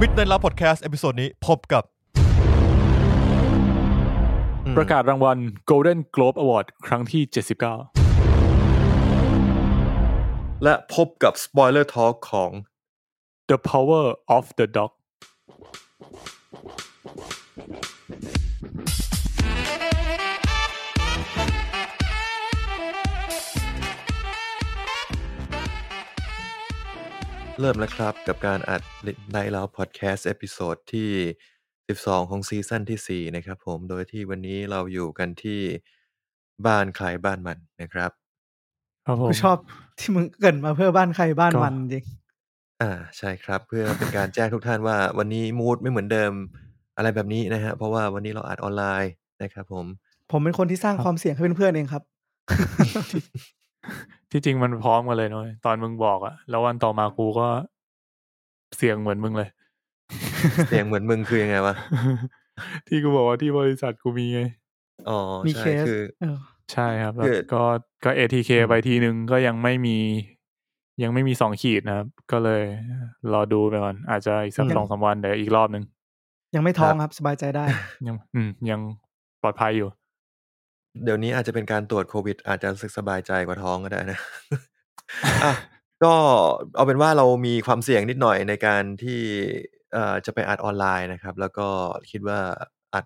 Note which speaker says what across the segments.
Speaker 1: มิดในลับพอดแคสต์เอพิโซดนี้พบกับอืม
Speaker 2: ประกาศรางวัล Golden Globe Award ครั้งที่ 79
Speaker 1: และพบกับสปอยเลอร์ทอล์กของ
Speaker 2: The Power of the Dog
Speaker 3: เริ่มแล้วครับกับการอัดในเราพอดแคสต์เอพิโซดที่ 12 ของซีซั่นที่ 4 นะครับผมโดยที่วันนี้เราอยู่กันที่บ้านใครบ้านมันนะครับ
Speaker 2: ครับผม
Speaker 4: กูชอบที่มึงเกรินมาเพื่อบ้านใครบ้าน
Speaker 2: ก็
Speaker 4: มันจริง
Speaker 3: อ่าใช่ครับเพื่อเป็นการแจ้งทุกท่านว่าวันนี้มูดไม่เหมือนเดิมอะไรแบบนี้นะฮะเพราะว่าวันนี้เราอัดออนไลน์นะครับผม
Speaker 4: ผมเป็นคนที่สร้าง
Speaker 2: ครับ
Speaker 4: ความเสี่ยงให้เพื่อนๆเองครับ
Speaker 2: ที่จริงมันพร้อมกันเลยนุ้ยตอนมึงบอกอะแล้ววันต่อมากูก็เสียงเหมือนมึงเลย
Speaker 3: เสียงเหมือนมึงคือยังไงวะ
Speaker 2: ที่กูบอกว่าที่บริษัทกูมีไง
Speaker 3: อ๋อ
Speaker 4: มี
Speaker 3: ใช่
Speaker 4: เคส
Speaker 3: คือ
Speaker 4: เออ
Speaker 2: ใช่ครับแล้ว
Speaker 3: คือ
Speaker 2: ก็ก็ ATK ไปทีนึงก็ยังไม่มี ยังไม่มีสองขีดนะครับ ก็เลยรอดูไปก่อน อาจจะอีกสักสองสามวันเดี๋ยวอีกรอบนึง
Speaker 4: ยังไม่ท้องครับสบายใจได้
Speaker 2: ยังอืมยังปลอดภัยอยู่
Speaker 3: เดี๋ยวนี้อาจจะเป็นการตรวจโควิด อาจจะรู้สึกสบายใจกว่าท้องก็ได้นะ อ่ะก็เอาเป็นว่าเรามีความเสี่ยงนิดหน่อยในการที่เอ่อจะไปอัดออนไลน์นะครับ แล้วก็คิดว่าอัด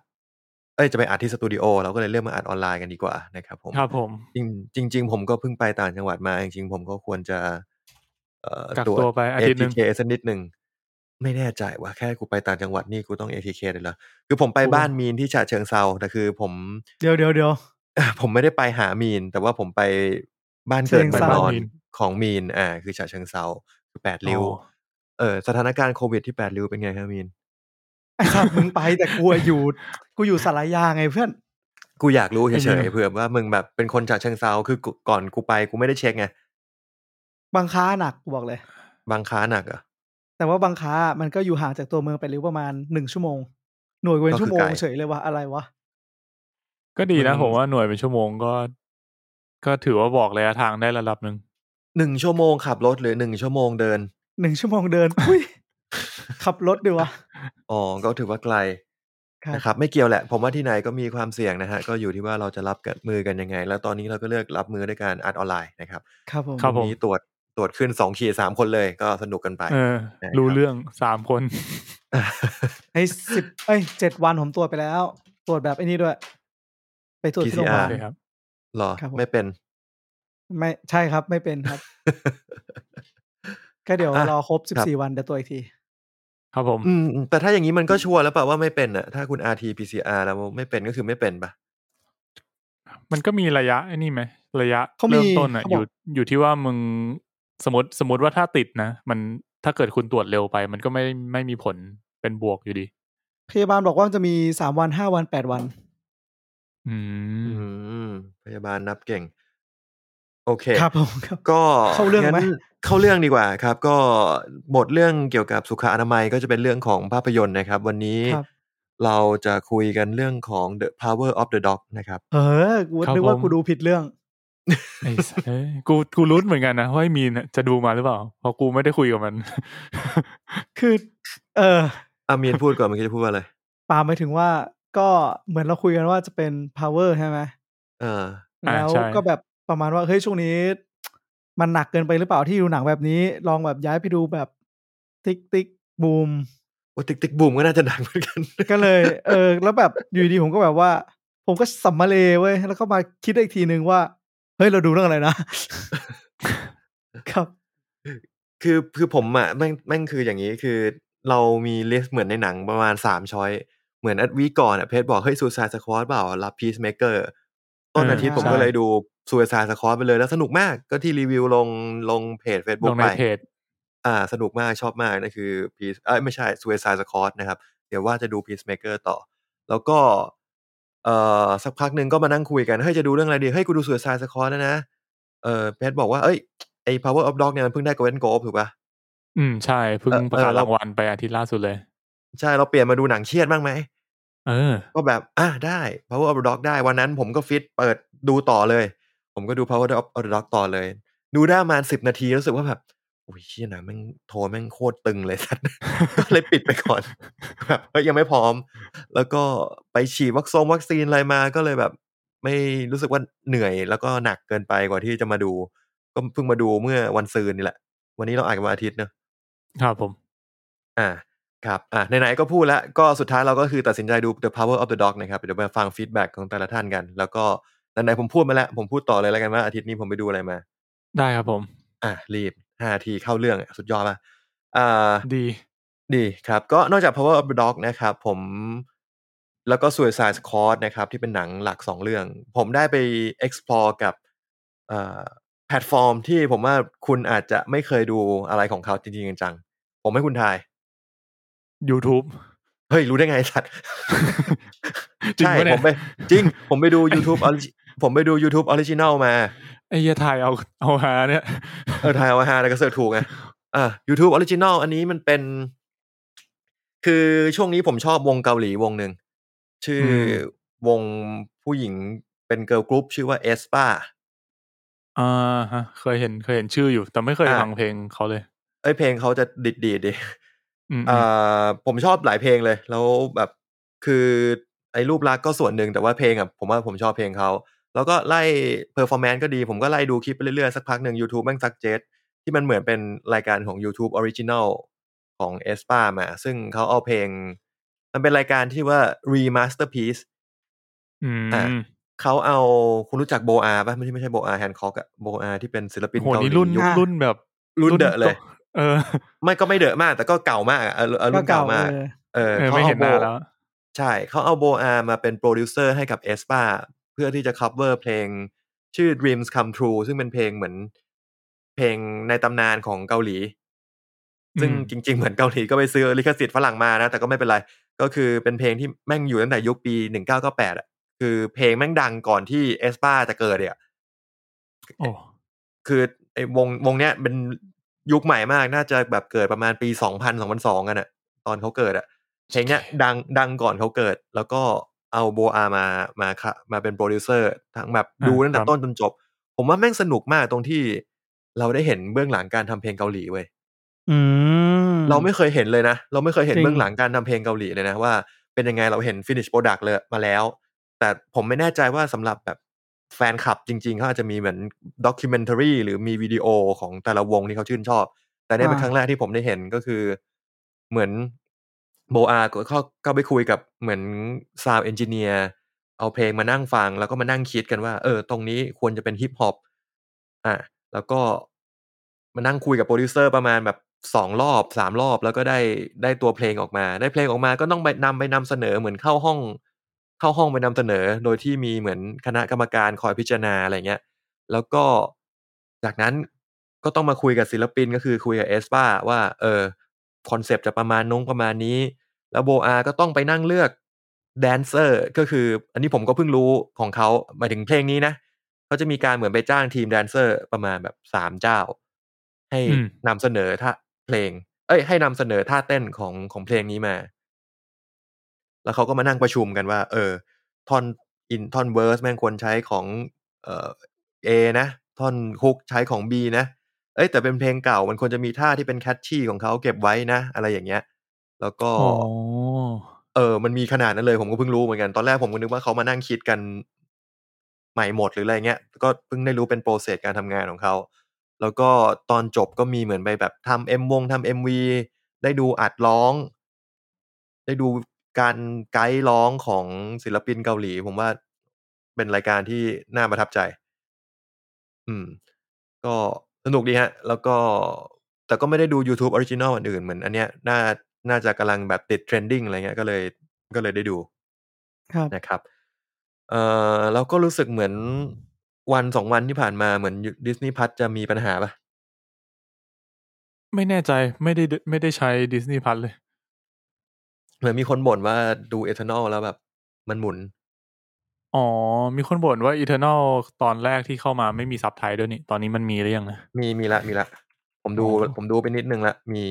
Speaker 3: เอ้ยจะไปอัดที่สตูดิโอเราก็เลยเลือกมาอัดออนไลน์กันดีกว่านะครับผม
Speaker 2: ครับผม
Speaker 3: จริงจริง ๆ ผมก็เพิ่งไปต่างจังหวัดมา จริงๆผมก็ควรจะ เอ่อ
Speaker 2: กักตัวไปอาทิตย์หนึ่ง
Speaker 3: เอสักนิดหนึ่งไม่แน่ใจว่าแค่กูไปต่างจังหวัดนี่กูต้องเอทีเคเลยเหรอคือผมไปบ้านมีนที่ฉะเชิงเซาแต่คือผม
Speaker 4: เดี๋ยวเดี๋ยวเดี๋ ยว
Speaker 3: อ่ะ ผมไม่ได้ไปหามีน แต่ว่าผมไปบ้านเกิด
Speaker 4: เชิง
Speaker 3: บ้าน
Speaker 4: เซาน
Speaker 3: อน
Speaker 2: มีน
Speaker 3: ของมีนอ่าคือฉะเชิงเซาคือแปดริ้ว
Speaker 2: อ๋อ
Speaker 3: เออสถานการณ์โควิดที่แปดริ้วเป็นไงครับมีน
Speaker 4: ไอ้สัตว์มึงไปแต่กูอะอยู่ กูอยู่สารยาไงเพื่อน
Speaker 3: กูอยากรู้เฉ
Speaker 2: เป็นไง
Speaker 3: ยๆ
Speaker 2: อะ
Speaker 3: เผื่อว่ามึงแบบเป็นคนฉะเชิงเซาคือกูก่อนกูไปกูไม่ได้เช็คไง
Speaker 4: บางค้าหนักกูบอกเลย
Speaker 3: บางค้าหนักเหรอ่ะ
Speaker 4: แต่ว่าบางค้ามันก็อยู่ห่างจากตัวเมืองไปริ้วประมาณหนึ่งชั่วโมง หน่วยเว้น
Speaker 3: ก็คือ
Speaker 4: ชั่วโมง
Speaker 3: ไกล
Speaker 4: เฉยเลยว่าอะไรวะ
Speaker 2: ก็ดีนะ
Speaker 3: มัน
Speaker 2: ผมว่าหน่วยเป็นชั่วโมงก็ ก็ถือว่าบอกระยะทางได้ระดับหนึ่ง
Speaker 3: หนึ่งชั่วโมงขับรถหรือหนึ่งชั่วโมงเดิน
Speaker 4: หนึ่งชั่วโมงเดิน อุ้ย ขับรถดีวะ
Speaker 3: อ๋อก็ถือว่าไกล
Speaker 4: ครับ
Speaker 3: นะครับ ไม่เกี่ยวแหละ ผมว่าที่ไหนก็มีความเสี่ยงนะฮะก็อยู่ที่ว่าเราจะรับกันมือกันยังไง แล้วตอนนี้เราก็เลือกรับมือด้วยการอัดออนไลน์นะครับ
Speaker 4: ครับผม
Speaker 2: ครับผม
Speaker 3: นี้ตรวจตรวจขึ้นสองขีดสามคนเลยก็สนุกกันไป
Speaker 2: เออ
Speaker 3: ใช่ครับ
Speaker 2: รู้เรื่องสามคน
Speaker 4: ไอ้สิบเอ้ยเจ็ดวันผมตรวจไปแล้ว ตรวจแบบไอ้นี่ด้วย ไปตรวจที่โรงพยาบาล
Speaker 2: PCR เลยครับ
Speaker 3: หรอ
Speaker 4: ครับผม
Speaker 3: ไม่เป็น
Speaker 4: ไม่ใช่ครับไม่เป็นครับ ก็เดี๋ยว
Speaker 3: อ่ะ
Speaker 4: รอครบ
Speaker 3: ครับ
Speaker 4: 14 วันเดี๋ยวตัวจอีกที
Speaker 2: ครับผม
Speaker 3: อืมแต่ถ้าอย่างนี้มันก็ชัวร์แล้วเปล่าว่าไม่เป็นอ่ะถ้าคุณ rt pcr แล้วไม่เป็นก็คือไม่เป็นปะ
Speaker 2: มันก็มีระยะไอ้นี่ไหมระยะ
Speaker 4: เขามี
Speaker 2: เริ่มต้นอ่ะ
Speaker 4: เขา
Speaker 2: อบ
Speaker 4: อยู่ ก
Speaker 2: อยู่ที่ว่ามึงสมมติสมมติว่าถ้าติดนะ มันถ้าเกิดคุณตรวจเร็วไป มันก็ไม่ไม่มีผลเป็นบวกอยู่ดี
Speaker 4: พยาบาลบอกว่าจะมี 3 วัน 5 วัน 8 วัน
Speaker 2: อืม
Speaker 3: อืมพยาบาลนับเก่ง โอเค
Speaker 4: ครับผมครับ
Speaker 3: ก็
Speaker 4: เข้าเรื่องไหม
Speaker 3: นเข้าเรื่องดีกว่าครับ ก็หมดเรื่องเกี่ยวกับสุขอนามัยก็จะเป็นเรื่องของภาพยนตร์นะครับ วันนี้
Speaker 4: ครับ
Speaker 3: เราจะคุยกันเรื่องของ the power of the dog นะครับ
Speaker 4: เออกู
Speaker 2: ครับ
Speaker 4: นึกว่า
Speaker 2: ผม
Speaker 4: กูดูผิดเรื่อง
Speaker 2: ไอ้สัสเอ้ยกูกูรุ้นเหมือนกันนะว่าไอ้มีนจะดูมาหรือเปล่าเพราะกูไม่ได้คุยกับมัน
Speaker 4: คือ เออ
Speaker 3: อามีนพูดก่อนเมื่อกี้จะพูดว่าอะไร
Speaker 4: ปาล์มไปถึงว่าก็เหมือนเราคุยกันว่าจะเป็น power ใช่ไหม
Speaker 3: เออ
Speaker 2: อ่า
Speaker 4: แล้ว
Speaker 2: ใช่
Speaker 4: ก็แบบประมาณว่า เฮ้ย ช่วงนี้ มันหนักเกินไปหรือเปล่าที่ดูหนังแบบนี้ ลองแบบย้ายไปดูแบบ ติ๊กติ๊กบูม
Speaker 3: โอ้ติ๊กติ๊กบูมก็น่าจะดังเหมือนกัน
Speaker 4: ก็เลย เออ แล้วแบบอยู่ดีผมก็แบบว่า ผมก็สัมมาเลเว้ยแล้วก็มาคิดได้อีกทีนึงว่า เฮ้ย เราดูเรื่องอะไรนะ ครับ
Speaker 3: คือคือผมอ่ะแม่งแม่งคืออย่างนี้คือเรามีลิสต์เหมือนในหนังประมาณสามช้อย เหมือนอาทิตย์ก่อนอ่ะเพจบอก เฮ้ยซูซายสควอตเปล่ารับพีซเมเกอร์ต้นอาทิตย์
Speaker 4: เอ
Speaker 3: ผ
Speaker 4: อ
Speaker 3: ม
Speaker 4: ใช่
Speaker 3: ก็เลยดูซูซายสควอตไปเลยแล้วสนุกมากก็ที่รีวิวลงลงเพจ
Speaker 2: ล
Speaker 3: Facebook
Speaker 2: ง
Speaker 3: ไป
Speaker 2: ในเพจ
Speaker 3: อ่าสนุกมากชอบมากนั่นคือพีซเอ้ยไม่ใช่ซูซายสควอตนะครับ เดี๋ยวว่าจะดูพีซเมเกอร์ต่อ แล้วก็เอ่อสักพักหนึ่งก็มานั่งคุยกันเฮ้ยจะดูเรื่องอะไรดีเฮ้ยกูดูซูซายสควอตแล้วนะเออเพจบอกว่าเอ้ยไอ้ power of dog เนี่ยมันเพิ่งได้ golden globe ถูกปะ
Speaker 2: อืมใช่เพิ่ง
Speaker 3: เออ
Speaker 2: ประกาศ
Speaker 3: เออเรา
Speaker 2: รางวัลไปอาทิตย์ล่าสุดเลย
Speaker 3: ใช่เราเปลี่ยนมาดูหนังเครียดบ้างไหม
Speaker 2: เออ
Speaker 3: ก็แบบ อ่ะได้ Power of the Dog ได้วันนั้นผมก็ฟิตเปิดดูต่อเลย ผมก็ดู Power of the Dog ต่อเลย ดูได้ประมาณสิบนาทีรู้สึกว่าแบบ โอ้ยเชี่ยหนะแม่งโทรแม่งโคตรตึงเลยสั ตว์ ก็เลยปิดไปก่อน แบบเฮ้ยยังไม่พร้อม แล้วก็ไปฉีดวัคซงวัคซีนอะไรมาก็เลยแบบ ไม่รู้สึกว่าเหนื่อยแล้วก็หนักเกินไปกว่าที่จะมาดู ก็เพิ่งมาดูเมื่อวันซืนนี่แหละ วันนี้เราอ่านกันวันอาทิตย์เนอะ
Speaker 2: ครับผม
Speaker 3: อ่า ครับอ่าไหนๆก็พูดแล้ว ก็สุดท้ายเราก็คือตัดสินใจดู The Power of the Dog นะครับ เดี๋ยวมาฟังฟีดแบ็กของแต่ละท่านกัน แล้วก็ไหนๆผมพูดมาแล้ว ผมพูดต่อเลยแล้วกันว่าอาทิตย์นี้ผมไปดูอะไรมา
Speaker 2: ได้ครับผม
Speaker 3: อ่ะรีบห้าทีเข้าเรื่องอ่ะสุดยอดป่ะอ่า
Speaker 2: ดี
Speaker 3: ดีครับ ก็นอกจาก Power of the Dog นะครับ ผมแล้วก็ Suicide Squad นะครับ ที่เป็นหนังหลักสองเรื่อง ผมได้ไป explore กับเอ่อแพลตฟอร์มที่ผมว่าคุณอาจจะไม่เคยดูอะไรของเขาจริงๆจังๆผมให้คุณทาย
Speaker 2: ยูทูบ
Speaker 3: เฮ้ย รู้ได้ไงสัตว์
Speaker 2: จริง
Speaker 3: ใช่
Speaker 2: ปะเนี่ย
Speaker 3: ผมไปจริง ผมไปดู YouTube Origi- ผมไปดู YouTube Original มา
Speaker 2: ไอ้เหี้ยถ่ายเอาเอาหาเนี่ย
Speaker 3: เออทายเอาฮาแล้วก็เสิร์ชถูกไงอ่า YouTube Original อันนี้มันเป็น คือช่วงนี้ผมชอบวงเกาหลีวงหนึ่ง ชื่ออ
Speaker 2: ม
Speaker 3: วงผู้หญิงเป็นเกิร์ลกรุ๊ปชื่อว่าเอสปา
Speaker 2: อ่าฮะ เคยเห็นเคยเห็นชื่ออยู่ แต่ไม่เคย
Speaker 3: อ่ะ
Speaker 2: ฟังเพลงเขาเลย
Speaker 3: เอ้ยเพลงเขาจะดิดดีดดิ
Speaker 2: อืม
Speaker 3: อ่าผมชอบหลายเพลงเลย แล้วแบบคือไอ้รูปลักษณ์ก็ส่วนหนึ่งแต่ว่าเพลงอ่ะผมว่าผมชอบเพลงเขา แล้วก็ไล่เพอร์ฟอร์แมนซ์ก็ดี ผมก็ไล่ดูคลิปไปเรื่อยๆ สักพักหนึ่ง YouTube แม่งซักเจตที่มันเหมือนเป็นรายการของ YouTube Original ของ e s p a มา ซึ่งเขาเอาเพลง มันเป็นรายการที่ว่า Remasterpiece
Speaker 2: อืม
Speaker 3: อ่ะ เขาเอาคุณรู้จักโบอาป่ะไม่ใช่ไม่ใช่โบอาแฮนคอกอะโบอาที่เป็นศิลปิน
Speaker 2: โห
Speaker 3: เกาหลี
Speaker 2: นี่รุ่น
Speaker 3: ยุค
Speaker 4: อ่ะ
Speaker 2: รุ่นแบบ
Speaker 3: รุ่นเดอะเลย
Speaker 2: เออ
Speaker 3: ไม่ก็ไม่เดอะมาก แต่ก็เก่ามากอะเออเออรุ่นเก่ามาก
Speaker 4: เออ
Speaker 3: เออ
Speaker 2: เออ
Speaker 3: เขา
Speaker 2: ไม่
Speaker 3: เอา
Speaker 2: เห็น
Speaker 3: โบ
Speaker 2: หน้าแล้ว
Speaker 3: ใช่เขาเอาโบอามาเป็นโปรดิวเซอร์ให้กับเอสปาเพื่อที่จะ cover เพลงชื่อ Dreams Come True ซึ่งเป็นเพลงเหมือนเพลงในตำนานของเกาหลี ซึ่งจริง ๆ เหมือนเกาหลีก็ไปซื้อลิขสิทธิ์ฝรั่งมานะ แต่ก็ไม่เป็นไร ก็คือเป็นเพลงที่แม่งอยู่ตั้งแต่ยุคปี 1998อ่ะคือเพลงแม่งดังก่อนที่เอสปาจะเกิดเนี่ย
Speaker 2: โอ้
Speaker 3: คือไอ้วงวงเนี้ยเป็นยุคใหม่มากน่าจะแบบเกิดประมาณปีสองพันสองพันสองกันอะตอนเขาเกิดอะเพลงเนี้ยดังดังก่อนเขาเกิด แล้วก็เอาโบอามามาค่ะมาเป็นโปรดิวเซอร์ทั้งแบบดูตั้งแต่ต้นจนจบ ผมว่าแม่งสนุกมากตรงที่เราได้เห็นเบื้องหลังการทำเพลงเกาหลีเว้ย
Speaker 4: อืม
Speaker 3: เราไม่เคยเห็นเลยนะ เราไม่เคยเห็น
Speaker 4: จริง
Speaker 3: เบื้องหลังการทำเพลงเกาหลีเลยนะว่าเป็นยังไงเราเห็นฟินิชโปรดักต์เลยมาแล้ว แต่ผมไม่แน่ใจว่าสำหรับแบบแฟนคลับจริง ๆ เขาอาจจะมีเหมือนด็อกิเมนทารีหรือมีวิดีโอของแต่ละวงที่เขาชื่นชอบ แต่เนี่ยเป็น
Speaker 4: อ่า
Speaker 3: ครั้งแรกที่ผมได้เห็นก็คือเหมือนโบอาก็เข้าเข้าไปคุยกับเหมือนซาวเอนจิเนียร์เอาเพลงมานั่งฟัง แล้วก็มานั่งคิดกันว่า เออ ตรงนี้ควรจะเป็นฮิปฮอปอ่ะแล้วก็มานั่งคุยกับโปรดิวเซอร์ประมาณแบบสองรอบสามรอบ แล้วก็ได้ได้ตัวเพลงออกมา ได้เพลงออกมาก็ต้องไปนำไปนำเสนอเหมือนเข้าห้อง เข้าห้องไปนำเสนอ โดยที่มีเหมือนคณะกรรมการคอยพิจารณาอะไรเงี้ย แล้วก็จากนั้นก็ต้องมาคุยกับศิลปินก็คือคุยกับเอสปาว่าเออคอนเซปต์จะประมาณนงประมาณนี้ แล้วโบอาก็ต้องไปนั่งเลือกแดนเซอร์ก็คือ อันนี้ผมก็เพิ่งรู้ของเขาหมายถึงเพลงนี้นะเขาจะมีการเหมือนไปจ้างทีมแดนเซอร์ประมาณแบบสามเจ้า ให้นำเสนอท่าเพลง เอ้ย ให้นำเสนอท่าเต้นของของเพลงนี้มา แล้วเขาก็มานั่งประชุมกันว่า เออท่อนอินท่อนเวิร์สแม่งควรใช้ของ เอ่อ A นะ ท่อนฮุกใช้ของ B นะ เอ้ยแต่เป็นเพลงเก่ามันควรจะมีท่าที่เป็นแคชชี่ของเขาเก็บไว้นะ อะไรอย่างเงี้ย แล้วก็
Speaker 2: โอ้
Speaker 3: เออ มันมีขนาดนั้นเลย ผมก็เพิ่งรู้เหมือนกัน ตอนแรกผมก็นึกว่าเขามานั่งคิดกันใหม่หมดหรืออะไรเงี้ย ก็เพิ่งได้รู้เป็นโปรเซสการทำงานของเขา แล้วก็ตอนจบก็มีเหมือนไปแบบทำเอ็มวงทำเอ็มวีได้ดูอัดร้อง ได้ดูการไกด์ร้องของศิลปินเกาหลี ผมว่าเป็นรายการที่น่าประทับใจ อืม ก็สนุกดีฮะ แล้วก็แต่ก็ไม่ได้ดู YouTube Original อันอื่นเหมือนอันเนี้ยน่าน่าจะกำลังแบบติดเทรนดิ้งอะไรเงี้ยก็เลยก็เลยได้ดู
Speaker 4: ครับ
Speaker 3: นะครับ เอ่อแล้วก็รู้สึกเหมือนวันสองวันที่ผ่านมาเหมือนดิสนีย์พัทจะมีปัญหาปะ
Speaker 2: ไม่แน่ใจไม่ได้ไม่ได้ใช้ดิสนีย์พัทเลย
Speaker 3: เหมือนมีคนบ่นว่าดูเอเทอร์นอลแล้วแบบมันหมุน
Speaker 2: อ๋อ มีคนบ่นว่า Eternal ตอนแรกที่เข้ามาไม่มีซับไทยด้วยนี่ ตอนนี้มันมีหรือยังนะ
Speaker 3: มีมีละมีละ ผมดู
Speaker 2: อ๋อ
Speaker 3: ผมดูไปนิดนึงละ มี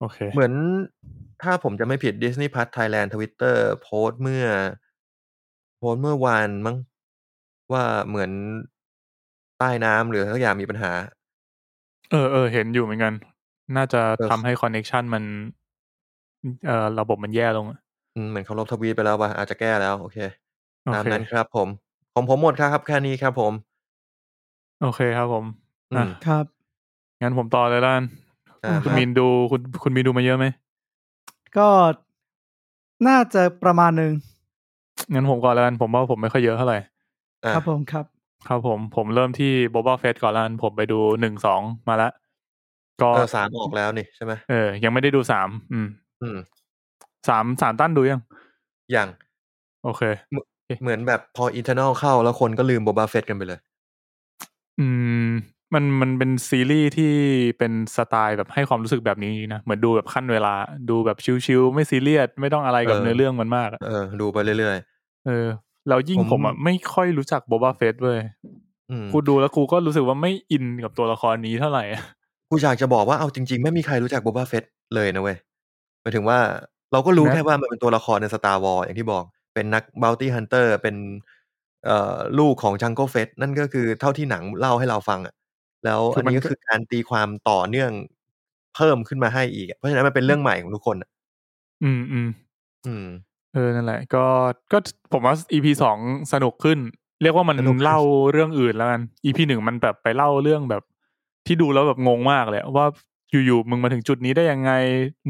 Speaker 2: โอเค
Speaker 3: เหมือนถ้าผมจะไม่ผิดดิสนีย์พัทไทยแลนด์ทวิตเตอร์โพสต์เมื่อ โพสต์เมื่อวานมั้งว่าเหมือนใต้น้ำหรือทุกอย่างมีปัญหา
Speaker 2: เออเออเห็นอยู่เหมือนกัน น่าจะทำให้คอนเน็ชันมัน เอ่อระบบมันแย่ลงอะ
Speaker 3: อืมเหมือนเขาลบทวีตไปแล้วว่ะอาจจะแก้แล้ว โอเค
Speaker 2: โอ
Speaker 3: ตาม
Speaker 2: เค
Speaker 3: นั้นครับผม ของผมหมดครับแค่นี้ครับผม
Speaker 2: โอเคครับผม
Speaker 3: อื
Speaker 2: อ่ะ
Speaker 3: ม
Speaker 4: ครับ
Speaker 2: งั้นผมต่อเลยล้าน
Speaker 3: อ่า
Speaker 2: คุณ
Speaker 3: มา
Speaker 2: มินดูคุณคุณมินดูมาเยอะไหม
Speaker 4: ก็น่าจะประมาณหนึ่ง
Speaker 2: งั้นผมก่อนแล้วกันผมว่าผมไม่ค่อยเยอะเท่าไหร่
Speaker 3: อ่ะ
Speaker 4: ครับผมครับ
Speaker 2: ครับผมผมเริ่มที่ Boba Fett ก่อนละกันผมไปดูหนึ่งสองมาละก็
Speaker 3: เออสามออกแล้วนี่ใช่ไหม
Speaker 2: เออ ยังไม่ได้ดูสามอืม
Speaker 3: อืม
Speaker 2: สามสามตั้นดูยัง
Speaker 3: อย่าง
Speaker 2: โอเค
Speaker 3: เหมือนแบบพออินเทอร์เนลเข้าแล้วคนก็ลืมโบบาเฟตกันไปเลย
Speaker 2: อืม มันมันเป็นซีรีส์ที่เป็นสไตล์แบบให้ความรู้สึกแบบนี้นะ เหมือนดูแบบขั้นเวลา ดูแบบชิวๆไม่ซีเรียส ไม่ต้องอะไรกับ
Speaker 3: เออ
Speaker 2: เนื้อเรื่องมันมากอะ
Speaker 3: เออ ดูไปเรื่อย
Speaker 2: เออแล้วยิ่ง
Speaker 3: ผม
Speaker 2: ผมอ่ะไม่ค่อยรู้จักโบบ a าเฟสเว้ย
Speaker 3: ๆอืม
Speaker 2: กูดูแล้วกูก็รู้สึกว่าไม่อินกับตัวละครนี้เท่าไหร่อะ
Speaker 3: กูอยากจะบอกว่าเอาจริงๆ ไม่มีใครรู้จักโบบาเฟตเลยนะเว้ยหมายถึงว่าเราก็รู้แค่ว่ามันเป็นตัวละครในสตาร์วอลอย่างที่บอก เป็นนักบ o u ตี้ฮันเตอร์เป็นเอ่อลูกของจังโก f เฟตนั่นก็คือเท่าที่หนังเล่าให้เราฟังอ่ะแล้วอันนี้ก็คือการตีความต่อเนื่องเพิ่มขึ้นมาให้อีกอะเพราะฉะนั้นมันเป็นเรื่องใหม่ของทุกคนอะ
Speaker 2: อืมอืม
Speaker 3: อืม
Speaker 2: เออ นั่นแหละ ก็ ก็ผมว่า EP สองสนุกขึ้น เรียกว่ามัน
Speaker 3: สนุกขึ้น
Speaker 2: เล่าเรื่องอื่นแล้วกัน EP หนึ่งมันแบบไปเล่าเรื่องแบบ ที่ดูแล้วแบบงงมากเลยว่าอยู่ๆมึงมาถึงจุดนี้ได้ยังไง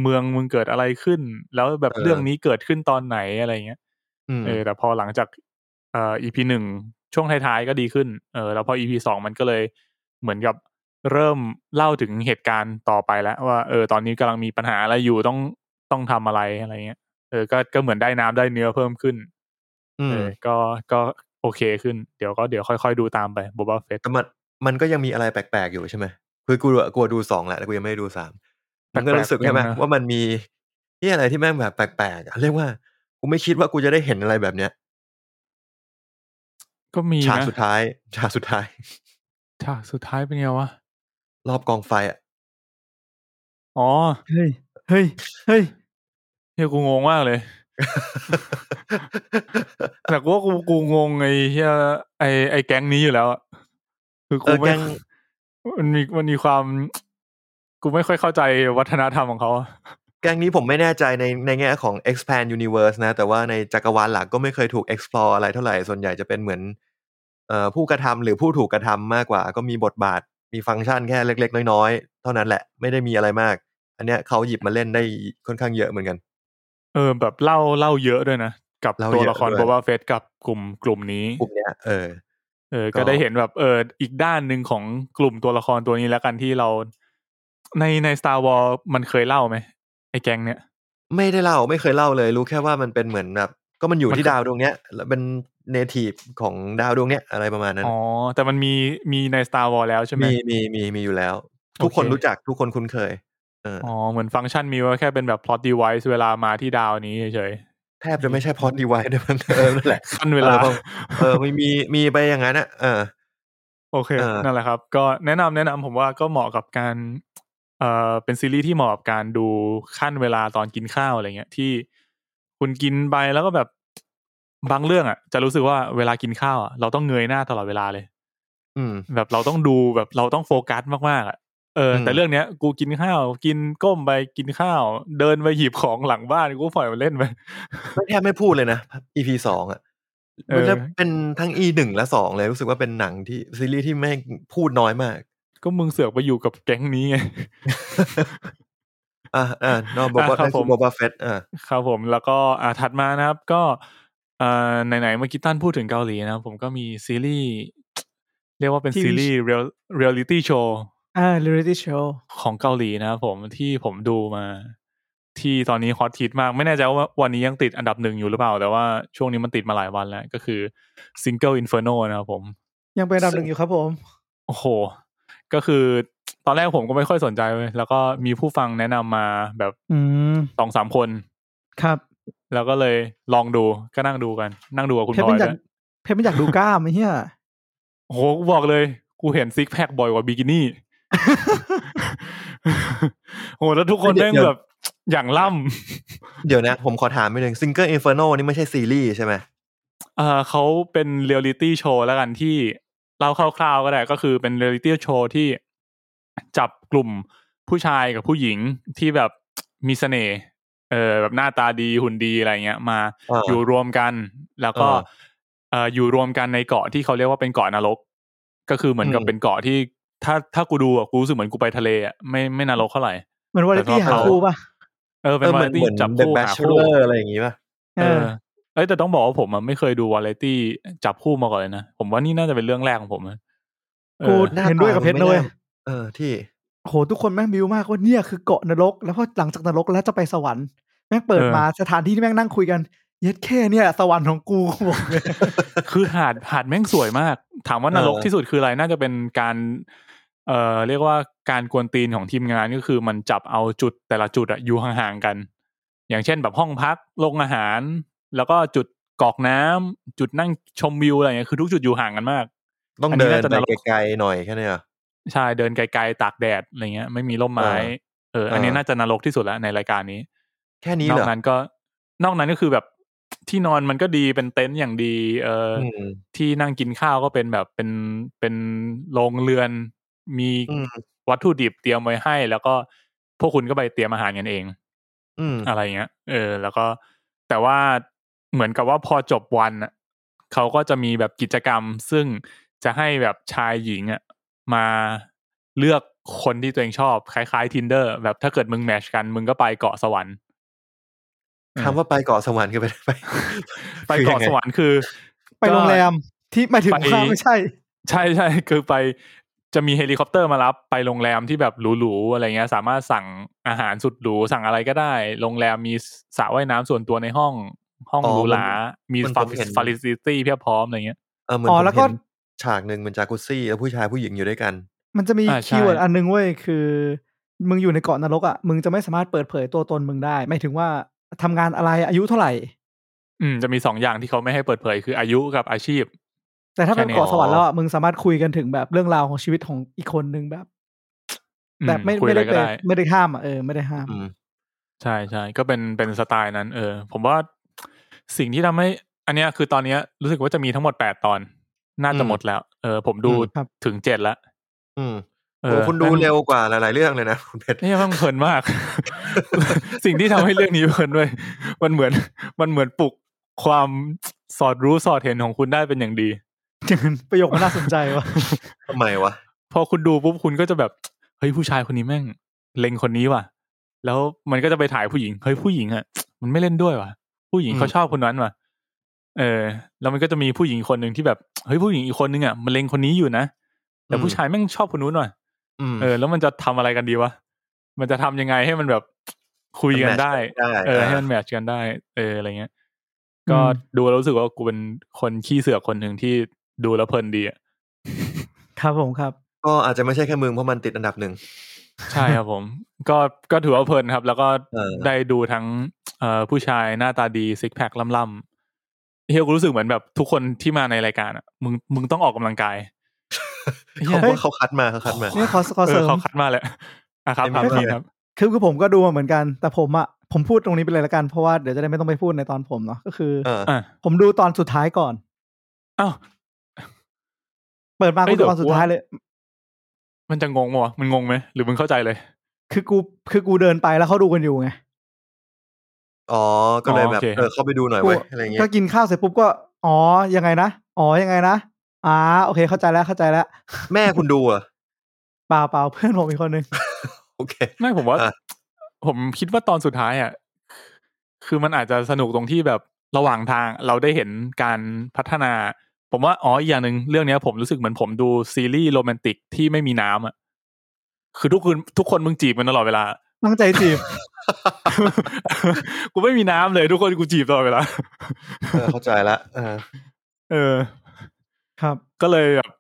Speaker 2: เมืองมึงเกิดอะไรขึ้น แล้วแบบเรื่องนี้เกิดขึ้นตอนไหนอะไรเงี้ย
Speaker 3: อืม
Speaker 2: เออ แต่พอหลังจากเอ่อ EP หนึ่งช่วงท้ายๆก็ดีขึ้น เออ แล้วพอ EP สองมันก็เลยเหมือนกับเริ่มเล่าถึงเหตุการณ์ต่อไปแล้ว ว่า เออ ตอนนี้กำลังมีปัญหาอะไรอยู่ต้อง ต้องทำอะไรอะไรเงี้ย เออ ก็ ก็เหมือนได้น้ำได้เนื้อเพิ่มขึ้น
Speaker 3: อื
Speaker 2: เอ
Speaker 3: ม
Speaker 2: อก็ก็โอเคขึ้น เดี๋ยวก็เดี๋ยวค่อยๆดูตามไปบ o บ a าเฟส
Speaker 3: แต่มันมันก็ยังมีอะไรแปลกๆอยู่ใช่ไหมคือกูอะกลัวดูสองแหละแต่กูยังไม่ได้ดูสามมันก็
Speaker 2: แปลกๆ
Speaker 3: รู้สึกใช่ไหม
Speaker 2: ยังนะ
Speaker 3: ว่ามันมีที่อะไรที่แม่งแบบแปลกๆอะเรียกว่ากูไม่คิดว่ากูจะได้เห็นอะไรแบบเนี้ย
Speaker 2: ก็มี
Speaker 3: ฉาก
Speaker 2: นะ
Speaker 3: สุดท้ายฉากสุดท้าย
Speaker 2: ฉากสุดท้ายเป็นไงวะ
Speaker 3: รอบกองไฟอ่ะ
Speaker 2: อ๋อ
Speaker 4: เฮ้ย เฮ้ย เฮ้ย
Speaker 2: เนี่ยกูงงมากเลย แต่กูว่ากูกูงงไอ้เหี้ยไอ้ไอ้แก๊งนี้อยู่แล้วอะคือ
Speaker 3: เอ
Speaker 2: กู
Speaker 3: อ
Speaker 2: ไม่
Speaker 3: แกง
Speaker 2: มันมีมันมีความ กูไม่ค่อยเข้าใจวัฒนธรรมของเขาอะ
Speaker 3: แกงนี้ผมไม่แน่ใจในในแง่ของ expand universe นะ แต่ว่าในจักรวาลหลักก็ไม่เคยถูก explore อะไรเท่าไหร่ส่วนใหญ่จะเป็นเหมือนเอ่อผู้กระทำหรือผู้ถูกกระทำมากกว่า ก็มีบทบาทมีฟังก์ชันแค่เล็ก ๆ น้อยๆ เท่านั้นแหละไม่ได้มีอะไรมาก อันเนี้ยเขาหยิบมาเล่นได้ค่อนข้างเยอะเหมือนกัน
Speaker 2: เออ แบบเล่าเล่าเยอะด้วยนะ กับ
Speaker 3: เล่า
Speaker 2: ตัว
Speaker 3: เยอะ
Speaker 2: ละคร
Speaker 3: ด้วย
Speaker 2: บ o บ a าเฟสกับกลุ่มกลุ่มนี้
Speaker 3: กลุ่มเนี้ยเออ
Speaker 2: เออ
Speaker 3: ก็
Speaker 2: ก็ได้เห็นแบบเอออีกด้านหนึ่งของกลุ่มตัวละครตัวนี้แล้วกันที่เรา ในใน Star Wars มันเคยเล่าไหมไอ้แก๊งเนี่ย
Speaker 3: ไม่ได้เล่าไม่เคยเล่าเลย รู้แค่ว่ามันเป็นเหมือนแบบ ก็มันอยู่
Speaker 2: มัน
Speaker 3: ที่
Speaker 2: คือ
Speaker 3: ดาวดวงเนี้ยแล้วเป็นเนทีฟของดาวดวงเนี้ยอะไรประมาณนั้น
Speaker 2: อ๋อ แต่มันมีมีใน Star Wars แล้วใช่ไหม
Speaker 3: มีมีมีมีอยู่แล้ว ทุก
Speaker 2: โอเค
Speaker 3: คนรู้จักทุกคนคุ้นเคย เอออ
Speaker 2: อ๋อ เหมือนฟังก์ชันมีไว่าแค่เป็นแบบ plot device เวลามาที่ดาวนี้เฉย
Speaker 3: แทบจะไม่ใช่พอดีไว้ด้วยมันเออนั่นแหละ
Speaker 2: ๆขั้นเวลา
Speaker 3: เออ เออมีมีมีไปอย่างนั้นอ่ะเออ
Speaker 2: โอเค
Speaker 3: เออ
Speaker 2: นั่นแหละครับ ก็แนะนำแนะนำผมว่าก็เหมาะกับการ เอ่อ เป็นซีรีส์ที่เหมาะกับการดูขั้นเวลาตอนกินข้าวอะไรเงี้ยที่คุณกินไปแล้วก็แบบบางเรื่องอ่ะ จะรู้สึกว่าเวลากินข้าวอ่ะเราต้องเงยหน้าตลอดเวลาเลย
Speaker 3: อืม
Speaker 2: แบบเราต้องดูแบบเราต้องโฟกัสมากๆอ่ะเอออ
Speaker 3: ม
Speaker 2: แต่เรื่องเนี้ย กูกินข้าวกินก้มไปกินข้าว เดินไปหยิบของหลังบ้านกูปล่อยมันเล่นไป
Speaker 3: ไม่แทบไม่พูดเลยนะ EP สองอ่ะ
Speaker 2: เออ
Speaker 3: มันจะเป็นทั้ง E หนึ่งและสองเลยรู้สึกว่าเป็นหนังที่ซีรีส์ที่ไม่พูดน้อยมาก
Speaker 2: ก็มึงเสือกไปอยู่กับแก๊งนี้ไง
Speaker 3: อ่าอ่านอกบอกว่า
Speaker 2: อ่ะครับ
Speaker 3: ได้
Speaker 2: ผ
Speaker 3: คุ
Speaker 2: ม
Speaker 3: ณบอบาเฟตอ่า
Speaker 2: ครับผมแล้วก็อ่าถัดมานะครับ ก็อ่าไหนๆเมื่อกี้ตั้นพูดถึงเกาหลีนะครับผมก็มีซีรีส์ เรียกว่าเป็น
Speaker 4: TV
Speaker 2: ซีรีส์เรียลลิตี้โชว์
Speaker 4: อ่า reality show
Speaker 2: ของเกาหลีนะครับผมที่ผมดูมา ที่ตอนนี้ฮอตฮิตมาก ไม่แน่ใจว่าวันนี้ยังติดอันดับหนึ่งอยู่หรือเปล่า แต่ว่าช่วงนี้มันติดมาหลายวันแล้ว ก็คือ Single Inferno นะครับผม
Speaker 4: ยังเป็นอันดับหนึ่งอยู่ครับผม
Speaker 2: โอ้โห ก็คือตอนแรกผมก็ไม่ค่อยสนใจเลยแล้วก็มีผู้ฟังแนะนำมาแบบ
Speaker 4: อืม
Speaker 2: สองสามคน
Speaker 4: ครับ
Speaker 2: แล้วก็เลยลองดูก็นั่งดูกัน นั่งดูกับคุณ
Speaker 4: เพช
Speaker 2: บ
Speaker 4: ร
Speaker 2: อ
Speaker 4: ไม่
Speaker 2: ย
Speaker 4: อ
Speaker 2: ด้ว
Speaker 4: ยาก
Speaker 2: ย
Speaker 4: เพชรไม่อยากดูกล้ามไอ้เหี้ย
Speaker 2: โอ้โหกูบอกเลย กูเห็นซิกแพคบ่อยกว่าบิกินี่ โอ้โหแล้วทุกคน
Speaker 3: เดี๋
Speaker 2: แม่
Speaker 3: ยว
Speaker 2: งแบบ อย่างล่
Speaker 3: เดี๋ยวนะ ผมขอถามไปหนึ่งซิงเกิลอินเฟอร์โนนี่ไม่ใช่ซีรีส์ใช่ไหม
Speaker 2: ำเอ่อเขาเป็นเรียลลิตี้โชว์แล้วกันที่เล่าคร่าวๆก็ได้ ก็คือเป็นเรียลลิตี้โชว์ที่ จับกลุ่มผู้ชายกับผู้หญิงที่แบบมีเสน่ห์เออแบบหน้าตาดีหุ่นดีอะไรเงี้ยมา
Speaker 3: เออ
Speaker 2: อ
Speaker 3: อ
Speaker 2: ยู่รวมกันแล้วก็
Speaker 3: เออ
Speaker 2: เอ่ออยู่รวมกันในเกาะที่เขาเรียกว่าเป็นเกาะนรก ก็คือเหมือนกับ
Speaker 3: อืม
Speaker 2: เป็นเกาะที่ถ้าถ้ากูดูอะกูรู้สึกเหมือนกูไปทะเลอะไม่ไม่นรกเท่าไหร่
Speaker 4: เหมือนวาไรตี้
Speaker 2: แต่
Speaker 4: หา
Speaker 2: ก็
Speaker 4: คู่ป่ะ
Speaker 2: เออเป็น
Speaker 3: เออ
Speaker 2: วา
Speaker 3: เหมื
Speaker 2: ไร
Speaker 3: อน
Speaker 2: ตี้
Speaker 3: เหมือน
Speaker 2: จับ
Speaker 3: เดอะ
Speaker 2: คู่
Speaker 3: แบช
Speaker 2: หา
Speaker 3: เช
Speaker 2: คู่
Speaker 3: อร์อะไรอย่างงี้ป่ะ
Speaker 4: เอ
Speaker 2: เอ
Speaker 4: อ
Speaker 2: อเอ้ยแต่ต้องบอกว่าผมอะไม่เคยดูวาไรตี้จับคู่มาก่อนเลยนะผมว่านี่น่าจะเป็นเรื่องแรกของผมนะเอ
Speaker 4: กู
Speaker 2: อ
Speaker 3: หน้า
Speaker 4: เห็นด้วยกับเพชร
Speaker 3: ตามัน
Speaker 4: นะ
Speaker 3: ไม่
Speaker 4: เว้ย
Speaker 3: น่า เออที่
Speaker 4: โอ้โหทุกคนแม่งบิวมากว่าเนี่ยคือเกาะนรก แล้วพอหลังจากนรกแล้วจะไปสวรรค์แม่งเปิด
Speaker 2: เออ
Speaker 4: มาสถานที่ที่แม่งนั่งคุยกันเย็ดแค่เนี่ยสวรรค์ของกูบอกเลย
Speaker 2: คือหาดหาดแม่งสวยมาก ถามว่านรก
Speaker 3: เออ
Speaker 2: ที่สุดคืออะไรน่าจะเป็นการ เอ่อเรียกว่าการกวนตีนของทีมงานก็คือมันจับเอาจุดแต่ละจุดอะอยู่ห่างๆกัน อย่างเช่นแบบห้องพักโรงอาหาร แล้วก็จุดกอกน้ำจุดนั่งชมวิวอะไรเงี้ยคือทุกจุดอยู่ห่างกันมาก
Speaker 3: ต้อง
Speaker 2: อันนี้
Speaker 3: เดิน
Speaker 2: น่าจะ
Speaker 3: ไป
Speaker 2: นรก
Speaker 3: ไกลๆหน่อยแค่เนี้ย
Speaker 2: ใช่เดินไกลๆตากแดดอะไรเงี้ย ไม่มีร่มไม้
Speaker 3: เออ
Speaker 2: เอออันนี้
Speaker 3: เออ
Speaker 2: น่าจะนรกที่สุดละในรายการนี้
Speaker 3: แค่นี้
Speaker 2: นอ
Speaker 3: เหร
Speaker 2: ก
Speaker 3: อ
Speaker 2: นั้นก็นอกนั้นก็คือแบบที่นอนมันก็ดีเป็นเต็นท์อย่างดี เอออ
Speaker 3: อืม
Speaker 2: ที่นั่งกินข้าวก็เป็นแบบเป็นเป็นโรงเรือน มี
Speaker 3: อืม
Speaker 2: วัตถุดิบเตรียมไว้ให้ แล้วก็พวกคุณก็ไปเตรียมอาหารกันเอง
Speaker 3: อืม
Speaker 2: อะไรเงี้ย เออ แล้วก็แต่ว่าเหมือนกับว่าพอจบวันน่ะเขาก็จะมีแบบกิจกรรม ซึ่งจะให้แบบชายหญิงอ่ะมาเลือกคนที่ตัวเองชอบคล้ายๆ tinder แบบถ้าเกิดมึงแมชกัน มึงก็ไปเกาะสวรรค์
Speaker 3: คำว่าไปเกาะสวรร ค์คือไปไป
Speaker 2: ไปเกาะสวรรค์คือ
Speaker 4: ไปโรงแรมที่หมายถึง
Speaker 2: ไป
Speaker 4: ข้าไม่ใช่
Speaker 2: ใช่ใช่คือไปจะมีเฮลิคอปเตอร์มารับไปโรงแรมที่แบบหรูๆอะไรเงี้ย สามารถสั่งอาหารสุดหรูสั่งอะไรก็ได้ โรงแรมมีสระว่ายน้ำส่วนตัวในห้องห้องหรูหรามีฟาริซิตี้เพียบพร้อมอะไรเงี้ย
Speaker 3: เออเหมือน
Speaker 4: อ๋
Speaker 3: ผ
Speaker 4: อ
Speaker 3: ม
Speaker 4: แล้วก็
Speaker 3: เห็นฉากหนึ่งเป็นจากุซซี่แล้วผู้ชายผู้หญิงอยู่ด้วยกัน
Speaker 4: มันจะมี
Speaker 2: อ่าใช่
Speaker 4: คีย์เวิร์ดอันนึงเว้ยคือ มึงอยู่ในเกาะนรกอ่ะมึงจะไม่สามารถเปิดเผยตัวตนมึงได้ ไม่ถึงว่าทำงานอะไรอายุเท่าไหร่
Speaker 2: อืมจะมีสองอย่างที่เขาไม่ให้เปิดเผยคืออายุกับอาชีพ
Speaker 4: แต่ถ้าเป็น
Speaker 2: แค่นี้
Speaker 4: เกาะสวรรค์แล้วอ่ะมึงสามารถคุยกันถึงแบบเรื่องราวของชีวิตของอีกคนนึงแบบ
Speaker 2: อื
Speaker 4: แบบไม่
Speaker 2: คุย
Speaker 4: ไม่
Speaker 2: อะไร
Speaker 4: ได้
Speaker 2: ก็
Speaker 4: ไป
Speaker 2: ได้
Speaker 4: ไม่ได้ห้ามอ่ะเออไม่ได้ห้าม
Speaker 3: อืม
Speaker 2: ใช่ใช่ก็เป็นเป็นสไตล์นั้น เออ ผมว่าสิ่งที่ทำให้ อันเนี้ยคือตอนเนี้ยรู้สึกว่าจะมีทั้งหมดแปดตอน น่าจะ
Speaker 3: อืม
Speaker 2: หมดแล้ว เออ ผมดู
Speaker 3: อืม
Speaker 4: ครับ
Speaker 2: ถึงเจ็ดละ
Speaker 3: อืม
Speaker 2: เอ
Speaker 3: โอ้
Speaker 2: อ
Speaker 3: คุณดู
Speaker 2: แม่ง
Speaker 3: เร็วกว่าหลาย ๆ เรื่องเลยนะ คุณเพชร
Speaker 2: นี่มันเพลินมาก สิ่งที่ทำให้เรื่องนี้เพลินด้วย มันเหมือน มันเหมือนปลุกความสอดรู้สอดเห็นของคุณได้เป็นอย่างดี
Speaker 4: ประโยคมันน่าสนใจว่ะ
Speaker 3: ทำไมวะ
Speaker 2: พอคุณดูปุ๊บคุณก็จะแบบ เฮ้ยผู้ชายคนนี้แม่ง เล็งคนนี้ว่ะ แล้วมันก็จะไปถ่ายผู้หญิง เฮ้ยผู้หญิงอ่ะ มันไม่เล่นด้วยว่ะ ผู้หญิง
Speaker 3: อืม
Speaker 2: เขาชอบคนนั้นว่ะ เออ แล้วมันก็จะมีผู้หญิงคนหนึ่งที่แบบ เฮ้ยผู้หญิงอีกคนนึงอ่ะมันเล็งคนนี้อยู่นะ แต่ผู้ชายแม่งชอบคนนู้นว่ะ
Speaker 3: อืม
Speaker 2: เออ แล้วมันจะทำอะไรกันดีวะ มันจะทำยังไงให้มันแบบคุยกันได้
Speaker 3: ได้
Speaker 2: เออให้มันแมทช์กันได้ เอออะไรเงี้ย ก็
Speaker 4: อืม
Speaker 2: ดูแล้วรู้สึกว่ากูเป็นคนขี้เสือกคนหนึ่งที่ดูแล้วเพลินดีอ่ะ
Speaker 4: ครับผมครับ
Speaker 3: ก็อาจจะไม่ใช่แค่มึงเพราะมันติดอันดับหนึ่ง
Speaker 2: ใช่ครับผม ก็ก็ถือว่าเพลินครับ แล้วก็
Speaker 3: เออ
Speaker 2: ได้ดูทั้งเอ่อผู้ชายหน้าตาดีซิกแพคล่ำๆเฮียกูรู้สึกเหมือนแบบทุกคนที่มาในรายการอ่ะมึงมึงต้องออกกำลังกาย
Speaker 3: เขา
Speaker 2: เฮ้ย
Speaker 3: เขาคัดมาเขาคัดมา
Speaker 4: นี่ขอขอ
Speaker 2: เอ
Speaker 4: เสริ
Speaker 2: อ
Speaker 4: ม
Speaker 2: เขาคัดมาแหละอ่ะครับ
Speaker 3: เต็ม
Speaker 2: ครับ
Speaker 3: ที่
Speaker 2: พี่ครับ
Speaker 4: คือคือผมก็ดูมาเหมือนกัน แต่ผมอ่ะผมพูดตรงนี้ไปเลยละกันเพราะว่าเดี๋ยวจะได้ไม่ต้องไปพูดในตอนผมเนาะก็คือ
Speaker 3: เออ
Speaker 2: อ่ะ
Speaker 4: ผมดูตอนสุดท้ายก่อน
Speaker 2: อ้าว
Speaker 4: เปิดมา
Speaker 2: เอ้
Speaker 4: กู
Speaker 2: ย
Speaker 4: ดู
Speaker 2: เดี๋ยว
Speaker 4: ตอนสุ
Speaker 2: กู
Speaker 4: ด
Speaker 2: ว่า
Speaker 4: ท้ายเลย
Speaker 2: มันจะงงมั้วะมันงงไหมหรือมึงเข้าใจเลย
Speaker 4: คือกูคือกูเดินไปแล้วเขาดูกันอยู่ไง
Speaker 3: อ๋อ ก็เลยแบบ
Speaker 2: อ๋อโอเค
Speaker 3: เออเข้าไปดูหน่อยเว้ยอะไรอย่างเงี้ย
Speaker 4: ก็กินข้าวเสร็จปุ๊บก็ อ๋อ ยังไงนะ อ๋อ ยังไงนะ อ่า โอเค เข้าใจแล้ว เข้าใจแล้ว
Speaker 3: แม่คุณดูเหรอ่ะ
Speaker 4: เปล่าเปล่าเพื่อนผมอีกคนนึง
Speaker 3: โอเค
Speaker 2: ไม่ผมว่า
Speaker 3: อ่ะ
Speaker 2: ผมคิดว่าตอนสุดท้ายอ่ะคือมันอาจจะสนุกตรงที่แบบระหว่างทางเราได้เห็นการพัฒนา ผมว่าอ๋ออีกอย่างหนึ่งเรื่องเนี้ย ผมรู้สึกเหมือนผมดูซีรีส์โรแมนติกที่ไม่มีน้ำอ่ะคือทุกคนทุกคนมึงจีบมันตลอดเวลา
Speaker 4: ตั้งใจจีบ
Speaker 2: กูไม่มีน้ำเลย ทุกคนกูจีบตลอดเวลา
Speaker 3: เออเข้าใจละเออ
Speaker 2: เออ
Speaker 4: ครับ
Speaker 2: ก็เลยแบบ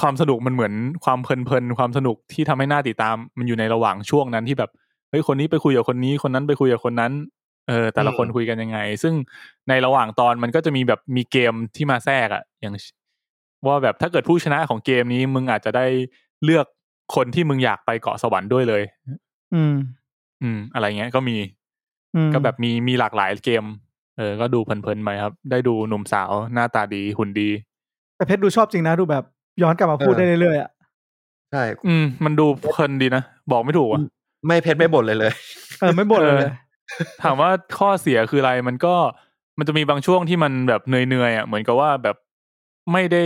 Speaker 2: ความสนุกมันเหมือนความเพลินๆความสนุกที่ทำให้หน้าติดตาม มันอยู่ในระหว่างช่วงนั้นที่แบบเฮ้ยคนนี้ไปคุยกับคนนี้คนนั้นไปคุยกับคนนั้นเออแต่ละ
Speaker 3: อืม
Speaker 2: คนคุยกันยังไง ซึ่งในระหว่างตอนมันก็จะมีแบบมีเกมที่มาแทรกอะอย่าง ว่าแบบถ้าเกิดผู้ชนะของเกมนี้มึงอาจจะได้เลือกคนที่มึงอยากไปเกาะสวรรค์ด้วยเลย
Speaker 4: อืม
Speaker 2: อืม อะไรเงี้ยก็มี
Speaker 4: อืม
Speaker 2: ก็แบบมีมีหลากหลายเกม เออ ก็ดูเพลินๆไปครับ ได้ดูหนุ่มสาวหน้าตาดีหุ่นดี
Speaker 4: แต่เพชรดูชอบจริงนะ ดูแบบย้อนกลับมาพูด
Speaker 3: เออ
Speaker 4: ได้เรื่อยๆอะ
Speaker 3: ใช่
Speaker 2: อืม มันดูเพลินดีนะ บอกไม่ถูกอ่ะ
Speaker 3: ไม่เพชรไม่บ่นเลยเลย
Speaker 4: เออไม่บ่นเลย
Speaker 2: เออ ถามว่าข้อเสียคืออะไรมันก็มันจะมีบางช่วงที่มันแบบเหนื่อยๆอ่ะเหมือนกับว่าแบบไม่ได้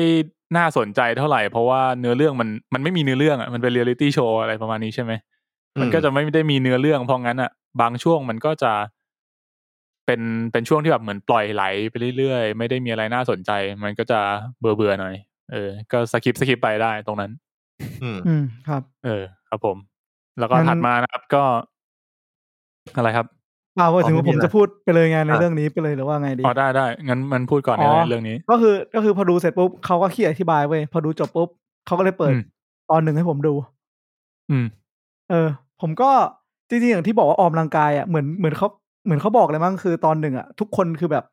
Speaker 2: น่าสนใจเท่าไหร่ เพราะว่าเนื้อเรื่องมันมันไม่มีเนื้อเรื่องอ่ะมันเป็นเรียลิตี้โชว์อะไรประมาณนี้ใช่ไหมมันก็จะไม่ได้มีเนื้อเรื่องเพราะงั้นอ่ะ บางช่วงมันก็จะ เป็นเป็นช่วงที่แบบเหมือนปล่อยไหลไปเรื่อยๆ ไม่ได้มีอะไรน่าสนใจ มันก็จะเบื่อเบื่อๆหน่อยเออก็สคิปสคิปไปได้ตรงนั้น
Speaker 3: อืม
Speaker 4: อืมครับ
Speaker 2: เออ ครับผม แล้วก็
Speaker 4: งั้น
Speaker 2: ถัดมานะครับก็ อะไรครับ
Speaker 4: เปล่าว่าถึงว่า
Speaker 3: อ๋อไม่มี
Speaker 4: ผมจะ
Speaker 3: ละ
Speaker 4: พูดไปเลยไงานใน
Speaker 3: อ่ะ
Speaker 4: เรื่องนี้ไปเลยหรือว่าไงดี
Speaker 2: อ๋อได้ได้งั้นมันพูดก่อน
Speaker 4: อ๋
Speaker 2: ได้
Speaker 4: อ
Speaker 2: เลยเรื่องนี้
Speaker 4: ก็คือก็คือพอดูเสร็จปุ๊บเขาก็ขี้อธิบายเว้ยพอดูจบปุ๊บเขาก็เลยเปิด
Speaker 2: อืม
Speaker 4: ตอนหนึ่งให้ผมดู
Speaker 2: อืม
Speaker 4: เออ ผมก็จริงๆอย่างที่บอกว่าออมร่างกายอ่ะเหมือนเหมือนเขาเหมือนเขาบอกเลยมั้งคือตอนหนึ่งอ่ะทุกคนคือแบบ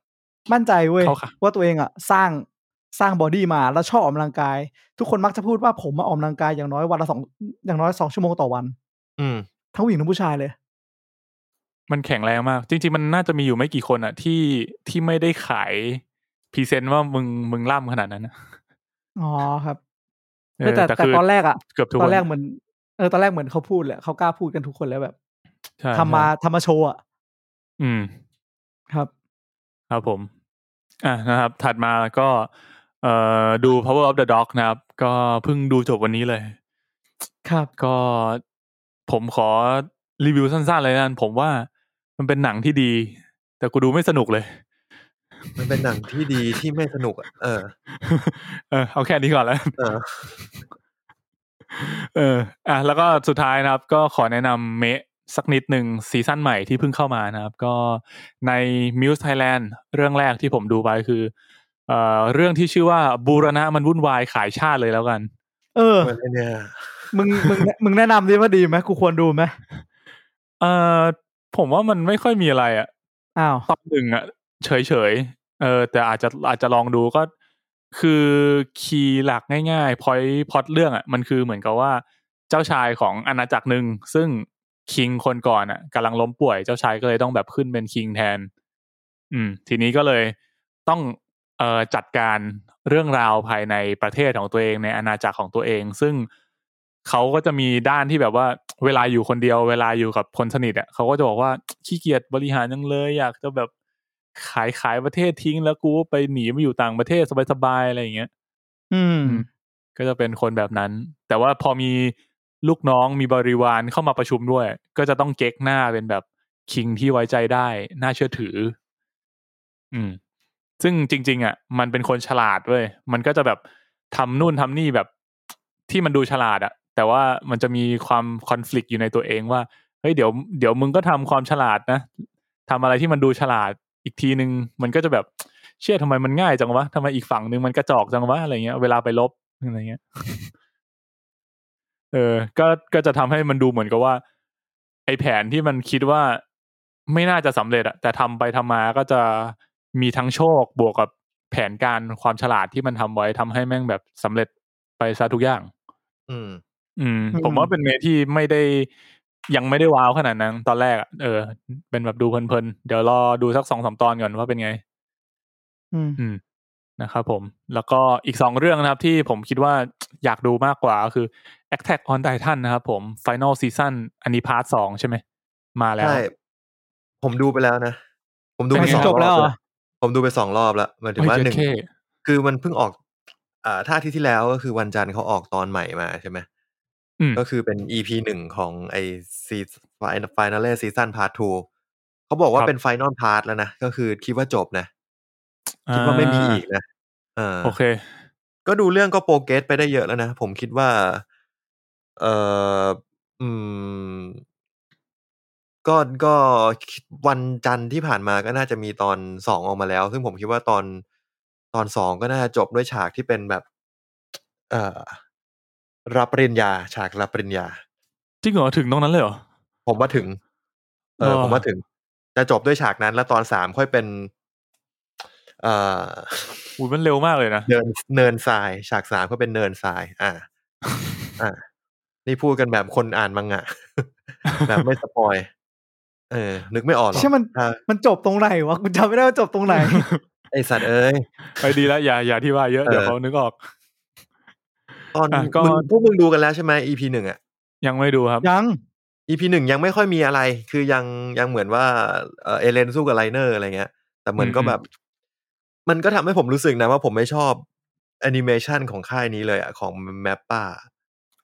Speaker 4: มั่นใจเว้ย
Speaker 2: เขาค่ะ
Speaker 4: ว่าตัวเองอ่ะสร้างสร้างบอดี้มาแล้วชอบออมร่างกาย ทุกคนมักจะพูดว่าผมมาออมร่างกายอย่างน้อยวันละสองอย่างน้อยสองชั่วโมงต่อวัน
Speaker 3: อืม
Speaker 4: ทั้งผู้หญิงทั้งผู้ชายเลย
Speaker 2: มันแข็งแรงมาก จริง ๆ มันน่าจะมีอยู่ไม่กี่คนอะที่ที่ไม่ได้ขายพรีเซนต์ว่ามึงมึงล่ำขนาดนั้นนะ
Speaker 4: อ๋อครับ
Speaker 2: เอ
Speaker 4: เออ
Speaker 2: อ
Speaker 4: แต่แต่
Speaker 2: คื
Speaker 4: ตอนแรกอ่ะ
Speaker 2: เกือบทุก
Speaker 4: ต
Speaker 2: ค
Speaker 4: อน
Speaker 2: น
Speaker 4: แรกเหมือนเออตอนแรกเหมือนเขาพูดแหละเขากล้าพูดกันทุกคนแล้วแบบ
Speaker 2: ใช่
Speaker 4: ทำมา
Speaker 2: ใช่
Speaker 4: ทำมาโชว์อ่ะ
Speaker 2: อืม
Speaker 4: ครับ
Speaker 2: ครับผม อ่ะนะครับ ถัดมาก็ เอ่อดู Power of the Dog นะครับ ก็เพิ่งดูจบวันนี้เลย
Speaker 4: ครับ
Speaker 2: ก็ผมขอรีวิวสั้นๆเลยนะผมว่ามันเป็นหนังที่ดี แต่กูดูไม่สนุกเลย
Speaker 3: มันเป็นหนังที่ดีที่ไม่สนุกอะเออ
Speaker 2: เออเอาแค่นี้ก่อนแล้ว
Speaker 3: เออ
Speaker 2: เออ อ่ะ แล้วก็สุดท้ายนะครับ ก็ขอแนะนำเมะสักนิดหนึ่งซีซั่นใหม่ที่เพิ่งเข้ามานะครับ ก็ใน Muse Thailand เรื่องแรกที่ผมดูไปคือเอ่อเรื่องที่ชื่อว่าบูรณะมันวุ่นวายขายชาติเลยแล้วกัน
Speaker 4: เออ
Speaker 3: มันไอ้เนี่ย
Speaker 4: มึงมึงมึงแนะนำดิว่าดีไหมกูควรดูไหม
Speaker 2: เอ่อผมว่ามันไม่ค่อยมีอะไรอะ
Speaker 4: อ้าว
Speaker 2: ตอนหนึ่งอะเฉยเฉยๆเออ แต่อาจจะอาจจะลองดูก็คือคีย์หลักง่ายๆพอยพอดเรื่องอะมันคือเหมือนกับว่าเจ้าชายของอาณาจักรหนึ่งซึ่งคิงคนก่อนอะกำลังล้มป่วยเจ้าชายก็เลยต้องแบบขึ้นเป็นคิงแทน อืม ทีนี้ก็เลยต้องเอ่อจัดการเรื่องราวภายในประเทศของตัวเองในอาณาจักรของตัวเอง ซึ่งเขาก็จะมีด้านที่แบบว่า เวลาอยู่คนเดียว เวลาอยู่กับคนสนิทอ่ะเขาก็จะบอกว่าขี้เกียจบริหารยังเลย อยากจะแบบขายขายประเทศทิ้งแล้วกูไปหนีมาอยู่ต่างประเทศสบายๆอะไรอย่างเงี้ย
Speaker 4: อืม
Speaker 2: อืม ก็จะเป็นคนแบบนั้น แต่ว่าพอมีลูกน้องมีบริวารเข้ามาประชุมด้วย ก็จะต้องเก๊กหน้าเป็นแบบคิงที่ไว้ใจได้ น่าเชื่อถือ อืม ซึ่งจริง ๆ อ่ะ มันเป็นคนฉลาดเว้ยมันก็จะแบบทำนู่นทำนี่แบบที่มันดูฉลาดอ่ะ แต่ว่ามันจะมีความคอน FLICT อยู่ในตัวเองว่าเฮ้ยเดี๋ยวเดี๋ยวมึงก็ทำความฉลาดนะทำอะไรที่มันดูฉลาดอีกทีนึง มันก็จะแบบเชื่อทำไมมันง่ายจังวะทำไมอีกฝั่งนึงมันกระจอกจังวะอะไรเงี้ยเวลาไปลบ อะไรเงี้ย เออ ก็ ก็จะทำให้มันดูเหมือนกับว่า ไอแผนที่มันคิดว่าไม่น่าจะสำเร็จอะแต่ทำไปทำมาก็จะมีทั้งโชคบวกกับแผนการความฉลาดที่มันทำไว้ทำให้แม่งแบบสำเร็จไปซะทุกอย่าง
Speaker 3: อืม
Speaker 2: อืม
Speaker 4: อืม
Speaker 2: ผมว่าเป็นเมย์ที่ไม่ได้ยังไม่ได้ว้าวขนาดนั้นตอนแรกอะเออ เป็นแบบดูเพลินๆ เดี๋ยวรอดูสักสองสามตอนก่อนว่าเป็นไง
Speaker 4: อืม
Speaker 2: อืมนะครับผมแล้วก็อีกสองเรื่องนะครับที่ผมคิดว่า อยากดูมากกว่าก็คือ Attack on Titan นะครับผม Final Season อันนี้พาร์ทสองใช่ไหม มาแล้ว
Speaker 3: ใช่ ผมดูไปแล้วนะ ผมดูไป
Speaker 4: เป็น
Speaker 3: สอ
Speaker 4: ไง
Speaker 3: ง
Speaker 4: จบแล้ว
Speaker 3: ร
Speaker 4: เหร
Speaker 3: อ
Speaker 4: อ
Speaker 3: บผมดูไปสองรอบแล้วหมายถึง
Speaker 2: เฮ้ย
Speaker 3: ว่า
Speaker 2: เจ็ด
Speaker 3: หนึ่ง
Speaker 2: เค
Speaker 3: คือมันเพิ่งออก อ่าถ้าอาที่ที่แล้วก็คือวันจันทร์เขาออกตอนใหม่มาใช่ไหม
Speaker 2: อืม
Speaker 3: ก็คือเป็น EP หนึ่งของไอซีฟ i น a l ลซีซั่นพาร์ททูเขาบอกว่า
Speaker 2: ครับ
Speaker 3: เป็นไฟนอลพาร์ทแล้วนะ ก็คือคิดว่าจบนะ คิดว่าไม่มีอีกนะเออ
Speaker 2: โอเค
Speaker 3: ก็ดูเรื่องก็โปรเกรสไปได้เยอะแล้วนะ ผมคิดว่า เอออืม ก็ก็วันจันทร์ที่ผ่านมาก็น่าจะมีตอนสองออกมาแล้ว ซึ่งผมคิดว่าตอนตอนสองก็น่าจะจบด้วยฉากที่เป็นแบบ เออรับปริญญา ฉากรับปริญญา
Speaker 2: จริงเหรอ ถึงตรงนั้นเลยเหรอ
Speaker 3: ผมว่าถึง เออ
Speaker 2: อ๋อ
Speaker 3: ผมว่าถึง จะจบด้วยฉากนั้น แล้วตอนสามค่อยเป็น เออ
Speaker 2: อุ้ยมันเร็วมากเลยนะ
Speaker 3: เนินเนินทราย ฉากสามก็เป็นเนินทราย อ่า อ่า นี่พูดกันแบบคนอ่านมังงะ แบบไม่สปอย เออ นึกไม่ออกหรอก
Speaker 4: ใช่มัน
Speaker 3: ถ้า
Speaker 4: มันจบตรงไหนวะกูจำไม่ได้ว่าจบ ตรงไหน
Speaker 3: ไอสัตว์เอ้ย
Speaker 2: ไปดีแล้วอย่าอย่าที่ว่าเยอะ เดี๋ยว
Speaker 3: เออ
Speaker 2: เขานึกออก
Speaker 3: ตอน
Speaker 2: อ่ะก็
Speaker 3: มึงพวกมึงดูกันแล้วใช่ไหม EP หนึ่งอะ
Speaker 2: ยังไม่ดูครับ
Speaker 4: ยัง
Speaker 3: EP หนึ่งยังไม่ค่อยมีอะไร คือยังยังเหมือนว่าเอ่อเอเลนสู้กับไลเนอร์อะไรเงี้ย แต่เหมือนก็
Speaker 2: อืม
Speaker 3: แบบ มันก็ทำให้ผมรู้สึกนะว่าผมไม่ชอบแอนิเมชันของค่ายนี้เลยอะของแมปป้า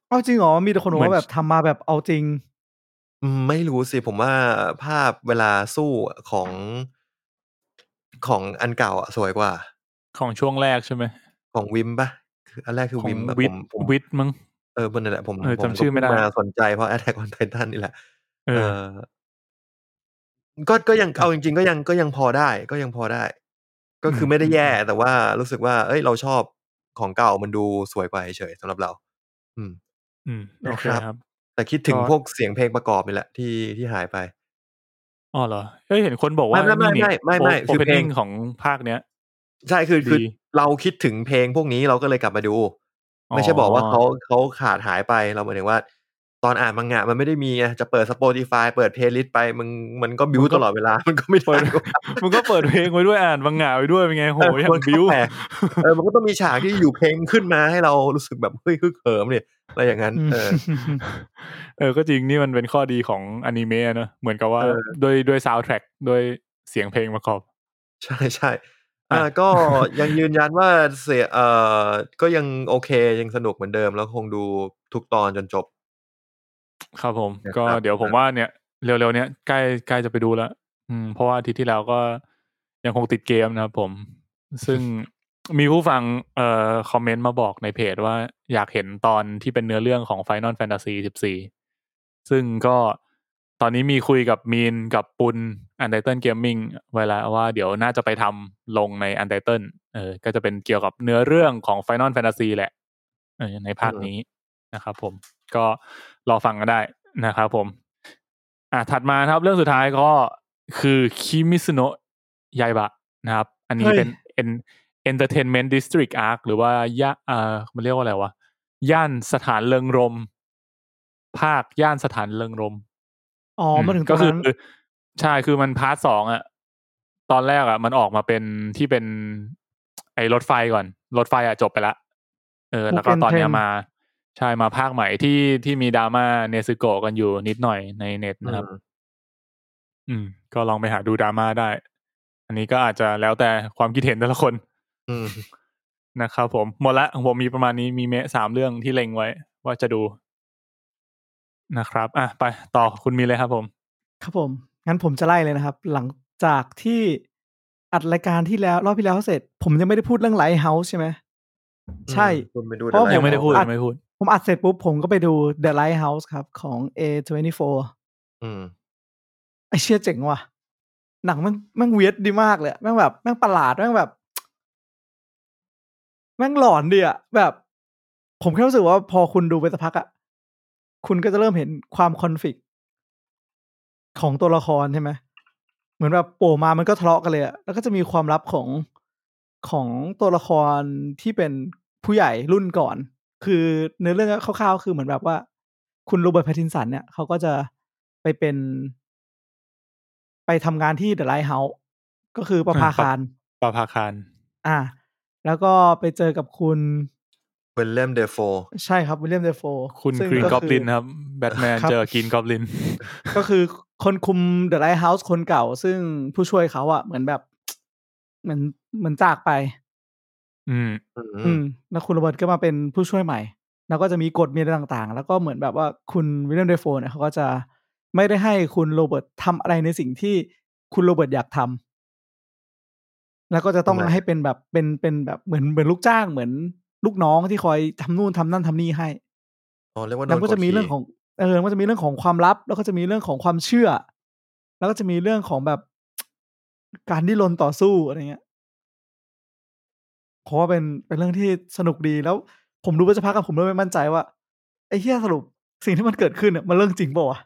Speaker 4: เอาจริงเหรอมีแต่คนบอกว่า
Speaker 2: เหมือน
Speaker 4: แบบทำมาแบบเอาจริง
Speaker 3: อืมไม่รู้สิผมว่าภาพเวลาสู้ของของอันเก่าอะสวยกว่า
Speaker 2: ของช่วงแรกใช่ไหม
Speaker 3: ของวิมปะคืออันแรกคือ
Speaker 2: ของ
Speaker 3: วิมอะผ
Speaker 2: วิท
Speaker 3: ม
Speaker 2: ย์
Speaker 3: ผม
Speaker 2: วิทย์มั้ง
Speaker 3: เออบนนั่นแหละผม
Speaker 2: เออ
Speaker 3: ผ
Speaker 2: จำชื่อไม่ได้
Speaker 3: เพิ่งมาสนใจเพราะ Attack on Titan นี่แหละ
Speaker 2: เอ
Speaker 3: เอ
Speaker 2: อ
Speaker 3: อ ก็ก็ยังเอาจริง ๆ ก็ยังก็ยังพอได้ ก็ยังพอได้ ก็คือ
Speaker 2: ม
Speaker 3: ไม่ได้แย่
Speaker 2: อืม
Speaker 3: แต่ว่ารู้สึกว่า เอ้ยเราชอบของเก่ามันดูสวยกว่าเฉยๆสำหรับเรา อืม
Speaker 2: อืมโอเค
Speaker 3: นะครับ
Speaker 2: ครับ
Speaker 3: แต่คิดถึง
Speaker 2: ก็
Speaker 3: พวกเสียงเพลงประกอบนี่แหละที่ที่หายไป
Speaker 2: อ๋อเหรอเอ้ยเห็นคนบอกว่า
Speaker 3: ไม่ไม่ไม่ไม่ไม่
Speaker 2: โอ
Speaker 3: คือ
Speaker 2: เพน
Speaker 3: เพล
Speaker 2: นิ่
Speaker 3: ง
Speaker 2: งของภาคเนี้ย
Speaker 3: ใช่คือ
Speaker 2: ดี
Speaker 3: คือเราคิดถึงเพลงพวกนี้เราก็เลยกลับมาดู ไม่ใช่บอกว่าเขาเขาขาดหายไปเราหมายถึงว่า ตอนอ่านมังงะมันไม่ได้มีไงจะเปิด Spotify เปิดเพลย์ลิสต์ไปมึงมันก็บิว
Speaker 2: มันก็
Speaker 3: ตลอดเวลา มันก็ไม่
Speaker 2: เปิ
Speaker 3: ได้
Speaker 2: ด มันก็เปิดเพลงไว้ด้วยอ่านบางงาไว้ด้วยเป็นไง โหอย่าง
Speaker 3: มันก็
Speaker 2: บิว
Speaker 3: แป ลกเออมันก็ต้องมีฉากที่อยู่เพลงขึ้นมาให้เรารู้สึกแบบเฮ้ยฮึกเหิมเนี่ยอะไรอย่างนั้นเอ อ
Speaker 2: เออก็จริงนี่มันเป็นข้อดีของอนิเมะเนอะเหมือนกับว่า
Speaker 3: เออ
Speaker 2: ด้วยด้วยซาวด์แทร็กด้วยเสียงเพลงประกอบ
Speaker 3: ใช่ใช่อ่าก็ ยังยืนยันว่าเสียเออก็ยังโอเคยังสนุกเหมือนเดิม แล้วคงดูทุกตอนจนจบ
Speaker 2: ครับผม
Speaker 3: นะครับ
Speaker 2: ก็เดี๋ยวผมว่าเนี่ยเร็วๆเนี้ยใกล้ใกล้จะไปดูแล้วอืมเพราะว่าอาทิตย์ที่แล้วก็ยังคงติดเกมนะครับผม ซึ่ง มีผู้ฟังเอ่อคอมเมนต์มาบอกในเพจว่าอยากเห็นตอนที่เป็นเนื้อเรื่องของ Final Fantasy 14 ซึ่งก็ตอนนี้มีคุยกับมีนกับปุนอัน i ดเติลเกมมิ่งเวแลาว่าเดี๋ยวน่าจะไปทำลงในอัน i ดเติลเออก็จะเป็นเกี่ยวกับเนื้อเรื่องของ Final Fantasy แหละเออในภาค
Speaker 3: อืม
Speaker 2: นี้นะครับผม ก็รอฟังกันได้นะครับผม อ่ะถัดมานะครับ เรื่องสุดท้ายก็คือคิมิซุโนะยายบะนะครับ อันนี้
Speaker 4: เฮ้ย
Speaker 2: เป็น en- entertainment district arc หรือว่าย่าเอ่อมันเรียกว่าอะไรวะ ย่านสถานเริงรมย์ภาคย่านสถานเริงรมย์
Speaker 4: อ๋อมาถึงตร
Speaker 2: ก็
Speaker 4: ง
Speaker 2: คือ
Speaker 4: นั้น
Speaker 2: ใช่คือมันพาร์ทสองอะตอนแรกอะมันออกมาเป็นที่เป็น ไอ้รถไฟก่อน รถไฟอะจบไปละเออ แล้วก็ตอนเนี้ยมา ใช่มาภาคใหม่ที่ที่มีดราม่าเนซึโกะกันอยู่นิดหน่อยในเน็ตนะครับ อืม ก็ลองไปหาดูดราม่าได้ อันนี้ก็อาจจะแล้วแต่ความคิดเห็นแต่ละคน
Speaker 3: อืม
Speaker 2: นะครับผมหมดละของผมมีประมาณนี้มีเมะสามเรื่องที่เล็งไว้ ว่าจะดูนะครับ อ่ะไปต่อคุณมีเลยครับผม
Speaker 4: ครับผม งั้นผมจะไล่เลยนะครับ หลังจากที่อัดรายการที่แล้ว รอบที่แล้วเสร็จ ผมยังไม่ได้พูดเรื่องไลท์เฮาส์ใช่ไหมใช่
Speaker 3: อืมคุณไปดู
Speaker 4: เพราะ
Speaker 3: เดอะลท์
Speaker 2: ยังไม่ได้พูด
Speaker 4: อัด
Speaker 2: ยังไม่พูด
Speaker 4: ผมอัดเสร็จปุ๊บ ผมก็ไปดู The Lighthouse ครับ ของ A24
Speaker 3: อืม
Speaker 4: ไอเชี่ยเจ๋งว่ะ หนังแม่งแม่งเวียดดีมากเลยอะแม่งแบบแม่งประหลาดแม่งแบบ แม่งหลอนดีอะแบบ ผมแค่รู้สึกว่าพอคุณดูไปสักพักอะคุณก็จะเริ่มเห็นความคอนฟ lict ของตัวละครใช่ไหมเหมือนแบบโผล่มามันก็ทะเลาะกันเลยอะแล้วก็จะมีความลับของของตัวละครที่เป็นผู้ใหญ่รุ่นก่อน คือเนื้อเรื่องคร่าวๆคือเหมือนแบบว่า คุณโรเบิร์ตแพตตินสันเนี่ยเขาก็จะไปเป็น ไปทำงานที่เดอะไลท์เฮาส์ก็คือประภาคาร
Speaker 2: ปาภาคาร
Speaker 4: อ่า แล้วก็ไปเจอกับคุณ
Speaker 3: w ิลเล m มเดฟโฟ
Speaker 4: ใช่ครับวิลเลียมเดโฟ
Speaker 2: คุณกรีนกอบลินครับ แบทแมน
Speaker 4: ครับ
Speaker 2: เจอกรีนกอบลิน
Speaker 4: ก็คือคนคุมเดอะไลท์เฮาส์คนเก่า ซึ่งผู้ช่วยเขาอะเหมือนแบบ เหมือนเหมือนจากไป
Speaker 2: อืม
Speaker 4: อืมแล้วคุณโรเบิร์ตก็มาเป็นผู้ช่วยใหม่ แล้วก็จะมีกฎมีอะไรต่างๆ แล้วก็เหมือนแบบว่าคุณวิลเลียมเดโฟเนี่ยเขาก็จะไม่ได้ให้คุณโรเบิร์ตทำอะไรในสิ่งที่คุณโรเบิร์ตอยากทำแล้วก็จะต้องให้เป็นแบบเป็นเป็นแบบเหมือนเหมือนลูกจ้างเหมือนลูกน้องที่คอยทำนู่นทำนั่นทำนี่ให้
Speaker 3: อ๋อเรียกว่าโด
Speaker 4: แล้ว
Speaker 3: น
Speaker 4: ก็จะมี
Speaker 3: ดขี่
Speaker 4: เรื่องของเออมันจะมีเรื่องของความลับ แล้วก็จะมีเรื่องของความเชื่อ แล้วก็จะมีเรื่องของแบบ การดิ้นรนต่อสู้อะไรเงี้ยเพราะว่าเป็นเป็นเรื่องที่สนุกดีแล้ว ผมดูไปสักพักกับผมเริ่มไม่มั่นใจว่าไอ้เหี้ยสรุปสิ่งที่มันเกิดขึ้นเนี่ยมันเรื่องจริงเปล่าวะ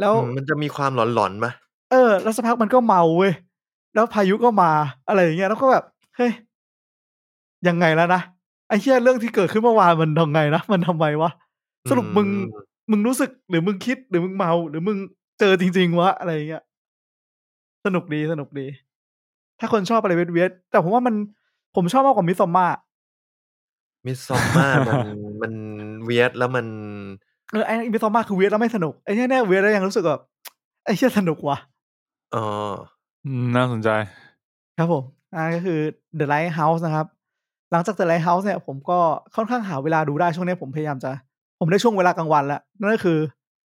Speaker 4: แล้ว
Speaker 3: อืมมันจะมีความหลอนหลอนๆมะ
Speaker 4: เออ แล้วสักพักมันก็เมาเว้ย แล้วพายุก็มาอะไรอย่างเงี้ย แล้วก็แบบ เฮ้ย ยังไงแล้วนะ ไอ้เหี้ยเรื่องที่เกิดขึ้นเมื่อวานมันทำไงนะ มันทำไมวะ สรุปมึง
Speaker 3: อื
Speaker 4: มึงรู้สึกหรือมึงคิดหรือมึงเมา หรือมึงเจอจริง ๆ วะ อะไรอย่างเงี้ย สนุกดีสนุกดี ถ้าคนชอบอะไรเวทเวทแต่ผมว่ามันผมชอบมากกว่ามิสซอมมา
Speaker 3: มิสซอมมามัน มันเวียดแล้วมัน
Speaker 4: เออไอ้อิมิซอมมาคือเวียดแล้วไม่สนุกไอ้เนี่ยเนี่ยเวียดแล้วยังรู้สึกแบบไอ้เชี่ยสนุกว่ะ
Speaker 3: อ๋อ
Speaker 2: อืมน่าสนใจ
Speaker 4: ครับผมอันนั้นก็คือ The Lighthouse นะครับ หลังจาก The Lighthouse เนี่ยผมก็ค่อนข้างหาเวลาดูได้ช่วงเนี้ยผมพยายามจะ ผมได้ช่วงเวลากลางวันแล้ว นั่นก็คือ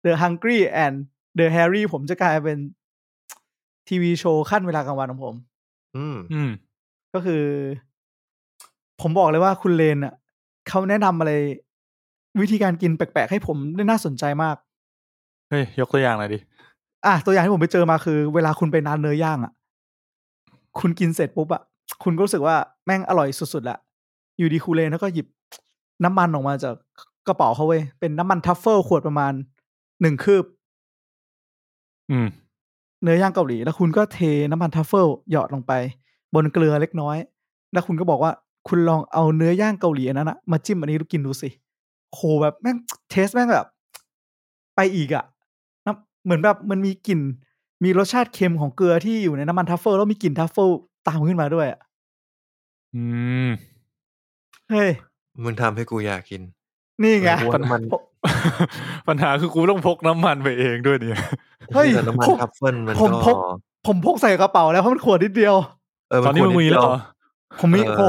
Speaker 4: The Hungry and The Harry ผมจะกลายเป็นทีวีโชว์ขั้นเวลากลางวันของผม
Speaker 3: อืม
Speaker 2: อืม
Speaker 4: ก็คือ ผมบอกเลยว่าคุณเลนอ่ะเขาแนะนำอะไร วิธีการกินแปลกๆ ให้ผมได้น่าสนใจมาก
Speaker 2: เฮ้ย ยกตัวอย่างหน่อยดิ
Speaker 4: อ่ะตัวอย่างที่ผมไปเจอมาคือ เวลาคุณไปร้านเนื้อย่างอ่ะ คุณกินเสร็จปุ๊บอ่ะคุณก็รู้สึกว่าแม่งอร่อยสุดๆละอยู่ดีคูเลนแล้วก็หยิบน้ำมันออกมาจากกระเป๋าเขาเว้ยเป็นน้ำมันทัฟเฟิลขวดประมาณหนึ่งคืบ
Speaker 2: อืม
Speaker 4: เนื้อย่างเกาหลีแล้วคุณก็เทน้ำมันทัฟเฟิลหยอดลงไป บนเกลือเล็กน้อย แล้วคุณก็บอกว่าคุณลองเอาเนื้อย่างเกาหลีอันนั้นอะมาจิ้มอันนี้ดูกินดูสิโหแบบแม่งเทสแม่งแบบ ไปอีกอะนะเหมือนแบบมันมีกลิ่น มีรสชาติเค็มของเกลือที่อยู่ในน้ำมันทัฟเฟิลแล้วมีกลิ่นทัฟเฟิลตามขึ้นมาด้วยอะ
Speaker 2: อืม
Speaker 4: เฮ้ย
Speaker 3: มึงทำให้กูอยากกิน
Speaker 4: นี่ไง
Speaker 3: โอ้โหน้ำมัน
Speaker 4: ผม
Speaker 2: ปัญหาคือกูต้องพกน้ำมันไปเองด้วยเนี่ย
Speaker 4: เฮ้ย
Speaker 3: แต่น้ำมัน
Speaker 4: ผม
Speaker 3: ทัฟเฟิลมัน
Speaker 4: ผม
Speaker 3: ก็
Speaker 4: พกผมพกใส่กระเป๋าแล้วเพราะมันขวดนิดเดียว
Speaker 3: เออ
Speaker 2: ตอนนี้
Speaker 3: ค
Speaker 2: มึ
Speaker 3: วรง
Speaker 2: มีแล้วเหรอ
Speaker 3: ดเดีย
Speaker 4: ผมมี
Speaker 3: เออ
Speaker 4: โห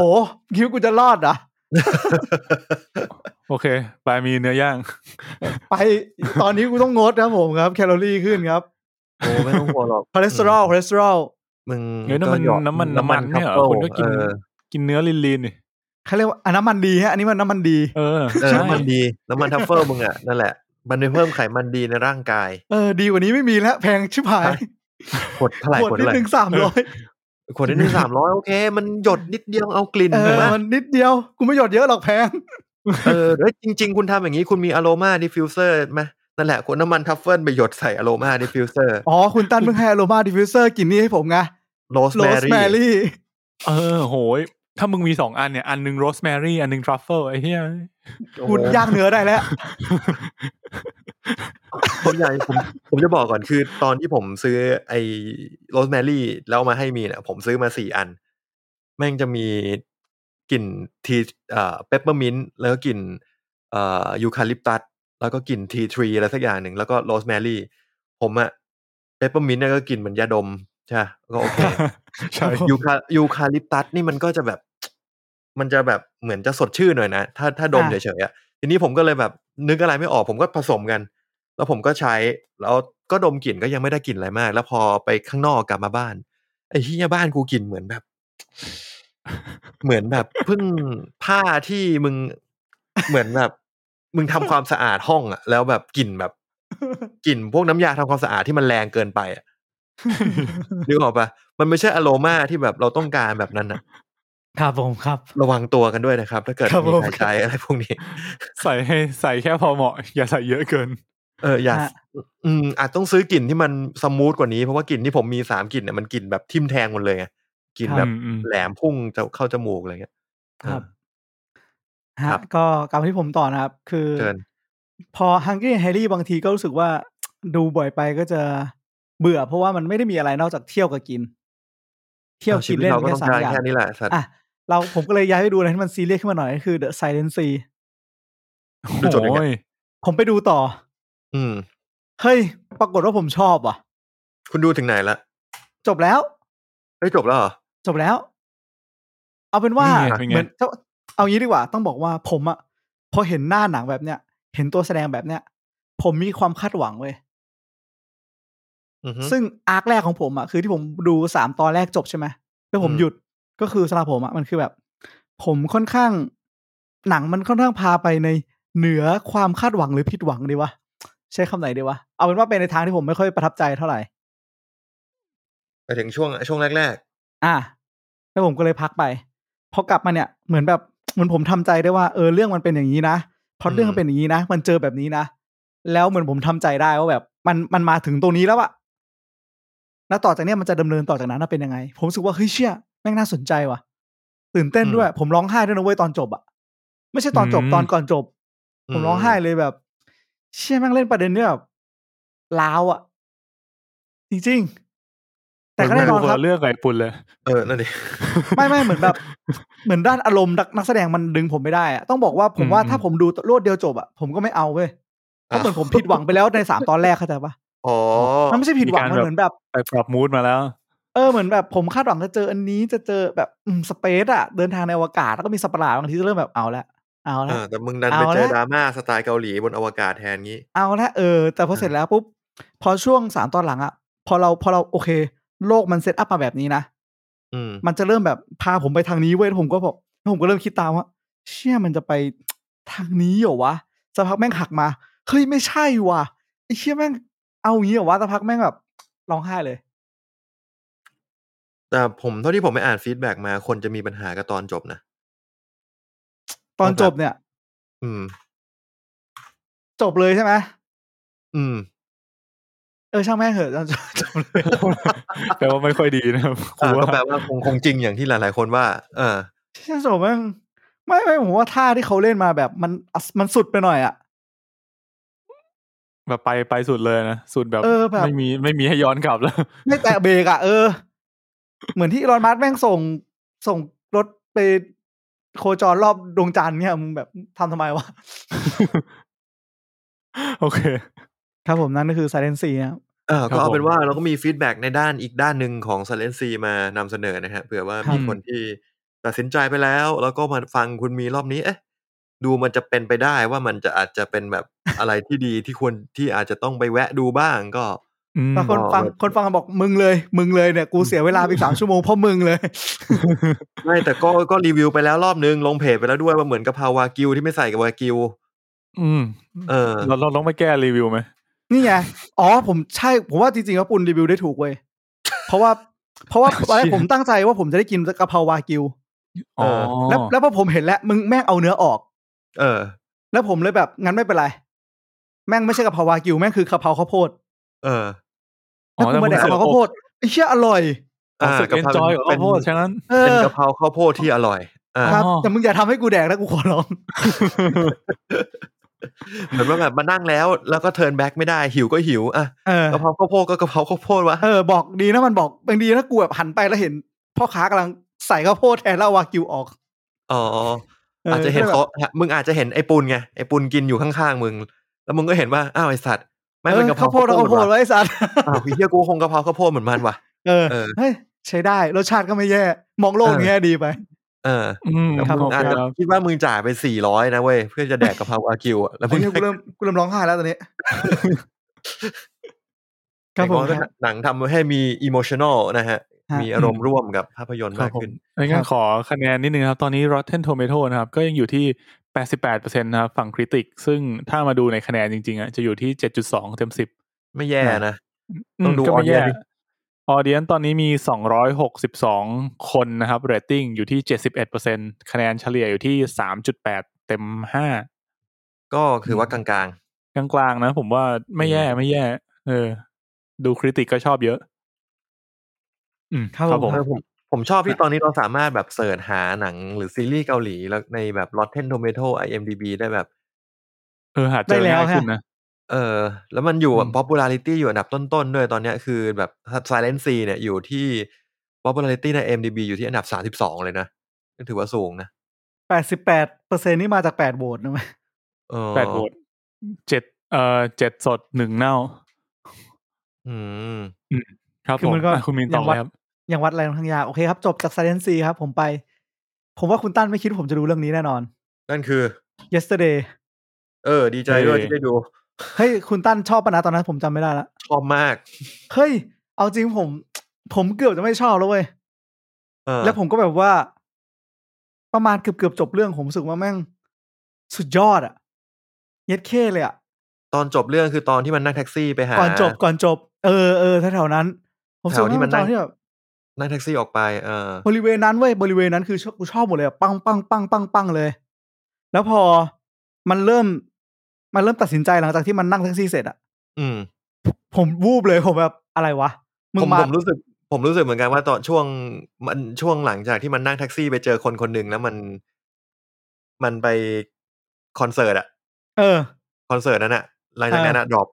Speaker 4: คิดว่ากูจะรอดเหรอ่ะ
Speaker 2: โอเคไปลายมีเนื้อย่าง
Speaker 4: ไปตอนนี้กูต้องงดครับผมครับ แคลอรี่ขึ้นครับ
Speaker 3: โอ้ไม่ต้องกลัวหรอก
Speaker 4: คอเลสเตอรอลคอเลสเตอรอล
Speaker 3: มึง
Speaker 2: เฮ้ยน้ำมัน
Speaker 3: ก็หยอด
Speaker 2: น้ำมันน้ำมันเนี่ยเหรอ
Speaker 3: ทัฟฟิล
Speaker 2: คุณก็กิน
Speaker 3: เออ
Speaker 2: กินเนื้อลีนๆนี่
Speaker 4: เขาเรียกว่าอันน้ำมันดีฮะอันนี้มันน้ำมันดี
Speaker 2: เออ
Speaker 3: เออ
Speaker 2: ใช่
Speaker 3: น้ำมันดี น้ำมันทัฟ เฟิลมึงอ่ะ นั่นแหละ มันไปเพิ่มไขมันดีในร่างกาย
Speaker 4: เออ ดีกว่านี้ไม่มีแล้วแพงชิบหาย
Speaker 3: ขวดเท่าไหร่
Speaker 4: ขวด
Speaker 3: ขวด
Speaker 4: นิด
Speaker 3: เท่าไหร่
Speaker 4: หนึ่งสามร้อย
Speaker 3: ขวดนิดหนึ่งสามร้อยโอเค มันหยดนิดเดียวเอากลิ่น
Speaker 4: เอ
Speaker 3: ถูก
Speaker 4: อ
Speaker 3: ไหม
Speaker 4: มันนิดเดียว กูไม่หยอดเยอะหรอกแพง
Speaker 3: เออแล้วจริง ๆ คุณทำอย่างนี้คุณมีอโรมาดิฟิวเซอร์ไหมนั่นแหละขวดน้ำมันทัฟเฟิลไปหยดใส่อโรมาดิฟิวเซอร์
Speaker 4: อ๋อ คุณตันเพิ่งให้อโรมาดิฟิวเซอร์กลิ่นนี้ให้ผมไง
Speaker 3: โรส
Speaker 4: โร
Speaker 3: แม
Speaker 4: สแม
Speaker 3: รี่
Speaker 4: รี่
Speaker 2: เออโหย ถ้ามึงมีสองอันเนี่ยอันหนึ่งโรสแมรี่อันหนึ่งทรัฟเฟิลไอ้เหี้ย
Speaker 4: กูย่างเนื้อได้แล้ว
Speaker 3: ผมอยากผมผมจะบอกก่อนคือตอนที่ผมซื้อไอ้โรสแมรี่แล้วเอามาให้มีเนี่ยผมซื้อมาสี่อัน แม่งจะมีกลิ่นทีเอ่อเปปเปอร์มินต์แล้วก็กลิ่นเอ่อยูคาลิปตัสแล้วก็กลิ่นทีทรีอะไรสักอย่างหนึ่งแล้วก็โรสแมรี่ผมอะเปปเปอร์มินต์เนี่ยก็กลิ่นเหมือนยาดมใช่ปะก็โอเค
Speaker 2: ใช่
Speaker 3: ยูคายูคาลิปตัสนี่มันก็จะแบบ มันจะแบบเหมือนจะสดชื่นหน่อยนะ ถ้าถ้าดม
Speaker 4: อ่ะ
Speaker 3: เฉยๆอะทีนี้ผมก็เลยแบบนึกอะไรไม่ออกผมก็ผสมกัน แล้วผมก็ใช้ แล้วก็ดมกลิ่นก็ยังไม่ได้กลิ่นอะไรมาก แล้วพอไปข้างนอกกลับมาบ้าน ไอ้ที่บ้านกูกลิ่นเหมือนแบบ เหมือนแบบเพิ่งผ้าที่มึงเหมือนแบบ มึงทำความสะอาดห้องอะแล้วแบบกลิ่นแบบกลิ่นพวกน้ำยาทำความสะอาดที่มันแรงเกินไป อะ นึกออกปะมันไม่ใช่อโรมาที่แบบเราต้องการแบบนั้นอะ
Speaker 4: ครับผมครับ
Speaker 3: ระวังตัวกันด้วยนะครับ ถ้าเกิด
Speaker 4: ครับ
Speaker 3: มี
Speaker 4: ผม
Speaker 3: หายใจอะไรพวกนี้
Speaker 2: ใส่ให้ใส่แค่พอเหมาะ อย่าใส่เยอะเกิน
Speaker 3: เอออย่า
Speaker 4: ฮะ
Speaker 3: อืมอาจต้องซื้อกลิ่นที่มันสมูทกว่านี้เพราะว่ากลิ่นที่ผมมีสามกลิ่นเนี่ยมันกลิ่นแบบทิ่มแทงหมดเลยไงกลิ่นแบบ
Speaker 2: อืมอืม
Speaker 3: แหลมพุ่งจะเข้าจมูกอะไรเงี้ย
Speaker 4: ครับ
Speaker 3: ค
Speaker 4: ฮะ
Speaker 3: รับ
Speaker 4: ก็กลับมาที่ผมต่อนะครับ คือ
Speaker 3: เชิญ
Speaker 4: พอฮังกี้แฮร์รี่บางทีก็รู้สึกว่า ดูบ่อยไปก็จะเบื่อ เพราะว่ามันไม่ได้มีอะไรนอกจากเที่ยวกับกิน เที่ยว
Speaker 3: ชี
Speaker 4: กิน
Speaker 3: วิต
Speaker 4: เล่น
Speaker 3: เราก็
Speaker 4: แค่
Speaker 3: ต้อง
Speaker 4: สาม
Speaker 3: การ
Speaker 4: อย่าง
Speaker 3: แค่นี้แหละสัตว์
Speaker 4: อ่ะเราผมก็เลยย้ายไปดูอะไรที่มันซีเรียสขึ้นมาหน่อยก็คือ The Silent Sea
Speaker 3: ดูจดยังไง
Speaker 2: โอ้ย
Speaker 4: ผมไปดูต่อ
Speaker 3: อืม
Speaker 4: เฮ้ย ปรากฏว่าผมชอบว่ะ
Speaker 3: คุณดูถึงไหนละ
Speaker 4: จบแล้ว
Speaker 3: เฮ้ยจบแล้วเหรอ
Speaker 4: จบแล้ว เอาเป็นว่า
Speaker 2: นี่
Speaker 3: อ่ะ
Speaker 2: ไงเป็น
Speaker 4: เห
Speaker 2: ไง
Speaker 4: มือนเอาเอางี้ดีกว่า ต้องบอกว่าผมอะพอเห็นหน้าหนังแบบเนี้ย เห็นตัวแสดงแบบเนี้ย ผมมีความคาดหวังเว้ย
Speaker 3: อือฮึ
Speaker 4: ซึ่งอาร์คแรกของผมอะคือที่ผมดูสามตอนแรกจบใช่ไหมแล้วผม
Speaker 3: อืม
Speaker 4: หยุดก็คือสำหรับผมอะมันคือแบบ ผมค่อนข้าง หนังมันค่อนข้างพาไปในเหนือความคาดหวังหรือผิดหวังดีวะใช้คำไหนดีวะเอาเป็นว่าเป็นในทางที่ผมไม่ค่อยประทับใจเท่าไหร่
Speaker 3: ไปถึงช่วงช่วงแรก
Speaker 4: อ่ะแล้วผมก็เลยพักไปพอกลับมาเนี่ยเหมือนแบบเหมือนผมทำใจได้ว่าเออเรื่องมันเป็นอย่างนี้นะเพราะเรื่องมันเป็นอย่างนี้นะมันเจอแบบนี้นะแล้วเหมือนผมทำใจได้ว่าแบบ มันมันมาถึงตรงนี้แล้วอะแล้วต่อจากเนี้ยมันจะดำเนินต่อจากนั้นน่ะเป็นยังไง ผมรู้สึกว่าเฮ้ยเชี่ยแม่งน่าสนใจว่ะ ตื่นเต้นด้วย ผมร้องไห้ด้วยนะเว้ยตอนจบอะไม่ใช่ตอนจบตอนก่อนจบ
Speaker 3: ๆ
Speaker 4: ผมร้องไห้เลยแบบ เชี่ยแม่งเล่นประเด็นเนี่ยแบบล้าวอะจริง แต่ก็แน่นอ
Speaker 2: มั
Speaker 4: นค
Speaker 2: ดู
Speaker 4: รับ
Speaker 2: ละเรื่องไก่ปุ่นเลย
Speaker 3: เออนั่นดิ
Speaker 4: ไม่ไม่เหมือนแบบ เหมือนด้านอารมณ์นักนักแสดงมันดึงผมไม่ได้อะต้องบอกว่าผมว่า
Speaker 2: อืม
Speaker 4: ถ้าผมดูรวดเดียวจบอะผมก็ไม่เอาเว้ยเพราะเหมือนผมผิดหวังไปแล้วในสามตอนแรกเข้าใจปะ
Speaker 3: อ๋อ
Speaker 4: มันไม่ใช่ผิดหวังมันเหมือนแบบ
Speaker 2: ไปปรับมูดมาแล้ว
Speaker 4: เออเหมือนแบบผมคาดหวังจะเจออันนี้จะเจอแบบอืมสเปซอะเดินทางในอวกาศแล้วก็มีสัตว์ประหลาดบางทีจะเริ่มแบบเอาละเอาละ
Speaker 3: อ่าแต่มึงดันไป
Speaker 4: เอาละ
Speaker 3: เจอดราม่าสไตล์เกาหลีบนอวกาศแทนงี้
Speaker 4: เอาละเออ แต่พอเสร็จแล้วปุ๊บพอช่วงสามตอนหลังอะพอเราพอเราโอเค โลกมันเซตอัพมาแบบนี้นะ
Speaker 3: อืม
Speaker 4: มันจะเริ่มแบบพาผมไปทางนี้เว้ยแล้วผมก็บอกแล้วผมก็เริ่มคิดตามว่า เชี่ยมันจะไปทางนี้เหรอวะสักพักแม่งหักมาเฮ้ยไม่ใช่ว่ะไอ้เชี่ยแม่งเอาอย่างนี้เหรอวะสักพักแม่งแบบร้องไห้เลย
Speaker 3: แต่ผมเท่าที่ผมไปอ่านฟีดแบ็กมาคนจะมีปัญหากับตอนจบนะ
Speaker 4: ตอนจบเนี่ย
Speaker 3: อืม
Speaker 4: จบเลยใช่ไหม
Speaker 3: อืม
Speaker 4: เออช่างแม่งเหอะ ตอนจบจบเลย
Speaker 2: แต่ว่าไม่ค่อยดีนะครับครู
Speaker 3: อ่าก็
Speaker 2: ว่า
Speaker 3: แปลว่าคงคงจริงอย่างที่หลาย ๆ คนว่า เออ
Speaker 4: ใช่สมมั้งไม่ไม่ผมว่าท่าที่เขาเล่นมาแบบมันมันสุดไปหน่อยอะ
Speaker 2: แบบไปไปสุดเลยนะ สุดแบบ
Speaker 4: เออแบบ
Speaker 2: ไม่มีไม่มีให้ย้อนกลับแล้ว
Speaker 4: ไม่แตะเบรกอะเออ เหมือนที่อีลอนมัสก์แม่งส่งส่งรถไปโคจรรอบดวงจันทร์เนี่ยมึงแบบทำทำไมวะ
Speaker 2: โอเค
Speaker 4: ครับผมนั่นก็คือไซเลนซีนะครับ
Speaker 3: เออ
Speaker 2: ค
Speaker 3: ก็
Speaker 2: รับ
Speaker 3: เอาเป็น
Speaker 2: ผม
Speaker 3: ว่าเราก็มีฟีดแบ็กในด้านอีกด้านหนึ่งของ s ซเลนซีมานำเสนอนะฮะเผื่อว่า
Speaker 2: ครับ
Speaker 3: มีคนที่ตัดสินใจไปแล้ว แล้วก็มาฟังคุณมีรอบนี้ เอ๊ะ ดูมันจะเป็นไปได้ว่ามันจะอาจจะเป็นแบบ อะไรที่ดีที่ควรที่อาจจะต้องไปแวะดูบ้างก็
Speaker 2: อืม
Speaker 4: แต่คนฟัง
Speaker 3: อ๋อ
Speaker 4: คนฟังบอกมึงเลย มึงเลยเนี่ย กูเสียเวลาไปสามชั่วโมงเพราะมึงเลย
Speaker 3: ไม่แต่ก็ก็รีวิวไปแล้วรอบนึง ลงเพจไปแล้วด้วยว่าเหมือนกับภาวากิวที่ไม่ใส่กับวากิว
Speaker 2: อืม
Speaker 3: เออ
Speaker 2: เราเราต้องไปแก้รีวิวไหม
Speaker 4: นี่ไง อ๋อ ผมใช่ ผมว่าจริงๆแล้วปุณรีวิวได้ถูกเว้ย เพราะว่า เพราะว่าตอนแรกผมตั้งใจว่าผมจะได้กินกะเพราวากิว
Speaker 3: เออ
Speaker 4: แล้วแล้วพอผมเห็นแล้วมึงแม่งเอาเนื้อออก
Speaker 3: เออ
Speaker 4: แล้วผมเลยแบบงั้นไม่เป็นไร แม่งไม่ใช่กะเพราวากิวแม่งคือกะเพราข้าวโพด
Speaker 3: เออ
Speaker 2: อ๋อ
Speaker 4: แล้วกูมาแดกกะเพราข้าวโพดไอ้เชี่ยอร่อย
Speaker 2: อ๋อสึกเอนจอยกับข้าวโพด
Speaker 3: เป็น
Speaker 2: ฉะนั้น
Speaker 4: เอ
Speaker 3: เป็
Speaker 4: อก
Speaker 3: นะเพราข้าวโพดที่อร่อยอ่า
Speaker 4: ครับ
Speaker 2: อ๋อ
Speaker 4: แต่มึงอย่าทำให้กูแดกนะกูขอร้อง
Speaker 3: เหมือนว่าแบบมานั่งแล้วแล้วก็เทิร์นแบ็กไม่ได้หิวก็หิวอ่ะ
Speaker 4: เออ
Speaker 3: กะเพราข้าวโพดก็กะเพราข้าวโพดวะ
Speaker 4: เออ บอกดีนะมันบอกบางดีนะกูแบบหันไปแล้วเห็นพ่อค้ากำลังใส่ข้าวโพดแทนแล้ววากิวออก
Speaker 3: อ๋ออาจจะเห็น
Speaker 4: ก็ลย
Speaker 3: เขา
Speaker 4: แบบ
Speaker 3: มึงอาจจะเห็นไอ้ปุนไงไอ้ปุนกินอยู่ข้างๆมึง แล้วมึงก็เห็นว่าอ้าวไอ้สัตว์ไม่งเป็
Speaker 4: เออก
Speaker 3: นะเพรา
Speaker 4: ข้าวโพดแล้วข้าวโพด
Speaker 3: วะ
Speaker 4: ไว้ไอ้สัตว์
Speaker 3: อ้าวพี่เฮียกูคงกะเพราข้าวโพดเหมือนมันวะ
Speaker 4: เออ
Speaker 3: เออ
Speaker 4: เฮ้ยใช้ได้รสชาติก็ไม่แย่ มองโลก
Speaker 3: เอ
Speaker 4: ใน
Speaker 3: อ
Speaker 4: แง่ดีไป
Speaker 3: เออ
Speaker 2: อืม
Speaker 3: แต่
Speaker 2: ครับ
Speaker 3: มึงอาจจะคิดว่ามึงจ่ายไปสี่ร้อยนะเว้ยเพื่อจะแดกกะเพราอากิวอะแล้วมึ
Speaker 4: ไอ้
Speaker 3: ง
Speaker 4: เหี้ยกูเริ่มกูเริ่มร้องไห้แล้ว ตอนนี้ ครับผมครับ
Speaker 3: หนังทำให้มีอิโมชั่นอลนะฮะ
Speaker 4: ฮะ
Speaker 3: มีอารมณ์ร่วมกับภาพยนตร์
Speaker 2: ครั
Speaker 3: มาก
Speaker 2: บผม
Speaker 3: ขึ้น
Speaker 2: งั้นขอคะแนนนิดนึงครับ ตอนนี้ Rotten Tomato นะครับ ก็ยังอยู่ที่ 88%นะครับ ฝั่งคริติก ซึ่งถ้ามาดูในคะแนนจริงๆอ่ะจะอยู่ที่ 7.2 เต็ม 10
Speaker 3: ไม่แย่นะ
Speaker 2: ม
Speaker 3: ต้องดู
Speaker 2: ก็ไม่
Speaker 3: audience
Speaker 2: แย่ออเดียนตอนนี้มี 262 คนนะครับ เรตติ้งอยู่ที่ 71%คะแนนเฉลี่ยอยู่ที่ 3.8 เต็ม 5
Speaker 3: ก็คือว่ากลางๆ
Speaker 2: กลางๆนะ ผมว่าไม่แย่ไม่แย่ เออ ดูคริติกก็ชอบเยอะ อืม
Speaker 4: ครับผม
Speaker 2: ผม
Speaker 3: เออผมผมชอบที่ตอนนี้เราสามารถแบบเสิร์ชหาหนังหรือซีรีส์เกาหลีแล้วในแบบ Rotten Tomato IMDb ได้แบบ
Speaker 2: เออ หาเจอ
Speaker 4: ได้แล้ว
Speaker 2: ง่ายขึ้น
Speaker 4: ฮะ
Speaker 2: นะ
Speaker 3: เออ แล้วมันอยู่
Speaker 2: อืม
Speaker 3: popularity อยู่อันดับต้นๆ ด้วยตอนเนี้ยคือแบบ Silent C เนี่ยอยู่ที่ popularity ใน IMDb อยู่ที่อันดับ 32 เลยนะก็ถือว่าสูงนะ
Speaker 4: แปดสิบแปดเปอร์เซ็นนี่มาจากแปดโบสนะมั้ย
Speaker 3: เออ
Speaker 2: แปดโหวตเจ็ดเอ่อเจ็ดสดหนึ่งเน่า
Speaker 3: อืม
Speaker 2: ครับผมอ่ะคุณมีนต่อเลยครับ
Speaker 4: ยังวัดอะไรค่อนข้างยากโอเคครับ จบจากไซเลนซีครับ ผมไป ผมว่าคุณตั้นไม่คิดว่าผมจะดูเรื่องนี้แน่นอน
Speaker 3: นั่นคือ
Speaker 4: yesterday
Speaker 3: เออ ดีใจด้วย
Speaker 2: เออ
Speaker 3: ที่ได้ดู
Speaker 4: เฮ้ยคุณตั้นชอบปะนะตอนนั้นผมจำไม่ได้ละ
Speaker 3: ชอบมาก
Speaker 4: เฮ้ย เอาจริงผม ผมเกือบจะไม่ชอบแล้วเว้ย
Speaker 3: เออ
Speaker 4: แล้วผมก็แบบว่า ประมาณเกือบเกือบๆจบเรื่องผมรู้สึกว่าแม่ง สุดยอดอะเย็ดเข้เลยอะ
Speaker 3: ตอนจบเรื่องคือตอนที่มันนั่งแท็กซี่ไปหา
Speaker 4: ก่อนจบก่อนจบ เออเออแถวๆนั้น ผมรู้สึก
Speaker 3: แถวที่มั
Speaker 4: ว่า
Speaker 3: นั่
Speaker 4: มัน นตอง นที่แบบ
Speaker 3: นั่งแท็กซี่ออกไป เออบ
Speaker 4: ริเวณนั้นเว้ยบริเวณนั้นคือชอบกูชอบหมดเลยอะปังปังปังปังปังเลย แล้วพอมันเริ่ม มันเริ่มตัดสินใจหลังจากที่มันนั่งแท็กซี่เสร็จอะ
Speaker 3: อืม
Speaker 4: ผมวูบเลยผมแบบอะไรวะมึง
Speaker 3: ผม
Speaker 4: มา
Speaker 3: ผมรู้สึกผมรู้สึกเหมือนกันว่าตอนช่วงมันช่วงหลังจากที่มันนั่งแท็กซี่ไปเจอคนคนหนึ่งแล้วมัน มันไปคอนเสิร์ตอะ
Speaker 4: เออ
Speaker 3: คอนเสิร์ตนั้นอะหลังจากนั้นอะดรอป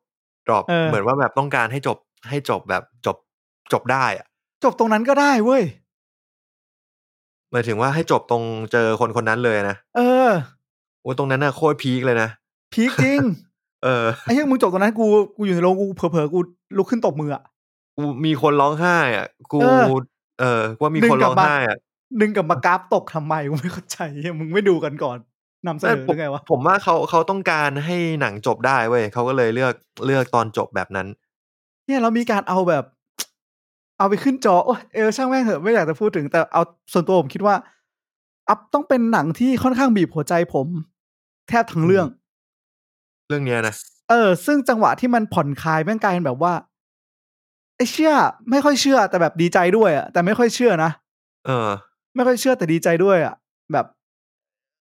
Speaker 3: ดรอป
Speaker 4: เออ
Speaker 3: เหมือนว่าแบบต้องการให้จบให้จบแบบจบจบได้อะ
Speaker 4: จบตรงนั้นก็ได้เว้ย
Speaker 3: หมายถึงว่าให้จบตรงเจอคนคนนั้นเลยนะ
Speaker 4: เออ
Speaker 3: โอ้ตรงนั้นน่ะโคตรพีคเลยนะ
Speaker 4: พีคจริง
Speaker 3: เออ
Speaker 4: ไอ้เหี้ยมึงจบตรงนั้นกูกูอยู่ในโรงกูเผลอๆกูลุกขึ้นตบมืออะ
Speaker 3: กูมีคนร้องไห้อ่ะ กู
Speaker 4: เออ
Speaker 3: เออว่ามี
Speaker 4: ดึง
Speaker 3: คน
Speaker 4: ก
Speaker 3: ร้
Speaker 4: ลั
Speaker 3: อ
Speaker 4: บ
Speaker 3: ง
Speaker 4: บ้าน
Speaker 3: ไห้อ่ะ
Speaker 4: ดึงกับมากราฟตกทำไมกูไม่เข้าใจเหี้ยมึงไม่ดูกันก่อนนำเสนอหรือไงวะ
Speaker 3: ผมว่าเขาเขาต้องการให้หนังจบได้เว้ยเขาก็เลยเลือกเลือกตอนจบแบบนั้น
Speaker 4: เนี่ยเรามีการเอาแบบ เอาไปขึ้นจอโอยเออช่างแม่งเถอะไม่อยากจะพูดถึง แต่เอาส่วนตัวผมคิดว่า อัพต้องเป็นหนังที่ค่อนข้างบีบหัวใจผม แทบทั้งเรื่อง
Speaker 3: เรื่องเนี้ยนะ
Speaker 4: เออ ซึ่งจังหวะที่มันผ่อนคลายแม่งกลายเป็นแบบว่าไอ้เชื่อ ไม่ค่อยเชื่อ แต่แบบดีใจด้วยอะแต่ไม่ค่อยเชื่อนะ
Speaker 3: เออ
Speaker 4: ไม่ค่อยเชื่อแต่ดีใจด้วยอะแบบ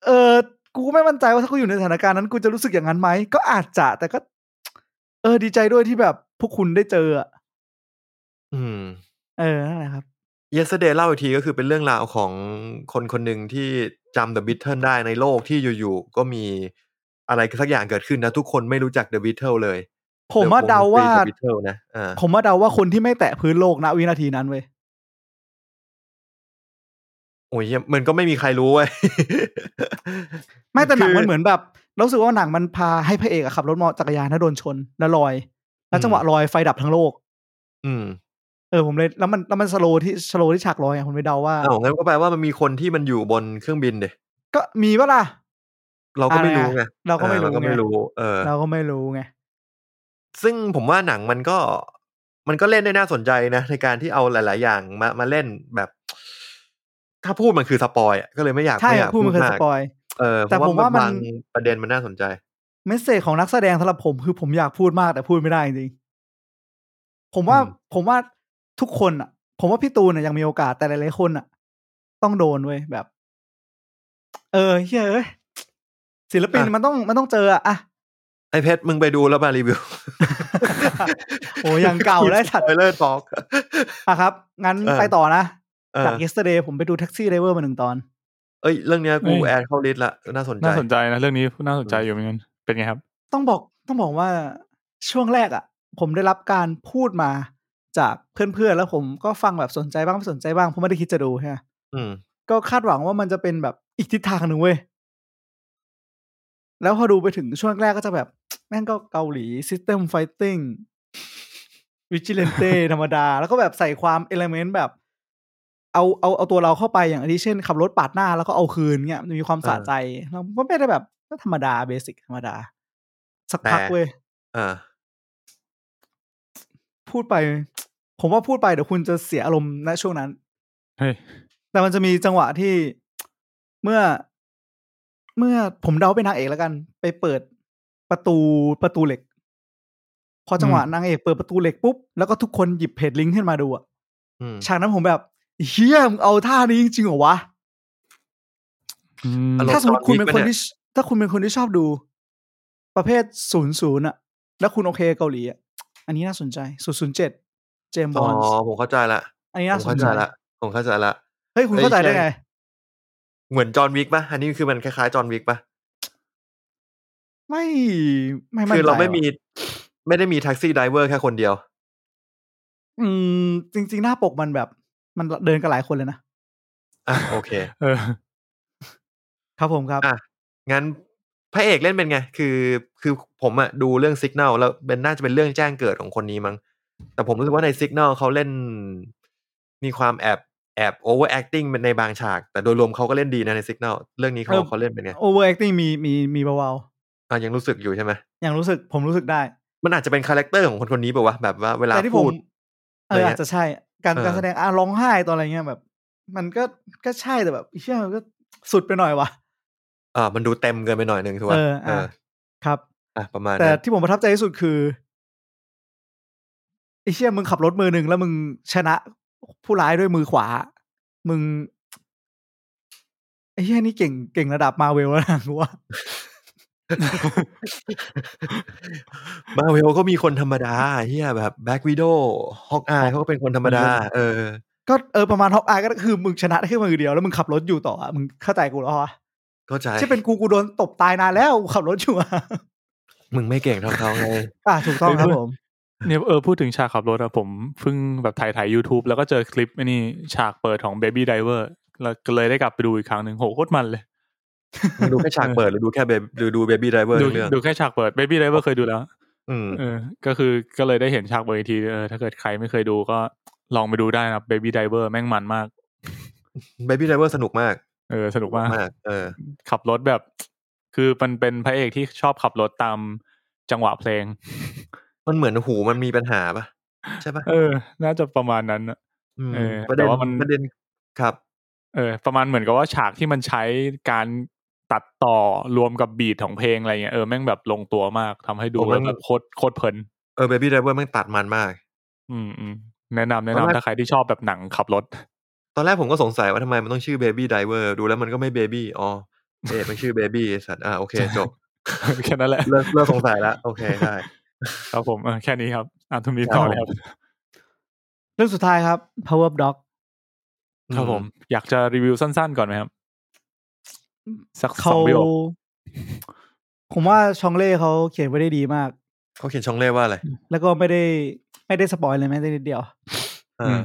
Speaker 4: เออกูก็ไม่มั่นใจว่าถ้ากูอยู่ในสถานการณ์นั้นกูจะรู้สึกอย่างนั้นไหมก็อาจจะแต่ก็ เออ ดีใจด้วยที่แบบพวกคุณได้เจออะ
Speaker 3: อืม
Speaker 4: เออนั่นแหละครับ
Speaker 3: เยสเดย์เล่าอีกทีก็คือเป็นเรื่องราวของคนคนหนึ่งที่จำ The Beatles ได้ในโลกที่อยู่ๆ ก็มีอะไรสักอย่างเกิดขึ้นนะ ทุกคนไม่รู้จัก The Beatles เลย
Speaker 4: ผมมาเดาว่า
Speaker 3: เดอะบิทเทิลนะอ่า
Speaker 4: ผมว่าเดาว่าคนที่ไม่แตะพื้นโลกณวินาทีนั้นเว้ย
Speaker 3: โอ้ยเหี้ยมันก็ไม่มีใครรู้เว้ย
Speaker 4: ไม่แต่หนัง
Speaker 3: คือ
Speaker 4: มันเหมือนแบบเรารู้สึกว่าหนังมันพาให้พระเอกอะขับรถมอเตอร์จักรยานถ้าโดนชน แล้วลอย แล้วจังหวะ
Speaker 3: อืม
Speaker 4: ลอยไฟดับทั้งโลก
Speaker 3: อืม
Speaker 4: เออผมเลยแล้วมันแล้วมันสโลที่สโลที่ฉากลอยอะผมเลยเดาว่า
Speaker 3: อ้าวงั้นก็แปลว่ามันมีคนที่มันอยู่บนเครื่องบินเด
Speaker 4: ก็มีปะล่ะ
Speaker 3: เราก็ไม่รู้ไง
Speaker 4: เราก็ไม่
Speaker 3: ออ
Speaker 4: รู้
Speaker 3: เราก็
Speaker 4: ไง
Speaker 3: ไม่รู้ เออ
Speaker 4: เราก็ไม่รู้ไง
Speaker 3: ซึ่งผมว่าหนังมันก็ มันก็เล่นได้น่าสนใจนะ ในการที่เอาหลาย ๆ อย่างมามาเล่นแบบ ถ้าพูดมันคือสปอยอะก็เลยไม่อยาก
Speaker 4: ใช่
Speaker 3: ไม่อ
Speaker 4: อะ
Speaker 3: ยาก
Speaker 4: พูดมันคือสปอย
Speaker 3: เออ
Speaker 4: แต่
Speaker 3: แต่
Speaker 4: ผ
Speaker 3: ผม ม
Speaker 4: ว่า
Speaker 3: ว่า
Speaker 4: มั
Speaker 3: มัน นบางประเด็นมันน่าสนใจ
Speaker 4: เมสเซจของนักแสดงสำหรับผมคือผมอยากพูดมากแต่พูดไม่ได้จริงๆผมว่า
Speaker 3: อืม
Speaker 4: ผมว่าทุกคนอ่ะ ผมว่าพี่ตูนน่ะยังมีโอกาสแต่หลายๆคนอ่ะ ต้องโดนเว้ยแบบ เออเฮ้ยเอ้ยศิลปินมันต้องมันต้องเจออะอะ
Speaker 3: ไอเพชรมึงไปดูแล้วมารีวิว
Speaker 4: โอ้ยอย่างเก่า แล้วสัตว์
Speaker 3: ไเลอร์ทอก
Speaker 4: อะครับ งั้น
Speaker 3: เออ
Speaker 4: ไปต่อนะ
Speaker 3: เอ
Speaker 4: จาก
Speaker 3: อ
Speaker 4: yesterday ผมไปดู taxi driver มาหนึ่งตอน
Speaker 3: เอ้ย เรื่องเนี้ยกู
Speaker 2: เอ้ย
Speaker 3: แอดเข้าลิสต์ละน่าสนใจ
Speaker 2: น่าสนใจนะเรื่องนี้น่าสนใจอยู่เหมือนกันเป็นไงครับ
Speaker 4: ต้องบอกต้องบอกว่าช่วงแรกอะ่ะ ผมได้รับการพูดมาจากเพื่อนๆ แล้วผมก็ฟังแบบสนใจบ้างไม่สนใจบ้างผมไม่ได้คิดจะดูใช่ไหม
Speaker 3: อืม
Speaker 4: ก็คาดหวังว่ามันจะเป็นแบบอีกทิศทางหนึ่งเว้ย แล้วพอดูไปถึงช่วงแรกก็จะแบบ แม่งก็เกาหลี System Fighting v i g i l a n t e ธรรมดา แล้วก็แบบใส่ความเอลเมนต์แบบ เอาเอาเอาตัวเราเข้าไปอย่างอันนี้เช่นขับรถปาดหน้าแล้วก็เอาคืนเงี้ยมันมีความสะใจแล้วมันก็ไม่ได้แบบก็ธรรมดาเบสิกธรรมดา สักพัก
Speaker 3: แต่
Speaker 4: เว้ย
Speaker 3: อ่า
Speaker 4: พูดไป ผมว่าพูดไปเดี๋ยวคุณจะเสียอารมณ์ณช่วงนั้น
Speaker 2: เฮ้ย
Speaker 4: แต่มันจะมีจังหวะที่ เมื่อ เมื่อผมเดาเป็นนางเอกแล้วกัน ไปเปิดประตูประตูเหล็ก พอจังหวะนางเอกเปิดประตูเหล็กปุ๊บ แล้วก็ทุกคนหยิบเพจลิงก์ขึ้นมาดูอะ
Speaker 3: อืม
Speaker 4: ฉากนั้นผมแบบเฮียมงเอาท่านี้จริงๆเหรอวะ
Speaker 2: อืม
Speaker 3: อาร มณ์
Speaker 4: ถ้าสมมติ
Speaker 3: ตอน
Speaker 4: คุณเป็น
Speaker 3: พีค
Speaker 4: ค
Speaker 3: ปะ
Speaker 4: น
Speaker 3: เนี่ย
Speaker 4: ที่ชถ้าคุณเป็นคนที่ชอบดู ประเภทศูนย์ศูนย์อะแล้วคุณโอเคเกาหลีอะอันนี้น่าสนใจศูนย์ศูนย์เจ็ดเจมส์บ
Speaker 3: อ๋
Speaker 4: อ
Speaker 3: อ
Speaker 4: นด์
Speaker 3: ผมเข้าใจละ
Speaker 4: อันนี้
Speaker 3: ผ
Speaker 4: น่าม สน
Speaker 3: เข้า
Speaker 4: ใจ
Speaker 3: ใจละ ผมเข้าใจละ
Speaker 4: เฮ้ยคุณเข้าใจได้ไง
Speaker 3: เหมือนจอห์นวิกปะอันนี้คือมันคล้ายๆจอห์นวิกปะ
Speaker 4: ไม่ไม่น
Speaker 3: คือเราไม่
Speaker 4: ใจ
Speaker 3: มี ไม่ได้มีแท็กซี่ไดรเวอร์แค่คนเดียว
Speaker 4: อืม จริง ๆ หน้าปกมันแบบ มันเดินกันหลายคนเลยนะ
Speaker 3: อ่ะ โอเค
Speaker 2: เออ
Speaker 4: ครับผมครับ
Speaker 3: อ่ะ งั้นพระเอกเล่นเป็นไง คือคือผมอะดูเรื่อง Signal แล้วเป็นน่าจะเป็นเรื่องแจ้งเกิดของคนนี้มั้งแต่ผมรู้สึกว่าใน Signal เขาเล่น มีความแอบแอบ overacting ในบางฉาก แต่โดยรวมเขาก็เล่นดีนะใน Signal เรื่องนี้เขา
Speaker 4: เออ
Speaker 3: เขาเล่นเป็นไง
Speaker 4: overacting มีมีมีเบา
Speaker 3: อ่ะยังรู้สึกอยู่ใช่ไหม
Speaker 4: ๆอย่างรู้สึกผมรู้สึกได้
Speaker 3: มันอาจจะเป็นคาแรคเตอร์ของคนคนนี้ป่าวะแบบว่าเวลา
Speaker 4: แต่ที่ผม
Speaker 3: พูด
Speaker 4: เอ
Speaker 3: อะไร
Speaker 4: อ
Speaker 3: เงี้ย
Speaker 4: อาจจะใช่ การ
Speaker 3: เออ
Speaker 4: การแสดงอ่ะร้องไห้ตอนอะไรเงี้ยแบบ มันก็ก็ใช่แต่แบบเชื่อมันก็สุดไปหน่อยวะ
Speaker 3: อ่ามันดูเต็มเกินไปหน่อยหนึ่งถูก
Speaker 4: เอ
Speaker 3: ป่ะ
Speaker 4: ออ่ะ
Speaker 3: เออ
Speaker 4: ครับ
Speaker 3: อ่ะประมาณ
Speaker 4: แต่
Speaker 3: นั้น
Speaker 4: ที่ผมประทับใจที่สุดคือไอ้เชี่ยมึงขับรถมือหนึ่งแล้วมึงชนะผู้ร้ายด้วยมือขวา มึงไอ้เชี่ยนี่เก่งเก่งระดับมาเวลแล้วนะ กูว่า
Speaker 3: มาเวลก็มีคนธรรมดาเฮียแบบแบ็กวิด o ฮอกอายเขาก็เป็นคนธรรมดา เออ
Speaker 4: ก็เออประมาณท็อปอาร์ก็คือมึงชนะได้แค่มือเดียวแล้วมึงขับรถอยู่ต่ออะมึงเข้าใจกูแล้ววะ
Speaker 3: เข้าใจ
Speaker 4: ใช่เป็นกูกูโดนตบตายนานแล้วกูขับรถอยู่อะ
Speaker 3: มึงไม่เก่งเท่าเขาไง
Speaker 4: อ่ะถูกต้องครับผม
Speaker 2: เนี่ยเออพูดถึงฉากขับรถอะผมเพิ่งแบบถ่ายถ่าย YouTube แล้วก็เจอคลิปไอ้นี่ฉากเปิดของ Baby Driver แล้วก็เลยได้กลับไปดูอีกครั้งหนึ่งโหโคตรมันเลย
Speaker 3: มึงดูแค่ฉากเปิดหรือดูแค่เบหรือดูเบบี้ไดเวอร์
Speaker 2: ดู
Speaker 3: เรื่อง
Speaker 2: ดูแค่ฉากเปิด Baby Driver เคยดูแล้ว
Speaker 3: อืม
Speaker 2: เออ ก็คือก็เลยได้เห็นฉากเปิดอีกทีเออถ้าเกิดใครไม่เคยดูก็ลองไปดูได้นะครับ Baby Driver แม่งมันมาก
Speaker 3: เบบี้ไดเวอร์สนุกมาก
Speaker 2: เออสนุกมาก
Speaker 3: มาก เออ
Speaker 2: ขับรถแบบ คือมันเป็นพระเอกที่ชอบขับรถตามจังหวะเพลง
Speaker 3: มันเหมือนหูมันมีปัญหาปะใช่ปะ
Speaker 2: เออ น่าจะประมาณนั้นน่ะ
Speaker 3: ม
Speaker 2: เออ
Speaker 3: ประ
Speaker 2: แต่
Speaker 3: เด็น
Speaker 2: ว่ามัน
Speaker 3: ประเด็นครับ
Speaker 2: เออ ประมาณเหมือนกับว่าฉากที่มันใช้การตัดต่อรวมกับบีทของเพลงอะไรเงี้ยเออแม่งแบบลงตัวมากทำให้ดูแล้วแบบโคตรโคตรเพลิน
Speaker 3: เออเบบี้ไดเวอร์มันตัดมันมาก
Speaker 2: อืมอืมแนะนำแนะ
Speaker 3: ตอน
Speaker 2: นำ
Speaker 3: แรก
Speaker 2: ถ้าใครที่ชอบแบบหนังขับรถ
Speaker 3: ตอนแรกผมก็สงสัยว่าทำไมมันต้องชื่อเบบี้ไดเวอร์ดูแล้วมันก็ไม่เบบี้อ๋อเอ๊ะมันชื่อเบบี้สัตว์อ่าโอเคจบ
Speaker 2: แค่นั้นแหละ
Speaker 3: เลิกเลิกสงสัยแล้วโอเคได้
Speaker 2: ครับผมเออแค่นี้ครับอ่ะทุมนี้ต่อเลยครับ
Speaker 4: เรื่องสุดท้ายครับ power up dog
Speaker 2: ครับผม อยากจะรีวิวสั้นๆก่อนไหมครับ สักส
Speaker 4: เขา
Speaker 2: องประโยค
Speaker 4: ผมว่าชองเล่เขาเขียนไว้ได้ดีมาก
Speaker 3: เขาเขียนช่องเล่ว่าอะไร
Speaker 4: แล้วก็ไม่ได้ไม่ได้สปอยเลยแม้แต่นิดเดียว
Speaker 3: อ่า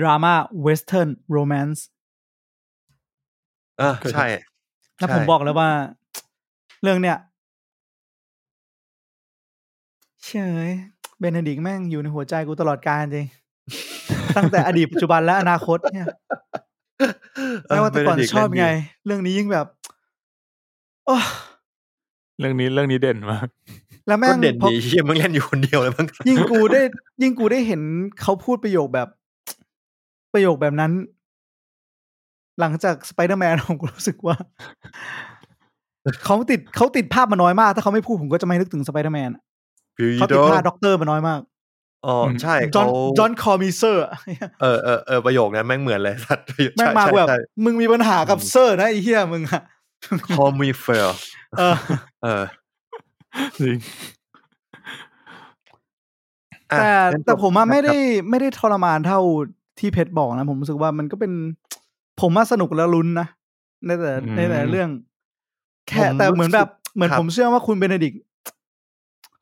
Speaker 4: ดราม่าเวสเทิร์นโรแมนส์
Speaker 3: อ่าใช่
Speaker 4: แล้ว
Speaker 3: ใช่
Speaker 4: ผมบอกแล้วว่า เรื่องเนี้ยเชยเบนเดดิกแม่งอยู่ในหัวใจกูตลอดกาลจริง ตั้งแต่อดีตปัจจุบันและอนาคตเนี่ยไม่ว่าแต่ก่อน
Speaker 3: เบดิก
Speaker 4: ชอบ
Speaker 3: เล่ดี
Speaker 4: ไง เรื่องนี้ยิ่งแบบโอ้
Speaker 2: เรื่องนี้เรื่องนี้เด่นมาก
Speaker 4: แล้วแม่
Speaker 3: ก็
Speaker 4: ง
Speaker 3: เด่น
Speaker 4: พอ
Speaker 3: ดีเหี้ยมึงเล่นอยู่คนเดียวเลยมึ ง
Speaker 4: ยิ่งกูได้ ยิ่งกูได้เห็นเขาพูดประโยคแบบ ประโยคแบบนั้น หลังจากสไปเดอร์แมน ผมก็รู้สึก ว่า เขาติดเขาติดภาพมาน้อยมาก ถ้าเขาไม่พูดผมก็จะไม่นึกถึงสไปเดอร์แมนอะเขาติดภาพด็อกเตอร์มาน้อยมาก
Speaker 3: อ๋อใช่
Speaker 4: จอ
Speaker 3: เขา
Speaker 4: ห์นจอห์นคอมิเซอร์
Speaker 3: เออเออเออประโยคนั้นแม่งเหมือนเลย สัตว์
Speaker 4: แม่งมา
Speaker 3: ใช่
Speaker 4: แบบ
Speaker 3: ใช่
Speaker 4: มึงมีปัญหากับเซอร์นะไอ้เหี้ยมึงอะ
Speaker 3: ใช่ call me fair
Speaker 4: เออ
Speaker 3: เออ
Speaker 2: จริง
Speaker 3: อ่ะ
Speaker 4: แต่
Speaker 3: งั้น
Speaker 4: แต่
Speaker 3: จบ
Speaker 4: ผมอะไม่
Speaker 3: ค
Speaker 4: ได้
Speaker 3: รับ
Speaker 4: ไม่ได้ทรมานเท่าที่เพชรบอกนะ ผมรู้สึกว่ามันก็เป็น ผมว่าสนุกและลุ้นนะในแต่
Speaker 2: อืม
Speaker 4: ในแต่เรื่อง แค่แต่เหมือนแบบเหมือนผมเชื่อว่าคุณเบเนดิกต์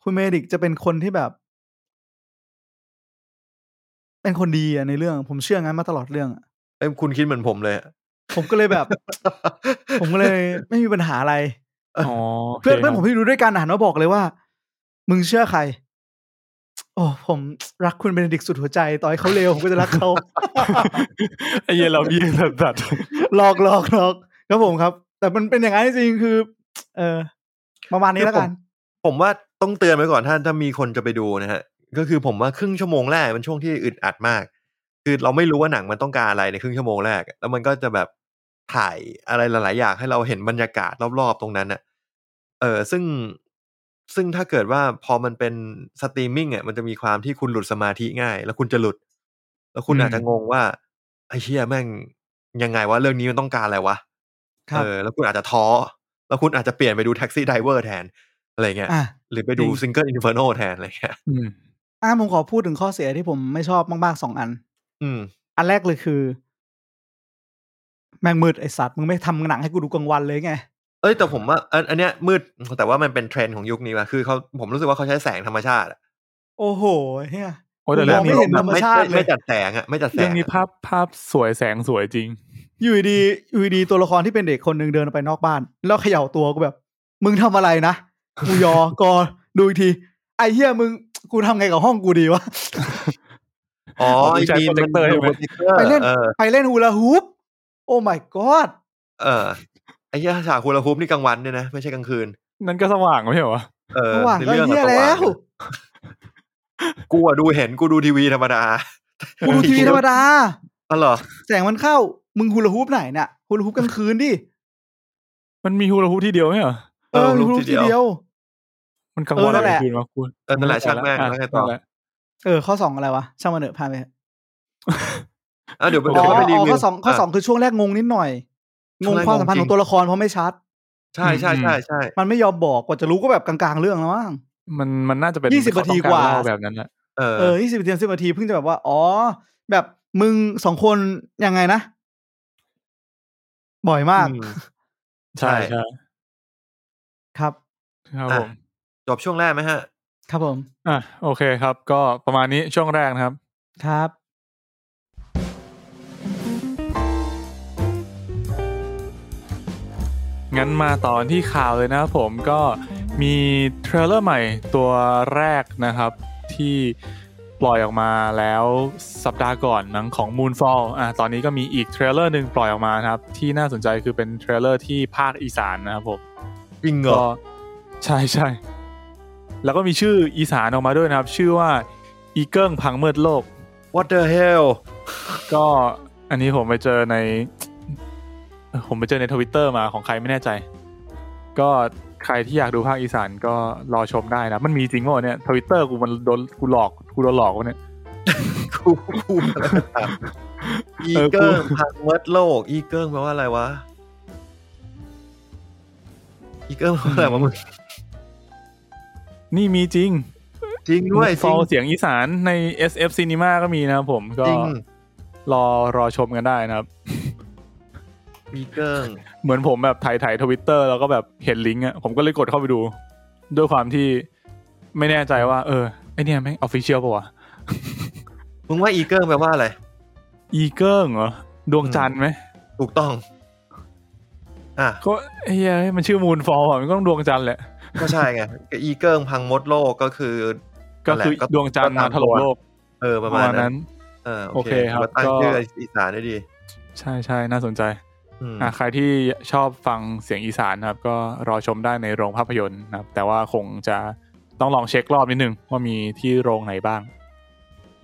Speaker 4: คุณเบเนดิกต์จะเป็นคนที่แบบ เป็นคนดีอะในเรื่อง ผมเชื่องั้นมาตลอดเรื่องอะ
Speaker 3: เอ้ยคุณคิดเหมือนผมเลยอะ
Speaker 4: ผมก็เลยแบบ ผมก็เลยไม่มีปัญหาอะไร
Speaker 2: อ๋อโค
Speaker 4: เพื่อนเพื่อน
Speaker 2: ค
Speaker 4: ผ
Speaker 2: รับ
Speaker 4: มที่ดูด้วยกันหันมาบอกเลยว่า มึงเชื่อใคร โอ้ผมรักคุณเบนเดิกต์สุดหัวใจ ต่อให้เขาเลวผมก็จะรักเขา
Speaker 2: ไอ้เหี้ยเราเบี้ยสัตว์สัตว์
Speaker 4: หลอกหลอกหลอกครับผมครับ แต่มันเป็นอย่างนั้นจริงๆคือ เออประมาณนี้แล้วกัน
Speaker 3: ผมว่าต้องเตือนไว้ก่อนถ้าถ้ามีคนจะไปดูนะฮะ ก็คือผมว่าครึ่งชั่วโมงแรกมันช่วงที่อึดอัดมาก คือเราไม่รู้ว่าหนังมันต้องการอะไรในครึ่งชั่วโมงแรก แล้วมันก็จะแบบถ่ายอะไรหลาย ๆ อย่างให้เราเห็นบรรยากาศรอบ ๆ ตรงนั้นอะเออซึ่งซึ่งถ้าเกิดว่าพอมันเป็นสตรีมมิ่งอะมันจะมีความที่คุณหลุดสมาธิง่าย แล้วคุณจะหลุด แล้วคุณอาจจะงงว่าไอ้เชี่ยแม่งยังไงว่าเรื่องนี้มันต้องการอะไรวะ
Speaker 4: ครับ
Speaker 3: เออ แล้วคุณอาจจะท้อ แล้วคุณอาจจะเปลี่ยนไปดูแท็กซี่ไดเวอร์แทนอะไรเงี้ย
Speaker 4: อ่ะ
Speaker 3: หรือไปดู
Speaker 4: จริง
Speaker 3: ซิงเกิลอินเฟอร์โนแทนอะไรเงี้ย
Speaker 2: อืม
Speaker 4: อ่ะผมขอพูดถึงข้อเสียที่ผมไม่ชอบมากๆสองอัน
Speaker 3: อืม
Speaker 4: อันแรกเลยคือ แมงมืดไอสัตว์มึงไม่ทำหนังให้กูดูกลางวันเลยไง
Speaker 3: เอ้ยแต่ผมว่าอันอันเนี้ยมืดแต่ว่ามันเป็นเทรนด์ของยุคนี้ว่ะคือเขาผมรู้สึกว่าเขาใช้แสงธรรมชาติอะ
Speaker 4: โอ้โหเฮีย
Speaker 2: โอ้แต่
Speaker 4: ม
Speaker 2: เรื่
Speaker 4: อ
Speaker 2: อง ง
Speaker 4: ไม่
Speaker 2: นี้
Speaker 4: เห็นธรรมชาติ
Speaker 3: ไไม่
Speaker 4: เลย
Speaker 3: จัดแสงอะไม่จัดแส
Speaker 2: เรื่อง งนี้ภาพภาพสวยแสงสวยจริง
Speaker 4: อยู่ดีอยู่ดีตัวละครที่เป็นเด็กคนหนึ่งเดินออกไปนอกบ้าน แล้วเขย่าตัวกูแบบ มึงทำอะไรนะกูยอกอดูอีกที ไอ้เหี้ยมึงกูทำไงกับห้องกูดีวะ
Speaker 3: อ๋อ
Speaker 2: อ๋อ
Speaker 3: ไอ้
Speaker 2: ใช้
Speaker 3: มีมัน
Speaker 2: projector ใช่ไหม
Speaker 3: projector
Speaker 4: ไปเล่น
Speaker 3: เออ
Speaker 4: ไปเล่นฮูลาฮูปโอ้ my god
Speaker 3: เออไอ้เหี้ยฉากคูลาคูปนี่กลางวันด้วยนะ ไม่ใช่กลางคืน
Speaker 2: นั่นก็สว่างไม่ใช่เหรอวะ
Speaker 3: เออ
Speaker 4: ระหว่าง
Speaker 3: ใน
Speaker 4: ก็
Speaker 3: เรื่อง
Speaker 4: เหี้ย
Speaker 3: อะส
Speaker 4: แล้ว
Speaker 3: างอะกูอะดูเห็นกูดูทีวีธรรมดา
Speaker 4: กูดูทีวีธรรมดา
Speaker 3: อ๋อเหรอ
Speaker 4: แสงมันเข้า มึงฮูลาฮูปไหนเนี่ยฮูลาฮูปกลางคืนดิ
Speaker 2: มันมีฮูลาฮูปที่เดียวไหมเหรอ
Speaker 4: เออฮูลาฮูปทีเดียว
Speaker 2: มันกลางวัน
Speaker 4: เออนั่
Speaker 2: ก
Speaker 4: นแหละ
Speaker 2: ลางคืนมาคุณ
Speaker 3: เออนั่นแหละช่างแม่งแล้วไงต่อ
Speaker 2: นั่นแหละ
Speaker 4: เออข้อสองอะไรวะช่างมันเถอะพานไปเถอะ
Speaker 3: อ่ะเดี๋ยวไป
Speaker 4: อ๋
Speaker 3: เดี๋ยวไปรี
Speaker 4: ออ๋อ
Speaker 3: วิว
Speaker 4: ข้อสองข้อสองคือช่วงแรกงงนิดหน่อย งงความสัมพันธ์ของตัวละครเพราะไม่ชัด
Speaker 3: ใช่ใช่ใช่ใช่
Speaker 4: มันไม่ยอมบอกกว่าจะรู้ก็แบบกลางๆเรื่องแล้วมั้ง
Speaker 2: มันมันน่าจะเป็น
Speaker 4: 20
Speaker 2: ข้อต้อ
Speaker 4: นาที
Speaker 2: งร
Speaker 4: กว่า
Speaker 2: เล่แบบนั้นแหละ
Speaker 3: เออ
Speaker 4: เออยี่สิบนาทีสิบนาทีเพิ่งจะแบบว่า อ๋อ แบบมึงสองคนยังไงนะ บ่อยมาก
Speaker 3: อืม ใช่
Speaker 2: ใช่ใช่
Speaker 4: ครับ
Speaker 2: ครับผม
Speaker 3: จบช่วงแรกไหมฮะ
Speaker 4: ครับผม
Speaker 2: อ่ะโอเคครับ ก็ประมาณนี้ช่วงแรกนะครับ
Speaker 4: ครับ
Speaker 2: งั้นมาต่อที่ข่าวเลยนะครับผมก็มีเทรลเลอร์ใหม่ตัวแรกนะครับ ที่ปล่อยออกมาแล้วสัปดาห์ก่อนหนังของ Moonfall อ่ะตอนนี้ก็มีอีกเทรลเลอร์หนึ่งปล่อยออกมานะครับ ที่น่าสนใจคือเป็นเทรลเลอร์ที่ภาคอีสานนะครับผม
Speaker 3: จริงเหรอ
Speaker 2: ก็ใช่ใช่แล้วก็มีชื่ออีสานออกมาด้วยนะครับ ชื่อว่าอีเกิ้งพังเมืดโลก
Speaker 3: what the hell
Speaker 2: ก็อันนี้ผมไปเจอใน ผมไปเจอในทวิตเตอร์มาของใครไม่แน่ใจ ก็ใครที่อยากดูภาคอีสานก็รอชมได้นะ มันมีจริงเปล่าเนี่ยทวิตเตอร์กูมันโดนกูหลอกกูโดนหลอกวะเนี่ย
Speaker 3: กูกูอะไรต่างอี
Speaker 2: เออกู
Speaker 3: เกิ้งพังเวิร์ดโลก อีเกิ้งแปลว่าอะไรวะ อีเกิ้งแปลว่าอะไรวะมึง
Speaker 2: นี่มีจริง
Speaker 3: จริงด้วยจ
Speaker 2: ฟอ
Speaker 3: ริง
Speaker 2: ลเสียงอีสานใน SF Cinema ก็มีนะครับผมก็
Speaker 3: จริง
Speaker 2: รอรอชมกันได้นะครับ
Speaker 3: อีเกิ้ง
Speaker 2: เหมือนผมแบบถ่ายถ่ายทวิตเตอร์แล้วก็แบบเห็นลิงก์อ่ะผมก็เลยกดเข้าไปดู ด้วยความที่ไม่แน่ใจว่า เออไอเนี่ยแม่งออฟฟิเชียลปะวะ
Speaker 3: มึงว่าอีเกิ้งแปลว่าอะไร
Speaker 2: อีเกิ้งเหรอ ดวงจันทร์ไหม
Speaker 3: ถูกต้อง อ่ะ
Speaker 2: ก็ไอ้เหี้ยมันชื่อมูนฟอลอ่ะมันก็ต้องดวงจันทร์แหละ
Speaker 3: ก็ใช่ไงก็อีเกิ้งพังมดโลกก็คือ
Speaker 2: ก็คื
Speaker 3: นั่
Speaker 2: อ
Speaker 3: นแหละก็
Speaker 2: ดวงจันทร์มาถล่ม
Speaker 3: ก็ตามตัว
Speaker 2: โลก
Speaker 3: เออ
Speaker 2: ป
Speaker 3: ประระ
Speaker 2: มา
Speaker 3: มาณ
Speaker 2: ณนั้
Speaker 3: นั้น นเออ
Speaker 2: โอ
Speaker 3: โอ
Speaker 2: เค
Speaker 3: เค
Speaker 2: ครับ
Speaker 3: มาตั้ง
Speaker 2: ก็
Speaker 3: ชื่ออีสานได้ดี
Speaker 2: ใช่ใช่น่าสนใจ
Speaker 3: อืม
Speaker 2: อ่ะใครที่ชอบฟังเสียงอีสานนะครับ ก็รอชมได้ในโรงภาพยนตร์นะครับ แต่ว่าคงจะต้องลองเช็ครอบนิดนึงว่ามีที่โรงไหนบ้าง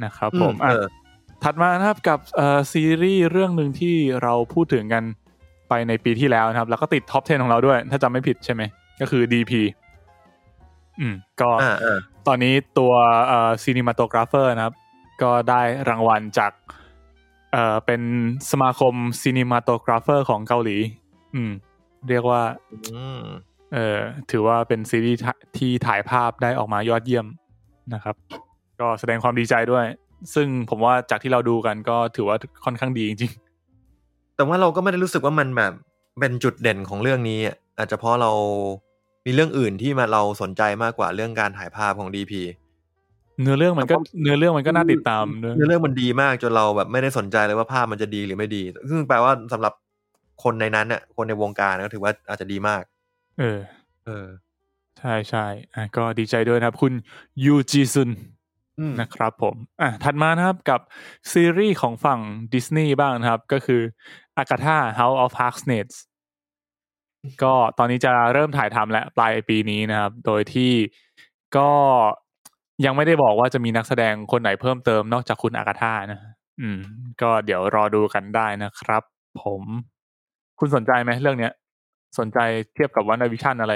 Speaker 2: นะครับผมอ่ะ
Speaker 3: เออ
Speaker 2: ถัดมานะครับกับเอ่อซีรีส์เรื่องหนึ่งที่เราพูดถึงกันไปในปีที่แล้วนะครับ แล้วก็ติดท็อป 10 ของเราด้วย ถ้าจำไม่ผิดใช่ไหม ก็คือ DP อืมก็
Speaker 3: อ่าอ่า
Speaker 2: ตอนนี้ตัวเอ่อซีนิมาโตกราฟเฟอร์นะครับ ก็ได้รางวัลจากเอ่อเป็นสมาคมซีนิมาโตกราฟเฟอร์ของเกาหลี อืม เรียกว่า
Speaker 3: อืม
Speaker 2: เอ่อถือว่าเป็นซีรีส์ทะที่ถ่ายภาพได้ออกมายอดเยี่ยมนะครับ ก็แสดงความดีใจด้วย ซึ่งผมว่าจากที่เราดูกันก็ถือว่าค่อนข้างดีจริง
Speaker 3: แต่ว่าเราก็ไม่ได้รู้สึกว่ามันแบบเป็นจุดเด่นของเรื่องนี้อ่ะอาจจะเพราะเรามีเรื่องอื่นที่มาเราสนใจมากกว่าเรื่องการถ่ายภาพของดีพี
Speaker 2: ๆ เนื้อเรื่องมันก็เนื้อเรื่องมันก็น่าติดตามด้วย
Speaker 3: เรื่องมันดีมากจนเราแบบไม่ได้สนใจเลยว่าภาพมันจะดีหรือไม่ดีซึ่งแปลว่าสำหรับคนในนั้นเนี่ยคนในวงการก็ถือว่าอาจจะดีมาก
Speaker 2: เออ
Speaker 3: เออ
Speaker 2: ใช่ใช่อ่ะก็ดีใจด้วยนะครับ คุณยูจีซุน
Speaker 3: อืม
Speaker 2: นะครับผมอ่ะถัดมานะครับกับซีรีส์ของฝั่งดิสนีย์บ้างนะครับ ก็คือ a g a t h a House of Harkness ก็ตอนนี้จะเริ่มถ่ายทำและปลายปีนี้นะครับ โดยที่ก็ยังไม่ได้บอกว่าจะมีนักแสดงคนไหนเพิ่มเติมนอกจากคุณอากาธานะ อืม ก็เดี๋ยวรอดูกันได้นะครับ ผม คุณสนใจไหมเรื่องเนี้ย สนใจเทียบกับวันวิชั่นอะไร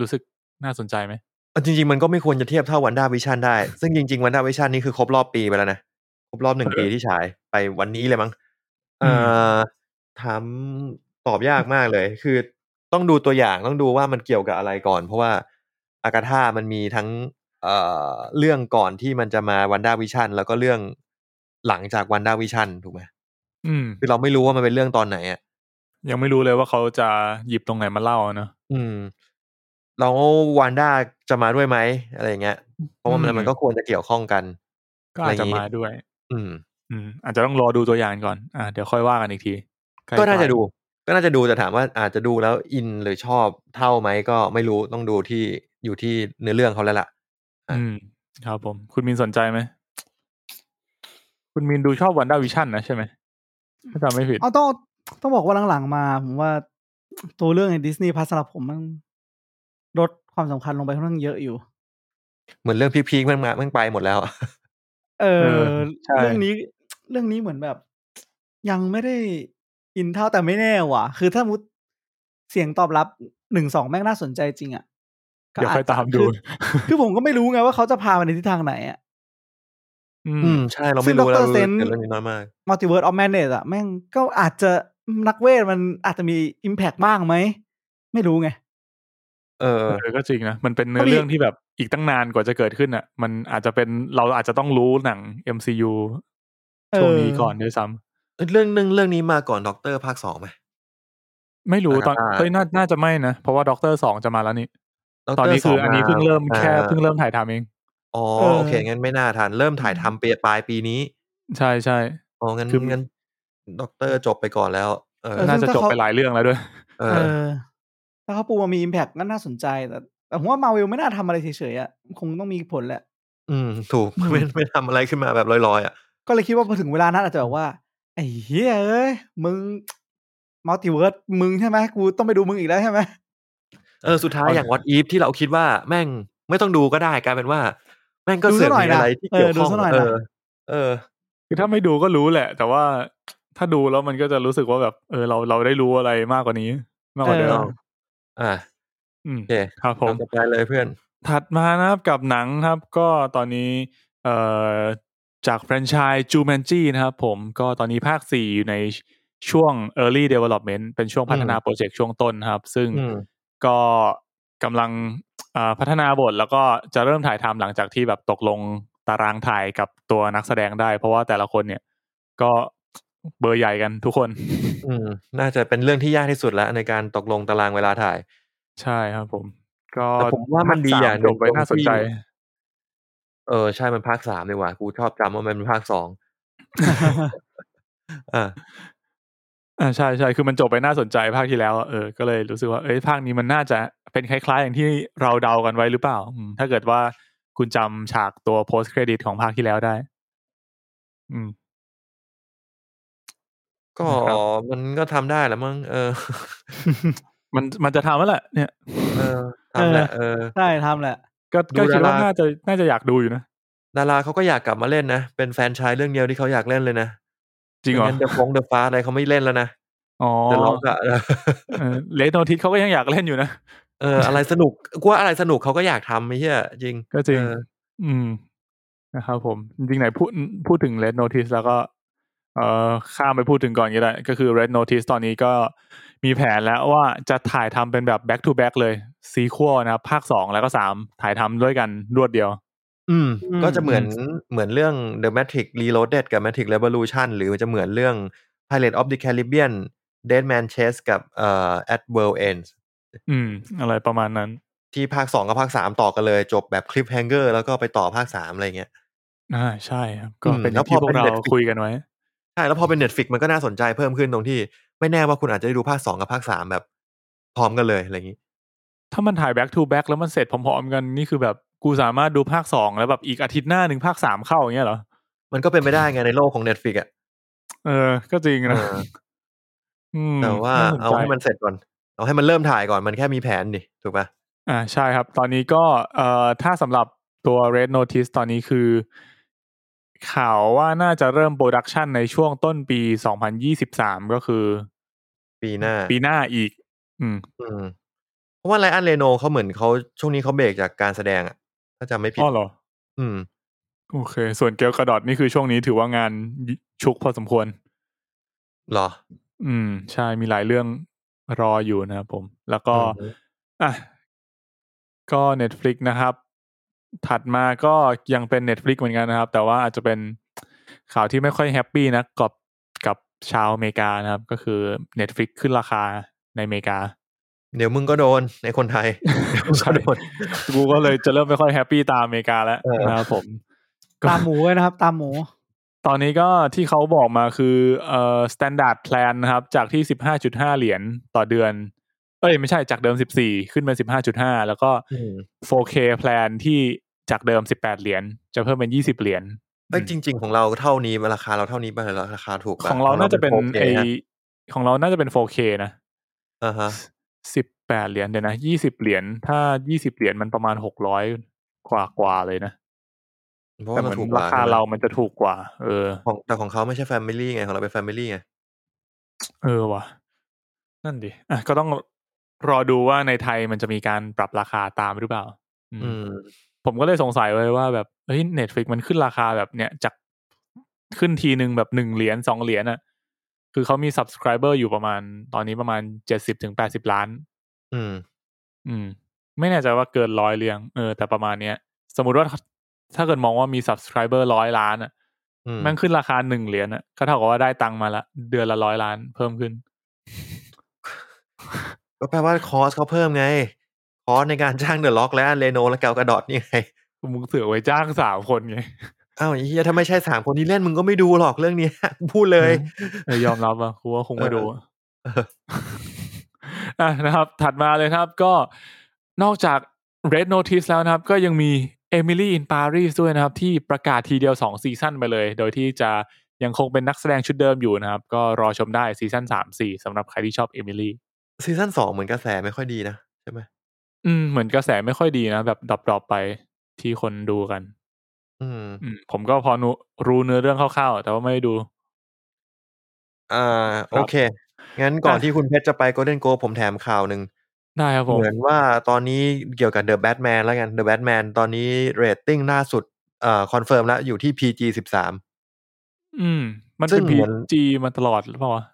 Speaker 2: รู้สึกน่าสนใจไหม
Speaker 3: เอาจริงๆ มันก็ไม่ควรจะเทียบเท่าวันด้าวิชันได้ ซึ่งจริงๆ วันด้าวิชันนี่คือครบรอบปีไปแล้วนะ ครบรอบหนึ่งปีที่ฉายไปวันนี้เลยมั้งเอ่อถามตอบยากมากเลย คือต้องดูตัวอย่างต้องดูว่ามันเกี่ยวกับอะไรก่อน เพราะว่าอากาธามันมีทั้งเอ่อเรื่องก่อนที่มันจะมาวันด้าวิชันแล้วก็เรื่องหลังจากวันด้าวิชันถูกไหม
Speaker 2: อืม
Speaker 3: คือเราไม่รู้ว่ามันเป็นเรื่องตอนไหนอ่ะ
Speaker 2: ยังไม่รู้เลยว่าเขาจะหยิบตรงไหนมาเล่าเนอะ
Speaker 3: อืมแล้ววานด้าจะมาด้วยไหมอะไรอย่างเงี้ย เพราะว่ามั
Speaker 2: อื
Speaker 3: น
Speaker 2: ม
Speaker 3: มันก็ควรจะเกี่ยวข้องกัน
Speaker 2: ก็อาจจะมาด้วย
Speaker 3: อืม
Speaker 2: อืม อาจจะต้องรอดูตัวอย่างก่อน อ่าเดี๋ยวค่อยว่ากันอีกทีใกล้
Speaker 3: ก็น่าจะ
Speaker 2: ปลย
Speaker 3: ดู ก็น่าจะดูแต่ถามว่าอาจจะดูแล้วอินหรือชอบเท่าไหมก็ไม่รู้ต้องดูที่อยู่ที่เนื้อเรื่องเขาแล้วล่ะ
Speaker 2: อืม ครับผม คุณมินสนใจไหม คุณมินดูชอบวันด้าวิชั่นนะใช่ไหมถ้าจำไม่ผิด
Speaker 4: เอาต้องต้องบอกว่าหลังๆมา ผมว่าตัวเรื่องในดิสนีย์พาสำหรับผมมันลดความสำคัญลงไปค่อนข้างเยอะอยู่
Speaker 3: เหมือนเรื่องพีคๆมันมามันไปหมดแล้ว
Speaker 4: เอ
Speaker 2: เอ
Speaker 4: อ
Speaker 2: อใช่
Speaker 4: เรื่องนี้เรื่องนี้เหมือนแบบ ยังไม่ได้อินเท่าแต่ไม่แน่ว่ะ คือถ้ามุดเสียงตอบรับหนึ่งสองแม่งน่าสนใจจริงอ่ะก็
Speaker 2: เดี๋ยว
Speaker 4: จ
Speaker 2: ค่อยตามดู
Speaker 4: คือคือผมก็ไม่รู้ไงว่าเขาจะพาไปในทิศทางไหนอ่ะ
Speaker 2: อื
Speaker 3: อืม
Speaker 2: ม
Speaker 3: ใช่เราไม่
Speaker 4: ซึ่ง
Speaker 3: รู้แล้ว
Speaker 4: ดรเซน
Speaker 3: เกี่ยวเรื่องนี้น้อยมาก
Speaker 4: มัลติเวิร์สออฟแมนเนตอะแม่งก็อาจจะนักเวทมันอาจจะมีอิมแพกบ้างไหม ไม่รู้ไง
Speaker 3: เออ
Speaker 2: เออก็จริงนะ มันเป็นเนื้
Speaker 4: ก็
Speaker 2: อ
Speaker 4: มี
Speaker 2: เรื่องที่แบบอีกตั้งนานกว่าจะเกิดขึ้นอ่ะ มันอาจจะเป็นเราอาจจะต้องรู้หนัง MCU ช่วงนี้ก่อนด้วยซ้ำ
Speaker 3: เรื่องหนึงเรื่องนี้มาก่อนด็อกเตอร์ภาคสองไหม
Speaker 2: ไม่รู้ตอน
Speaker 3: Agatha
Speaker 2: เอ้ยน่าน่าจะไม่นะ เพราะว่าด็อกเตอร์สองจะมาแล้วนี่
Speaker 3: Doctor
Speaker 2: ตอนนี้คืออันนี้
Speaker 3: สมา
Speaker 2: เพิ่งเริ่มแค่
Speaker 3: อ่า
Speaker 2: เพิ่งเริ่มถ่ายทำเอง
Speaker 3: อ๋อ
Speaker 4: เออ
Speaker 3: โอเคงั้นไม่น่าทัน เริ่มถ่ายทำปีปลายปีนี้
Speaker 2: ใช่ใช่
Speaker 3: อ๋องั้น
Speaker 2: คือ
Speaker 3: งั้นด็อกเตอร์จบไปก่อนแล้ว เออ
Speaker 4: เออ
Speaker 2: น่าจะจบไปหลายเรื่องแล้วด้วย
Speaker 3: เอ
Speaker 4: เอ
Speaker 3: อ
Speaker 4: อ ถ้าเขาปูมามีอิมแพกก็น่าสนใจ แต่แต่ผมว่ามาวิลไม่น่าทำอะไรเฉยๆอ่ะคงต้องมีผลแหละ
Speaker 3: อืมถูก
Speaker 4: อืม
Speaker 3: ไม่ไม่ทำอะไรขึ้นมาแบบลอยๆอ่ะ
Speaker 4: ก็เลยคิดว่าพอถึงเวลานั้นอาจจะแบบว่า ไอ้เฮ้ยเอ้ย มึงมัลติเวิร์สมึงใช่ไหมกูต้องไปดูมึงอีกแล้วใช่ไหม
Speaker 3: เออสุดท้าย
Speaker 2: เอา
Speaker 3: อย่างวัดอีฟที่เราคิดว่าแม่งไม่ต้องดูก็ได้กลายเป็นว่า แม่งก็
Speaker 4: ดู
Speaker 3: เสือก
Speaker 4: ซะหน่อย
Speaker 3: มี
Speaker 4: นะ
Speaker 3: อะไรที่
Speaker 4: เอ
Speaker 3: เกี่ย
Speaker 4: อ
Speaker 3: ว
Speaker 4: ดู
Speaker 3: ข้อง
Speaker 4: ซะหน่อย
Speaker 3: เอ
Speaker 4: นะ
Speaker 3: อ เออ
Speaker 2: คือถ้าไม่ดูก็รู้แหละ แต่ว่าถ้าดูแล้วมันก็จะรู้สึกว่าแบบเออเราเราได้รู้อะไรมากกว่านี้ มากกว่าเดิม
Speaker 3: เออ อ่ะ
Speaker 2: อืม
Speaker 3: โอเค
Speaker 2: ครับผม
Speaker 3: เราจะไปเลยเพื่อน
Speaker 2: ถัดมานะครับกับหนังครับก็ตอนนี้เอ่อจากแฟรนไชส์จูแมนจีนะครับผมก็ตอนนี้ภาค 4 อยู่ในช่วง Early Development เป็นช่วงพัฒนาโปรเจกต์ช่วงต้นครับ ซึ่ง
Speaker 3: อืม
Speaker 2: ก็กำลังเอ่อพัฒนาบทแล้วก็จะเริ่มถ่ายทำหลังจากที่แบบตกลงตารางถ่ายกับตัวนักแสดงได้ เพราะว่าแต่ละคนเนี่ยก็เบอร์ใหญ่กันทุกคน
Speaker 3: อืมน่าจะเป็นเรื่องที่ยากที่สุดแล้วในการตกลงตารางเวลาถ่าย
Speaker 2: ใช่ครับผม ก็
Speaker 3: แต่ผมว่ามันดีอย่างหนึ่
Speaker 2: จ
Speaker 3: ง
Speaker 2: บไว้น่าสนใจ
Speaker 3: ตรงที่ เออใช่มันภาคสามดีกว่ากูชอบจำว่ามันเป็นภาคสอง อ่า
Speaker 2: อ่าใช่ใช่คือมันจบไปน่าสนใจภาคที่แล้วอะเออก็เลยรู้สึกว่าเอ้ยภาคนี้มันน่าจะเป็นคล้าย ๆ อย่างที่เราเดากันไว้หรือเปล่าอืมถ้าเกิดว่าคุณจำฉากตัว post credit ของภาคที่แล้วได้ อืม
Speaker 3: ก็
Speaker 2: นะครับ
Speaker 3: มันก็ทำได้แหล้วมั้งเออ
Speaker 2: มันมันจะทำแล้วแหละเนี่ย
Speaker 3: เออทำแหละเออ
Speaker 4: ใช่ทำแหละ
Speaker 2: ก็
Speaker 3: ดู
Speaker 2: ก็คิดว่า
Speaker 3: ดารา
Speaker 2: น่าจะน่าจะอยากดูอยู่นะ
Speaker 3: ดาราเขาก็อยากกลับมาเล่นนะ เป็นแฟรนไชายเรื่องเดียวที่เขาอยากเล่นเลยนะ
Speaker 2: จริงเหรอ
Speaker 3: เดอะฟงเดอะฟ้าอะไรเขาไม่เล่นแล้วนะ
Speaker 2: อ๋อ
Speaker 3: แต่เราก็เออ
Speaker 2: เลดโนทิสเขาก็ยังอยากเล่นอยู่นะ
Speaker 3: เอออะไรสนุกกูว่าอะไรสนุกเขาก็อยากทำไม่ใช่จริง
Speaker 2: ก็จริง
Speaker 3: เออ
Speaker 2: อืมนะครับผม จริงๆไหนพูดพูดถึง Red Notice แล้วก็ เอ่อข้ามไปพูดถึงก่อนก็ได้ ก็คือ Red Notice ตอนนี้ก็มีแผนแล้วว่าจะถ่ายทำเป็นแบบ back to back เลยซีคว l นะครับ ภาคสองแล้วก็สามถ่ายทำด้วยกันรวดเดียว
Speaker 3: อืม
Speaker 4: อืม
Speaker 3: ก็จะเหมือนเหมือนเรื่อง The Matrix Reloaded กับ Matrix Revolution หรือมันจะเหมือนเรื่อง Pirate of the Caribbean Dead Man Chase กับเอ่อ At World Ends
Speaker 2: อืม อะไรประมาณนั้น
Speaker 3: ที่ภาคสองกับภาคสามต่อกันเลย จบแบบคลิปแฮงเกอร์แล้วก็ไปต่อภาคสามอะไรเงี้ย
Speaker 2: อ่าใช่ครับ ก็
Speaker 3: อืม
Speaker 2: เป็นอ
Speaker 3: แล้
Speaker 2: ย่าว ง
Speaker 3: พ
Speaker 2: ที่
Speaker 3: อ
Speaker 2: พว
Speaker 3: เป็
Speaker 2: ก
Speaker 3: น
Speaker 2: เรา
Speaker 3: Netflix
Speaker 2: คุยกันไว้
Speaker 3: ใช่แล้วพอเป็น Netflix มันก็น่าสนใจเพิ่มขึ้นตรงที่ ไม่แน่ว่าคุณอาจจะได้ดูภาคสองกับภาคสามแบบ พร้อมกันเลยอะไรอย่างนี้
Speaker 2: ถ้ามันถ่าย back to back แล้วมันเสร็จพร้อมๆกันนี่คือแบบกูสามารถดูภาคสองแล้วแบบอีกอาทิตย์หน้าหนึ่งภาคสามเข้าอย่างเงี้ยเหรอ
Speaker 3: มันก็เป็นไม่ได้ไงในโลกของ Netflix อ่ะ
Speaker 2: เออ ก็จริงนะ
Speaker 3: เออ
Speaker 2: อืม
Speaker 3: แต่ว่า
Speaker 2: น่สใจ
Speaker 3: เอาให้มันเสร็จก่อน เอาให้มันเริ่มถ่ายก่อนมันแค่มีแผนดิถูกปะ
Speaker 2: อ่าใช่ครับ ตอนนี้ก็เอ่อถ้าสำหรับตัว Red Notice ตอนนี้คือ ข่าวว่าน่าจะเริ่มโปรดักชันในช่วงต้นปี 2023 ก็คือ
Speaker 3: ปีหน้า
Speaker 2: ปีหน้าอีก อืม
Speaker 3: อืมเพราะว่าไลอันเรโนเขาเหมือนเขาช่วงนี้เขาเบรกจากการแสดงอ่ะถ้าจำไม่ผิด
Speaker 2: อ๋อเหรอ
Speaker 3: อืม
Speaker 2: โอเค ส่วนเกลกระดอดนี่คือช่วงนี้ถือว่างานชุกพอสมควร
Speaker 3: เหรอ
Speaker 2: อืม ใช่มีหลายเรื่องรออยู่นะครับผม แล้วก็
Speaker 3: อืม
Speaker 2: อ่ะก็ Netflix นะครับ ถัดมาก็ยังเป็น Netflix เหมือนกันนะครับ แต่ว่าอาจจะเป็นข่าวที่ไม่ค่อยแฮปปี้นะกับกับชาวอเมริกานะครับ ก็คือ Netflix ขึ้นราคาในอเมริกา
Speaker 3: เดี๋ยวมึงก็โดนในคนไท ยเดี๋ยวมึงก็โดน
Speaker 2: กูก็เลยจะเริ่มไม่ค่อยแฮปปี้ตามอเมริกาแล้ว
Speaker 3: เออ
Speaker 2: นะครับผม ก็
Speaker 4: ตามหมูไว้นะครับ ตามหมู
Speaker 2: ตอนนี้ก็ที่เขาบอกมาคือเอ่อ standard plan นะครับ จากที่ 15.5 เหรียญต่อเดือน เอ้ย ไม่ใช่จากเดิม 14 ขึ้นเป็น 15.5 แล้วก็
Speaker 3: อืม
Speaker 2: 4K plan ที่จากเดิม 18 เหรียญจะเพิ่มเป็น 20 เหรียญ
Speaker 3: แต่จริง ๆ ของเราเท่านี้ราคาเราเท่านี้ไปะหรือราคาถูกป
Speaker 2: ของเราน่าจะเป็น
Speaker 3: ของร
Speaker 2: ไอ
Speaker 3: โคฮะ
Speaker 2: ของเราน่าจะเป็น 4K นะ
Speaker 3: อ่าฮะ
Speaker 2: 18 เหรียญเดี๋ยวนะ 20 เหรียญถ้า 20 เหรียญมันประมาณ 600 กว่ากว่าๆเลยนะ
Speaker 3: เพราะ
Speaker 2: แต่
Speaker 3: ว่า
Speaker 2: เห
Speaker 3: มัน
Speaker 2: มือน
Speaker 3: ถูกกว่า
Speaker 2: ราคา
Speaker 3: ใช่ไหม
Speaker 2: เรามันจะถูกกว่า เออ
Speaker 3: ของแต่ของเขาไม่ใช่แฟมิลี่ไง ของเราเป็นแฟมิลี่ไง
Speaker 2: เออว่ะนั่นดิอ่ะก็ต้องรอดูว่าในไทยมันจะมีการปรับราคาตามหรือเปล่า อืม
Speaker 3: อืม
Speaker 2: ผมก็เลยสงสัยไว้ว่าแบบเฮ้ยเน็ตฟิกมันขึ้นราคาแบบเนี้ยจากขึ้นทีหนึ่งแบบหนึ่งเหรียญสองเหรียญอะคือเขามี subscriber อยู่ประมาณ ตอนนี้ประมาณเจ็ดสิบถึงแปดสิบล้าน
Speaker 3: อืม
Speaker 2: อืม ไม่แน่ใจว่าเกินร้อยเรียงเออแต่ประมาณเนี้ย สมมติว่าถ้าเกิดมองว่ามี subscriber ร้อยล้านอะ
Speaker 3: อืม
Speaker 2: แมันขึ้นราคาหนึ่งเหรียญอะก็เท่ากับว่าได้ตังค์มาละเดือนละร้อยล้านเพิ่มขึ้น
Speaker 3: ก็แปลว่าคอสเขาเพิ่มไง คอสในการจ้างเดอะล็อกและเรโนและแกลกระดอดนี่ไง
Speaker 2: มึงเสือกไว้จ้างสามคนไง
Speaker 3: อ้าวไอ้เฮียถ้าไม่ใช่สามคนที่เล่นมึงก็ไม่ดูหรอกเรื่องเนี้ย กูพูดเลย
Speaker 2: เออยอมรับอ่ะกูว่าคงไม่ดูอะ
Speaker 3: เออ
Speaker 2: อ่ะนะครับ ถัดมาเลยนะครับก็นอกจาก Red Notice แล้วนะครับ ก็ยังมี Emily in Paris ด้วยนะครับ ที่ประกาศทีเดียว 2 ซีซั่นไปเลย โดยที่จะยังคงเป็นนักแสดงชุดเดิมอยู่นะครับ ก็รอชมได้ซีซั่น3 4สำหรับใครที่ชอบ Emily
Speaker 3: ซีซั่นสองเหมือนกระแสไม่ค่อยดีนะใช่ไหม
Speaker 2: อืมเหมือนกระแสไม่ค่อยดีนะ แบบดรอปๆไปที่คนดูกัน
Speaker 3: อืม
Speaker 2: อืมผมก็พอนุรู้เนื้อเรื่องคร่าวๆ แต่ว่าไม่ได้ดู
Speaker 3: อ่า โอเค งั้นก่อนที่คุณเพชรจะไป Golden Globe ผมแถมข่าวหนึ่ง
Speaker 2: ได้ครับผม
Speaker 3: เหมือนว่าตอนนี้เกี่ยวกับ The Batman แล้วกัน The Batman ตอนนี้เรตติ้งล่าสุดเอ่อคอนเฟิร์มแล้วอยู่ที่ PG สิบสาม
Speaker 2: อืม มัน
Speaker 3: ซึ่
Speaker 2: เป็น
Speaker 3: ง
Speaker 2: พี
Speaker 3: เหมือน
Speaker 2: จีมาตลอดหรือเปล่าวะ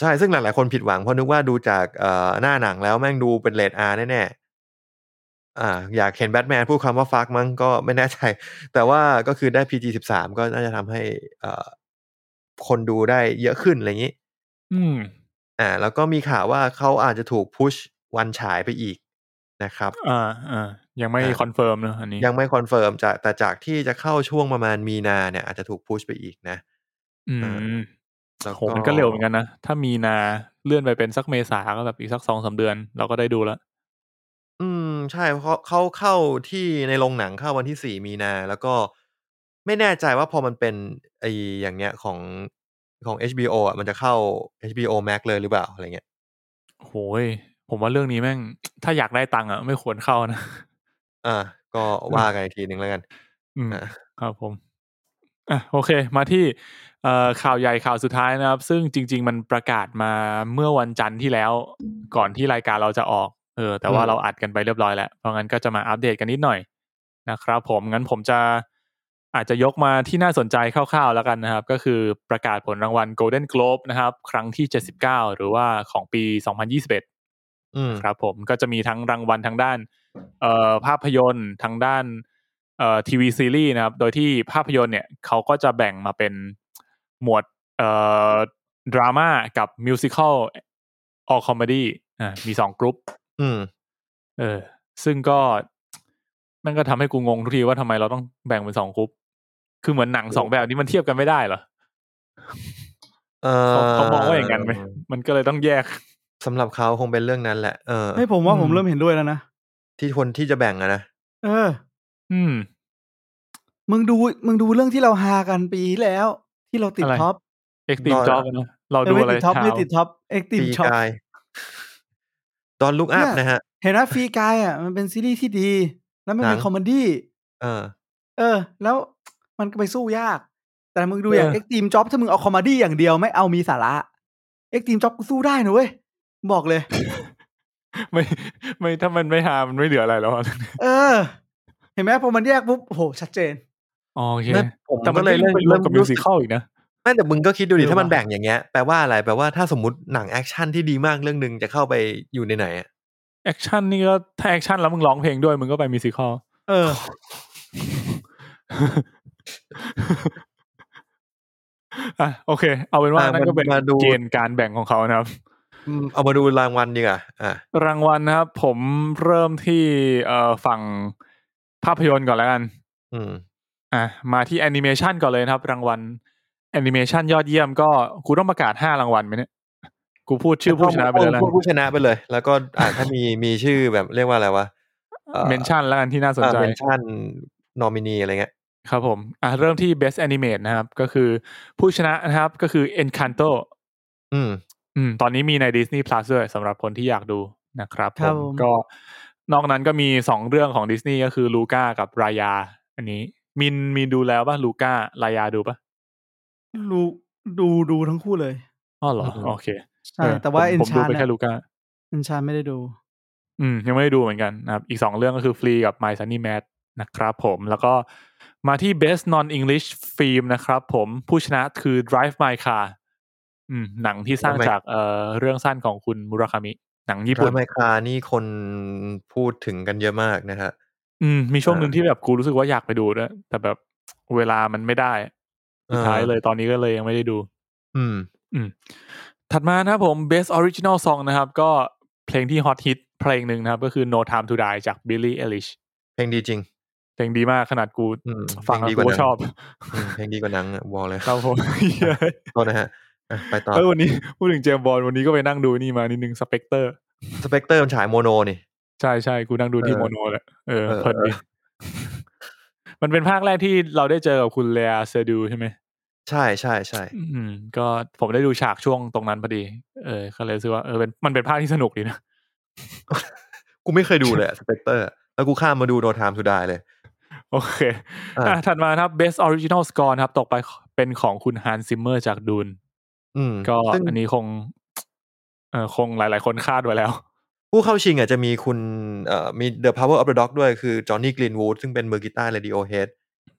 Speaker 3: ใช่ ซึ่งหลาย ๆ คนผิดหวังเพราะนึกว่าดูจากเอ่อหน้าหนังแล้วแม่งดูเป็นเรท R แน่ๆอ่า อยากเห็นแบทแมนพูดคำว่าฟักมั้งก็ไม่แน่ใจ แต่ว่าก็คือได้ PG สิบสามก็น่าจะทำให้เอ่อคนดูได้เยอะขึ้นอะไรอย่างนี้
Speaker 2: อืม
Speaker 3: อ่า แล้วก็มีข่าวว่าเขาอาจจะถูกพุชวันฉายไปอีกนะครับ
Speaker 2: อ่าอ่ายังไม่
Speaker 3: อ่า
Speaker 2: คอนเฟิร์มเนอะอันนี้
Speaker 3: ยังไม่คอนเฟิร์มจะแต่จากที่จะเข้าช่วงประมาณมีนาเนี่ยอาจจะถูกพุชไปอีกนะ
Speaker 2: อื
Speaker 3: เอ
Speaker 2: ม
Speaker 3: แล้ว
Speaker 2: โหมันก็เร็วเหมือนกันนะ ถ้ามีนาเลื่อนไปเป็นสักเมษาก็แบบอีกสักสองสามเดือน เราก็ได้ดูแล้ว
Speaker 3: อืมใช่เพราะเขาเข้าที่ในโรงหนังเข้าวันที่สี่มีนา แล้วก็ไม่แน่ใจว่าพอมันเป็นไออย่างเนี้ยของของ HBO อ่ะมันจะเข้า HBO Max เลยหรือเปล่าอะไรเงี้ย
Speaker 2: โหย ผมว่าเรื่องนี้แม่ง ถ้าอยากได้ตังค์อ่ะไม่ควรเข้านะ
Speaker 3: อ่า ก็ว่ากันอีกทีหนึ่งแล้วกัน
Speaker 2: อืม
Speaker 3: อ่ะ
Speaker 2: ครับผมอ่ะโอเค มาที่เอ่อข่าวใหญ่ข่าวสุดท้ายนะครับ ซึ่งจริง ๆ มันประกาศมาเมื่อวันจันทร์ที่แล้ว ก่อนที่รายการเราจะออกเออแต่ว่าเราอัดกันไปเรียบร้อยแล้ว เพราะงั้นก็จะมาอัปเดตกันนิดหน่อยนะครับผมงั้นผมจะอาจจะยกมาที่น่าสนใจคร่าวๆแล้วกันนะครับ ก็คือประกาศผลรางวัล Golden Globe นะครับ ครั้งที่ 79 หรือว่าของปี 2021
Speaker 3: อืม
Speaker 2: ครับผมก็จะมีทั้งรางวัลทางด้านเอ่อภาพยนตร์ทางด้านเอ่อทีวีซีรีส์นะครับ โดยที่ภาพยนตร์เนี่ยเขาก็จะแบ่งมาเป็นหมวดเอ่อดราม่ากับมิวสิควลออคอมเมดี้อ่ามีสองกรุ๊ป
Speaker 3: อืม
Speaker 2: เออซึ่งก็มันก็ทำให้กูงงทุกทีว่าทำไมเราต้องแบ่งเป็นสองกรุ๊ปคือเหมือนหนังสองแบบนี้มันเทียบกันไม่ได้เหรอ
Speaker 3: เออ
Speaker 2: เขาเขามองว่าอย่างนั้นไหมมันก็เลยต้องแยก
Speaker 3: สำหรับเขาคงเป็นเรื่องนั้นแหละเออ
Speaker 4: ไม่ผมว่าผม
Speaker 2: อืม
Speaker 4: เริ่มเห็นด้วยแล้วนะ
Speaker 3: ที่คนที่จะแบ่งอะนะ
Speaker 4: เออ
Speaker 2: อืม
Speaker 4: มึงดูมึงดูเรื่องที่เราฮากันปีที่แล้ว ที่เราติด
Speaker 2: อะไร
Speaker 4: ท็อป
Speaker 2: เอ็กซ์ตีมจ็อบนะเราดูอะไร
Speaker 4: ติดท็อป
Speaker 2: เช้า
Speaker 4: ไม่ติดท็อปเอ็กติม
Speaker 3: ปี
Speaker 4: ช็อป
Speaker 3: กายตอนลุกอัพ
Speaker 4: เนี่ย
Speaker 3: นะฮะ
Speaker 4: เห็นไหมฟรีกายอ่ะมันเป็นซีรีส์ที่ดี แล้วมันเป็น
Speaker 3: หนัง
Speaker 4: คอมเมดี้
Speaker 3: เออ
Speaker 4: เออ แล้วมันก็ไปสู้ยาก แต่มึงดูอย่าง
Speaker 2: เออ
Speaker 4: เอ็กติมจ็อบถ้ามึงเอาคอมเมดี้อย่างเดียวไม่เอามีสาระเอ็กติมจ็อบกูสู้ได้นะเว้ยบอกเลย
Speaker 2: ไม่ไม่ถ้ามันไม่หามันไม่เหลืออะไรแล้วอะ
Speaker 4: เออ เห็นไหมพอมันแยกปุ๊บโอ้โหชัดเจน
Speaker 2: โอเค
Speaker 3: ไม่ผม
Speaker 2: แต่มัน
Speaker 3: ก็เลย
Speaker 2: เริ่ม
Speaker 3: เริ่ม
Speaker 2: เริ่มกับ
Speaker 3: รู้
Speaker 2: มิว
Speaker 3: สึ
Speaker 2: สิ
Speaker 3: ก
Speaker 2: ควลอีกนะ
Speaker 3: ไม่แต่มึงก็คิดดูดิ
Speaker 2: เออ
Speaker 3: ถ้ามัน
Speaker 2: ว่ะ
Speaker 3: แบ่งอย่างเงี้ยแปลว่าอะไรแปลว่าถ้าสมมติหนังแอคชั่นที่ดีมากเรื่องหนึ่งจะเข้าไปอยู่ในไหนอะ
Speaker 2: แอคชั่นนี่ก็ถ้าแอคชั่นแล้วมึงร้องเพลงด้วยมึงก็ไปมิวสิควล
Speaker 4: เอ อ
Speaker 2: อ่ะโอเค เอาเป็นว่า
Speaker 3: อ่ะ
Speaker 2: นั่นก็เป็น
Speaker 3: มาดู
Speaker 2: เกณฑ์การแบ่งของเขานะครับ
Speaker 3: อืมเอามาดูรางวัลดีกว่าอ่ะ
Speaker 2: รางวัลนะครับ ผมเริ่มที่เอ่อฝั่งภาพยนตร์ก่อนแล้วกัน
Speaker 3: อืม
Speaker 2: อ่ะมาที่แอนิเมชันก่อนเลยนะครับ รางวัลแอนิเมชันยอดเยี่ยมก็กูต้องประกาศห้ารางวัลไหมเนี่ยกูพูดชื่อผู้ชนะไปแล้วนะ
Speaker 3: พูดผู้ชนะไปเลย แล้วก็ อ่าถ้ามีมีชื่อแบบเรียกว่าอะไรวะ
Speaker 2: เมนชั่นแล้วกันที่น่าสนใจ
Speaker 3: เมนชั่นนอมินีอะไรเงี้ย
Speaker 2: ครับผม อ่ะเริ่มที่ best animate นะครับ ก็คือผู้ชนะนะครับก็คือ Encanto
Speaker 3: อืม
Speaker 2: อืม ตอนนี้มีใน Disney Plus ด้วยสำหรับคนที่อยากดูนะครับผ
Speaker 4: ครับ
Speaker 2: ม
Speaker 4: ผม
Speaker 2: ก็นอกนั้นก็มีสองเรื่องของดิสนีย์ก็คือลูก้ากับรายา อันนี้ มินมีดูแล้วป่ะลูก้ารายาดูป่ะ
Speaker 4: ดูดูดูทั้งคู่เลย
Speaker 2: อ๋อเหรอ
Speaker 3: อืม
Speaker 2: โอเค
Speaker 4: ใช่
Speaker 2: เออ
Speaker 4: แต่ว่า
Speaker 2: ผม
Speaker 4: เอ็น
Speaker 2: ผมดู
Speaker 4: ชาน
Speaker 2: ไปแค่ลูก้า
Speaker 4: เอ็นชานไม่ได้ดู
Speaker 2: อืม ยังไม่ได้ดูเหมือนกันนะครับ อีกสองเรื่องก็คือฟรีกับ My Sunny Mad นะครับผมแล้วก็มาที่ best non English film นะครับผมผู้ชนะคือ Drive My Car อืม หนังที่สร้างจากเอ่อเรื่องสั้นของคุณมุราคามิ หนังญี่
Speaker 3: พ
Speaker 2: ปุ่น
Speaker 3: ระไมคานี่คนพูดถึงกันเยอะมากนะฮะ
Speaker 2: อืม มีช่วงหนึ่ง
Speaker 3: เออ
Speaker 2: ที่แบบกูรู้สึกว่าอยากไปดูด้วยแต่แบบเวลามันไม่ได้สุดท้ายเลยตอนนี้ก็เลยยังไม่ได้ดู
Speaker 3: อืม
Speaker 2: อืม ถัดมานะครับผม best original song นะครับ ก็เพลงที่ฮอตฮิตเพลงหนึ่งนะครับ ก็คือ No Time to Die จาก Billie Eilish
Speaker 3: เพลงดีจริง
Speaker 2: เพลงดีมากขนาดกู
Speaker 3: อืม
Speaker 2: ฟัง
Speaker 3: เพล
Speaker 2: แล้ว
Speaker 3: ดี
Speaker 2: กู
Speaker 3: ห
Speaker 2: ก็
Speaker 3: นั
Speaker 2: ชอบ
Speaker 3: อืมเพลงดีกว่าหนังอะบอกเลย
Speaker 2: ครับ ผมเหี้ย
Speaker 3: โทษนะฮะอ่ะไปต่อ
Speaker 2: เออวันนี้พูดถึงเจมส์บอลวันนี้ก็ไปนั่งดูนี่มานิดนึงสเปกเตอร์
Speaker 3: สเปกเตอร์มันฉายโมโนนี่
Speaker 2: ใช่ใช่กูนั่งดูที่
Speaker 3: เออ
Speaker 2: โมโนแหละเออ
Speaker 3: เออ
Speaker 2: เพลินดีมันเป็นภาคแรกที่เราได้เจอกับคุณเลอาเซดูใช่ไหม
Speaker 3: ใช่ใช่ใช่
Speaker 2: อืม ก็ผมได้ดูฉากช่วงตรงนั้นพอดี เออก็เลยรู้สึกว่าเออเป็นมันเป็นภาคที่สนุกดีนะ
Speaker 3: กูไม่เคยดูเลยสเปกเตอร์แล้วกูข้ามมาดูโนทามสุดาเลย
Speaker 2: โอเค
Speaker 3: อ่ะ
Speaker 2: อ่ะถัดมาครับ best original score นะครับ ตกไปเป็นของคุณฮันซิมเมอร์จากดูน
Speaker 3: อืม
Speaker 2: ก็
Speaker 3: ซึ่ง
Speaker 2: อันนี้คง เออคงหลาย ๆ คนคาดไว้แล้ว
Speaker 3: ผู้เข้าชิงอ่ะจะมีคุณเอ่อมี The Power of the Dog ด้วยคือจอห์นนี่กลีนวูดซึ่งเป็นมือกีตาร์ Radiohead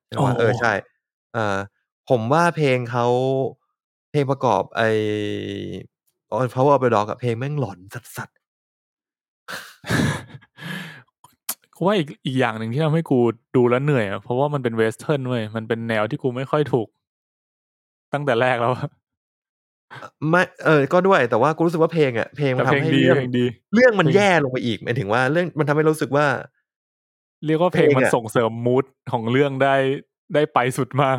Speaker 3: ใช่ไหมวะ
Speaker 2: โอ้
Speaker 3: เออใช่เอ่อผมว่าเพลงเขาเพลงประกอบไอ้ Power of the Dog อะเพลงแม่งหลอนสัสสัส
Speaker 2: กูว่าอีกอีกอย่างหนึ่งที่ทำให้กูดูแล้วเหนื่อยอะเพราะว่ามันเป็นเวสเทิร์นเว้ยมันเป็นแนวที่กูไม่ค่อยถูก ตั้งแต่แรกแล้วอะ
Speaker 3: ๆไม่เออก็ด้วยแต่ว่ากูรู้สึกว่าเพลงอ่ะเพลงมัน
Speaker 2: แต่เพลง
Speaker 3: ทำให้
Speaker 2: ดี
Speaker 3: เรื่อง
Speaker 2: เพลงดี
Speaker 3: เรื่องมัน
Speaker 2: จริง
Speaker 3: แย่ลงไปอีกหมายถึงว่าเรื่องมันทำให้รู้สึกว่า
Speaker 2: เรียกว่าเพลงมัน
Speaker 3: เพลงอะ
Speaker 2: ส่งเสริมมูดของเรื่องได้ได้ไปสุดมาก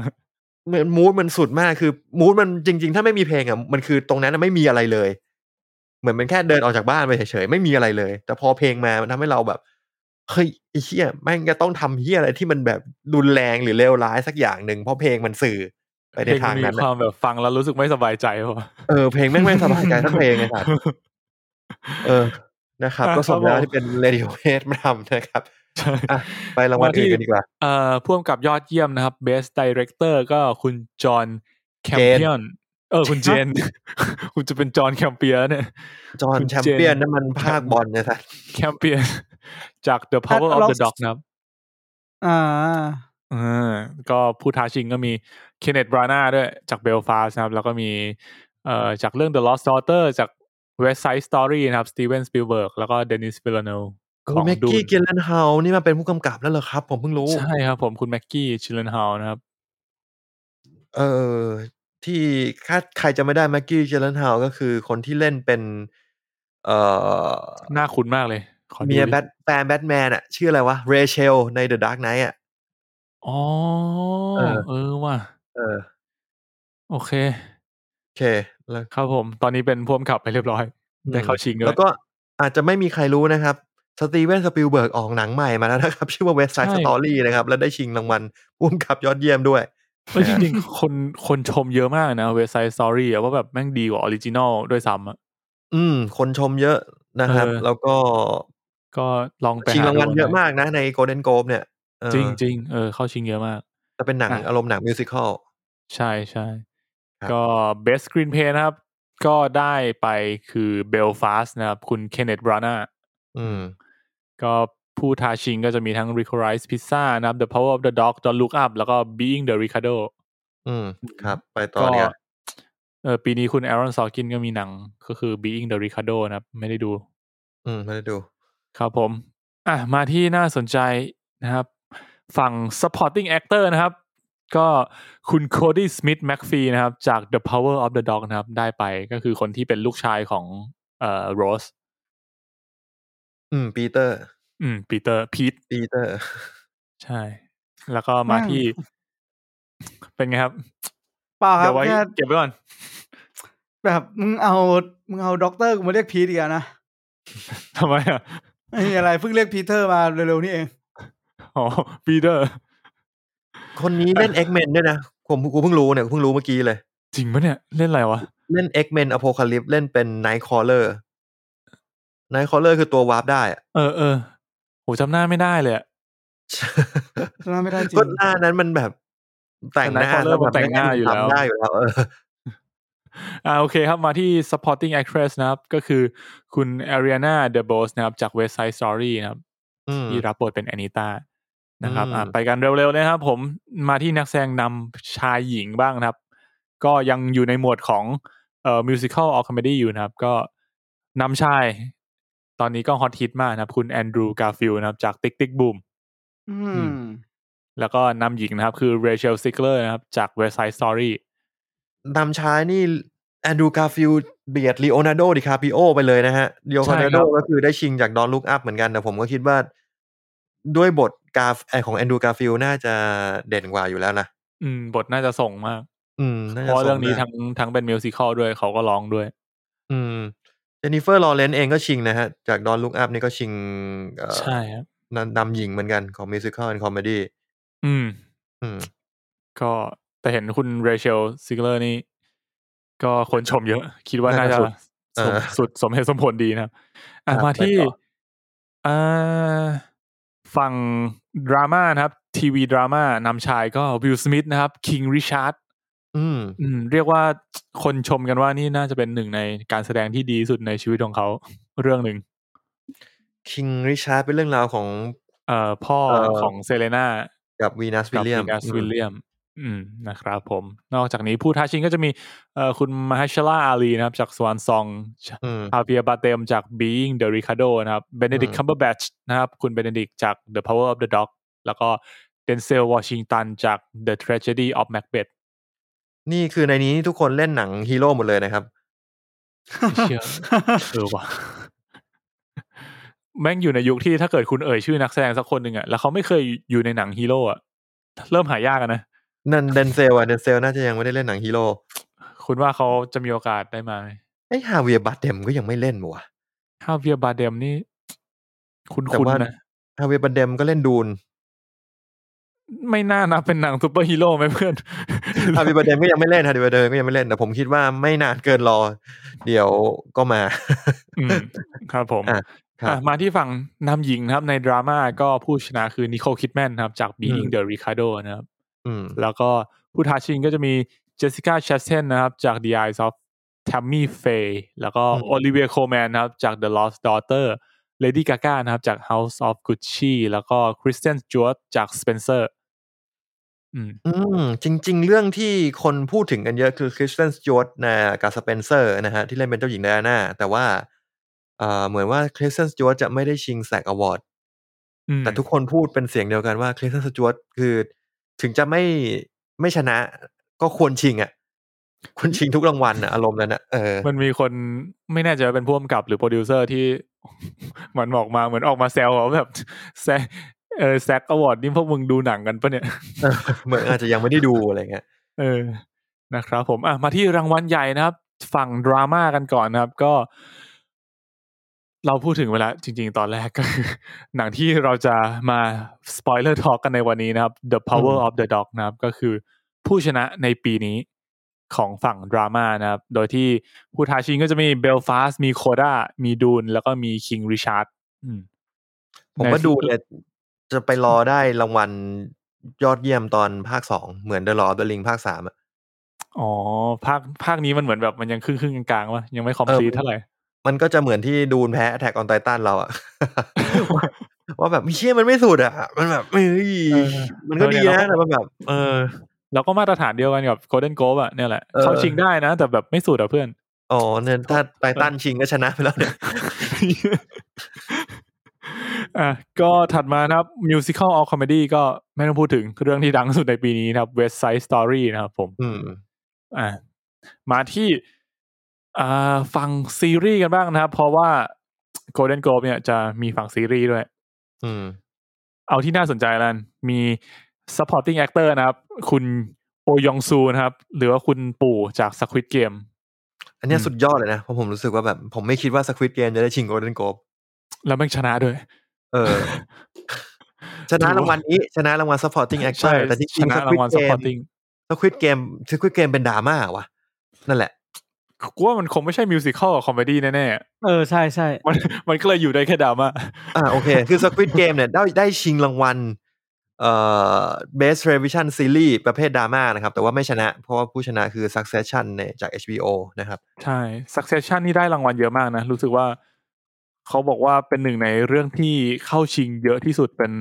Speaker 3: เหมือนมูดมันสุดมากคือมูดมันจริง ๆ ถ้าไม่มีเพลงอ่ะมันคือตรงนั้นน่ะไม่มีอะไรเลย เหมือนมันแค่เดินออกจากบ้านไปเฉยๆไม่มีอะไรเลย แต่พอเพลงมามันทำให้เราแบบเฮ้ยไอ้เหี้ยแม่งจะต้องทำเหี้ยอะไรที่มันแบบรุนแรงหรือเลวร้ายสักอย่างหนึ่งเพราะเพลงมันสื่อไปใน
Speaker 2: เพลง
Speaker 3: ทาง
Speaker 2: มี
Speaker 3: นั้น
Speaker 2: ค
Speaker 3: น่ะ
Speaker 2: วามแบบฟังแล้วรู้สึกไม่สบายใจว่ะ
Speaker 3: เออเพลงแม่งไม่สบายใจ ทั้งเพลงเลยครับเออนะครับ
Speaker 2: อ่ะ
Speaker 3: ก็สมแล้ว
Speaker 2: ครับผ
Speaker 3: ที่เป็น Radiohead มาทำนะครับ
Speaker 2: ใช่
Speaker 3: อ่ะ ไปรางวัล
Speaker 2: มาที่
Speaker 3: อื่นกันดีกว่า
Speaker 2: เอ่อพ่วงกับยอดเยี่ยมนะครับ best director ก็คุณจอห์นแคมเปียนเออคุณเจน คุณจะเป็นจอห์นแคมเปียนเนี่ย
Speaker 3: จอห์น
Speaker 2: คุณเจน
Speaker 3: แชมเปี้ยนนั่นมันภาคบอลนะท่าน
Speaker 2: แคมเปียน จาก The Power of the
Speaker 4: Lost
Speaker 2: Dog นะครับ
Speaker 4: อ่า
Speaker 2: อ่าก็ผู้ท้าชิงก็มีเคนเนตบรานาด้วยจากเบลฟาสนะครับ แล้วก็มีเอ่อจากเรื่อง The Lost Daughter จาก West Side Story นะครับสตีเวนสปิลเบิร์กแล้วก็เดนิส v ิลเล v นของ
Speaker 3: เมก
Speaker 2: ดู
Speaker 3: กี้เกลเลนเฮานี่มาเป็นผู้กำกับแล้วเหรอครับ ผมเพิ่งรู้
Speaker 2: ใช่ครับผมคุณแม็กกี้ชิลเลนเฮานะครับ
Speaker 3: เออที่คาดใครจะไม่ได้แม็กกี้เจเลนฮาวก็คือคนที่เล่นเป็น เอ่อ
Speaker 2: น่าคุ้นมากเลยขอดู
Speaker 3: เมีย
Speaker 2: ดิ
Speaker 3: แบทแฟนแบทแมนอะชื่ออะไรวะเรเชลในเดอะดาร์กไนท์อะ
Speaker 2: อ๋อ
Speaker 3: เออ
Speaker 2: เออว่ะ
Speaker 3: เออ
Speaker 2: โอเค
Speaker 3: โอเคแล้ว
Speaker 2: ครับผม ตอนนี้เป็นพ่วงขับไปเรียบร้อย ได้เข้าชิงด้วย
Speaker 3: แล้วก็อาจจะไม่มีใครรู้นะครับสตีเวนสปิลเบิร์กออกหนังใหม่มาแล้วนะครับ ชื่อว่าเวสไซด์สตอรี่นะครับ แล้วได้ชิงรางวัลพุ่มกับยอดเยี่ยมด้วย
Speaker 2: เอ้ยจริงๆ คนคนชมเยอะมากนะเว s ไซ d e สตอรี่ว่าแบบแม่งดีกว่าออริจินอลด้วยซ้ำอะ
Speaker 3: อืม คนชมเยอะนะครับ
Speaker 2: เออ
Speaker 3: แล้วก็
Speaker 2: ก็ลองไป
Speaker 3: ชิง
Speaker 2: ห
Speaker 3: รางวัล
Speaker 2: ดู
Speaker 3: เยอะมากนะในโกลเด้นโกลบเนี่ยเออ
Speaker 2: จริงจริงๆเออเข้าชิงเยอะมาก
Speaker 3: จะเป็นหนัง
Speaker 2: อ่ะ
Speaker 3: อารมณ์หนังมิวสิควล
Speaker 2: ใช่ใช่
Speaker 3: ครับ
Speaker 2: ก็ best screenplay นะครับ ก็ได้ไปคือ Belfast นะครับ คุณ Kenneth Branagh
Speaker 3: อืม
Speaker 2: ก็ผู้ท้าชิงก็จะมีทั้ง r e c o r i z e Pizza นะครับ The Power of the Dog Don't Look Up แล้วก็ Being the Ricardo
Speaker 3: อืมครับ ไปต่อ
Speaker 2: ก็
Speaker 3: เนี่ย
Speaker 2: เออปีนี้คุณ Aaron Sorkin ก็มีหนังก็คือ Being the Ricardo นะครับ ไม่ได้ดู
Speaker 3: อืมไม่ได้ดู
Speaker 2: ครับผม อ่ะ มาที่น่าสนใจนะครับ ฝั่ง supporting actor นะครับ ก็คุณโคดี้สมิธแม็กฟีนะครับ จาก The Power of the Dog นะครับ ได้ไปก็คือคนที่เป็นลูกชายของเอ่อโรส
Speaker 3: อืมปีเตอร์
Speaker 2: อืมปีเตอร์พีท
Speaker 3: ปีเตอร์
Speaker 2: ใช่ แล้วก็มาที่ เป็นไงครับ
Speaker 4: เปล่าค
Speaker 2: เดี๋
Speaker 4: รั
Speaker 2: ยว
Speaker 4: บ
Speaker 2: ไว้
Speaker 4: แค่
Speaker 2: เก็บไว้ก่อน
Speaker 4: แบบมึงเอามึงเอาด็อกเตอร์กูมาเรียกพีทอีกอะนะ
Speaker 2: ทำไมอ่ะ
Speaker 4: ไม่มีอะไรเพิ่งเรียกพีเตอร์มาเร็วๆนี่เอง
Speaker 2: อ๋อปีเตอร์
Speaker 3: คนนี้เล่น X-Men ด้วยนะ ผมกูเพิ่งรู้เนี่ยกูเพิ่งรู้เมื่อกี้เลย
Speaker 2: จริงปะเนี่ย เล่นอะไรวะ
Speaker 3: เล่น X-Men Apocalypse เล่นเป็น Nightcrawler Nightcrawler คือตัววาร์ปได้อะ
Speaker 2: เออเออโหจำหน้าไม่ได้เลยอะ
Speaker 4: จำหน้าไม่ได้จริง
Speaker 3: ก็หน้านั้นมันแบบแต่งหน้า
Speaker 2: Nightcrawler มันแต่งหน้าอยู่แล้ว
Speaker 3: ทำได้อยู่แล้วเออ
Speaker 2: อ่าโอเคครับ มาที่ supporting actress นะครับ ก็คือคุณ Ariana DeBose นะครับ จาก West Side Story นะครับ
Speaker 3: อืม
Speaker 2: ที่รับบทเป็น Anita นะครับ
Speaker 3: อืม
Speaker 2: อ่ะไปกันเร็วๆเลยนะครับผมมาที่นักแสดงนำชายหญิงบ้างนะครับ ก็ยังอยู่ในหมวดของเอ่อ musical or comedy อยู่นะครับ ก็นำชาย ตอนนี้ก็ฮอตฮิตมากนะครับ คุณแอนดรูว์กาฟิลนะครับ จาก Tick Tick Boom
Speaker 4: อื
Speaker 2: อื
Speaker 4: ม
Speaker 2: ม แล้วก็นำหญิงนะครับ คือ Rachel Ziegler นะครับ จาก West Side Story
Speaker 3: นำชายนี่แอนดูการ์ฟิลเบียดลีโอนาร์โดดิคาปิโอไปเลยนะฮะลีโอ
Speaker 2: ใช่
Speaker 3: นาร์
Speaker 2: ค
Speaker 3: โด
Speaker 2: รับ
Speaker 3: ก็คือได้ชิงจากดอนลุกอัพเหมือนกันแต่ผมก็คิดว่าด้วยบท กาฟไอของแอนดูกาฟิลน่าจะเด่นกว่าอยู่แล้วนะ
Speaker 2: อืมบทน่าจะส่งมาก
Speaker 3: อืมน่า
Speaker 2: เพ
Speaker 3: จะ
Speaker 2: ราะว่า
Speaker 3: ส่
Speaker 2: เรื่องนี้
Speaker 3: มา
Speaker 2: ทั้งทั้งเป็นมิวสิควลด้วยเขาก็ร้องด้วย
Speaker 3: อืมเจนนิเฟอร์ลอเรนซ์เองก็ชิงนะฮะ จากดอนลุกอัพนี่ก็ชิงเอ่อ
Speaker 2: ใช่ครับ
Speaker 3: นำนำหญิงเหมือนกันของมิวสิควลและคอมเมดี้
Speaker 2: อืม
Speaker 3: อืม
Speaker 2: ก็แต่เห็นคุณเรเชลซิกเลอร์นี่ ก็คนชมเยอะ คิดว่าน่า
Speaker 3: น่าจะ
Speaker 2: จะ
Speaker 3: สุด
Speaker 2: ส
Speaker 3: เออ
Speaker 2: มสุดสมเหตุสมผลดีนะครับอ่ะ
Speaker 3: ครับ
Speaker 2: มาที่
Speaker 3: ไปต่อ
Speaker 2: อ่าฝั่งดราม่านะครับ ทีวีดราม่านำชายก็วิลสมิธนะครับคิงริชาร์ด
Speaker 3: อืม
Speaker 2: เรียกว่าคนชมกันว่านี่น่าจะเป็นหนึ่งในการแสดงที่ดีสุดในชีวิตของเขาเรื่องหนึ่ง
Speaker 3: คิงริชาร์ดเป็นเรื่องราวของ
Speaker 2: เอ่อพ่อ
Speaker 3: เอ่อ
Speaker 2: ของเซเลนา
Speaker 3: กับวีนัสวิลเลียม
Speaker 2: กัสวิลเลียม อืม นะครับผม นอกจากนี้ผู้ท้าชิงก็จะมีเอ่อคุณมาฮัชลาอาลีนะครับ จากสวานซอง
Speaker 3: อืม
Speaker 2: ฮาเวียบาเตมจาก Being the Ricardo นะครับเบเนดิก
Speaker 3: อืม
Speaker 2: คัมเบอร์แบชนะครับ คุณเบเนดิกจาก The Power of the Dog แล้วก็เดนเซลวอชิงตันจาก The Tragedy of Macbeth
Speaker 3: นี่คือในนี้ทุกคนเล่นหนังฮีโร่หมดเลยนะครับ
Speaker 2: เชื่อ เออว่ะ แม่งอยู่ในยุคที่ถ้าเกิดคุณเอ่ยชื่อนักแสดงสักคนหนึ่งอะแล้วเขาไม่เคยอยู่ในหนังฮีโร่อะเริ่มหายากอะนะ
Speaker 3: นั่นเดนเซลอะเดนเซลน่าจะยังไม่ได้เล่นหนังฮีโร่
Speaker 2: คุณว่าเขาจะมีโอกาสได้มาไหม
Speaker 3: ไอฮาเวียบัตเดมก็ยังไม่เล่นหมวะ
Speaker 2: ฮาเวียบาเดมนี่ คุณ
Speaker 3: แต่
Speaker 2: คุณ
Speaker 3: ว่า
Speaker 2: นะ
Speaker 3: ฮาเวียบัตเดมก็เล่นดูน
Speaker 2: ไม่น่านับเป็นหนังซูเปอร์ฮีโร่ไหมเพื่อน
Speaker 3: ฮาเวียบัตเดมก็ยังไม่เล่นฮาเวียบัตเดมก็ยังไม่เล่นแต่ผมคิดว่าไม่นานเกินรอ เดี๋ยวก็มา
Speaker 2: อืมครับผม
Speaker 3: อ่ะครับ
Speaker 2: อ่ะมาที่ฝั่งนำหญิงนะครับในดราม่าก็ผู้ชนะคือนิโคลคิดแมนครับ จาก Being the Ricardo นะครับ
Speaker 3: อืม
Speaker 2: แล้วก็ผู้ท้าชิงก็จะมีเจสสิก้าแชสเทนนะครับ จาก The Eyes of Tammy Faye แล้วก็
Speaker 3: อืม
Speaker 2: โอลิเวียโคแมนนะครับ จาก The Lost Daughter Lady Gaga นะครับ จาก House of Gucci แล้วก็คริสเตนจ w ว r t จาก Spencer อืม
Speaker 3: อืม จริง ๆ เรื่องที่คนพูดถึงกันเยอะคือคริสเตนสจ w วตนะกับสเปนเซอร์นะฮะ ที่เล่นเป็นเจ้าหญิงไดอาน่าแต่ว่าเอ่อเหมือนว่าคริสเตนสจ w วตจะไม่ได้ชิงแซกอวอร์ด
Speaker 2: อืม
Speaker 3: แต่ทุกคนพูดเป็นเสียงเดียวกันว่าคริสตันสจวตคือถึงจะไม่ไม่ชนะก็ควรชิงอ่ะ ควรชิงทุกรางวัล อ่ะ อารมณ์นั้นอ่ะเออ
Speaker 2: มันมีคนไม่แน่ใจว่าเป็นผู้กำกับหรือโปรดิวเซอร์ที่ เหมือนออกมาเหมือนออกมาแซวว่าแบบ แซะเออแซกอวอร์ดนี่พวกมึงดูหนังกันปะเนี่ย
Speaker 3: เออเหมือนอาจจะยังไม่ได้ดูอะไรเงี้ย
Speaker 2: เออนะครับผมอ่ะมาที่รางวัลใหญ่นะครับ ฝั่งดราม่ากันก่อนนะครับ ก็ เราพูดถึงเวลาจริง ๆ ตอนแรก ก็คือ หนังที่เราจะมาสปอยเลอร์ทอ k กันในวันนี้นะครับ The Power of the Dog นะครับ ก็คือผู้ชนะในปีนี้ของฝั่งดราม่านะครับ โดยที่ผู้ท้าชิงก็จะมีเบลฟาสมีโคด้ามีดูนแล้วก็มีคิงริชาร์ด
Speaker 3: ผมว่าดูเนี่ยจะไปรอได้รางวัลยอดเยี่ยมตอนภาคสองเหมือนเดอะลอเดอะลิงภาคสามอ่ะ
Speaker 2: อ๋อภาคภาคนี้มันเหมือนแบบมันยังครึ่งครึ่งๆกลางๆวะยังไม่คอม
Speaker 3: เออ
Speaker 2: พลีทเท่าไหร่
Speaker 3: มันก็จะเหมือนที่ดูนแพ้แท็กออนไททันเราอ่ะ ว่าว่าแบบเชี่ยมันไม่สุดอ่ะ มันแบบเอ้ย
Speaker 2: เออ
Speaker 3: มันก็ดี
Speaker 2: เออเนี่
Speaker 3: นะ
Speaker 2: ยเรา
Speaker 3: แต่
Speaker 2: ก็
Speaker 3: มันแบบ เออ
Speaker 2: เราก็มาตรฐานเดียวกันกับโ o ลเด้นโกลบอะเนี่ยแหละ
Speaker 3: เออ
Speaker 2: เข้าชิงได้นะ แต่แบบไม่สุดอะเพื่อน
Speaker 3: อ๋อเนี่ยถ้าไททันชิงก็ชนะไปแล้วเนี่ย
Speaker 2: อ่ะก็ถัดมานะครับมิวสิควลออลคอมเมดี้ก็ไม่ต้องพูดถึงเรื่องที่ดังสุดในปีนี้นะครับ West Side Story นะครับผม
Speaker 3: อืม
Speaker 2: อ่ะมาที่อ่าฝั่งซีรีส์กันบ้างนะครับ เพราะว่าโ o ลเด้นโกลบเนี่ยจะมีฝั่งซีรีส์ด้วย
Speaker 3: อืม
Speaker 2: เอาที่น่าสนใจแล้วกันมี supporting actor นะครับ คุณโอยองซูนะครับ หรือว่าคุณปู่จาก Squid Game
Speaker 3: อันเนี้ย
Speaker 2: อืม
Speaker 3: สุดยอดเลยนะ เพราะผมรู้สึกว่าแบบ ผมไม่คิดว่าสควิตเกมจะได้ชิงโกลเด้นโกลบ
Speaker 2: แล้วแม่งชนะด้วย
Speaker 3: เออ ชนะรางวัลนี้ ชนะรางวัล supporting actor แต่ที่จ
Speaker 2: ช
Speaker 3: ริง
Speaker 2: นะ
Speaker 3: สค
Speaker 2: รา
Speaker 3: วิ
Speaker 2: ง
Speaker 3: ต
Speaker 2: วัล
Speaker 3: เกม
Speaker 2: supporting
Speaker 3: สควิตเกมสควิตเกมเป็นดราม่าวะนั่นแหละ
Speaker 2: กูว่ามันคงไม่ใช่มิวสิควลกับคอมเมดี้แน่
Speaker 4: เออใช่ใช่
Speaker 2: ๆมันมันก็เลยอยู่ได้แค่ดรา ม่า
Speaker 3: อ่าโอเค คือสควิตเกมเนี่ยได้ได้ชิงรางวัลเอ่อ best television series ประเภทดราม่านะครับ แต่ว่าไม่ชนะ เพราะว่าผู้ชนะคือ succession เนี่ยจาก HBO นะครับ
Speaker 2: ใช่ Succession นี่ได้รางวัลเยอะมากนะ รู้สึกว่าเขาบอกว่าเป็นหนึ่งในเรื่องที่เข้าชิงเยอะที่สุดเป็น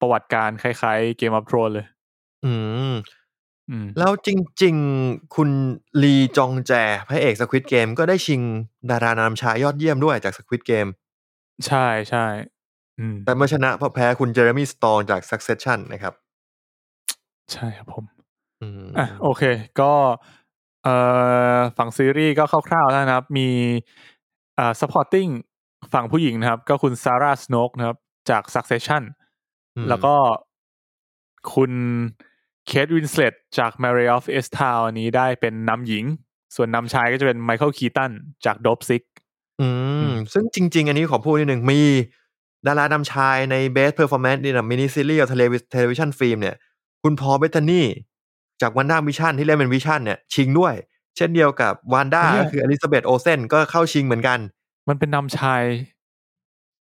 Speaker 2: ประวัติการคล้ายๆเกมอัพโทรนเลย
Speaker 3: อืม
Speaker 2: อืม
Speaker 3: แล้วจริง ๆ คุณลีจองแจพระเอกสควิตเกมก็ได้ชิงดารานำชายยอดเยี่ยมด้วยจากสควิตเกม
Speaker 2: ใช่ใช่อืม
Speaker 3: แต่เมื่อชนะเพราะแพ้คุณเจอร์มี่สตองจาก Succession นะครับ
Speaker 2: ใช่ครับผม
Speaker 3: อืม
Speaker 2: อ่ะโอเค ก็เอ่อฝั่งซีรีส์ก็คร่าวๆแล้วนะครับ มีอ่า supporting ฝั่งผู้หญิงนะครับ ก็คุณซาร่าสโนกนะครับ จาก Succession
Speaker 3: อืม
Speaker 2: แล้วก็คุณเคทวินสเลตจาก m a r r i o f S Town นี้ได้เป็นนำหญิง ส่วนนำชายก็จะเป็นไมเคิลคีตันจาก Dope Sick
Speaker 3: อืม ซึ่งจริง ๆ อันนี้ขอพูดนิดนึง มีดารานำชายใน Best Performance นี่นะมินิซีรีส์เทเลวิเทเลวิชันฟิล์มเนี่ย คุณพอเบต t นีจากวันด้าวิชันที่เล่นเป็นวิชันเนี่ย ชิงด้วย เช่นเดียวกับวานด้า
Speaker 4: เนี่ย
Speaker 3: ก็คืออลิซาเบธโอเซนก็เข้าชิงเหมือนกัน
Speaker 2: มันเป็นนำชาย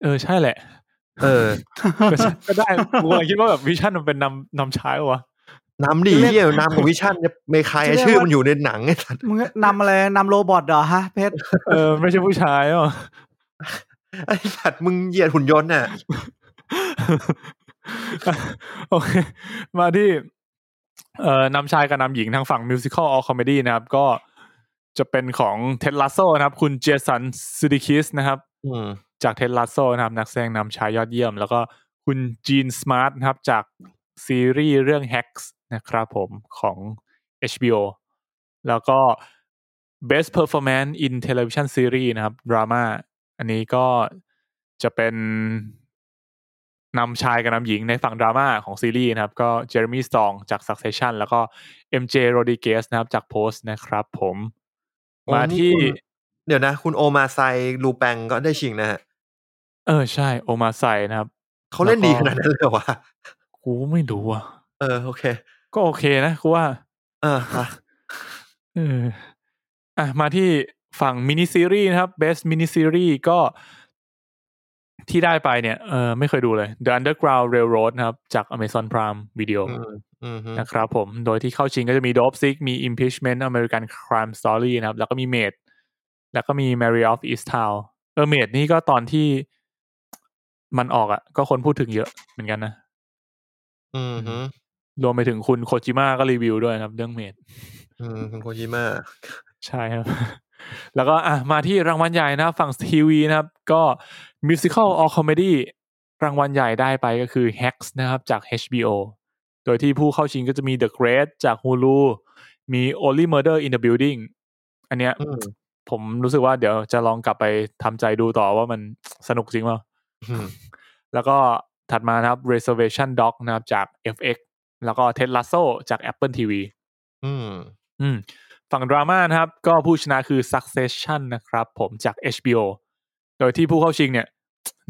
Speaker 2: เออ ใช่แหละ
Speaker 3: เออ
Speaker 2: ก็ ใช่ก็ได้กูกำลังคิดว่าแบบวิชั่นมันเป็นนำนำชายวะ
Speaker 3: น้ำดี
Speaker 4: จะเรียก
Speaker 3: เที่ยน้ำของวิชันเนี่ยไม่ใคร
Speaker 4: จะเรียก
Speaker 3: ชื่อ
Speaker 4: ว่ามั
Speaker 3: มันอยู่ในหนังไอ้สัตว์
Speaker 4: มึงนำอะไรนำโรบอทเหรอฮะเพชร
Speaker 2: เออ ไม่ใช่ผู้ชาย อ่ะ
Speaker 3: ไอ้สัตว์มึงเหยียดหุ่นยนต์น่ะ
Speaker 2: โอเค มาที่เอ่อนำชายกับนำหญิงทางฝั่งมิวสิควลออลคอมเมดี้นะครับ ก็จะเป็นของเท็ดลัสโซนะครับ คุณเจสันซูดิคิสนะครับ
Speaker 3: อืม
Speaker 2: จากเท็ดลัสโซนะครับ นักแสดงนำชายยอดเยี่ยม แล้วก็คุณจีนสมาร์ทนะครับ จากซีรีส์เรื่อง Hacks นะครับผมของ HBO แล้วก็ Best Performance in Television Series นะครับดราม่าอันนี้ก็จะเป็นนำชายกับนำหญิงในฝั่งดราม่าของซีรีส์นะครับ ก็เจอร์มี่สตองจาก Succession แล้วก็ MJ Rodriguez นะครับจาก Post นะครับผม
Speaker 3: โอ้
Speaker 2: มา
Speaker 3: นี่
Speaker 2: ที่
Speaker 3: คุณ เดี๋ยวนะ คุณโอมาไซลูแปงก็ได้ชิงนะฮะ
Speaker 2: เออใช่ โอมาไซนะครับ
Speaker 3: เขาเล่นดี
Speaker 2: แล้วก็
Speaker 3: ขนาดนั้นเลยเหรอวะ
Speaker 2: กูไม่รู้อ่ะ
Speaker 3: เออโอเค
Speaker 2: ก็โอเคนะกูว่า
Speaker 3: เอออ่ะ
Speaker 2: เอออ่ะ มาที่ฝั่งมินิซีรีส์นะครับ best มินิซีรีส์ก็ที่ได้ไปเนี่ยเออไม่เคยดูเลย The Underground Railroad นะครับ จาก Amazon Prime Video
Speaker 3: อืมอืมฮึ
Speaker 2: นะครับผม โดยที่เข้าชิงก็จะมี Dope Sick มี Impeachment American Crime Story นะครับ แล้วก็มี Maid แล้วก็มี Mary of Easttown เออ Maid นี่ก็ตอนที่มันออกอะ่ะ ก็คนพูดถึงเยอะเหมือนกันนะ
Speaker 3: อืมฮึ
Speaker 2: รวมไปถึงคุณโคจิมะก็รีวิวด้วยนะครับ เรื่องเมด
Speaker 3: อืมคุณโคจิมะ
Speaker 2: ใช่ครับ แล้วก็อ่ะมาที่รางวัลใหญ่นะครับฝั่งทีวีนะครับ ก็มิวสิควลออ l คอมเมดี้รางวัลใหญ่ได้ไปก็คือ Hacks นะครับ จาก HBO โดยที่ผู้เข้าชิงก็จะมี The Great จาก Hulu มี Only Murder in the Building อันเนี้ย
Speaker 3: อืม
Speaker 2: ผมรู้สึกว่าเดี๋ยวจะลองกลับไปทำใจดูต่อว่ามันสนุกจริงเปล่า
Speaker 3: อืม
Speaker 2: แล้วก็ถัดมานะครับ Reservation Dog นะครับจาก FX แล้วก็ Ted Lasso จาก Apple TV
Speaker 3: อืม
Speaker 2: อืมฝั่งดราม่านะครับ ก็ผู้ชนะคือ Succession นะครับ ผมจาก HBO โดยที่ผู้เข้าชิงเนี่ย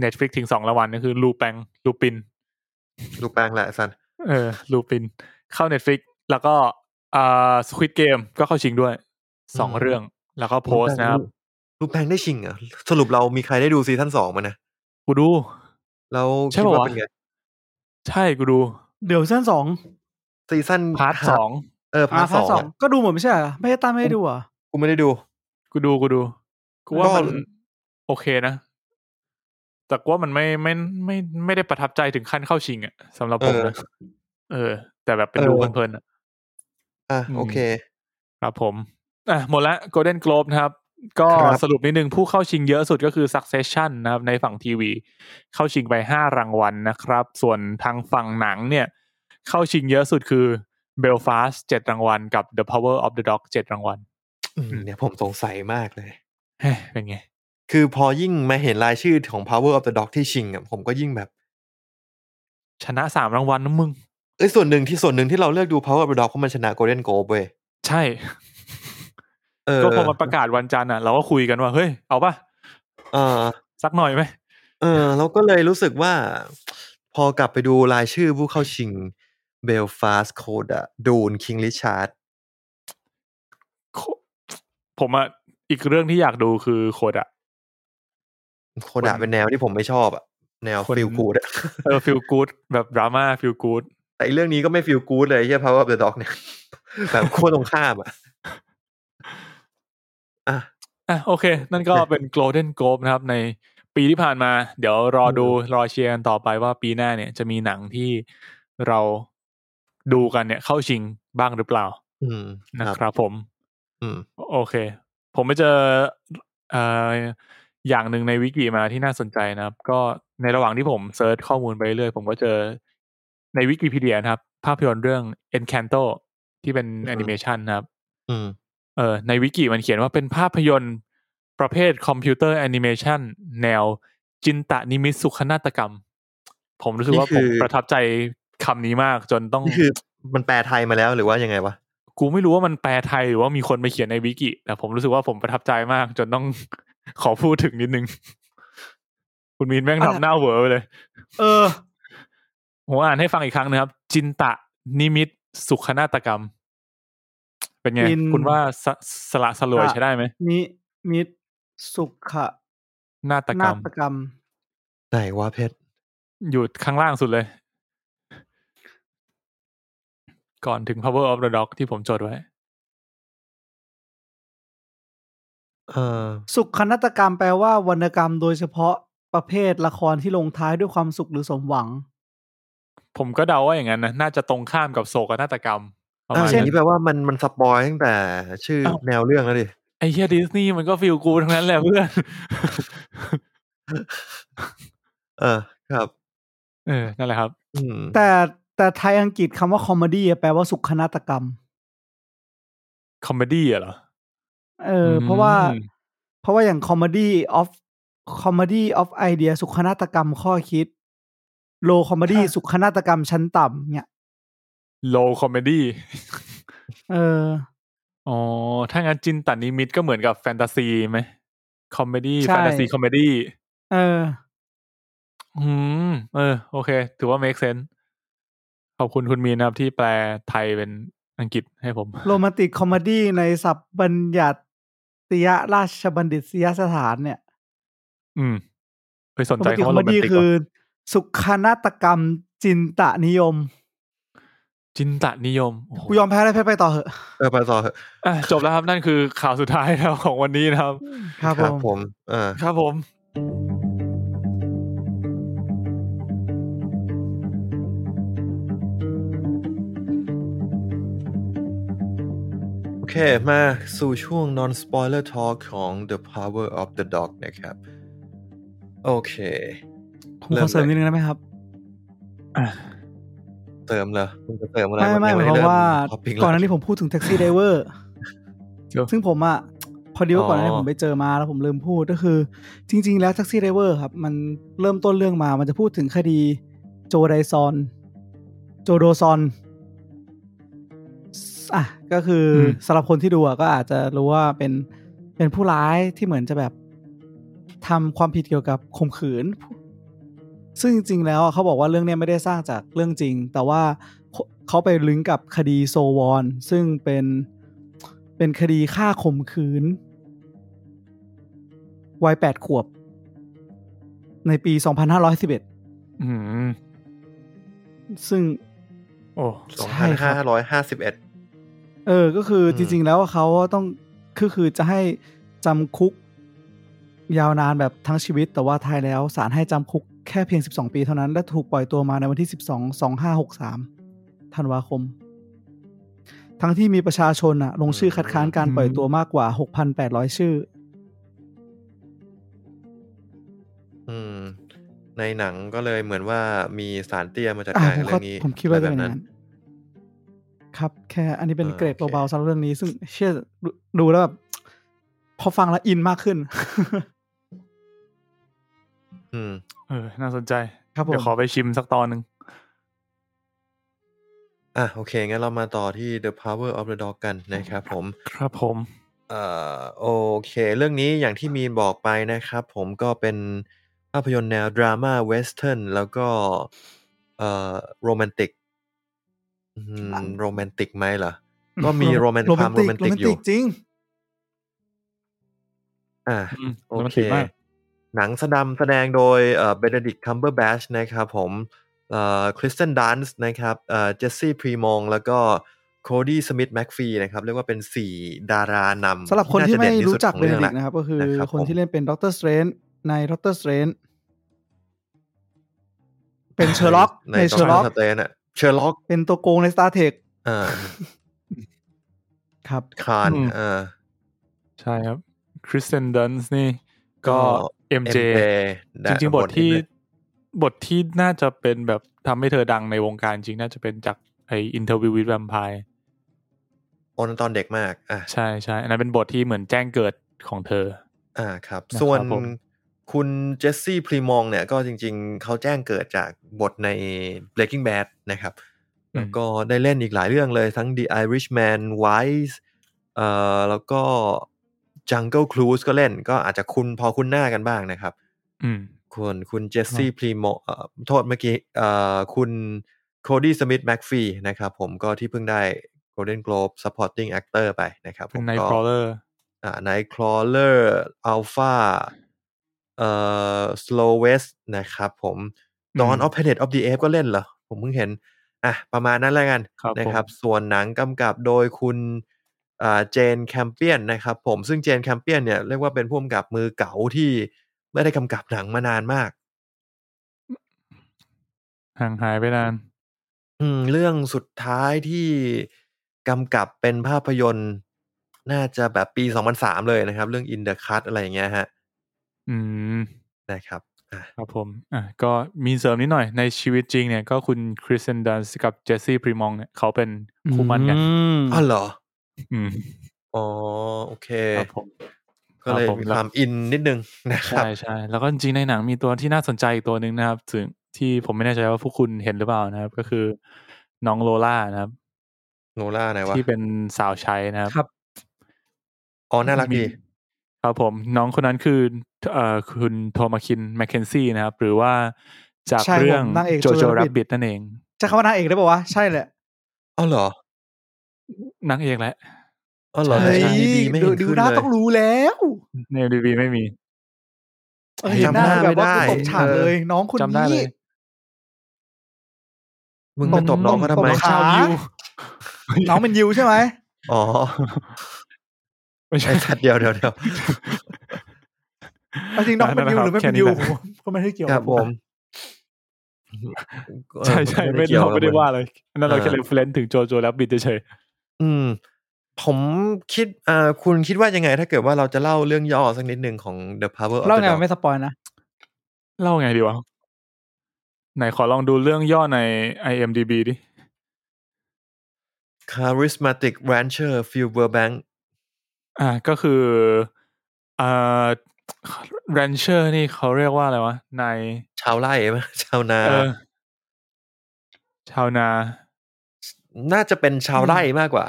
Speaker 2: Netflix ถึงสองรางวัลก็คือลูแปงลูปิน
Speaker 3: ลูกแปลงแหละสัน
Speaker 2: เออลูปิน เข้า Netflix แล้วก็อ่า Squid Game ก็เข้าชิงด้วยสองเรื่องแล้วก็โพสต์นะครับ
Speaker 3: ลูกแปลงได้ชิงเหรอสรุปเรามีใครได้ดูซีซั่นสองมั้ยนะ
Speaker 2: กูดู
Speaker 3: เรา
Speaker 2: ใช่
Speaker 3: คิดว่าว
Speaker 2: ปะะ
Speaker 3: เป็นไง
Speaker 2: ใช่กูดู
Speaker 4: เดี๋ยวซีซั่นสอง
Speaker 3: ซีซั่น
Speaker 2: พาร์ทสอง
Speaker 3: เออพาร์ทสองอะ
Speaker 4: ก็ดูหมดไม่ใช่เหรอไม่ใช่ตามไม่ได้ดูเหรอ่ะ
Speaker 3: กูไม่ได้ดู
Speaker 2: กูดูกูดูกูว่ามัน
Speaker 3: ก็
Speaker 2: โอเคนะ แต่กูว่ามันไม่ไม่ไม่ไม่ได้ประทับใจถึงขั้นเข้าชิงอะสำหรับผมนะเออ แต่แบบเป็นดูเพลินๆอะ
Speaker 3: อ่ะ
Speaker 2: อืม
Speaker 3: โอเค
Speaker 2: ครับผม อ่ะ หมดละ Golden Globe นะครับ ก็
Speaker 3: ครับ
Speaker 2: สรุปนิดนึง ผู้เข้าชิงเยอะสุดก็คือ Succession นะครับ ในฝั่งทีวี เข้าชิงไป 5 รางวัลนะครับ ส่วนทางฝั่งหนังเนี่ย เข้าชิงเยอะสุดคือ Belfast 7 รางวัล กับ The Power of the Dog 7 รางวัล
Speaker 3: อืมเนี่ยผมสงสัยมากเลย
Speaker 2: เฮ้ยเป็นไง
Speaker 3: คือพอยิ่งมาเห็นรายชื่อของ Power of the Dog ที่ชิงอ่ะผมก็ยิ่งแบบ
Speaker 2: ชนะ 3 รางวัลนะมึง
Speaker 3: เอ้ยส่วนหนึ่งที่ส่วนหนึ่งที่เราเลือกดู Power of the Dog เพราะมันชนะ Golden Globe เว้ย
Speaker 2: ใช่
Speaker 3: เออ
Speaker 2: ก็พอมันประกาศวันจันทร์อ่ะ เราก็คุยกันว่า เฮ้ย เอาปะ
Speaker 3: เออ
Speaker 2: สักหน่อยไหม
Speaker 3: เออเราก็เลยรู้สึกว่า พอกลับไปดูรายชื่อผู้เข้าชิงเบลฟาสโคดะดูนคิงลิชาร์ด
Speaker 2: โคผมอะอีกเรื่องที่อยากดูคือโคดอะ
Speaker 3: โค
Speaker 2: คน
Speaker 3: ดะเป็นแนวที่ผมไม่ชอบอะแนว
Speaker 2: คน
Speaker 3: ฟิลกูดอะ
Speaker 2: เออฟิลกูดแบบดราม่าฟิลกูด
Speaker 3: แต่อีกเรื่องนี้ก็ไม่ฟิลกูดเลยใช่ Power of the Dog เนี่ย แบบขั้วตรงข้ามอะ อ่ะ
Speaker 2: อ่ะโอเค นั่นก็เป็น Golden Globe นะครับ ในปีที่ผ่านมา เดี๋ยวรอดูรอเชียร์กันต่อไปว่าปีหน้าเนี่ยจะมีหนังที่เราดูกันเนี่ยเข้าชิงบ้างหรือเปล่า
Speaker 3: อืม
Speaker 2: นะ
Speaker 3: ค
Speaker 2: ค
Speaker 3: รับ
Speaker 2: รับผม
Speaker 3: อืม
Speaker 2: โอเค ผมไปเจอเอ่ออย่างหนึ่งในวิกิมาที่น่าสนใจนะครับ ก็ในระหว่างที่ผมเซิร์ชข้อมูลไปเรื่อยผมก็เจอในวิกิพีเดียนะครับ ภาพยนตร์เรื่อง Encanto ที่เป็น
Speaker 3: อือฮึ
Speaker 2: แอนิเมชันนะครับ
Speaker 3: อืม
Speaker 2: เออในวิกิมันเขียนว่าเป็นภาพยนตร์ประเภทคอมพิวเตอร์แอนิเมชันแนวจินตะนิมิตสุขนาฏกรรม ผมรู้สึกว่า
Speaker 3: นี่คื
Speaker 2: ผม
Speaker 3: อ
Speaker 2: ประทับใจคำนี้มากจนต้อง
Speaker 3: นี่คือมันแปลไทยมาแล้วหรือว่ายังไงวะ
Speaker 2: กูไม่รู้ว่ามันแปลไทยหรือว่ามีคนไปเขียนในวิกิแต่ผมรู้สึกว่าผมประทับใจมาก จนต้อง ขอพูดถึงนิดนึง คุณมีนแม่ง
Speaker 4: อะไร
Speaker 2: ทำหน้าเหวอไปเลย
Speaker 4: เออ
Speaker 2: ผมอ่านให้ฟังอีกครั้งนะครับ จินตะนิมิตสุขนาฏกรรม เป็นไง
Speaker 4: จิน
Speaker 2: คุณว่าสสละสลวยใช้ได้ไหม
Speaker 4: มีมีสุขะ
Speaker 2: นาฏกร
Speaker 4: นาร
Speaker 2: ม
Speaker 4: ตกรรม
Speaker 3: ไหนวะเพชร
Speaker 2: อยู่ข้างล่างสุดเลย ก่อนถึง power of the dog ที่ผมจดไว้
Speaker 3: เออ
Speaker 4: สุขนาฏกรรมแปลว่าวรรณกรรมโดยเฉพาะประเภทละครที่ลงท้ายด้วยความสุขหรือสมหวัง
Speaker 2: ผมก็เดาว่าอย่างนั้นนะน่าจะตรงข้ามกับโศกนาฏกรรมประ
Speaker 3: อ้าว
Speaker 2: มาณ
Speaker 3: อย่า
Speaker 2: นั้
Speaker 3: ง
Speaker 2: น
Speaker 3: นี้แปลว่ามันมันสปอยตั้งแต่ชื่อ
Speaker 2: อ้าว
Speaker 3: แนวเรื่องแล้วดิ
Speaker 2: ไอ้เฮียดิสนีย์มันก็ฟิลกูทั้งนั้นแหละเพื่อน
Speaker 3: เออ ครับ
Speaker 2: เออ นั่นแหละครับ
Speaker 3: อืม
Speaker 4: แต่แต่ไทยอังกฤษคำว่าคอมเมดี้แปลว่าสุขนาฏกรรม
Speaker 2: คอมเมดี้อะเหรอ
Speaker 4: เอออ
Speaker 2: ม
Speaker 4: เพราะว่า เพราะว่าอย่าง comedy of comedy of idea สุขนาฏกรรมข้อคิด low comedy สุขนาฏกรรมชั้นต่ำเนี่ย
Speaker 2: โลคอมเมดี้
Speaker 4: เออ
Speaker 2: อ๋อ ถ้างั้นจินตันนิมิตก็เหมือนกับแฟนตาซีไหมคอมเมดี้
Speaker 4: ใช่
Speaker 2: แฟนตาซีคอมเมดี้
Speaker 4: เออ
Speaker 2: อืม เออ โอเค ถือว่า make sense ขอบคุณคุณมีนนะครับ ที่แปลไทยเป็นอังกฤษให้ผม
Speaker 4: โรแมนติกคอมเมดี้ในศัพท์บัญญัติยราชบัณฑิตยสถานเนี่ย
Speaker 2: อืมไปสน
Speaker 4: โร
Speaker 2: ใจ
Speaker 4: แมนติก
Speaker 2: คำ
Speaker 4: คอ
Speaker 2: ว่าม โรแม
Speaker 4: เม
Speaker 2: น
Speaker 4: ดี้
Speaker 2: ติก
Speaker 4: คื
Speaker 2: เหร
Speaker 4: อ
Speaker 2: อ
Speaker 4: สุขนาฏกรรมจินตนิยม
Speaker 2: จินตนิยมโอ้โห
Speaker 4: กูยอมแพ้แล้วเพชรไปต่อเหอะ
Speaker 3: เออไปต่อเถอะ
Speaker 2: อ่ะจบแล้วครับ นั่นคือข่าวสุดท้ายแล้วของวันนี้นะครับ
Speaker 4: ครับ
Speaker 3: ครับ
Speaker 4: ผ
Speaker 3: ผม ม เออ
Speaker 2: ครับผม
Speaker 3: โอเค มาสู่ช่วง non spoiler talk ของ the power of the dog นะครับ โอเค
Speaker 4: ผมขอเสริมนิดนึงได้ไหมครับ
Speaker 3: เติมเหรอมึงจะเติมอะไร
Speaker 4: ไม่ไม่หมายความว่าก่อนหน้านี้ผมพูดถึงแท็กซี่ไดเวอ ร์
Speaker 2: เดี๋ยว
Speaker 4: ซึ่งผมอ่ะพอดีว่าก่อนห
Speaker 3: อ๋
Speaker 4: น้านี้
Speaker 3: อ
Speaker 4: ผมไปเจอมาแล้วผมลืมพูดก็คือ จริง ๆ แล้วแท็กซี่ไดเวอร์ครับ มันเริ่มต้นเรื่องมา มันจะพูดถึงคดีโจไดซอน โจโดซอนอ่ะก็คืออ
Speaker 2: ม
Speaker 4: สำหรับคนที่ดูอะก็อาจจะรู้ว่าเป็นเป็นผู้ร้ายที่เหมือนจะแบบทำความผิดเกี่ยวกับข่มขืน ซึ่งจริง ๆ แล้วอะเขาบอกว่าเรื่องเนี้ยไม่ได้สร้างจากเรื่องจริง แต่ว่าเขาเขาไปลิงก์กับคดีโซวอน ซึ่งเป็นเป็นคดีฆ่าข่มขืน วัยแปดขวบ ในปี 2511
Speaker 2: อืม
Speaker 4: ซึ่ง
Speaker 2: โอ้
Speaker 3: สองพั
Speaker 4: ใช่
Speaker 3: น
Speaker 4: ครั
Speaker 3: ห้า
Speaker 4: บ
Speaker 3: ร้อยห้าสิบเอ็ด
Speaker 4: เออ ก็คืออ
Speaker 3: ม
Speaker 4: จริง ๆ แล้วเขาต้องคือคือจะให้จำคุก ยาวนานแบบทั้งชีวิต แต่ว่าท้ายแล้วศาลให้จำคุกแค่เพียง 12 ปีเท่านั้น และถูกปล่อยตัวมาในวันที่ 12 2563 ธันวาคม ทั้งที่มีประชาชนอะลงชื่อคัดค้านการปล่อยตัวมากกว่า 6,800 ชื่อ
Speaker 3: อืม ในหนังก็เลยเหมือนว่ามีสารเตี้ยมาจัด
Speaker 4: อ่า
Speaker 3: การ
Speaker 4: ผม
Speaker 3: กับเรื่อ
Speaker 4: ก็
Speaker 3: งนี้
Speaker 4: ผมคิดว่า
Speaker 3: อะไร
Speaker 4: จะ
Speaker 3: แบ
Speaker 4: เป็น
Speaker 3: บ
Speaker 4: อ
Speaker 3: นั้
Speaker 4: ย่าน งนั้น ครับ แค่อันนี้เป็น
Speaker 3: เออ
Speaker 4: เกรด
Speaker 3: โอเค
Speaker 4: เบาๆสำหรับเรื่องนี้ ซึ่งเชื่อดูดูแล้วแบบพอฟังแล้วอินมากขึ้น
Speaker 3: อืม
Speaker 2: เออ น่าสนใจ
Speaker 4: ครับผ
Speaker 2: เดี๋ย
Speaker 4: ม
Speaker 2: วขอไปชิมสักตอนหนึ่ง
Speaker 3: อ่ะโอเค งั้นเรามาต่อที่ the power of the dog กันนะครับผม
Speaker 2: ครับผม
Speaker 3: เอ่อโอเค เรื่องนี้อย่างที่มีนบอกไปนะครับ ผมก็เป็นภาพยนตร์แนวดราม่าเวสเทิร์นแล้วก็เอ่อโรแมนติกโรแมนติกไหมเหรอ ก็ มีโรแมนความโรแมนติกอยู่
Speaker 4: จริง
Speaker 3: อ่า
Speaker 2: อืม
Speaker 3: โอ
Speaker 2: แล้วมัน
Speaker 3: เค
Speaker 2: ติดมาก
Speaker 3: หนังสดำแสดงโดยเอ่อเบนดิกคัมเบอร์แบชนะครับผมเอ่อคริสเตนดันส์นะครับเอ่อเจสซี่พรีมองแล้วก็โคดี้สมิธแม็กฟีนะครับ เรียกว่าเป็น 4 ดารานำ
Speaker 4: สำหรับคนที่
Speaker 3: าจ
Speaker 4: ไม่
Speaker 3: ด่
Speaker 4: รู้จัก
Speaker 3: ที่สุดขององ
Speaker 4: เบนเดดิ
Speaker 3: ละ
Speaker 4: กนะครับ ก็คือ
Speaker 3: นะครับ
Speaker 4: คน
Speaker 3: ผม
Speaker 4: ที่เล่นเป็นด็อกเตอร์สเตรนในด็อกเตอร์สเตรนเป็นเชอร์ล็อกในเชอร์ล็อก
Speaker 3: สเตนอะเชอร์ล็อก
Speaker 4: เป็นตัวโกงใน Star t e ท h
Speaker 3: อ่า
Speaker 4: ครับ
Speaker 3: คาน
Speaker 2: อืม
Speaker 3: เออ
Speaker 2: ใช่ครับคริสเตนดันส์นี่ก็
Speaker 3: ก็
Speaker 2: เอ็มเจ
Speaker 3: MJ
Speaker 2: จ
Speaker 3: ได้
Speaker 2: ริงๆ บท
Speaker 3: นี้
Speaker 2: ที่
Speaker 3: ด้วย
Speaker 2: บทที่น่าจะเป็นแบบทำให้เธอดังในวงการจริงน่าจะเป็นจากไออินเทอร์วิววิดแวมพาย
Speaker 3: โอนนตอนเด็กมาก อ่ะ
Speaker 2: ใช่ใช่อันนั้นเป็นบทที่เหมือนแจ้งเกิดของเธอ
Speaker 3: อ่าครับ
Speaker 2: นะครับ
Speaker 3: ส่วน
Speaker 2: ผม
Speaker 3: คุณเจสซี่พรีมองเนี่ยก็จริงๆ เขาแจ้งเกิดจากบทใน Breaking Bad นะครับ
Speaker 2: อืม
Speaker 3: แล้วก็ได้เล่นอีกหลายเรื่องเลยทั้ง The Irishman Wise เอ่อแล้วก็ Jungle Cruise ก็เล่นก็อาจจะคุณพอคุณหน้ากันบ้างนะครับ
Speaker 2: อืม
Speaker 3: คุณคุณเจสซี่พรีโมเอ่อโทษเมื่อกี้เอ่อคุณโคดี้สมิธแม็กฟีนะครับผมก็ที่เพิ่งได้ Golden Globe Supporting Actor ไปนะครับผ
Speaker 2: เป็น
Speaker 3: ม
Speaker 2: ไน
Speaker 3: ก็
Speaker 2: คลอเลอร์
Speaker 3: อ่าไนคลอเลอร์อัลฟาเอ่อ slow west นะครับผม
Speaker 2: อืม
Speaker 3: ตอน o p p o n e t of the Ape ก็เล่นเหรอ ผมเพิ่งเห็น อ่ะ ประมาณนั้นแล้วกัน
Speaker 2: ครับผม
Speaker 3: นะครับ ส่วนหนังกำกับโดยคุณอ่าเจนแคมเปียนนะครับผมซึ่งเจนแคมเปียนเนี่ยเรียกว่าเป็นผู้กำกับมือเก๋าที่ไม่ได้กำกับหนังมานานมาก
Speaker 2: ห่างหายไปนาน
Speaker 3: อืมเรื่องสุดท้ายที่กำกับเป็นภาพยนตร์ น่าจะแบบปี 2003 เลยนะครับ เรื่อง In the Cut อะไรอย่างเงี้ยฮะ
Speaker 2: อืม
Speaker 3: นะครับอ่ะ
Speaker 2: ครับผม อ่ะ ก็มีเสริมนิดหน่อย ในชีวิตจริงเนี่ย ก็คุณคริสเซนดันส์กับเจสซี่พรีมองเนี่ย เขาเป็นคู่หมั่นกัน
Speaker 4: ม
Speaker 3: อ๋อเหรอ
Speaker 2: อืม
Speaker 3: อ๋อ โอเค
Speaker 2: ครับผม
Speaker 3: ก็เลย
Speaker 2: ครับผม
Speaker 3: มีความอินนิดนึง นะครับ
Speaker 2: ใช่ใช่ แล้วก็จริงๆในหนังมีตัวที่น่าสนใจอีกตัวหนึ่งนะครับ ถึงที่ผมไม่แน่ใจว่าพวกคุณเห็นหรือเปล่านะครับ ก็คือน้องโลล่านะครับ
Speaker 3: โนล่าไหนวะ
Speaker 2: ที่เป็นสาวใช้นะครับ
Speaker 4: ครับ
Speaker 3: อ๋อ น่ารักดี
Speaker 2: มีครับผมน้องคนนั้นคือเอ่อคุณโทมาคินแมคเคนซี่นะครับ หรือว่าจาก
Speaker 4: ใช่
Speaker 2: เรื่อง
Speaker 4: ผมนางเอก
Speaker 2: โจโจ
Speaker 4: Jojo
Speaker 2: รั
Speaker 4: Rabbit
Speaker 2: บบิทนั่นเอง
Speaker 4: จะคำว่านางเอกได้ป่าวะ ใช่แหละ
Speaker 3: อ๋อเหรอน
Speaker 2: างเอกแหละ
Speaker 3: อ๋อเหรอ
Speaker 2: ใช่
Speaker 4: เฮ้ย
Speaker 3: ใน IMDb ไม่
Speaker 4: ดู
Speaker 3: เห็น
Speaker 4: ดู
Speaker 3: ขึ้น
Speaker 4: หน้า
Speaker 3: เลย
Speaker 4: ต้องรู้แล้ว
Speaker 2: ในดีบีไม่มี
Speaker 4: เออเห็นหน้า
Speaker 3: จำหน้า
Speaker 4: แบบว่า
Speaker 3: ไม่ได้
Speaker 4: ตกฉากเลย น้องคน
Speaker 2: จำได้
Speaker 4: นี้
Speaker 2: เลย
Speaker 3: มึงไปตบน้องก็ทำไม
Speaker 4: ตบ ขา น้องเป็นยิวใช่ไหม
Speaker 3: อ๋อ
Speaker 2: ไม่
Speaker 3: ไอ
Speaker 2: ใช่
Speaker 3: สัตว์เดียวเดียวเดียว
Speaker 4: เอาจริงน้องเป็นยิวหรือไม่เป็นยิว
Speaker 2: แค่นี้แหละ
Speaker 4: ผมก็ไม่ได้เกี่ยว
Speaker 3: ครับ
Speaker 4: บ
Speaker 3: ผม
Speaker 2: ใช่ใช่ไม่ได้
Speaker 3: กี่ย
Speaker 2: เราไม่ได้
Speaker 3: กับง
Speaker 2: ว่าเลยอันนั้นเราแค่
Speaker 3: เออ
Speaker 2: เรฟเลนถึงโจโจรับบิทเฉย
Speaker 3: อืม ผมคิดเอ่อคุณคิดว่ายังไง ถ้าเกิดว่าเราจะเล่าเรื่องย่อสักนิดหนึ่งของ The Power of
Speaker 4: เล่า
Speaker 3: the
Speaker 4: ไง
Speaker 3: Dog
Speaker 4: ไม่สปอยนะ
Speaker 2: ๆเล่าไงดีวะไหนขอลองดูเรื่องย่อใน IMDB ดิ
Speaker 3: Charismatic Rancher Phil Burbank
Speaker 2: อ่าก็คือเอ่อแรนเชอร์นี่เขาเรียกว่าอะไรวะในาย
Speaker 3: ชาวไร่ ไหม ชาวนา
Speaker 2: เออชาวนา
Speaker 3: น่าจะเป็นชาวไร่มากกว่า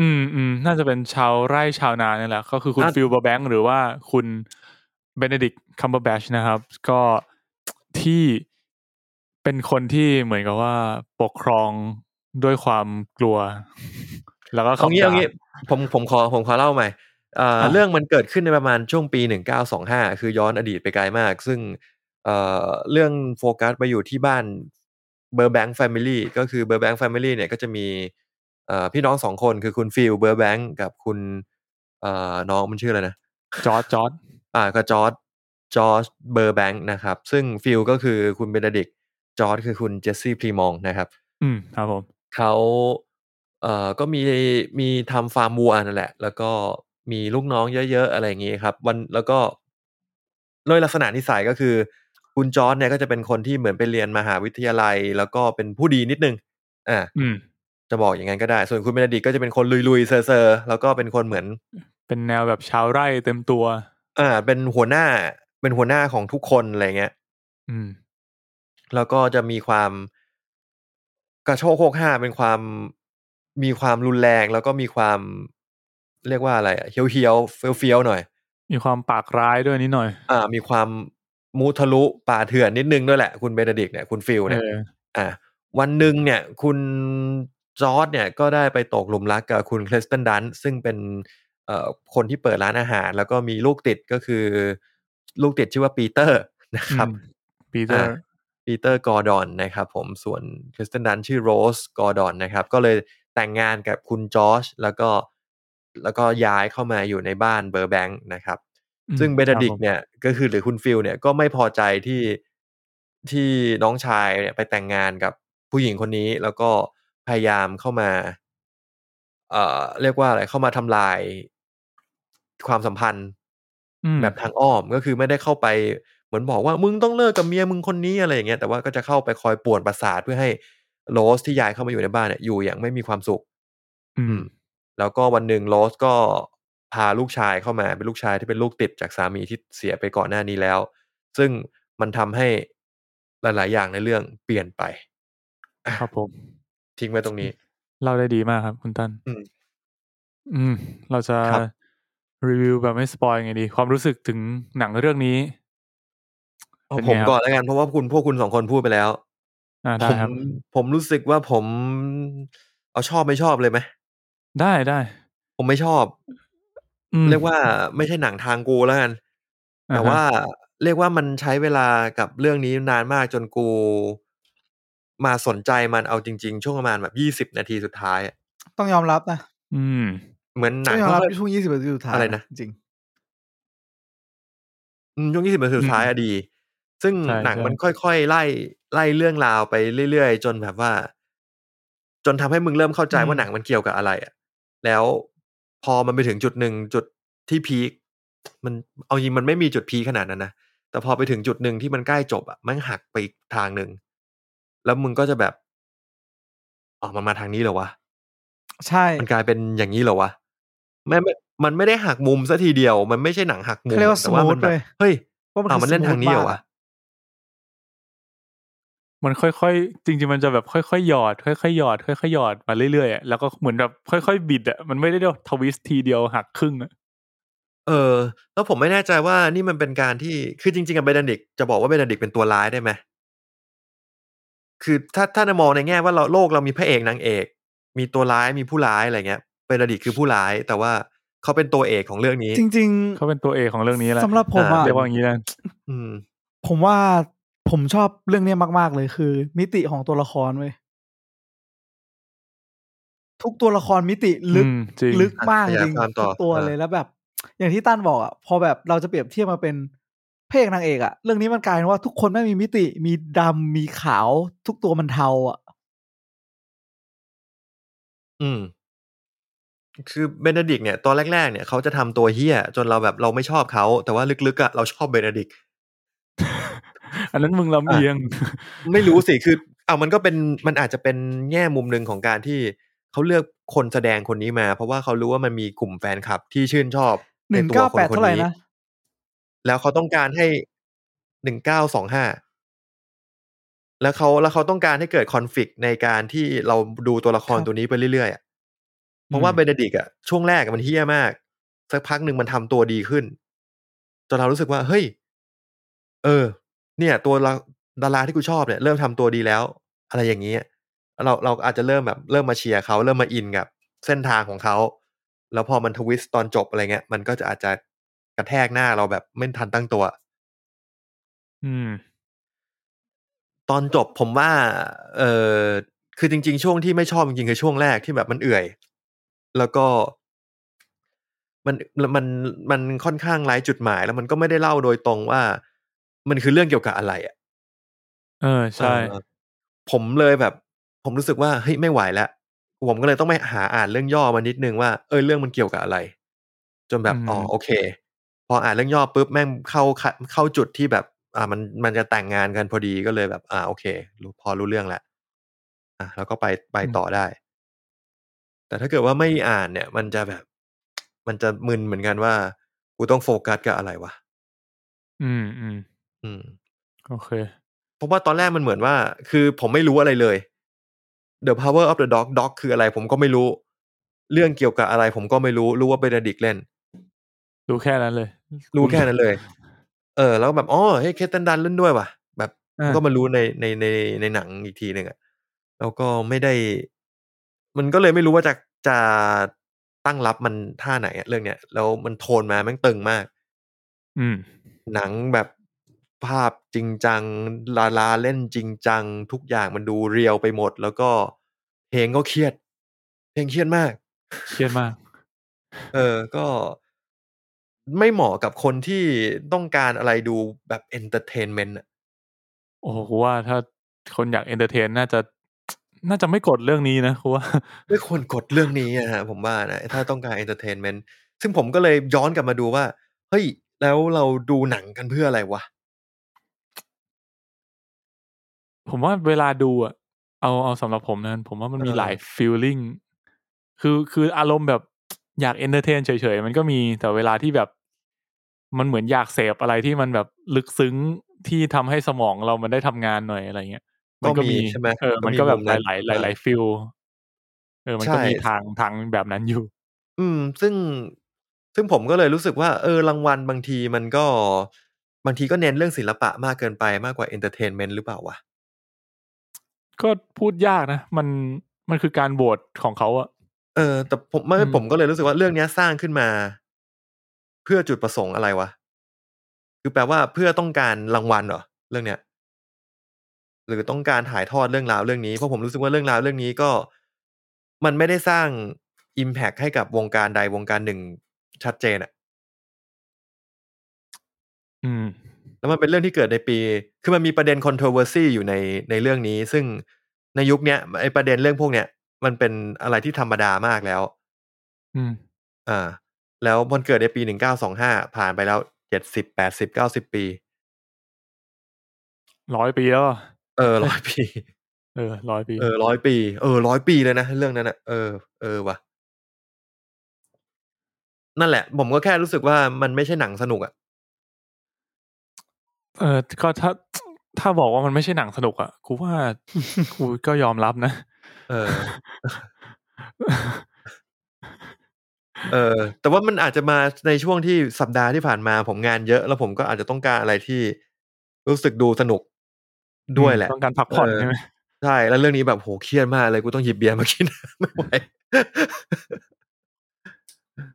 Speaker 2: อืมอืมน่าจะเป็นชาวไร่ชาวนาเนี่ยแหละ ก็คือคุณ
Speaker 3: อ่ะ
Speaker 2: ฟิลบอแบงค์หรือว่าคุณเบเนดิกคัมเบอร์แบชนะครับ ก็ที่เป็นคนที่เหมือนกับว่าปกครองด้วยความกลัว แล้วก็
Speaker 3: เอางี้
Speaker 2: คำด่
Speaker 3: เอางี้ผมผมขอผมขอเล่าใหม่เอ่อ
Speaker 2: อ่ะ
Speaker 3: เรื่องมันเกิดขึ้นในประมาณช่วงปี 1925 คือย้อนอดีตไปไกลมาก ซึ่งเอ่อเรื่องโฟกัสไปอยู่ที่บ้านเบอร์แบงค์แฟมิลี่ก็คือเบอร์แบงค์แฟมิลี่เนี่ยก็จะมีเอ่อพี่น้องสองคนคือคุณฟิลเบอร์แบงค์กับคุณเอ่อน้องมันชื่ออะไรนะ
Speaker 2: จอร์จจอร์จ
Speaker 3: อ่าก็จอร์ดจอร์ดเบอร์แบงค์นะครับ ซึ่งฟิลก็คือคุณเบนเดดิกต์จอร์ดคือคุณเจสซี่พรีมองนะครับ
Speaker 2: อืมครับผม
Speaker 3: เขาเอ่อก็มีมีทำฟาร์มวัวนั่นแหละ แล้วก็มีลูกน้องเยอะๆ อะไรอย่างงี้ครับ วันแล้วก็โดยลักษณะนิสัยก็คือ คุณจอร์ดเนี่ยก็จะเป็นคนที่เหมือนไปเรียนมหาวิทยาลัย แล้วก็เป็นผู้ดีนิดนึงอ่า
Speaker 2: อืม
Speaker 3: จะบอกอย่างนั้นก็ได้ ส่วนคุณเบนเดดิกต์ก็จะเป็นคนลุยๆเซอร์ๆแล้วก็เป็นคนเหมือน
Speaker 2: เป็นแนวแบบชาวไร่เต็มตัว
Speaker 3: อ่าเป็นหัวหน้าเป็นหัวหน้าของทุกคนอะไรอย่างเงี้ย
Speaker 2: อืม
Speaker 3: แล้วก็จะมีความกระโชกโคกห้าเป็นความมีความรุนแรงแล้วก็มีความเรียกว่าอะไรอะเฮี้ยวเฮี้ยวๆเฟี้ยวเฟี้ยวๆหน่อย
Speaker 2: มีความปากร้ายด้วยนิดหน่อย
Speaker 3: อ่า มีความมูทะลุป่าเถื่อนนิดนึงด้วยแหละ คุณเบนเดดิกต์เนี่ยคุณฟิล
Speaker 2: เอ
Speaker 3: เนี่ย
Speaker 2: อ
Speaker 3: อ่าวันหนึ่งเนี่ย คุณจอร์ดเนี่ยก็ได้ไปตกหลุมรักกับคุณคริสตันดันซ์ซึ่งเป็นเอ่อคนที่เปิดร้านอาหาร แล้วก็มีลูกติดก็คือ ลูกติดชื่อว่าปีเตอร์นะครับ
Speaker 2: อืมปีเตอร์
Speaker 3: ปีเตอร์กอร์ดอนนะครับผมส่วนคริสตันดันชื่อโรสกอร์ดอนนะครับก็เลยแต่งงานกับคุณจอชแล้วก็แล้วก็ย้ายเข้ามาอยู่ในบ้านเบอร์แบงค์นะครับ ซึ่งเบนเดดิกต์เนี่ยก็คือหรือคุณฟิลเนี่ยก็ไม่พอใจที่ที่น้องชายเนี่ยไปแต่งงานกับผู้หญิงคนนี้ แล้วก็พยายามเข้ามา เอ่อเรียกว่าอะไรเข้ามาทำลายความสัมพันธ์
Speaker 2: อืม
Speaker 3: แบบทางอ้อมก็คือไม่ได้เข้าไปเหมือนบอกว่ามึงต้องเลิกกับเมียมึงคนนี้อะไรอย่างเงี้ยแต่ว่าก็จะเข้าไปคอยป่วนประสาทเพื่อให้โรสที่ย้ายเข้ามาอยู่ในบ้านเนี่ยอยู่อย่างไม่มีความสุข
Speaker 2: อืม
Speaker 3: แล้วก็วันหนึ่งโรสก็ พาลูกชายเข้ามาเป็นลูกชายที่เป็นลูกติดจากสามีที่เสียไปก่อนหน้านี้แล้ว ซึ่งมันทำให้หลาย ๆ อย่างในเรื่องเปลี่ยนไป
Speaker 2: ครับผม
Speaker 3: ทิ้งไว้ตรงนี้
Speaker 2: เล่าได้ดีมากครับคุณตั้น
Speaker 3: อืม
Speaker 2: อืม เราจะ
Speaker 3: ครับ
Speaker 2: รีวิวแบบไม่สปอยไงดี ความรู้สึกถึงหนังเรื่องนี้
Speaker 3: เอา
Speaker 2: เป็น
Speaker 3: ผม
Speaker 2: ไงครับ
Speaker 3: ก่อนแล้วกันเพราะว่าคุณพวกคุณสองคนพูดไปแล้ว
Speaker 2: อ่าได้
Speaker 3: ผม
Speaker 2: ครับ
Speaker 3: ผมรู้สึกว่าผม เอาชอบไม่ชอบเลยไหม
Speaker 2: ได้ได้
Speaker 3: ผมไม่ชอบ
Speaker 2: อืม
Speaker 3: เรียกว่าไม่ใช่หนังทางกูแล้วกัน แต่
Speaker 2: อ่าฮะ
Speaker 3: ว่าเรียกว่ามันใช้เวลากับเรื่องนี้นานมากจนกู มาสนใจมันเอาจริง ๆ ช่วงประมาณแบบยี่สิบ20 นาทีสุดท้ายอะ
Speaker 4: ต้องยอมรับนะ
Speaker 2: อืม
Speaker 3: เหมือนห
Speaker 4: ต้
Speaker 3: นั
Speaker 4: อง
Speaker 3: ง
Speaker 4: ยอมรับ
Speaker 3: ค่อย
Speaker 4: ในช่วงยี่สิบนาทีสุดท้าย
Speaker 3: อะไรนะ
Speaker 4: จริง
Speaker 3: อืมช่วงยี่สิบนาทีสุดท้ายอะดี ซึ่ง
Speaker 2: ใช่
Speaker 3: หนัง
Speaker 2: ใช่
Speaker 3: มันค่อยๆไล่ไล่เรื่องราวไปเรื่อยๆ จนแบบว่า จนทำให้มึงเริ่มเข้าใจ
Speaker 4: อืม
Speaker 3: ว่าหนังมันเกี่ยวกับอะไรอะแล้วพอมันไปถึงจุดหนึ่งจุดที่พีคมันเอาจริงมันไม่มีจุดพีคขนาดนั้นนะแต่พอไปถึงจุดหนึ่งที่มันใกล้จบอะมันหักไปอีกทางหนึ่งแล้วมึงก็จะแบบอ๋อมันมาทางนี้เหรอวะ
Speaker 4: ใช่
Speaker 3: มันกลายเป็นอย่างนี้เหรอวะไม่ไม่มันไม่ได้หักมุมซะทีเดียว มันไม่ใช่หนังหักมุม
Speaker 4: เขาเรียกว่าส
Speaker 3: แต่
Speaker 4: มู
Speaker 3: มั
Speaker 4: ท
Speaker 3: แบบ
Speaker 4: เลย
Speaker 3: เฮ้ย
Speaker 4: ว่ามัน
Speaker 3: อ่า
Speaker 4: คือ
Speaker 3: มันเล่นทางนี้เหรอวะ
Speaker 2: มันค่อยๆ จริง ๆ มันจะแบบค่อยๆ หยอด ค่อยๆ หยอด ค่อยๆ หยอดมาเรื่อยๆอะแล้วก็เหมือนแบบค่อยๆ บิดอ่ะ มันไม่ได้แบบทวิสต์ทีเดียวหักครึ่งอ่ะ
Speaker 3: เออ แล้วผมไม่แน่ใจว่านี่มันเป็นการที่คือจริงๆกับเบนดิกจะบอกว่าเบนดิกเป็นตัวร้ายได้ไหมคือถ้าถ้าจะมองในแง่ว่าเราโลกเรามีพระเอกนางเอก มีตัวร้ายมีผู้ร้ายอะไรเงี้ยเบนดิกคือผู้ร้าย แต่ว่าเขาเป็นตัวเอกของเรื่องนี้
Speaker 4: จริง
Speaker 2: เขาเป็นตัวเอกของเรื่องนี้แห
Speaker 4: ๆ
Speaker 2: ละ
Speaker 4: สำหรับผม
Speaker 3: อ่า
Speaker 4: อ่ะ
Speaker 2: เรียกว่าอย่างนี้นะ
Speaker 3: อืม
Speaker 4: ผมว่าผมชอบเรื่องเนี้ยมาก ๆ เลยคือ มิติของตัวละครเว้ยทุกตัวละครมิติลึก
Speaker 2: อืมจริง
Speaker 4: ลึกมากจ
Speaker 3: อ่ะขยาย
Speaker 4: ริง
Speaker 3: ความต่อ
Speaker 4: ทุกตัว
Speaker 3: อ่า
Speaker 4: เลยแล้วแบบ อย่างที่ตั้นบอกอ่ะพอแบบเราจะเปรียบเทียบมาเป็นพระเอกนางเอกอ่ะ เรื่องนี้มันกลายเป็นว่าทุกคนไม่งมีมิติมีดำมีขาว ทุกตัวมันเทาอ่ะ
Speaker 3: อืม คือเบนดิกเนี่ยตอนแรกๆเนี่ยเขาจะทำตัวเฮี้ยจนเราแบบเราไม่ชอบเขาแต่ว่าลึกๆอะเราชอบเบนดิก
Speaker 2: อันนั้นมึงลำเอียง
Speaker 3: ไม่รู้สิ คือ เอามันก็เป็น มันอาจจะเป็นแง่มุมหนึ่งของการที่เขาเลือกคนแสดงคนนี้มา เพราะว่าเขารู้ว่ามันมีกลุ่มแฟนคลับที่ชื่นชอบ
Speaker 4: ห
Speaker 3: ใน
Speaker 4: นึ่ง
Speaker 3: ตัว
Speaker 4: เก้า
Speaker 3: ค
Speaker 4: แป
Speaker 3: น
Speaker 4: ด
Speaker 3: คน
Speaker 4: เท่าไหร่
Speaker 3: นี้
Speaker 4: นะ
Speaker 3: แล้วเขาต้องการให้หนึ่งเก้าสองห้า แล้วเขาแล้วเขาต้องการให้เกิดคอนฟ lict ในการที่เราดูตัวละคร
Speaker 4: ครับ
Speaker 3: ตัวนี้ไปเรื่อยๆอะเพราะว่า
Speaker 2: อืม
Speaker 3: เบนเดดิกต์อะช่วงแรกอะมันเฮี้ยมาก สักพักหนึ่งมันทำตัวดีขึ้น จนเรารู้สึกว่า เฮ้ย เออ เนี่ย ตัวละดาราที่กูชอบเนี่ย เริ่มทำตัวดีแล้ว อะไรอย่างเงี้ยเราเราอาจจะเริ่มแบบเริ่มมาเชียร์เขาเริ่มมาอินกับเส้นทางของเขา แล้วพอมันทวิสต์ตอนจบอะไรเงี้ย มันก็จะอาจจะกระแทกหน้าเราแบบไม่ทันตั้งตัว
Speaker 2: อืม
Speaker 3: ตอนจบผมว่า เออคือจริง ๆ ช่วงที่ไม่ชอบจริงๆคือช่วงแรกที่แบบมันเอื่อย แล้วก็ มันมันมันค่อนข้างไร้จุดหมาย แล้วมันก็ไม่ได้เล่าโดยตรงว่า มันคือเรื่องเกี่ยวกับอะไรอ่ะ
Speaker 2: เออ ใช่
Speaker 3: เออผมเลยแบบ ผมรู้สึกว่าเฮ้ยไม่ไหวแล้วผมก็เลยต้องไปหาอ่านเรื่องย่อมานิดนึงว่าเออเรื่องมันเกี่ยวกับอะไร จนแบบ
Speaker 2: อืม
Speaker 3: อ๋อโอเค พออ่านเรื่องย่อปุ๊บแม่งเข้าเข้าจุดที่แบบ อ่ามันมันจะแต่งงานกันพอดีก็เลยแบบ อ่าโอเครู้พอรู้เรื่องแล้วอ่ะแล้วก็ไปไปต่อได้ แต่ถ้าเกิดว่าไม่อ่านเนี่ย มันจะแบบ มันจะมึนเหมือนกันว่ากูต้องโฟกัสกับอะไรวะ
Speaker 2: อืมอืม
Speaker 3: อืม
Speaker 2: โอเค
Speaker 3: เพราะว่าตอนแรกมันเหมือนว่า คือผมไม่รู้อะไรเลย The Power of the Dog Dog คืออะไร ผมก็ไม่รู้ เรื่องเกี่ยวกับอะไร ผมก็ไม่รู้ รู้ว่าเบนดิกเล่น
Speaker 2: รู้แค่นั้นเลย
Speaker 3: รู้แค่นั้นเลย เออ แล้วก็แบบอ๋อเฮ้ยเคสตันดันเล่นด้วยว่ะ แบบ
Speaker 2: อ่ะ
Speaker 3: ก็มารู้ในในในในหนังอีกทีหนึ่งอะแล้วก็ไม่ได้ มันก็เลยไม่รู้ว่าจะจะตั้งรับมันท่าไหนอะเรื่องเนี้ย แล้วมันโทนมาแม่งตึงมาก
Speaker 2: อืม
Speaker 3: หนังแบบภาพจริงจังลาลาเล่นจริงจัง ทุกอย่างมันดูเรียวไปหมด แล้วก็เพลงก็เครียด เพลงเครียดมาก
Speaker 2: เครียดมาก
Speaker 3: เออ ก็ไม่เหมาะกับคนที่ต้องการอะไรดูแบบเอนเตอร์เทนเมนต์อะ
Speaker 2: โอ้โหกูว่าถ้าคนอยากเอนเตอร์เทนน่าจะ น่าจะไม่กดเรื่องนี้นะกูว่า
Speaker 3: ไม่ควรกดเรื่องนี้อะฮะผมว่านะ ถ้าต้องการเอนเตอร์เทนเมนต์ซึ่งผมก็เลยย้อนกลับมาดูว่า เฮ้ย แล้วเราดูหนังกันเพื่ออะไรวะ
Speaker 2: ผมว่าเวลาดูอะเอาเอาสำหรับผมนะผมว่ามันมี
Speaker 3: เออ
Speaker 2: หลายฟีลลิ่งคือคืออารมณ์แบบ อยากเอนเตอร์เทนเฉยๆ มันก็มีแต่เวลาที่แบบ มันเหมือนอยากเสพอะไรที่มันแบบลึกซึ้งที่ทำให้สมองเรามันได้ทำงานหน่อยอะไรเงี้ยมันก็มี
Speaker 3: ก็มีใช่ไหม
Speaker 2: เออ
Speaker 3: มั
Speaker 2: มัน น
Speaker 3: ก็
Speaker 2: ก็
Speaker 3: มี
Speaker 2: แบบ
Speaker 3: มุม
Speaker 2: ห
Speaker 3: นั้น
Speaker 2: ลายๆหลายๆฟิลเออมันก็
Speaker 3: ใช่
Speaker 2: มีทางทางแบบนั้นอยู่
Speaker 3: อืม ซึ่งซึ่งผมก็เลยรู้สึกว่า เออรางวัลบางทีมันก็บางทีก็เน้นเรื่องศิลปะมากเกินไปมากกว่าเอนเตอร์เทนเมนต์หรือเปล่าวะ
Speaker 2: ก็พูดยากนะ มันมันคือการโหวตของเขาอะ
Speaker 3: เออแต่ผมไม่
Speaker 2: อืม
Speaker 3: ผมก็เลยรู้สึกว่าเรื่องเนี้ยสร้างขึ้นมา เพื่อจุดประสงค์อะไรวะคือแปลว่าเพื่อต้องการรางวัลเหรอเรื่องเนี้ย หรือต้องการถ่ายทอดเรื่องราวเรื่องนี้เพราะผมรู้สึกว่าเรื่องราวเรื่องนี้ก็ มันไม่ได้สร้าง Impact ให้กับวงการใดวงการหนึ่งชัดเจนอะ
Speaker 2: อืม
Speaker 3: แล้วมันเป็นเรื่องที่เกิดในปี คือมันมีประเด็น controversy อยู่ในในเรื่องนี้ ซึ่งในยุคเนี้ยไอประเด็นเรื่องพวกเนี้ยมันเป็นอะไรที่ธรรมดามากแล้ว
Speaker 2: อืม
Speaker 3: อ่า แล้วมันเกิดในปีหนึ่งเก้าสองห้าผ่านไปแล้วเจ็ดสิบแปดสิบเก้าสิบปี
Speaker 2: ร้อยปีแล้วอะ
Speaker 3: เออร้อยปี
Speaker 2: เออร้อยปี
Speaker 3: เออร้อยปี เออร้อยปีเลยนะ เรื่องนั้นอ่ะ เออเออว่ะ นั่นแหละ ผมก็แค่รู้สึกว่ามันไม่ใช่หนังสนุกอ่ะ
Speaker 2: เออก็ถ้าถ้าบอกว่ามันไม่ใช่หนังสนุกอะกูว่า กูก็ยอมรับนะ
Speaker 3: เออ เออแต่ว่ามันอาจจะมาในช่วงที่สัปดาห์ที่ผ่านมาผมงานเยอะ แล้วผมก็อาจจะต้องการอะไรที่รู้สึกดูสนุกด้วยแหละ
Speaker 2: ต้องการพักผ่อน
Speaker 3: เออ
Speaker 2: ใช่ไหม
Speaker 3: ใช่แล้วเรื่องนี้แบบโหเครียดมากเลยกูต้องหยิบเบียร์มากิน ไม่ไหว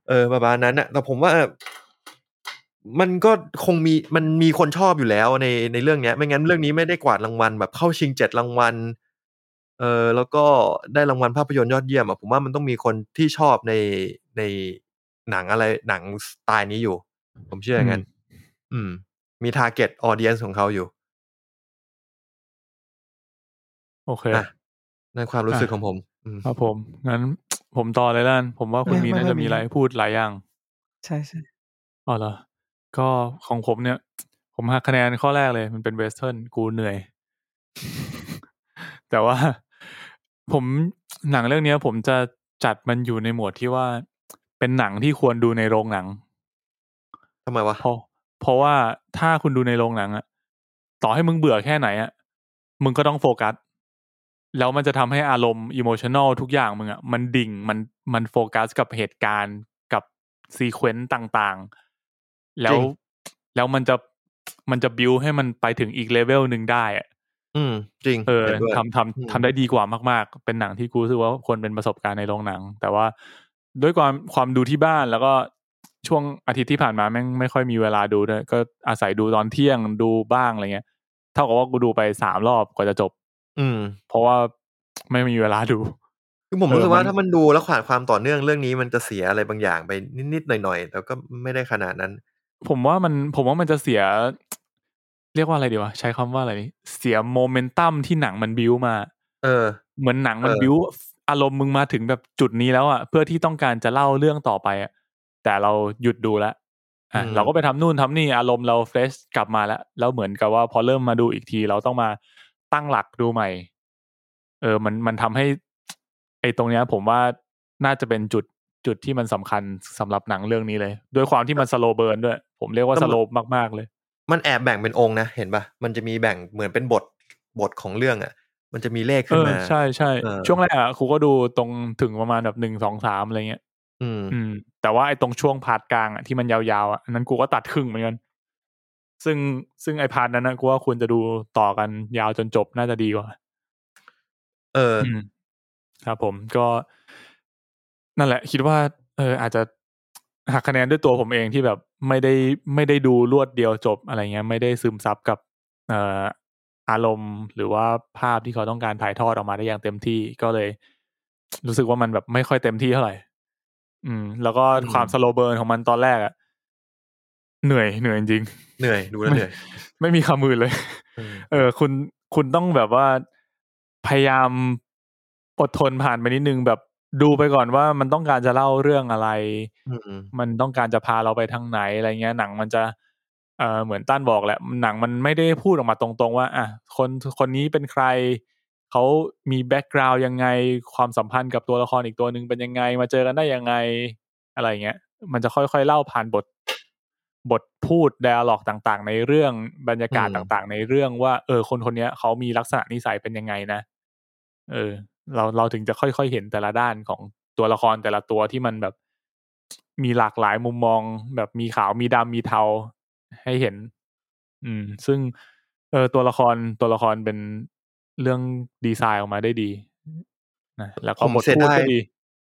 Speaker 3: เออประมาณนั้นอะแต่ผมว่า มันก็คงมีมันมีคนชอบอยู่แล้วในในเรื่องเนี้ย ไม่งั้นเรื่องนี้ไม่ได้กวาดรางวัลแบบเข้าชิงเจ็ดรางวัลเออแล้วก็ได้รางวัลภาพยนตร์ยอดเยี่ยมอะผมว่ามันต้องมีคนที่ชอบในในหนังอะไรหนังสไตล์นี้อยู่ ผมเชื่ออย่างนั้นอืม มีทาร์เก็ตออเดียนของเขาอยู่
Speaker 2: โอเค
Speaker 3: อ่ะ ในความรู้สึกของผม อืม
Speaker 2: ครับผม งั้น ผมต่อเลยล้านผมว่าคุณ
Speaker 4: ไม่
Speaker 2: มีน่า
Speaker 4: ไม่
Speaker 2: จะมี
Speaker 4: มี
Speaker 2: อะไรให้พูดหลายอย่าง
Speaker 4: ใช่ใช่
Speaker 2: อ๋อเหรอ ก็ของผมเนี่ย ผมหักคะแนนข้อแรกเลย มันเป็นเวสเทิร์นกูเหนื่อย แต่ว่าผมหนังเรื่องเนี้ย ผมจะจัดมันอยู่ในหมวดที่ว่าเป็นหนังที่ควรดูในโรงหนัง
Speaker 3: ทำไมวะ
Speaker 2: เพราะเพราะว่าถ้าคุณดูในโรงหนังอะต่อให้มึงเบื่อแค่ไหนอะมึงก็ต้องโฟกัส แล้วมันจะทำให้อารมณ์อิโมชันอลทุกอย่างมึงอะมันดิ่งมันมันโฟกัสกับเหตุการณ์กับซีเควนต์ต่างๆ แล้
Speaker 3: จริ
Speaker 2: ว
Speaker 3: ง
Speaker 2: แล้วมันจะมันจะบิวให้มันไปถึงอีกเลเวลหนึ่งได้อะ
Speaker 3: อืม จริง
Speaker 2: เออ
Speaker 3: ห็นด้วย
Speaker 2: ทำ
Speaker 3: อืม
Speaker 2: ทำทำได้ดีกว่ามากๆ เป็นหนังที่กูรู้สึกว่าควรเป็นประสบการณ์ในโรงหนัง แต่ว่าด้วยความความดูที่บ้านแล้วก็ช่วงอาทิตย์ที่ผ่านมาแม่งไม่ค่อยมีเวลาดูด้วยก็อาศัยดูตอนเที่ยงดูบ้างอะไรเงี้ย เท่ากับว่ากูดูไปสามรอบกว่าจะจบ
Speaker 3: อืม
Speaker 2: เพราะว่าไม่มีเวลาดู
Speaker 3: คือผม
Speaker 2: เออ
Speaker 3: รู้สึก
Speaker 2: มั
Speaker 3: ว่าน ถ้ามันดูแล้วขาดความต่อเนื่องเรื่องนี้มันจะเสียอะไรบางอย่างไปนิดๆหน่อยๆแล้วก็ไม่ได้ขนาดนั้น
Speaker 2: ผมว่ามันผมว่ามันจะเสีย เรียกว่าอะไรดีวะใช้คำว่าอะไรดีเสียโมเมนตัมที่หนังมันบิวมา
Speaker 3: เออ
Speaker 2: เหมือนหนังมัน
Speaker 3: เออ
Speaker 2: บิวอารมณ์มึงมาถึงแบบจุดนี้แล้วอ่ะเพื่อที่ต้องการจะเล่าเรื่องต่อไปอ่ะแต่เราหยุดดูแล้วอ่ะ
Speaker 3: อืม
Speaker 2: เราก็ไปทำนู่นทำนี่อารมณ์เราเฟรชกลับมาแล้ว แล้วเหมือนกับว่าพอเริ่มมาดูอีกทีเราต้องมาตั้งหลักดูใหม่ เออมันมันทำให้ ไอ้ตรงเนี้ย ผมว่าน่าจะเป็นจุดจุดที่มันสำคัญสำหรับหนังเรื่องนี้เลยด้วยความที่มันสโลเบิร์นด้วย ผมเรียกว่าสโลมากๆเลย
Speaker 3: มันแอบแบ่งเป็นองค์นะ เห็นปะมันจะมีแบ่งเหมือนเป็นบทบทของเรื่องอ่ะ มันจะมีเลข
Speaker 2: เอ
Speaker 3: ขึ้น
Speaker 2: อ
Speaker 3: มา
Speaker 2: ใช่ใช่
Speaker 3: เออ
Speaker 2: ช่วงแรกอ่ะครูก็ดูตรงถึงประมาณแบบหนึ่งสองสามอะไรเงี้ย
Speaker 3: อืม
Speaker 2: อืมแต่ว่าไอ้ตรงช่วงพาร์ทกลางอะที่มันยาวๆอะอันนั้นกูก็ตัดครึ่งเหมือนกัน ซึ่งซึ่งไอ้พาร์ทนั้นนะกูว่าควรจะดูต่อกันยาวจนจบน่าจะดีกว่า
Speaker 3: เอออ
Speaker 2: อืมครับผมก็ นั่นแหละ คิดว่า เออ อาจจะหักคะแนนด้วยตัวผมเองที่แบบไม่ได้ไม่ได้ดูรวดเดียวจบอะไรเงี้ย ไม่ได้ซึมซับกับ เอ่ออารมณ์หรือว่าภาพที่เขาต้องการถ่ายทอดออกมาได้อย่างเต็มที่ก็เลย รู้สึกว่ามันแบบไม่ค่อยเต็มที่เท่าไหร่ อืม แล้วก็
Speaker 3: อืม
Speaker 2: ความสโลเบิร์นของมันตอนแรกอะเหนื่อยเหนื่อยจริง
Speaker 3: เหนื่อยดูแล้วเหนื่อย
Speaker 2: ไม่มีคำอื่นเลย
Speaker 3: อืม
Speaker 2: เออ คุณคุณต้องแบบว่าพยายามอดทนผ่านไปนิดนึงแบบดูไปก่อนว่ามันต้องการจะเล่าเรื่องอะไร
Speaker 3: อืม
Speaker 2: มันต้องการจะพาเราไปทางไหนอะไรเงี้ย หนังมันจะเออเหมือนต้านบอกแหละหนังมันไม่ได้พูดออกมาตรงๆ ว่า อ่ะคนคนนี้เป็นใคร เขามีแบ็กกราว n d ยังไงความสัมพันธ์กับตัวละครอีกตัวหนึ่งเป็นยังไง มาเจอกันได้ยังไง อะไรเงี้ย มันจะค่อยๆเล่าผ่านบท บทพูด d ด a l ล g u e ต่างๆ ในเรื่องบรรยากาศ
Speaker 3: อืม
Speaker 2: ต่างๆ ในเรื่องว่า เออ คนคนเนี้ยเขามีลักษณะนิสัยเป็นยังไงนะ เออ เราเราถึงจะค่อยๆเห็นแต่ละด้านของตัวละครแต่ละตัวที่มันแบบ มีหลากหลายมุมมอง แบบมีขาวมีดำมีเทาให้เห็น อืม ซึ่ง เออตัวละครตัวละครเป็นเรื่องดีไซน์ออกมาได้ดีนะแล้วก็
Speaker 3: ผม
Speaker 2: บท
Speaker 3: เสีย
Speaker 2: พูด
Speaker 3: ดาย
Speaker 2: ก็ดี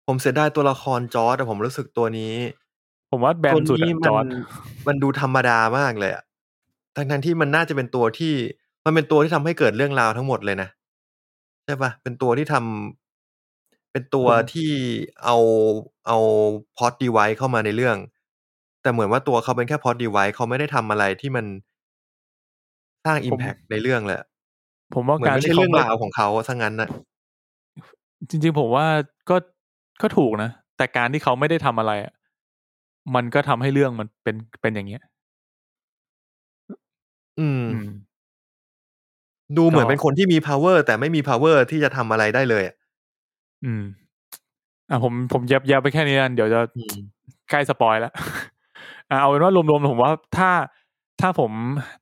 Speaker 3: ผมเสียดายตัวละครจอร์ดแต่ผมรู้สึกตัวนี้
Speaker 2: ผมว่าแบนสุด
Speaker 3: ตัว
Speaker 2: อะ
Speaker 3: นี้
Speaker 2: จ
Speaker 3: มั
Speaker 2: อร์ด
Speaker 3: นมันดูธรรมดามากเลยอะทั้งทั้งๆที่มันน่าจะเป็นตัวที่ มันเป็นตัวที่ทำให้เกิดเรื่องราวทั้งหมดเลยนะใช่ปะเป็นตัวที่ทำเป็นตัวที่เอาเอาพอดดีไวเข้ามาในเรื่อง แต่เหมือนว่าตัวเขาเป็นแค่พอดดีไวเขาไม่ได้ทำอะไรที่มันสร้างอิมแพกในเรื่องเลยอะ
Speaker 2: ผมว่า
Speaker 3: เหมือน
Speaker 2: การ
Speaker 3: ไม่ใช่
Speaker 2: ที่เขา
Speaker 3: เรื่อง
Speaker 2: ไม่
Speaker 3: ราวของเขาซะงั้นนะ
Speaker 2: จริง ๆ ผมว่าก็ก็ถูกนะ แต่การที่เขาไม่ได้ทำอะไรอะมันก็ทำให้เรื่องมันเป็นเป็นอย่างเงี้ย
Speaker 3: อืม
Speaker 2: อืม
Speaker 3: ดูเหมือน
Speaker 2: ก็
Speaker 3: เป็นคนที่มี power แต่ไม่มี power ที่จะทำอะไรได้เลยอะ
Speaker 2: อืมอ่ะผมผมแยบแยบไปแค่นี้นะเดี๋ยวจะ
Speaker 3: อืม
Speaker 2: ใกล้สปอยแล้ว อ่ะเอาเป็นว่ารวมๆผมว่าถ้าถ้าผม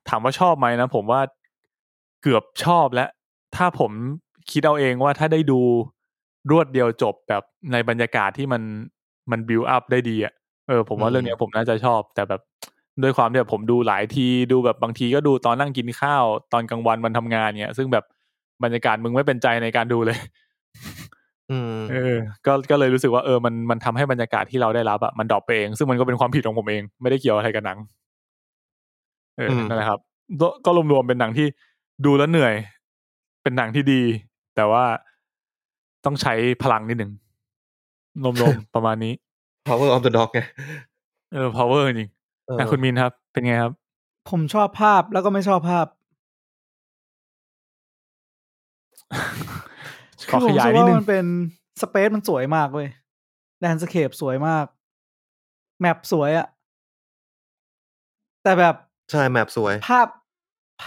Speaker 2: ถามว่าชอบไหมนะ ผมว่าเกือบชอบแล้ว ถ้าผมคิดเอาเองว่าถ้าได้ดูรวดเดียวจบแบบในบรรยากาศที่มันมันบิวอัพได้ดีอ่ะเออผมว่า
Speaker 3: อืม
Speaker 2: เรื่องเนี้ยผมน่าจะชอบ แต่แบบด้วยความที่แบบผมดูหลายทีดูแบบบางทีก็ดูตอนนั่งกินข้าว ตอนกลางวันวันทำงานเนี่ยซึ่งแบบบรรยากาศมึงไม่เป็นใจในการดูเลย
Speaker 3: อืม
Speaker 2: เออ ก็ ก็เลยรู้สึกว่า เออ มัน มันทำให้บรรยากาศที่เราได้รับอะมันดรอปไปเอง ซึ่งมันก็เป็นความผิดของผมเอง ไม่ได้เกี่ยวอะไรกับหนัง เออ
Speaker 3: อืม
Speaker 2: นั่นแหละครับ ก็ก็รวมๆ เป็นหนังที่ดูแล้วเหนื่อย เป็นหนังที่ดี แต่ว่าต้องใช้พลังนิดหนึ่ง รวม ๆ ประมาณนี้
Speaker 3: power of the dog ไง
Speaker 2: เออ power จริง
Speaker 3: เออ
Speaker 2: อ่ะคุณมินครับ เป็นไงค รับ
Speaker 4: ผมชอบภาพแล้วก็ไม่ชอบภาพ
Speaker 2: ขอขยาย
Speaker 4: คือผมรู้สึก
Speaker 2: นิด
Speaker 4: ว่า
Speaker 2: นึง
Speaker 4: มันเป็นสเปซมันสวยมากเว้ยแลนสเคปสวยมาก แมปสวยอะแต่แบบ
Speaker 3: ใช่ แมปสวย
Speaker 4: ภาพ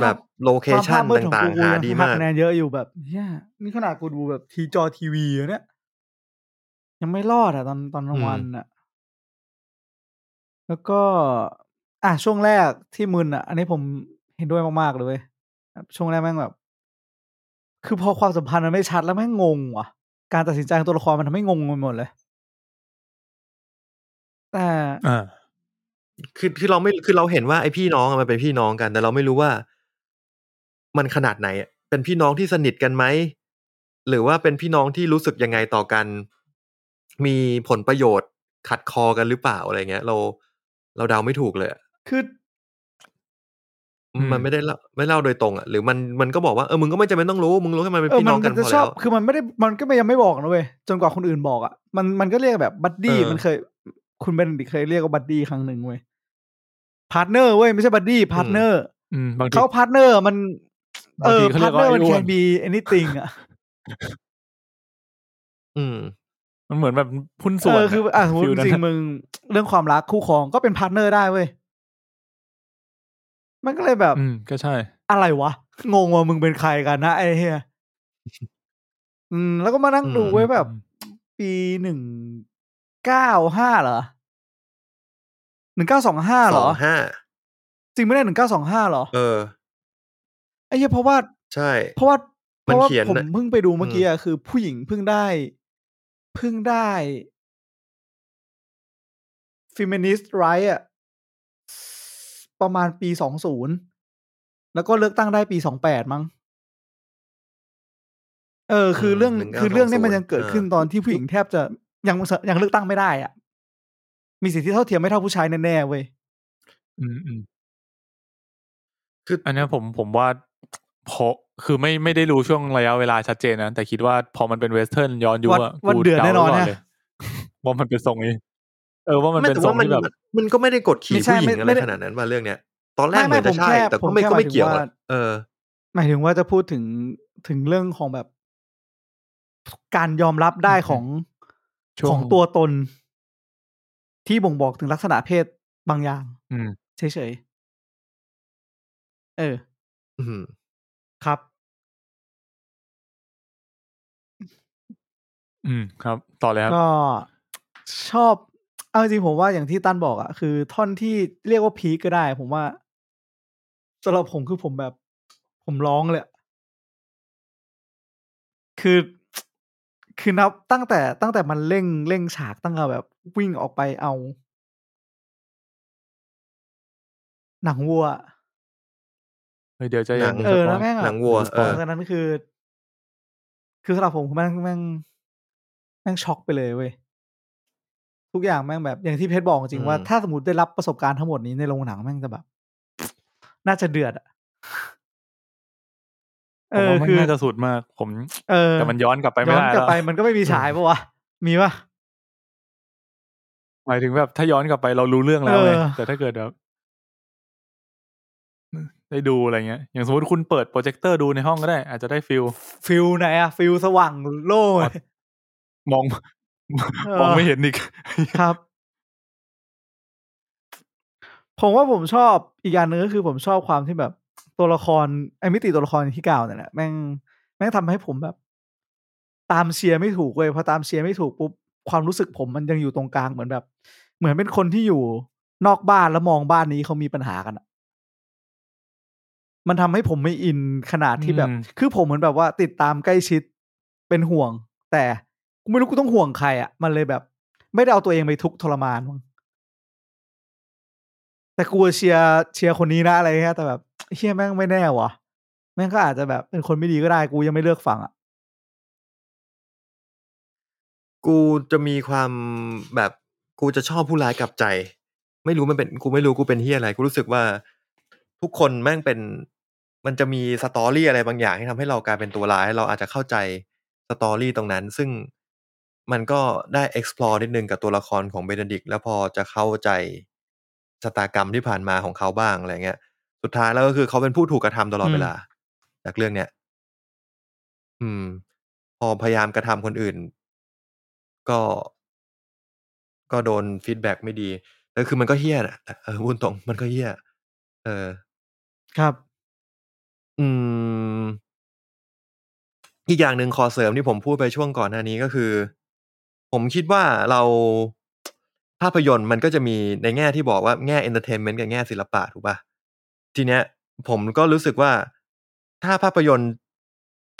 Speaker 3: แบ
Speaker 4: ภาพ
Speaker 3: บโลเค
Speaker 4: ความ
Speaker 3: ชั
Speaker 4: ภาน พมืดของ
Speaker 3: ต่า
Speaker 4: กู
Speaker 3: งๆ
Speaker 4: กู
Speaker 3: หา
Speaker 4: ยัง
Speaker 3: ดี
Speaker 4: ให้
Speaker 3: มาก
Speaker 4: คะแนนเยอะอยู่แบบเฮียนี่ขนาดกูดูแบบทีจอทีวีอะเนี่ยยังไม่รอดอะตอนตอนกลางวันอะแล้วก็ อ่ะช่วงแรกที่มึนอะอันนี้ผมเห็นด้วยมากๆเลยเว้ยแบบช่วงแรกแม่งแบบ คือพอความสัมพันธ์มันไม่ชัดแล้วแม่งงงว่ะ การตัดสินใจของตัวละครมันทำให้งงไปหมดเลย แต่
Speaker 2: อ่า
Speaker 3: คือคือเราไม่คือเราเห็นว่าไอพี่น้องอะมันเป็นพี่น้องกัน แต่เราไม่รู้ว่า มันขนาดไหนอะเป็นพี่น้องที่สนิทกันไหม หรือว่าเป็นพี่น้องที่รู้สึกยังไงต่อกัน มีผลประโยชน์ขัดคอกันหรือเปล่าอะไรเงี้ย เราเราเดาไม่ถูกเลยอะ
Speaker 4: คือ
Speaker 2: อืม
Speaker 3: มันไม่ได้เล่าไม่เล่าโดยตรงอะหรือมันมันก็บอกว่าเออมึงก็ไม่จำเป็นต้องรู้มึงรู้แค่มันเป็น
Speaker 4: เออ
Speaker 3: พี่
Speaker 4: มั
Speaker 3: น้
Speaker 4: น
Speaker 3: องกั
Speaker 4: มัน
Speaker 3: พ
Speaker 4: นจะ
Speaker 3: อ
Speaker 4: ชอ
Speaker 3: แล้
Speaker 4: บ
Speaker 3: ว
Speaker 4: คือมันไม่ได้มันก็ยังไม่บอกนะเว้ยจนกว่าคนอื่นบอกอะ่ะ มันมันก็เรียกแบบบัดดี้
Speaker 3: เออ
Speaker 4: มันเคย คุณเบนดิตเคยเรียกว่าบัดดี้ครั้งหนึ่งเว้ยพาร์ทเนอร์เว้ยไม่ใช่บัดดี้พาร์ทเนอร์
Speaker 2: อืม บางที
Speaker 4: เขาพาร์ทเนอร์มัน เอ
Speaker 2: างที
Speaker 4: บอ
Speaker 2: เขาเรีก
Speaker 4: พาย ร์ท
Speaker 2: ว่า
Speaker 4: เนอร์มัน
Speaker 2: ไอ้อ้
Speaker 4: แค
Speaker 2: วน
Speaker 4: n บีเอนิติงอ่ะ
Speaker 3: อืม
Speaker 2: มันเหมือนแบบหุ้นส่
Speaker 4: เอ
Speaker 2: วน
Speaker 4: อคืออ่ะสมมติ
Speaker 2: ฟิล
Speaker 4: จ
Speaker 2: นั้น
Speaker 4: ริงๆมึงเรื่องความรักคู่ครองก็เป็นพาร์ทเนอร์ได้เว้ยมันก็เลยแบบ
Speaker 2: อืม ก็ใช่
Speaker 4: อะไรวะ งงว่ามึงเป็นใครกันนะไอ้เฮียอืม แล้วก็มานั่ง
Speaker 3: อืม
Speaker 4: ดูไว้ยแบบ ปีหนึ่งเก้าห้าเหรอหนึ่งเก้าสองห้าเห
Speaker 3: ส
Speaker 4: ร
Speaker 3: อ
Speaker 4: อ
Speaker 3: งห้า
Speaker 4: จริงไม่ได้หนึ่งเก้าสองห้าหรอ
Speaker 3: เออ
Speaker 4: ไอ้เหี้ยเพราะว่า
Speaker 3: ใช่
Speaker 4: เพราะว่าเพ
Speaker 3: มัน
Speaker 4: ราะว่า
Speaker 3: เขียน
Speaker 4: ผม
Speaker 3: น่ะ
Speaker 4: เพิ่งไปดูเมื่อกี้อะคือ ผู้หญิงเพิ่งได้ เพิ่งได้ฟิมินิสต์ไรอะประมาณปีสองศูนย์แล้วก็เลือกตั้งได้ปีสองแปดมั้งเออ คือเรื่อง
Speaker 3: อืม1920
Speaker 4: คือเรื่องเนี้มันยังเกิดขึ้น
Speaker 3: เออ
Speaker 4: ตอนที่ผู้หญิงแทบจะยังยังเลือกตั้งไม่ได้อ่ะ มีสิทธิเท่าเทียมไม่เท่าผู้ชายแน่ๆเว้ย
Speaker 2: อืมอืม
Speaker 3: คือ
Speaker 2: อันเนี้ยผมผมว่าพอคือไม่ไม่ได้รู้ช่วงระยะเวลาชัดเจนนะแต่คิดว่าพอมันเป็นเวสเทิร์นย้อนยุคอะ
Speaker 4: วัน
Speaker 2: กู
Speaker 4: เดือนแน่นอน
Speaker 2: เดาไว้ก่
Speaker 4: นะ
Speaker 2: เลย ว่ามันเป็นทรงนี้ เออว่ามัน
Speaker 3: ไม่
Speaker 2: เป็น
Speaker 3: แต่
Speaker 2: ทร
Speaker 3: ว่าง มัน
Speaker 2: ที่แบบ
Speaker 3: มันมันก็ไม่ได้กดขี่
Speaker 4: ไม่ใช่
Speaker 3: ผู้หญิง
Speaker 4: ไม่
Speaker 3: อะไร
Speaker 4: ไม่ได้
Speaker 3: ขนาดนั้นว่าเรื่องเนี้ย ตอนแรก
Speaker 4: ไม่
Speaker 3: เหมือนจะ
Speaker 4: ไม่ผม
Speaker 3: ใช่
Speaker 4: แค่
Speaker 3: แต่
Speaker 4: ผ
Speaker 3: ก็
Speaker 4: ม
Speaker 3: ไม่
Speaker 4: แค่
Speaker 3: ก็ไม่
Speaker 4: หมายถึง
Speaker 3: เกี่ยว
Speaker 4: ว่า
Speaker 3: อะเออ
Speaker 4: หมายถึงว่าจะพูดถึงถึงเรื่องของแบบการยอมรับได้
Speaker 2: อืม
Speaker 4: ของ
Speaker 2: ช่วง
Speaker 4: ของตัวตน ที่บ่งบอกถึงลักษณะเพศบางอย่าง
Speaker 2: อืม
Speaker 4: เฉยๆเออ
Speaker 3: อืม
Speaker 4: ครับ
Speaker 2: อืมครับ ต่อเลยครับ
Speaker 4: ก็ชอบ เอาจริงๆผมว่าอย่างที่ตั้นบอกอะคือท่อนที่เรียกว่าพีคก็ได้ ผมว่าสำหรับผมคือผมแบบ ผมร้องเลยอะคือ คือนับตั้งแต่ตั้งแต่มันเร่งเร่งฉากตั้งแต่แบบ วิ่งออกไปเอา หนังวัวอะ
Speaker 2: เฮ้ยเดี๋ยวจะ
Speaker 3: หนั
Speaker 2: ยัง ง
Speaker 4: เออ
Speaker 2: สป
Speaker 4: แล้
Speaker 2: ยว
Speaker 4: แม่งอะ
Speaker 3: หนังวัว
Speaker 4: ห
Speaker 3: เออ
Speaker 4: ลังจากนั้นคือ คือสำหรับผมคือแม่งแม่งแม่งช็อกไปเลยเว้ยทุกอย่างแม่งแบบ อย่างที่เพชรบอกจริงๆว่า
Speaker 3: อืม
Speaker 4: ถ้าสมมติได้รับประสบการณ์ทั้งหมดนี้ในโรงหนังแม่งจะแบบ น่าจะเดือดอะเอ
Speaker 2: ผม
Speaker 4: อ
Speaker 2: ว่ามัน
Speaker 4: คือ
Speaker 2: น่าจะสุดมากผม
Speaker 4: เออ
Speaker 2: แต่มันย้อนกลับไปไม่
Speaker 4: ย้อน
Speaker 2: ได้
Speaker 4: กลับ
Speaker 2: แล้ว
Speaker 4: ไปมันก็ไม่มีฉายปะวะ มีปะ
Speaker 2: หมายถึงแบบถ้าย้อนกลับไปเรารู้เรื่องแล้วไง
Speaker 4: เออ
Speaker 2: แต่ถ้าเกิดแบบได้ดูอะไรเงี้ย อย่างสมมติคุณเปิดโปรเจคเตอร์ดูในห้องก็ได้ อาจจะได้ฟิล
Speaker 4: ฟิลไหนอะฟิลสว่างโล่งเลย
Speaker 2: มอง มองไม่เห็นอีก
Speaker 4: ครับ ผมว่าผมชอบอีกอย่างหนึ่งก็คือผมชอบความที่แบบตัวละครไอ้มิติตัวละครที่กล่าวเนี่ยแหละแม่งแม่งทำให้ผมแบบ ตามเชียร์ไม่ถูกเว้ยพอตามเชียร์ไม่ถูกปุ๊บความรู้สึกผมมันยังอยู่ตรงกลางเหมือนแบบ เหมือนเป็นคนที่อยู่นอกบ้านแล้วมองบ้านนี้เขามีปัญหากันอะมันทำให้ผมไม่อินขนาดที่แบบ
Speaker 2: อืม
Speaker 4: คือผมเหมือนแบบว่าติดตามใกล้ชิดเป็นห่วง แต่กูไม่รู้กูต้องห่วงใครอะมันเลยแบบ ไม่ได้เอาตัวเองไปทุกข์ทรมานมั้งแต่กูเชียร์เชียร์คนนี้นะอะไรเงี้ยแต่แบบเฮียแม่งไม่แน่วะแม่งก็อาจจะแบบเป็นคนไม่ดีก็ได้กูยังไม่เลือกฝั่งอะ
Speaker 3: กูจะมีความแบบกูจะชอบผู้ร้ายกลับใจ ไม่รู้มันเป็นกูไม่รู้กูเป็นเฮียอะไร กูรู้สึกว่า ทุกคนแม่งเป็นมันจะมีสตอรี่อะไรบางอย่างที่ทำให้เรากลายเป็นตัวร้าย เราอาจจะเข้าใจสตอรี่ตรงนั้น ซึ่งมันก็ได้ explore นิดนึงกับตัวละครของเบนดิกแล้วพอจะเข้าใจชะตากรรมที่ผ่านมาของเขาบ้างอะไรเงี้ย สุดท้ายแล้วก็คือเขาเป็นผู้ถูกกระทำตลอดเวลา จากเรื่องเนี้ยอืม พอพยายามกระทำคนอื่น ก็ ก็โดนฟีดแบ็กไม่ดีแล้วคือมันก็เฮี้ยนะเออพูดตรงมันก็เฮี้ย เออ
Speaker 4: ครับ
Speaker 3: อืม อีกอย่างหนึ่งขอเสริมที่ผมพูดไปช่วงก่อนหน้านี้ก็คือ ผมคิดว่าเราภาพยนตร์มันก็จะมีในแง่ที่บอกว่าแง่เอนเตอร์เทนเมนต์กับแง่ศิลปะถูกปะ่ะทีเนี้ย ผมก็รู้สึกว่าถ้าภาพยนตร์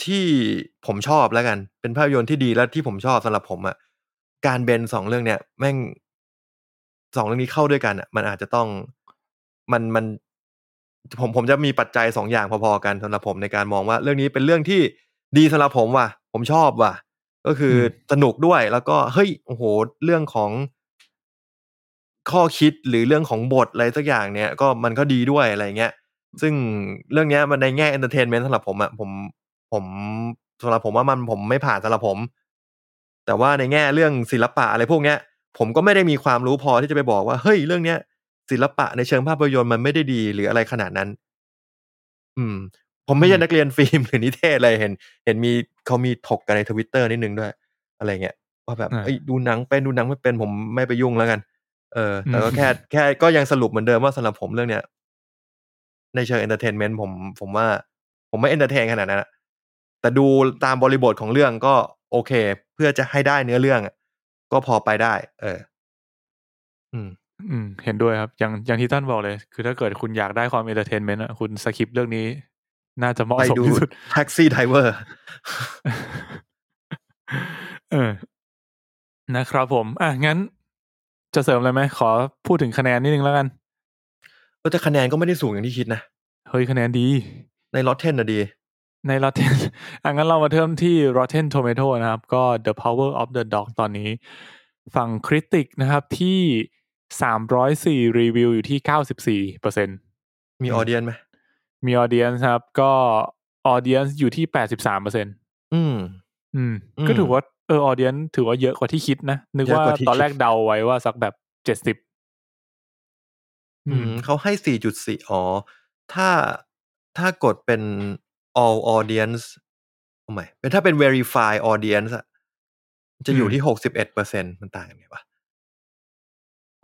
Speaker 3: ที่ผมชอบแล้วกัน เป็นภาพยนตร์ที่ดีและที่ผมชอบสำหรับผมอะ่ะการเบนสองเรื่องเนี้ยแม่งสองเรื่องนี้เข้าด้วยกันอะ่ะ มันอาจจะต้องมันมัน ผมผมจะมีปัจจัยสองอย่างพอๆกันสำหรับผมในการมองว่า เรื่องนี้เป็นเรื่องที่ดีสำหรับผมว่ะ ผมชอบว่ะ ก็คืออสนุกด้วยแล้วก็เฮ้ยโอ้โหเรื่องของ ข้อคิดหรือเรื่องของบทอะไรสักอย่างเนี่ยก็มันก็ดีด้วยอะไรเงี้ย ซึ่งเรื่องเนี้ยมันในแง่เอนเตอร์เทนเมนต์สำหรับผมอะผมผมสำหรับผมว่ามันผมไม่ผ่านสำหรับผม แต่ว่าในแง่เรื่องศิลปะอะไรพวกเนี้ย ผมก็ไม่ได้มีความรู้พอที่จะไปบอกว่าเฮ้ยเรื่องเนี้ย ศิลปะในเชิงภาพยนตร์มันไม่ได้ดีหรืออะไรขนาดนั้น อืม ผมไม่ใช่นักเรียนฟิล์ม หรือนิเทศอะไรเห็น เห็นมีเขามีถกกันในทวิตเตอร์นิดนึงด้วย อะไรเงี้ยว่าแบบ
Speaker 2: อ่า
Speaker 3: เอ้ยดูหนังเป็นดูหนังไม่เป็นผมไม่ไปยุ่งแล้วกัน เออ แต่ก็แค่แค่ก็ยังสรุปเหมือนเดิมว่าสำหรับผมเรื่องเนี้ย ในเชิงเอนเตอร์เทนเมนต์ผมผมว่า ผมไม่เอนเตอร์เทนขนาดนั้นอะแต่ดูตามบริบทของเรื่องก็โอเค เพื่อจะให้ได้เนื้อเรื่องอะก็พอไปได้ เออ อืม
Speaker 2: อืมเห็นด้วยครับ อย่างอย่างที่ท่านบอกเลย คือถ้าเกิดคุณอยากได้ความเอนเตอร์เทนเมนต์อะคุณสคิปเรื่องนี้ น่าจะเหมาะ
Speaker 3: ไป
Speaker 2: สม
Speaker 3: ดู
Speaker 2: ที่สุด
Speaker 3: แท็กซี่ไดเวอร์
Speaker 2: เออ นะครับผม อ่ะ งั้น จะเสริมอะไรไหมขอพูดถึงคะแนนนิดนึงแล้วกัน
Speaker 3: ก็จะคะแนนก็ไม่ได้สูงอย่างที่คิดนะ
Speaker 2: เฮ้ย คะแนนดี
Speaker 3: ในล็อตเทนนะดี
Speaker 2: ใน Rotten อ่ะงั้นเรามาเริ่มที่ Rotten Tomato นะครับ ก็ The Power of the Dog ตอนนี้ ฝั่งคริติกนะครับที่ 304 รีวิวอยู่ที่ 94เปอร์เซ็นต์
Speaker 3: มี
Speaker 2: อืม
Speaker 3: ออเดียนไหม
Speaker 2: มีออเดียนครับ ก็ออเดียนอยู่ที่ 83เปอร์เซ็นต์
Speaker 3: อืม
Speaker 2: อืม
Speaker 3: อืม
Speaker 2: ก็ถือว่าเออออเดียนถือว่าเยอะกว่าที่คิดนะ นึก
Speaker 3: เยอะ
Speaker 2: ว่าก
Speaker 3: ว่าที่
Speaker 2: ตอนแรก
Speaker 3: คิด
Speaker 2: เดาไว้ว่าสักแบบเจ็ดสิบ
Speaker 3: อืมเขาให้ 4.4 อ๋อ ถ้า ถ้ากดเป็น all audience ทำไมเป็นถ้าเป็น verify audience อะจะอยู่
Speaker 2: อืม
Speaker 3: ที่ 61%เปอร์เซ็นมันต่างกันไงวะ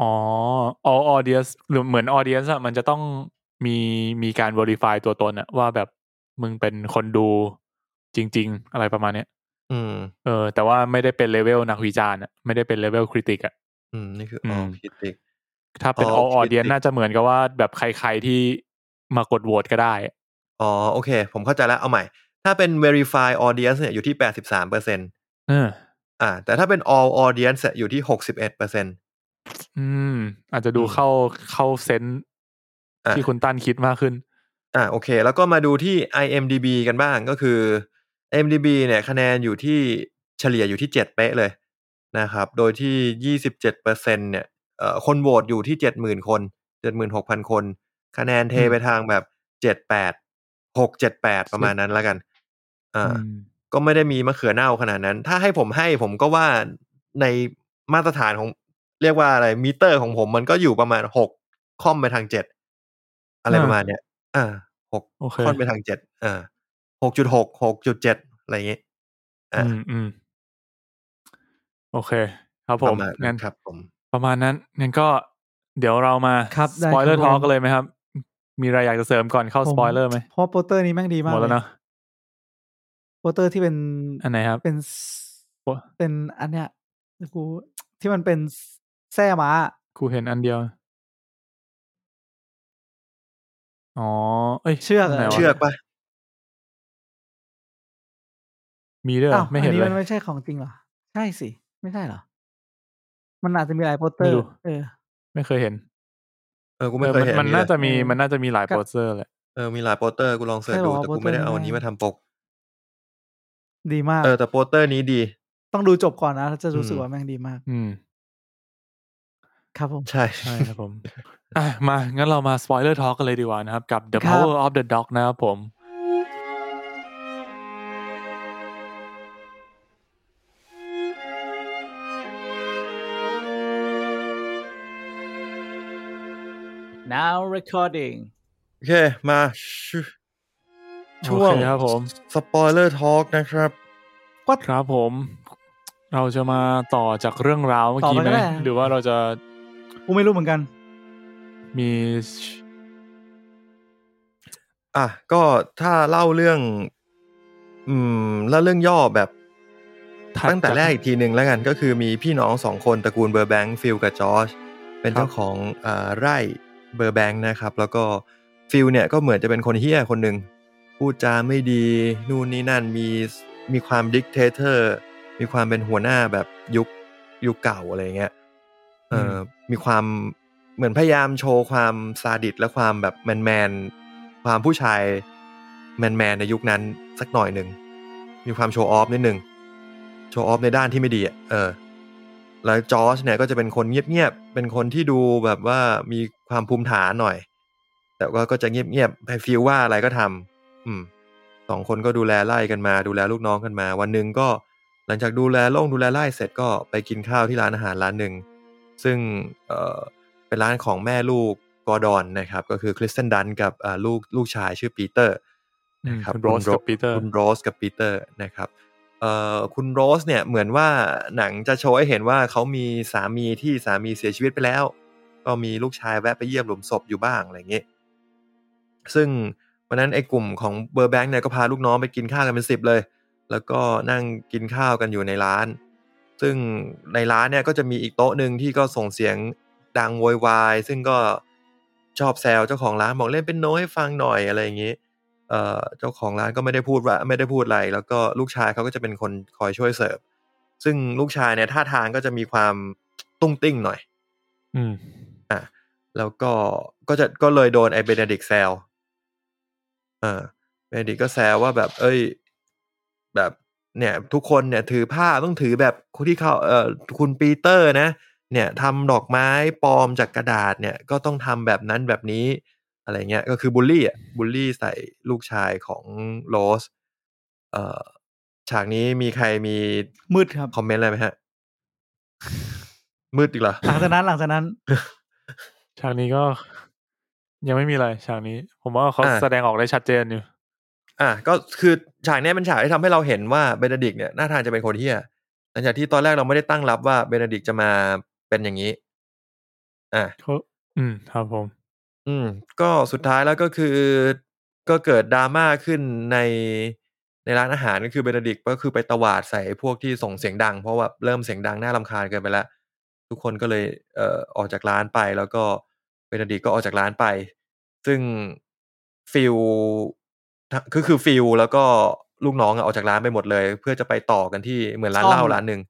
Speaker 2: อ๋ออออเดียนหรือเหมือนออเดียนอะมันจะต้องมีมีการ verify ตัวตนอะว่าแบบมึงเป็นคนดูจริง ๆ อะไรประมาณเนี้ย
Speaker 3: อืม
Speaker 2: เออแต่ว่าไม่ได้เป็นเลเวลนักวิจารณ์อะไม่ได้เป็นเลเวลคริติกอะ
Speaker 3: อืม นี่คือ
Speaker 2: อื
Speaker 3: ออ
Speaker 2: ม
Speaker 3: พิติก
Speaker 2: ถ้าเป็น
Speaker 3: อ๋อ
Speaker 2: all
Speaker 3: คิด
Speaker 2: audience
Speaker 3: ดิ
Speaker 2: น่าจะเหมือนกับว่าแบบใครๆที่มากดโหวตก็ได้
Speaker 3: อ๋อ โอเค ผมเข้าใจแล้ว เอาใหม่ ถ้าเป็น verify audience เนี่ยอยู่ที่ 83เปอร์เซ็น
Speaker 2: เออ
Speaker 3: อ่า แต่ถ้าเป็น all audience เนี่ยอยู่ที่ 61เปอร์เซ็น
Speaker 2: อืม อาจจะดู
Speaker 3: อืม
Speaker 2: เข้าเข้าเซนส์
Speaker 3: อ่ะ
Speaker 2: ที่คุณตั้นคิดมากขึ้น
Speaker 3: อ่า โอเค แล้วก็มาดูที่ IMDB กันบ้างก็คือ IMDB เนี่ยคะแนนอยู่ที่เฉลี่ยอยู่ที่ 7 เป๊ะเลยนะครับ โดยที่ 27เปอร์เซ็นเนี่ยเอ่อคนโหวตอยู่ที่ 70,000 คน 76,000 คน คะแนนเท
Speaker 2: อืม
Speaker 3: ไปทางแบบ 78 678 ประมาณนั้นแล้วกัน อ่า
Speaker 2: อืม
Speaker 3: ก็ไม่ได้มีมะเขือเน่าขนาดนั้น ถ้าให้ผมให้ผมก็ว่าในมาตรฐานของเรียกว่าอะไรมิเตอร์ของผมมันก็อยู่ประมาณหกค่อมไปทางเจ็ดอะไร
Speaker 2: อ่า
Speaker 3: ประมาณเนี้ยอ่าหก
Speaker 2: โอเค
Speaker 3: ค่อมไปทางเจ็ดอ่าหกจุดหกหกจุดเจ็ดอะไรอย่างเงี้ย
Speaker 2: อื
Speaker 3: อ่ะ
Speaker 2: มอืมโอเค ครับผ
Speaker 3: ป
Speaker 2: ม
Speaker 3: ระมาณนั้
Speaker 2: งั้น
Speaker 3: นครับผม
Speaker 2: ประมาณนั้นงั้นก็เดี๋ยวเรามา
Speaker 4: ครับ
Speaker 2: ส
Speaker 4: ได้
Speaker 2: ปอยเลอร์
Speaker 4: ค
Speaker 2: ท
Speaker 4: รับ
Speaker 2: อ
Speaker 4: ผม
Speaker 2: กันเลยไหมครับ มีอะไรอยากจะเสริมก่อนเข้าสปอยเลอร์ไหม
Speaker 4: เพราะโปสเตอร์นี้แม่งดีมาก
Speaker 2: หมดแล้ว
Speaker 4: เย
Speaker 2: เนาะ
Speaker 4: โปสเตอร์ที่เป็น
Speaker 2: อันไหนครับ
Speaker 4: เป็น
Speaker 2: โป
Speaker 4: เป็นอันเนี้ยกูที่มันเป็นแส้ม้า
Speaker 2: กูเห็นอันเดียว อ๋อ เอ้ย
Speaker 4: เชือกอะ
Speaker 2: ไหนวะ
Speaker 3: เชือกปะ
Speaker 2: มีด้วยเหร
Speaker 4: อ้า
Speaker 2: อ
Speaker 4: ว
Speaker 2: ไม่เห็น
Speaker 4: อั
Speaker 2: เล
Speaker 4: มั
Speaker 2: ย
Speaker 4: นไม่ใช่ของจริงเหรอ ใช่สิ ไม่ใช่เหรอ มันอาจจะมีหลายโปสเตอ
Speaker 2: ไม่
Speaker 4: ร์
Speaker 2: รู้
Speaker 4: เออ
Speaker 2: ไม่เคยเห็น
Speaker 3: เออกู
Speaker 2: เอ
Speaker 3: ไม่
Speaker 2: อ
Speaker 3: เคย
Speaker 2: มัน
Speaker 3: เห็น
Speaker 2: มั
Speaker 3: อั
Speaker 2: น
Speaker 3: นนี้
Speaker 2: น่า
Speaker 3: เลย
Speaker 2: จะมี
Speaker 4: เออ
Speaker 2: มันน่าจะมีหลาย
Speaker 4: ก็
Speaker 2: โปสเตอร์แหละ
Speaker 3: เออมีหลายโปสเตอร์กูลองเสิร์ช
Speaker 4: ใช่
Speaker 3: ดู
Speaker 4: หรอ
Speaker 3: แต่กูไม่ได้เอาอันนี้
Speaker 4: โปสเตอร์
Speaker 3: มาทำปก
Speaker 4: ดีมาก
Speaker 3: เออแต่โปสเตอร์นี้ดี
Speaker 4: ต้องดูจบก่อนนะแล้วจะรู้สึก
Speaker 3: อืม
Speaker 4: ว่าแม่งดีมาก
Speaker 2: อืม
Speaker 4: ครับผม
Speaker 3: ใช่
Speaker 2: ใช่ครับผม อ่ะมา งั้นเรามาสปอยเลอร์ทอกันเลยดีกว่านะครับ กับ The Power of the Dog นะครับผม
Speaker 4: now recording
Speaker 3: โอเคมาช่วช่วง
Speaker 2: โอเคครับผม
Speaker 3: สปอยเลอร์ทอล์กนะครับ
Speaker 2: ครับผม เราจะมาต่อจากเรื่องราวเมื่อกี้
Speaker 4: ต่อ
Speaker 2: ไห
Speaker 4: ไป
Speaker 2: ม
Speaker 4: ก็ได้
Speaker 2: หรือว่าเราจะ
Speaker 4: กูไม่รู้เหมือนกัน
Speaker 2: มี
Speaker 3: อ่ะก็ถ้าเล่าเรื่อง อืมเล่าเรื่องย่อแบบ
Speaker 2: ถัด
Speaker 3: ตั้งแต่
Speaker 2: จาก
Speaker 3: แรกอีกทีหนึ่งแล้วกัน ก็คือมีพี่น้องสองคนตระกูลเบอร์แบงค์ฟิลกับจอชเป็นเจ้าของอ่าไร่เบอร์แบงค์นะครับ แล้วก็ฟิลเนี่ยก็เหมือนจะเป็นคนเฮี้ยคนหนึ่งพูดจาไม่ดี นู่นนี่นั่นมีมีความดิกเตเตอร์ มีความเป็นหัวหน้าแบบยุคยุคเก่าอะไรเงี้ยเอออ
Speaker 2: ม
Speaker 3: มีความเหมือนพยายามโชว์ความซาดิสและความแบบแมนแมนๆความผู้ชายแมนแมนๆในยุคนั้นสักหน่อยหนึ่ง มีความโชว์ออฟนิดหนึ่งโชว์ออฟในด้านที่ไม่ดีอ่ะเออ แล้วจอร์จเนี่ยก็จะเป็นคนเงียบๆ เป็นคนที่ดูแบบว่ามีความภูมิฐานหน่อย แต่ว่าก็จะเงียบๆให้ฟีลว่าอะไรก็ทำอืมสองคนก็ดูแลไล่กันมา ดูแลลูกน้องกันมา วันหนึ่งก็หลังจากดูแลโล่งดูแลไล่เสร็จก็ไปกินข้าวที่ร้านอาหารร้านหนึ่ง ซึ่งเออเป็นร้านของแม่ลูกกอร์ดอนนะครับ ก็คือคริสเตนดันกับเอ่อลูกลูกชายชื่อปีเตอร์นะครับ
Speaker 2: อืมคุณ Rose กับ Peter
Speaker 3: คุณโรสกับปีเตอร์นะครับ เอ่อคุณโรสเนี่ยเหมือนว่าหนังจะโชว์ให้เห็นว่าเขามีสามีที่สามีเสียชีวิตไปแล้ว ก็มีลูกชายแวะไปเยี่ยมหลุมศพอยู่บ้างอะไรอย่างเงี้ยซึ่งวันนั้นไอ้กลุ่มของเบอร์แบงค์เนี่ยก็พาลูกน้องไปกินข้าวกันเป็นสิบเลย แล้วก็นั่งกินข้าวกันอยู่ในร้าน ซึ่งในร้านเนี่ยก็จะมีอีกโต๊ะหนึ่งที่ก็ส่งเสียงดังโวยวาย ซึ่งก็ชอบแซวเจ้าของร้านบอกเล่นเป็นโน้ให้ฟังหน่อยอะไรอย่างงี้ เอ่อเจ้าของร้านก็ไม่ได้พูดว่าไม่ได้พูดอะไร แล้วก็ลูกชายเขาก็จะเป็นคนคอยช่วยเสิร์ฟ ซึ่งลูกชายเนี่ยท่าทางก็จะมีความตุ้งติ้งหน่อย
Speaker 2: อืม
Speaker 3: แล้วก็ก็จะก็เลยโดนไอ้เบเนดิกแซวเออเบเนดิกก็แซวว่าแบบ เอ้ย แบบเนี่ยทุกคนเนี่ยถือผ้าต้องถือแบบคนที่เขาเอ่อคุณปีเตอร์นะ เนี่ยทำดอกไม้ปลอมจากกระดาษเนี่ยก็ต้องทำแบบนั้นแบบนี้ อะไรเงี้ยก็คือบูลลี่อ่ะบูลลี่ใส่ลูกชายของโรสเอ่อฉากนี้มีใครมี
Speaker 4: มืดครับ
Speaker 3: คอมเมนต์อะไรไหมฮะ มืดอีกเหรอ
Speaker 4: หลังจากนั้นหลังจากนั้น
Speaker 2: ฉากนี้ก็ ยังไม่มีอะไรฉากนี้ ผมว่าเขา
Speaker 3: อ่ะ
Speaker 2: แสดงออกได้ชัดเจนอยู่
Speaker 3: อ่ะก็คือฉากเนี้ยเป็นฉากที่ทำให้เราเห็นว่าเบนดิกเนี่ยหน้าทางจะเป็นคนเฮียหลังจากที่ตอนแรกเราไม่ได้ตั้งรับว่าเบนดิกจะมาเป็นอย่างนี้ อ่ะ
Speaker 2: เขาอืม ครับผม
Speaker 3: อืม ก็สุดท้ายแล้วก็คือ ก็เกิดดราม่าขึ้นในในร้านอาหารก็คือเบนดิกก็คือไปตวาดใส่พวกที่ส่งเสียงดัง เพราะว่าเริ่มเสียงดังน่ารำคาญเกินไปแล้ว ทุกคนก็เลยเอ่อออกจากร้านไป แล้วก็เบนเดดิกต์ก็ออกจากร้านไป ซึ่งฟิลคือคือฟิลแล้วก็ลูกน้องอะออกจากร้านไปหมดเลย เพื่อจะไปต่อกันที่เหมือนร้านเหล้าร้านหนึ่ง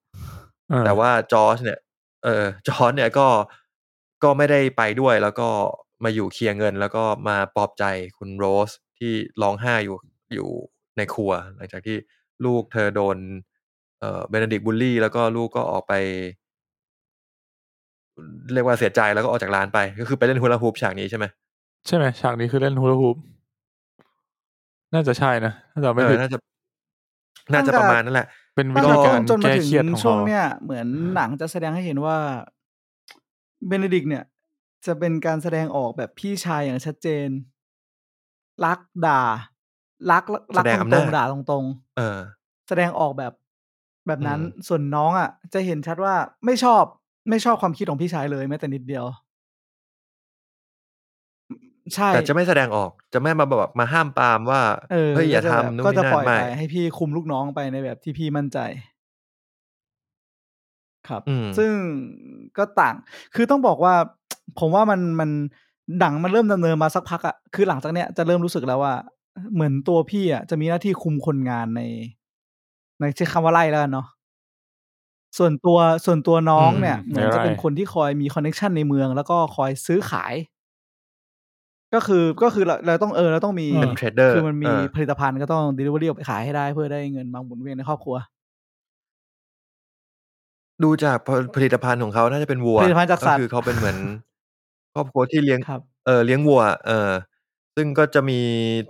Speaker 2: เออ
Speaker 3: แต่ว่าจอร์จเนี่ย เออ จอร์จเนี่ยก็ก็ไม่ได้ไปด้วยแล้วก็มาอยู่เคลียร์เงิน แล้วก็มาปลอบใจคุณโรสที่ร้องไห้อยู่อยู่ในครัว หลังจากที่ลูกเธอโดน เอ่อเบนดิกบูลลี่ แล้วก็ลูกก็ออกไป เรียกว่าเสียใจแล้วก็ออกจากร้านไป ก็คือไปเล่นฮูลาฮูปฉากนี้ใช่ไหม
Speaker 2: ใช่ไหมฉากนี้คือเล่นฮูลาฮูปน่าจะใช่นะถ้าจะไม่
Speaker 3: เอ
Speaker 2: ผิ
Speaker 3: อ
Speaker 2: ด
Speaker 3: น่าจะ น่าจะประมาณนั่นแหละ
Speaker 2: เป็นวิ
Speaker 4: ตั้ง
Speaker 2: ธี
Speaker 4: แต่
Speaker 2: การ
Speaker 4: ต้นจนมา
Speaker 2: แก้
Speaker 4: ถึง
Speaker 2: เครียดของ
Speaker 4: ช่วง
Speaker 2: เขา
Speaker 4: เนี้ยเหมือนหนังจะแสดงให้เห็นว่าเบนเดดิกเนี่ย จะเป็นการแสดงออกแบบพี่ชายอย่างชัดเจน รักด่า รักรัก
Speaker 3: แสดง
Speaker 4: ต
Speaker 3: อำ
Speaker 4: ร
Speaker 3: นาจ
Speaker 4: งๆด่าตรง
Speaker 3: เออ
Speaker 4: ๆแสดงออกแบบแบบนั้น
Speaker 3: อืม
Speaker 4: ส่วนน้องอ่ะ จะเห็นชัดว่าไม่ชอบไม่ชอบความคิดของพี่ชายเลยแม้แต่นิดเดียว ใช่
Speaker 3: แต่จะไม่แสดงออกจะไม่มาแบบมาห้ามปรามว่า
Speaker 4: เออ
Speaker 3: เฮ้ยอย่า
Speaker 4: ก็จะแบบ
Speaker 3: ทำนู่น
Speaker 4: ก็จะ
Speaker 3: นี่
Speaker 4: ปล่
Speaker 3: นั่
Speaker 4: อ
Speaker 3: น
Speaker 4: ย
Speaker 3: ไม่
Speaker 4: ไปให้พี่คุมลูกน้องไปในแบบที่พี่มั่นใจ ครับ
Speaker 3: อืม
Speaker 4: ซึ่งก็ต่าง คือต้องบอกว่า ผมว่ามันมันดังมันเริ่มดำเนินมาสักพักอะคือหลังจากเนี้ยจะเริ่มรู้สึกแล้วว่า เหมือนตัวพี่อะจะมีหน้าที่คุมคนงานใน ในใช้คำว่าไล่แล้วกันเนาะส่วนตัวส่วนตัวน้องเนี่ย
Speaker 2: อืม
Speaker 4: เหมือนจะเป็นคนที่คอยมีคอนเน็ชันในเมือง แล้วก็คอยซื้อขาย ก็คือก็คือเราเราต้องเออเราต้องมี
Speaker 2: เป็
Speaker 3: เป็นเทรดเดอร์
Speaker 4: คือมันมี
Speaker 3: เออ
Speaker 4: ผลิตภัณฑ์ก็ต้อง delivery ออกไปขายให้ได้เพื่อได้เงินมาหมุนเวียนในครอบครัว
Speaker 3: ดูจากผผลิตภัณฑ์ของเขาน่าจะเป็นวัว
Speaker 4: ผลิตภัณฑ์จากสัตว์
Speaker 3: ก็คือเขาเป็นเหมือน ครอบครัวที่เลี้ยง
Speaker 4: ครับ
Speaker 3: เออเลี้ยงวัว เออ ซึ่งก็จะมี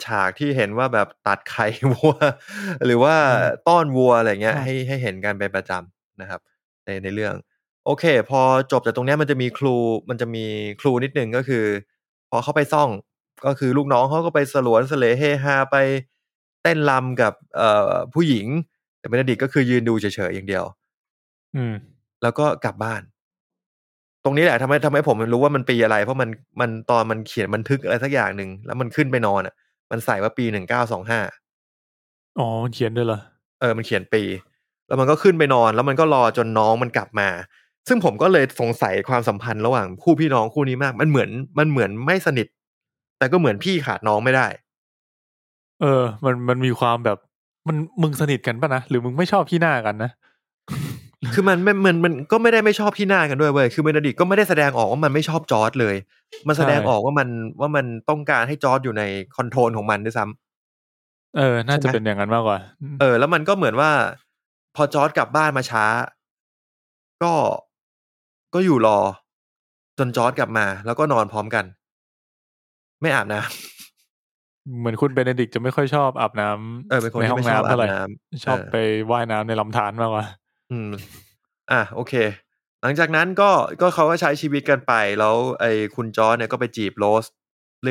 Speaker 3: ฉากที่เห็นว่าแบบตัดไข่วั ว หรือว่า
Speaker 2: อืม
Speaker 3: ต้อนวัวอะไรเงี้ย
Speaker 4: ครับ
Speaker 3: ให้ให้เห็นกันเป็นประจำนะครับ ในในเรื่อง โอเค พอจบจากตรงเนี้ยมันจะมีครูมันจะมีครูนิดนึงก็คือ พอเขาไปซ่องก็คือลูกน้องเขาก็ไปสลวนสเลเฮฮาไปเต้นรำกับเอ่อผู้หญิง แต่เบนเดดิกต์ก็คือยืนดูเฉยๆอย่างเดียว
Speaker 2: อืม
Speaker 3: แล้วก็กลับบ้าน ตรงนี้แหละทำให้ทำให้ผมรู้ว่ามันปีอะไร เพราะมันมันตอนมันเขียนบันทึกอะไรสักอย่างหนึ่งแล้วมันขึ้นไปนอนอ่ะ มันใส่ว่าปีหนึ่งเก้าสองห้า
Speaker 2: อ๋อมันเขียนด้วยเหรอ
Speaker 3: เออมันเขียนปี แล้วมันก็ขึ้นไปนอน แล้วมันก็รอจนน้องมันกลับมา ซึ่งผมก็เลยสงสัยความสัมพันธ์ระหว่างคู่พี่น้องคู่นี้มาก มันเหมือนมันเหมือนไม่สนิท แต่ก็เหมือนพี่ขาดน้องไม่ได้
Speaker 2: เออ มันมันมีความแบบ มันมึงสนิทกันปะนะ หรือมึงไม่ชอบที่หน้ากันนะ
Speaker 3: คือมันไม่มันมันก็ไม่ได้ไม่ชอบพี่หน้ากันด้วยเว้ย คือเบนเดดิกต์ก็ไม่ได้แสดงออกว่ามันไม่ชอบจอร์ดเลย มันแสดงออกว่ามันว่ามันต้องการให้จอร์ดอยู่ในคอนโทรลของมันด้วยซ้ำ
Speaker 2: เออ น่าจะ
Speaker 3: ใช่ไหม
Speaker 2: เป็นอย่างนั้นมากกว่า
Speaker 3: เออแล้วมันก็เหมือนว่า พอจอร์ดกลับบ้านมาช้า ก็ก็อยู่รอ จนจอร์ดกลับมา แล้วก็นอนพร้อมกัน ไม่อาบน้
Speaker 2: เหมือนคุณเบนเดดิกต์จะไม่ค่อยชอบอาบน้ำ
Speaker 3: ำเออเป็นคน
Speaker 2: ใน
Speaker 3: ที่
Speaker 2: ห้อง
Speaker 3: ไม่ชอบ
Speaker 2: น้ำ
Speaker 3: อา
Speaker 2: เท่าไห
Speaker 3: บ
Speaker 2: ร่
Speaker 3: น้ำ
Speaker 2: ชอบ
Speaker 3: เออ
Speaker 2: ไปว่ายน้ำในลำธารมากกว่า
Speaker 3: อืม อ่ะโอเค หลังจากนั้นก็ก็เขาก็ใช้ชีวิตกันไปแล้วไอ้คุณจอร์จเนี่ยก็ไปจีบโรส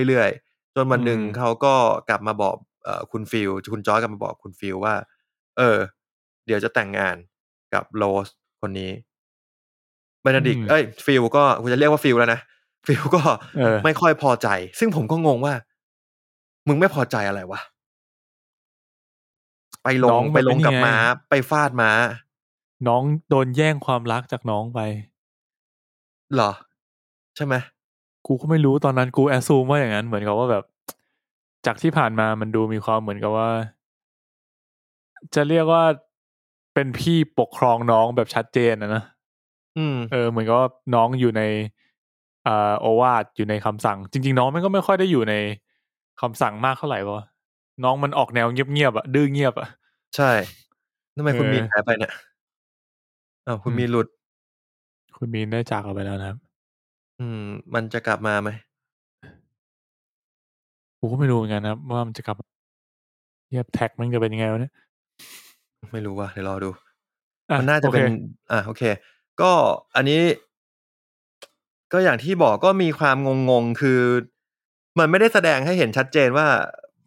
Speaker 3: เรื่อยๆ จนวันหนึ่ง
Speaker 2: อืม
Speaker 3: เขาก็กลับมาบอกเอ่อคุณฟิลคุณจอร์จกลับมาบอกคุณฟิลว่า เออ เดี๋ยวจะแต่งงานกับโรสคนนี้เบนดิก
Speaker 2: อืม
Speaker 3: เอ้ยฟิลก็คุณจะเรียกว่าฟิลแล้วนะ ฟิลก็
Speaker 2: เออ
Speaker 3: ไม่ค่อยพอใจ ซึ่งผมก็งงว่า มึงไม่พอใจอะไรวะ ไปลง
Speaker 2: น้องมัน
Speaker 3: ไปลงกับ
Speaker 2: ไอ้นี่ไง
Speaker 3: ม้า ไปฟาดม้า
Speaker 2: น้องโดนแย่งความรักจากน้องไป
Speaker 3: เหรอ ใช่ไหม
Speaker 2: กูก็ไม่รู้ตอนนั้นกูแอสซูมว่าอย่างนั้นเหมือนกับว่าแบบ จากที่ผ่านมามันดูมีความเหมือนกับว่า จะเรียกว่าเป็นพี่ปกครองน้องแบบชัดเจนนะนะ
Speaker 3: อืม
Speaker 2: เออเหมือนกับว่าน้องอยู่ในอ่าโอวาทอยู่ในคำสั่ง จริง ๆ น้องมันก็ไม่ค่อยได้อยู่ในคำสั่งมากเท่าไหร่ปะน้องมันออกแนวเงียบๆอะดื้อเงียบอะ
Speaker 3: ใช่ทำไมคุณ
Speaker 2: เออ
Speaker 3: มีนหายไปเนี่ยอ้าวคุณ
Speaker 2: อืม
Speaker 3: มีนหลุด
Speaker 2: คุณมีนได้จากเราไปแล้วนะครับ
Speaker 3: อืม มันจะกลับมาไหม
Speaker 2: กูก็ไม่รู้เหมือนกันนะครับว่ามันจะกลับเยียบแท็กมันจะเป็นยังไงวะเนี่ย
Speaker 3: ไม่รู้ว่าเดี๋ยวรอดู
Speaker 2: อ่
Speaker 3: มันน่าจะเป็น
Speaker 2: โอค
Speaker 3: อ่ะโอเค ก็อันนี้ ก็อย่างที่บอกก็มีความงงๆ คือ มันไม่ได้แสดงให้เห็นชัดเจนว่า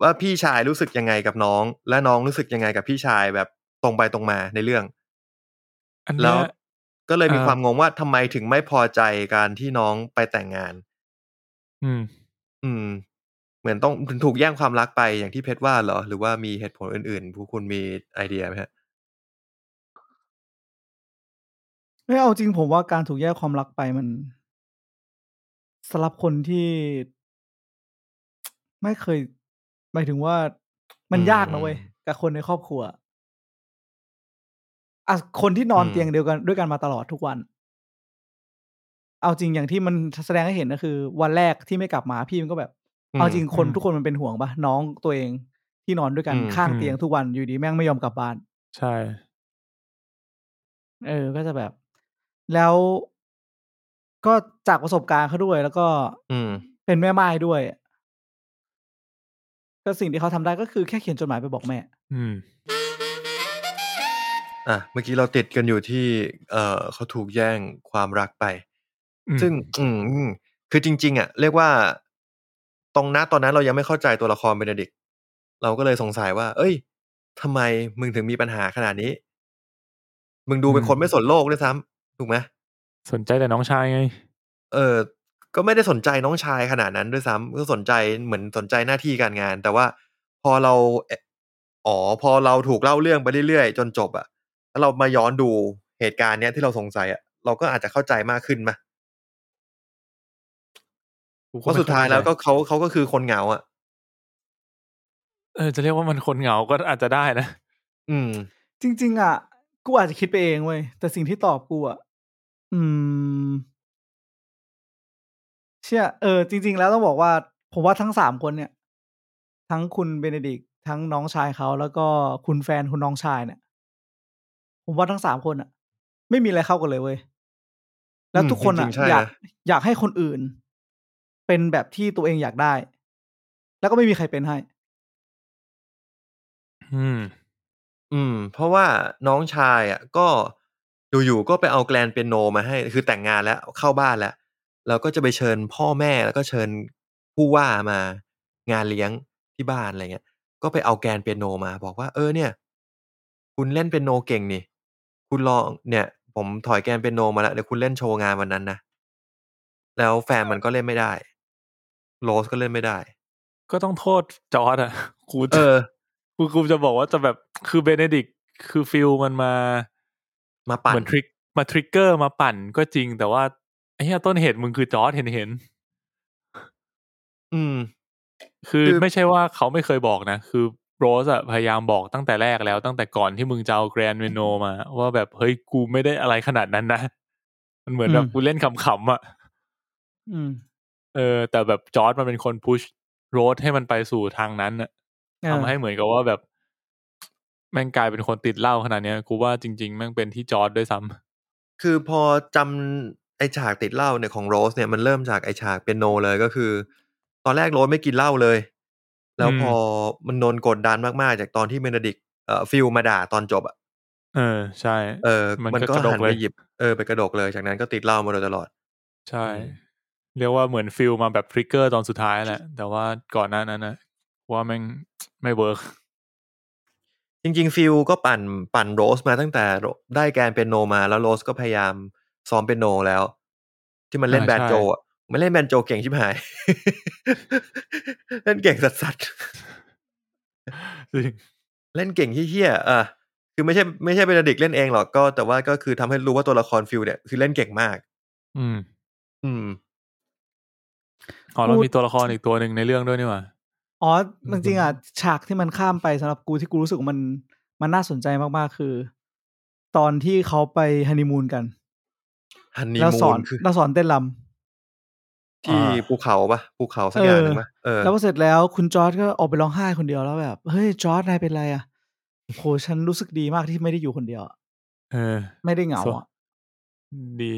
Speaker 3: ว่าพี่ชายรู้สึกยังไงกับน้อง และน้องรู้สึกยังไงกับพี่ชายแบบตรงไปตรงมาในเรื่อง
Speaker 2: อันเนี้
Speaker 3: แล้
Speaker 2: ย
Speaker 3: วก็เลยมี
Speaker 2: เอ่อ
Speaker 3: ความงงว่าทำไมถึงไม่พอใจการที่น้องไปแต่งงาน
Speaker 2: อืม
Speaker 3: อืม เหมือนต้องถูกแย่งความรักไปอย่างที่เพชรว่าเหรอ หรือว่ามีเหตุผลอื่นๆ ผู้คุณมีไอเดียไหมฮะ
Speaker 4: ไม่เอาจริงผมว่าการถูกแยกความรักไปมันสำหรับคนที่ ไม่เคยหมายถึงว่ามัน
Speaker 3: อืม
Speaker 4: ยากนะเว้ยกับคนในครอบครัวอ่ะคนที่นอน
Speaker 3: อืม
Speaker 4: เตียงเดียวกันด้วยกันมาตลอดทุกวัน เอาจริงอย่างที่มันแสดงให้เห็นก็คือ วันแรกที่ไม่กลับมาพี่มันก็แบบ เอาจริงคน
Speaker 2: อืม
Speaker 4: ทุกคนมันเป็นห่วงปะน้องตัวเองที่นอนด้วยกัน
Speaker 3: อืม
Speaker 4: ข้าง
Speaker 2: อืม
Speaker 4: เตียงทุกวันอยู่ดีแม่งไม่ยอมกลับบ้าน
Speaker 2: ใช่
Speaker 4: เออ ก็จะแบบ แล้วก็จากประสบการณ์เขาด้วย แล้วก็
Speaker 3: อืม
Speaker 4: เป็นแม่ไม้ด้วย ก็สิ่งที่เขาทำได้ก็คือแค่เขียนจดหมายไปบอกแม่
Speaker 2: อืม
Speaker 3: อ่ะเมื่อกี้เราติดกันอยู่ที่ เออเขาถูกแย่งความรักไป
Speaker 2: อืม
Speaker 3: ซึ่ง อืมอืมคือจริง ๆ อ่ะ เรียกว่า ตรงนั้นตอนนั้นเรายังไม่เข้าใจตัวละครเบนเดดิกต์เราก็เลยสงสัยว่า เอ้ยทำไมมึงถึงมีปัญหาขนาดนี้ มึงดูเป็นคนไม่สนโลกด้วยซ้ำถูกไหม
Speaker 2: สนใจแต่น้องชายไง
Speaker 3: เออ ก็ไม่ได้สนใจน้องชายขนาดนั้นด้วยซ้ำก็สนใจเหมือนสนใจหน้าที่การงาน แต่ว่าพอเราเอ่ออ๋อ พอเราถูกเล่าเรื่องไปเรื่อยๆ จนจบอ่ะแล้วเรามาย้อนดูเหตุการณ์เนี้ยที่เราสงสัยอ่ะเราก็อาจจะเข้าใจมากขึ้นมา เพราะสุดท้ายแล้วก็เขาเขาก็คือคนเหงาอ่ะ
Speaker 2: เออจะเรียกว่ามันคนเหงาก็อาจจะได้นะ
Speaker 3: อืม
Speaker 4: จริง ๆ อ่ะ กูอาจจะคิดไปเองเว้ย แต่สิ่งที่ตอบกูอ่ะ อืม เชื่อเออ จริง ๆ แล้วต้องบอกว่า ผมว่าทั้งสามคนเนี่ย ทั้งคุณเบเนดิกต์ทั้งน้องชายเขาแล้วก็คุณแฟนคุณน้องชายเนี่ย ผมว่าทั้งสามคนอ่ะ ไม่มีอะไรเข้ากันเลยเว้ย แล้วทุกคนอ่ะ
Speaker 3: อืมจริงๆใช่
Speaker 4: อยาก
Speaker 3: นะ
Speaker 4: อยากให้คนอื่น เป็นแบบที่ตัวเองอยากได้ แล้วก็ไม่มีใครเป็นให้
Speaker 2: อืม
Speaker 3: อืม เพราะว่าน้องชายอ่ะ ก็อยู่ๆก็ไปเอาแกลนเปียโนมาให้ คือแต่งงานแล้วเข้าบ้านแล้วแล้วก็จะไปเชิญพ่อแม่แล้วก็เชิญผู้ว่ามางานเลี้ยงที่บ้านอะไรเงี้ย ก็ไปเอาแกลนเปียโนมา บอกว่า เออเนี่ย คุณเล่นเปียโนเก่งนี่ คุณลองเนี่ย ผมถอยแกลนเปียโนมาแล้วเดี๋ยวคุณเล่นโชว์งานวันนั้นนะแล้วแฟนมันก็เล่นไม่ได้โรสก็เล่นไม่ได้
Speaker 2: ก็ต้องโทษจอร์ดอ่ะ กู
Speaker 3: เอ
Speaker 2: จะ
Speaker 3: อ
Speaker 2: กูกูจะบอกว่าจะแบบคือเบเนดิกต์คือฟิลมันมา
Speaker 3: มาปั่
Speaker 2: เห
Speaker 3: น
Speaker 2: มือนทริกมาทริกเกอร์มาปั่นก็จริง แต่ว่าไอ้เหี้ยต้นเหตุมึงคือจอร์ดเห็นเห็น
Speaker 3: อืม
Speaker 2: ๆคือ
Speaker 3: คือ
Speaker 2: ไม่ใช่ว่าเขาไม่เคยบอกนะ คือโรสอะพยายามบอกตั้งแต่แรกแล้วตั้งแต่ก่อนที่มึงจะเอาแกรนเวโนมา ว่าแบบเฮ้ยกูไม่ได้อะไรขนาดนั้นนะ มันเหมือนแบบ
Speaker 4: อืม
Speaker 2: กูเล่นขำๆอะ
Speaker 4: อืม
Speaker 2: เออ แต่แบบจอร์ดมันเป็นคนพุชโรสให้มันไปสู่ทางนั้นอะ
Speaker 4: เออ
Speaker 2: ทำให้เหมือนกับว่าแบบ แม่งกลายเป็นคนติดเหล้าขนาดเนี้ยกูว่าจริง ๆ แม่งเป็นที่จอร์ดด้วยซ้ำ
Speaker 3: คือพอจำไอฉากติดเหล้าเนี่ยของโรสเนี่ยมันเริ่มจากไอฉากเปียโนเลยก็คือ ตอนแรกโรสไม่กินเหล้าเลย แล้วพอมันโดนกดดันมากๆ จากตอนที่เมนดิกเอ่อฟิลมาด่าตอนจบอ่ะ
Speaker 2: เออ ใช่
Speaker 3: เออ
Speaker 2: มันก็
Speaker 3: มันก็
Speaker 2: กระดก
Speaker 3: หัน
Speaker 2: เล
Speaker 3: ไป
Speaker 2: ย
Speaker 3: หยิบเออไปกระดกเลยจากนั้นก็ติดเหล้ามาโดยตลอด
Speaker 2: ใช่ เรียกว่าเหมือนฟิลมาแบบทริกเกอร์ตอนสุดท้ายแหละ แต่ว่าก่อนหน้านั้นนะว่าแม่งไม่เวิร์ก
Speaker 3: จริงๆฟิลก็ปั่นปั่นโรสมาตั้งแต่โรได้แกนเปียโนมาแล้วโรสก็พยายามซ้อมเปียโนแล้ว ที่มันเล่นแบนโจอ่ะมันเล่นแบนโจเก่งชิบหาย เล่นเก่งสัสๆ
Speaker 2: จริง
Speaker 3: เล่นเก่งเฮี้ยๆเออคือไม่ใช่ไม่ใช่เป็นเด็กเล่นเองหรอกก็ แต่ว่าก็คือทำให้รู้ว่าตัวละครฟิลเนี่ยคือเล่นเก่งมาก
Speaker 2: อืม
Speaker 3: อืม
Speaker 2: อ๋อเรามีตัวละครอีกตัวหนึ่งในเรื่องด้วยนี่หว่า
Speaker 4: อ๋อจริงๆอ่ะฉากที่มันข้ามไปสำหรับกูที่กูรู้สึกว่ามันมันน่าสนใจมากๆคือ ตอนที่เขาไปฮันนีมูนกัน
Speaker 3: ฮันนี
Speaker 4: แล้ว
Speaker 3: มู
Speaker 4: สอน
Speaker 3: นคือ
Speaker 4: แล้วสอนเต้นร
Speaker 3: ที่
Speaker 2: อ่า
Speaker 3: ภูเขาปะภูเขาสักอย่างหนึ่งปะเออ
Speaker 4: ำแล้วพอเสร็จแล้วคุณจอร์ดก็ออกไปร้องไห้คนเดียวแล้วแบบเฮ้ยจอร์ดนายเป็นไรอ่ะโหฉันรู้สึกดีมากที่ไม่ได้อยู่คนเดียวอะ
Speaker 2: เออ
Speaker 4: ไม่ได้เหงา
Speaker 2: สว
Speaker 4: อะ
Speaker 2: ดี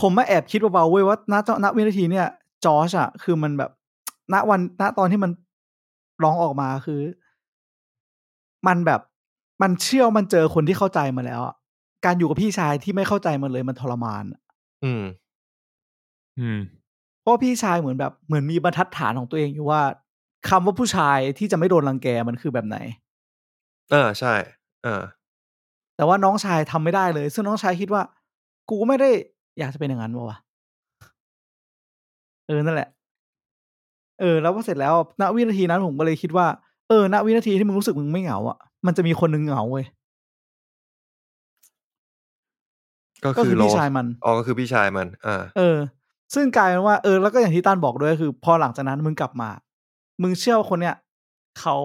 Speaker 4: ผมมาแอบคิดเบาๆเว้ยว่าณตอนณวินาทีเนี่ย จอร์จอ่ะ คือมันแบบ ณวันณตอนที่มันร้องออกมาคือ มันแบบมันเชื่อว่ามันเจอคนที่เข้าใจมาแล้วอะการอยู่กับพี่ชายที่ไม่เข้าใจมันเลยมันทรมานอะ
Speaker 3: อืม
Speaker 2: อืม
Speaker 4: เพราะพี่ชายเหมือนแบบเหมือนมีบรรทัดฐานของตัวเองอยู่ว่าคำว่าผู้ชายที่จะไม่โดนรังแกมันคือแบบไหน
Speaker 3: เออใช่ เออ
Speaker 4: แต่ว่าน้องชายทำไม่ได้เลย ซึ่งน้องชายคิดว่า กูก็ไม่ได้อยากจะเป็นอย่างนั้นวะวะเออนั่นแหละ เออ แล้วพอเสร็จแล้วณวินาทีนั้นผมก็เลยคิดว่าเออณวินาทีที่มึงรู้สึกมึงไม่เหงาอ่ะมันจะมีคนหนึ่งเหงาเว้ย
Speaker 3: ก็
Speaker 4: ก็
Speaker 3: คื
Speaker 4: คือ อ
Speaker 3: โล
Speaker 4: พี่
Speaker 3: ส
Speaker 4: ชายมัน
Speaker 3: อ๋อก็คือพี่ชายมัน อ่า
Speaker 4: เออ ซึ่งกลายเป็นว่าเออแล้วก็อย่างที่ต้านบอกด้วยคือ พอหลังจากนั้นมึงกลับมา มึงเชื่อว่าคนเนี้ยเขา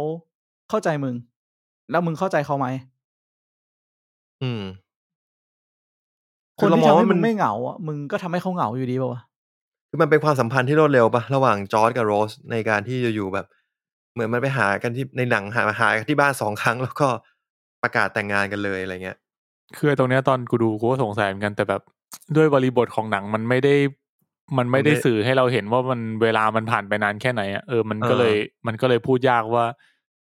Speaker 4: เข้าใจมึง แล้วมึงเข้าใจเขาไหม
Speaker 3: อืม คื
Speaker 4: คน
Speaker 3: อเรา
Speaker 4: ที่
Speaker 3: มอง
Speaker 4: ทำให้
Speaker 3: ว่ามั
Speaker 4: มึ
Speaker 3: น
Speaker 4: งไม่เหงาอ่ะมึงก็ทำให้เขาเหงาอยู่ดีป่าวะ
Speaker 3: คือมันเป็นความสัมพันธ์ที่รวดเร็วปะระหว่างจอร์ดกับโรสในการที่อยู่ๆแบบ เหมือนมันไปหากันที่ในหนังหาหากันที่บ้านสองครั้ง แล้วก็ประกาศแต่งงานกันเลยอะไรเงี้ย
Speaker 2: คือไอ้ตรงเนี้ยตอนกูดูกูก็สงสัยเหมือนกันแต่แบบด้วยบริบทของหนังมันไม่ได้ มันไม่ได้
Speaker 3: มันไม่
Speaker 2: สื่อให้เราเห็นว่ามันเวลามันผ่านไปนานแค่ไหนอะเออมันก็
Speaker 3: อ่า
Speaker 2: เลยมันก็เลยพูดยากว่า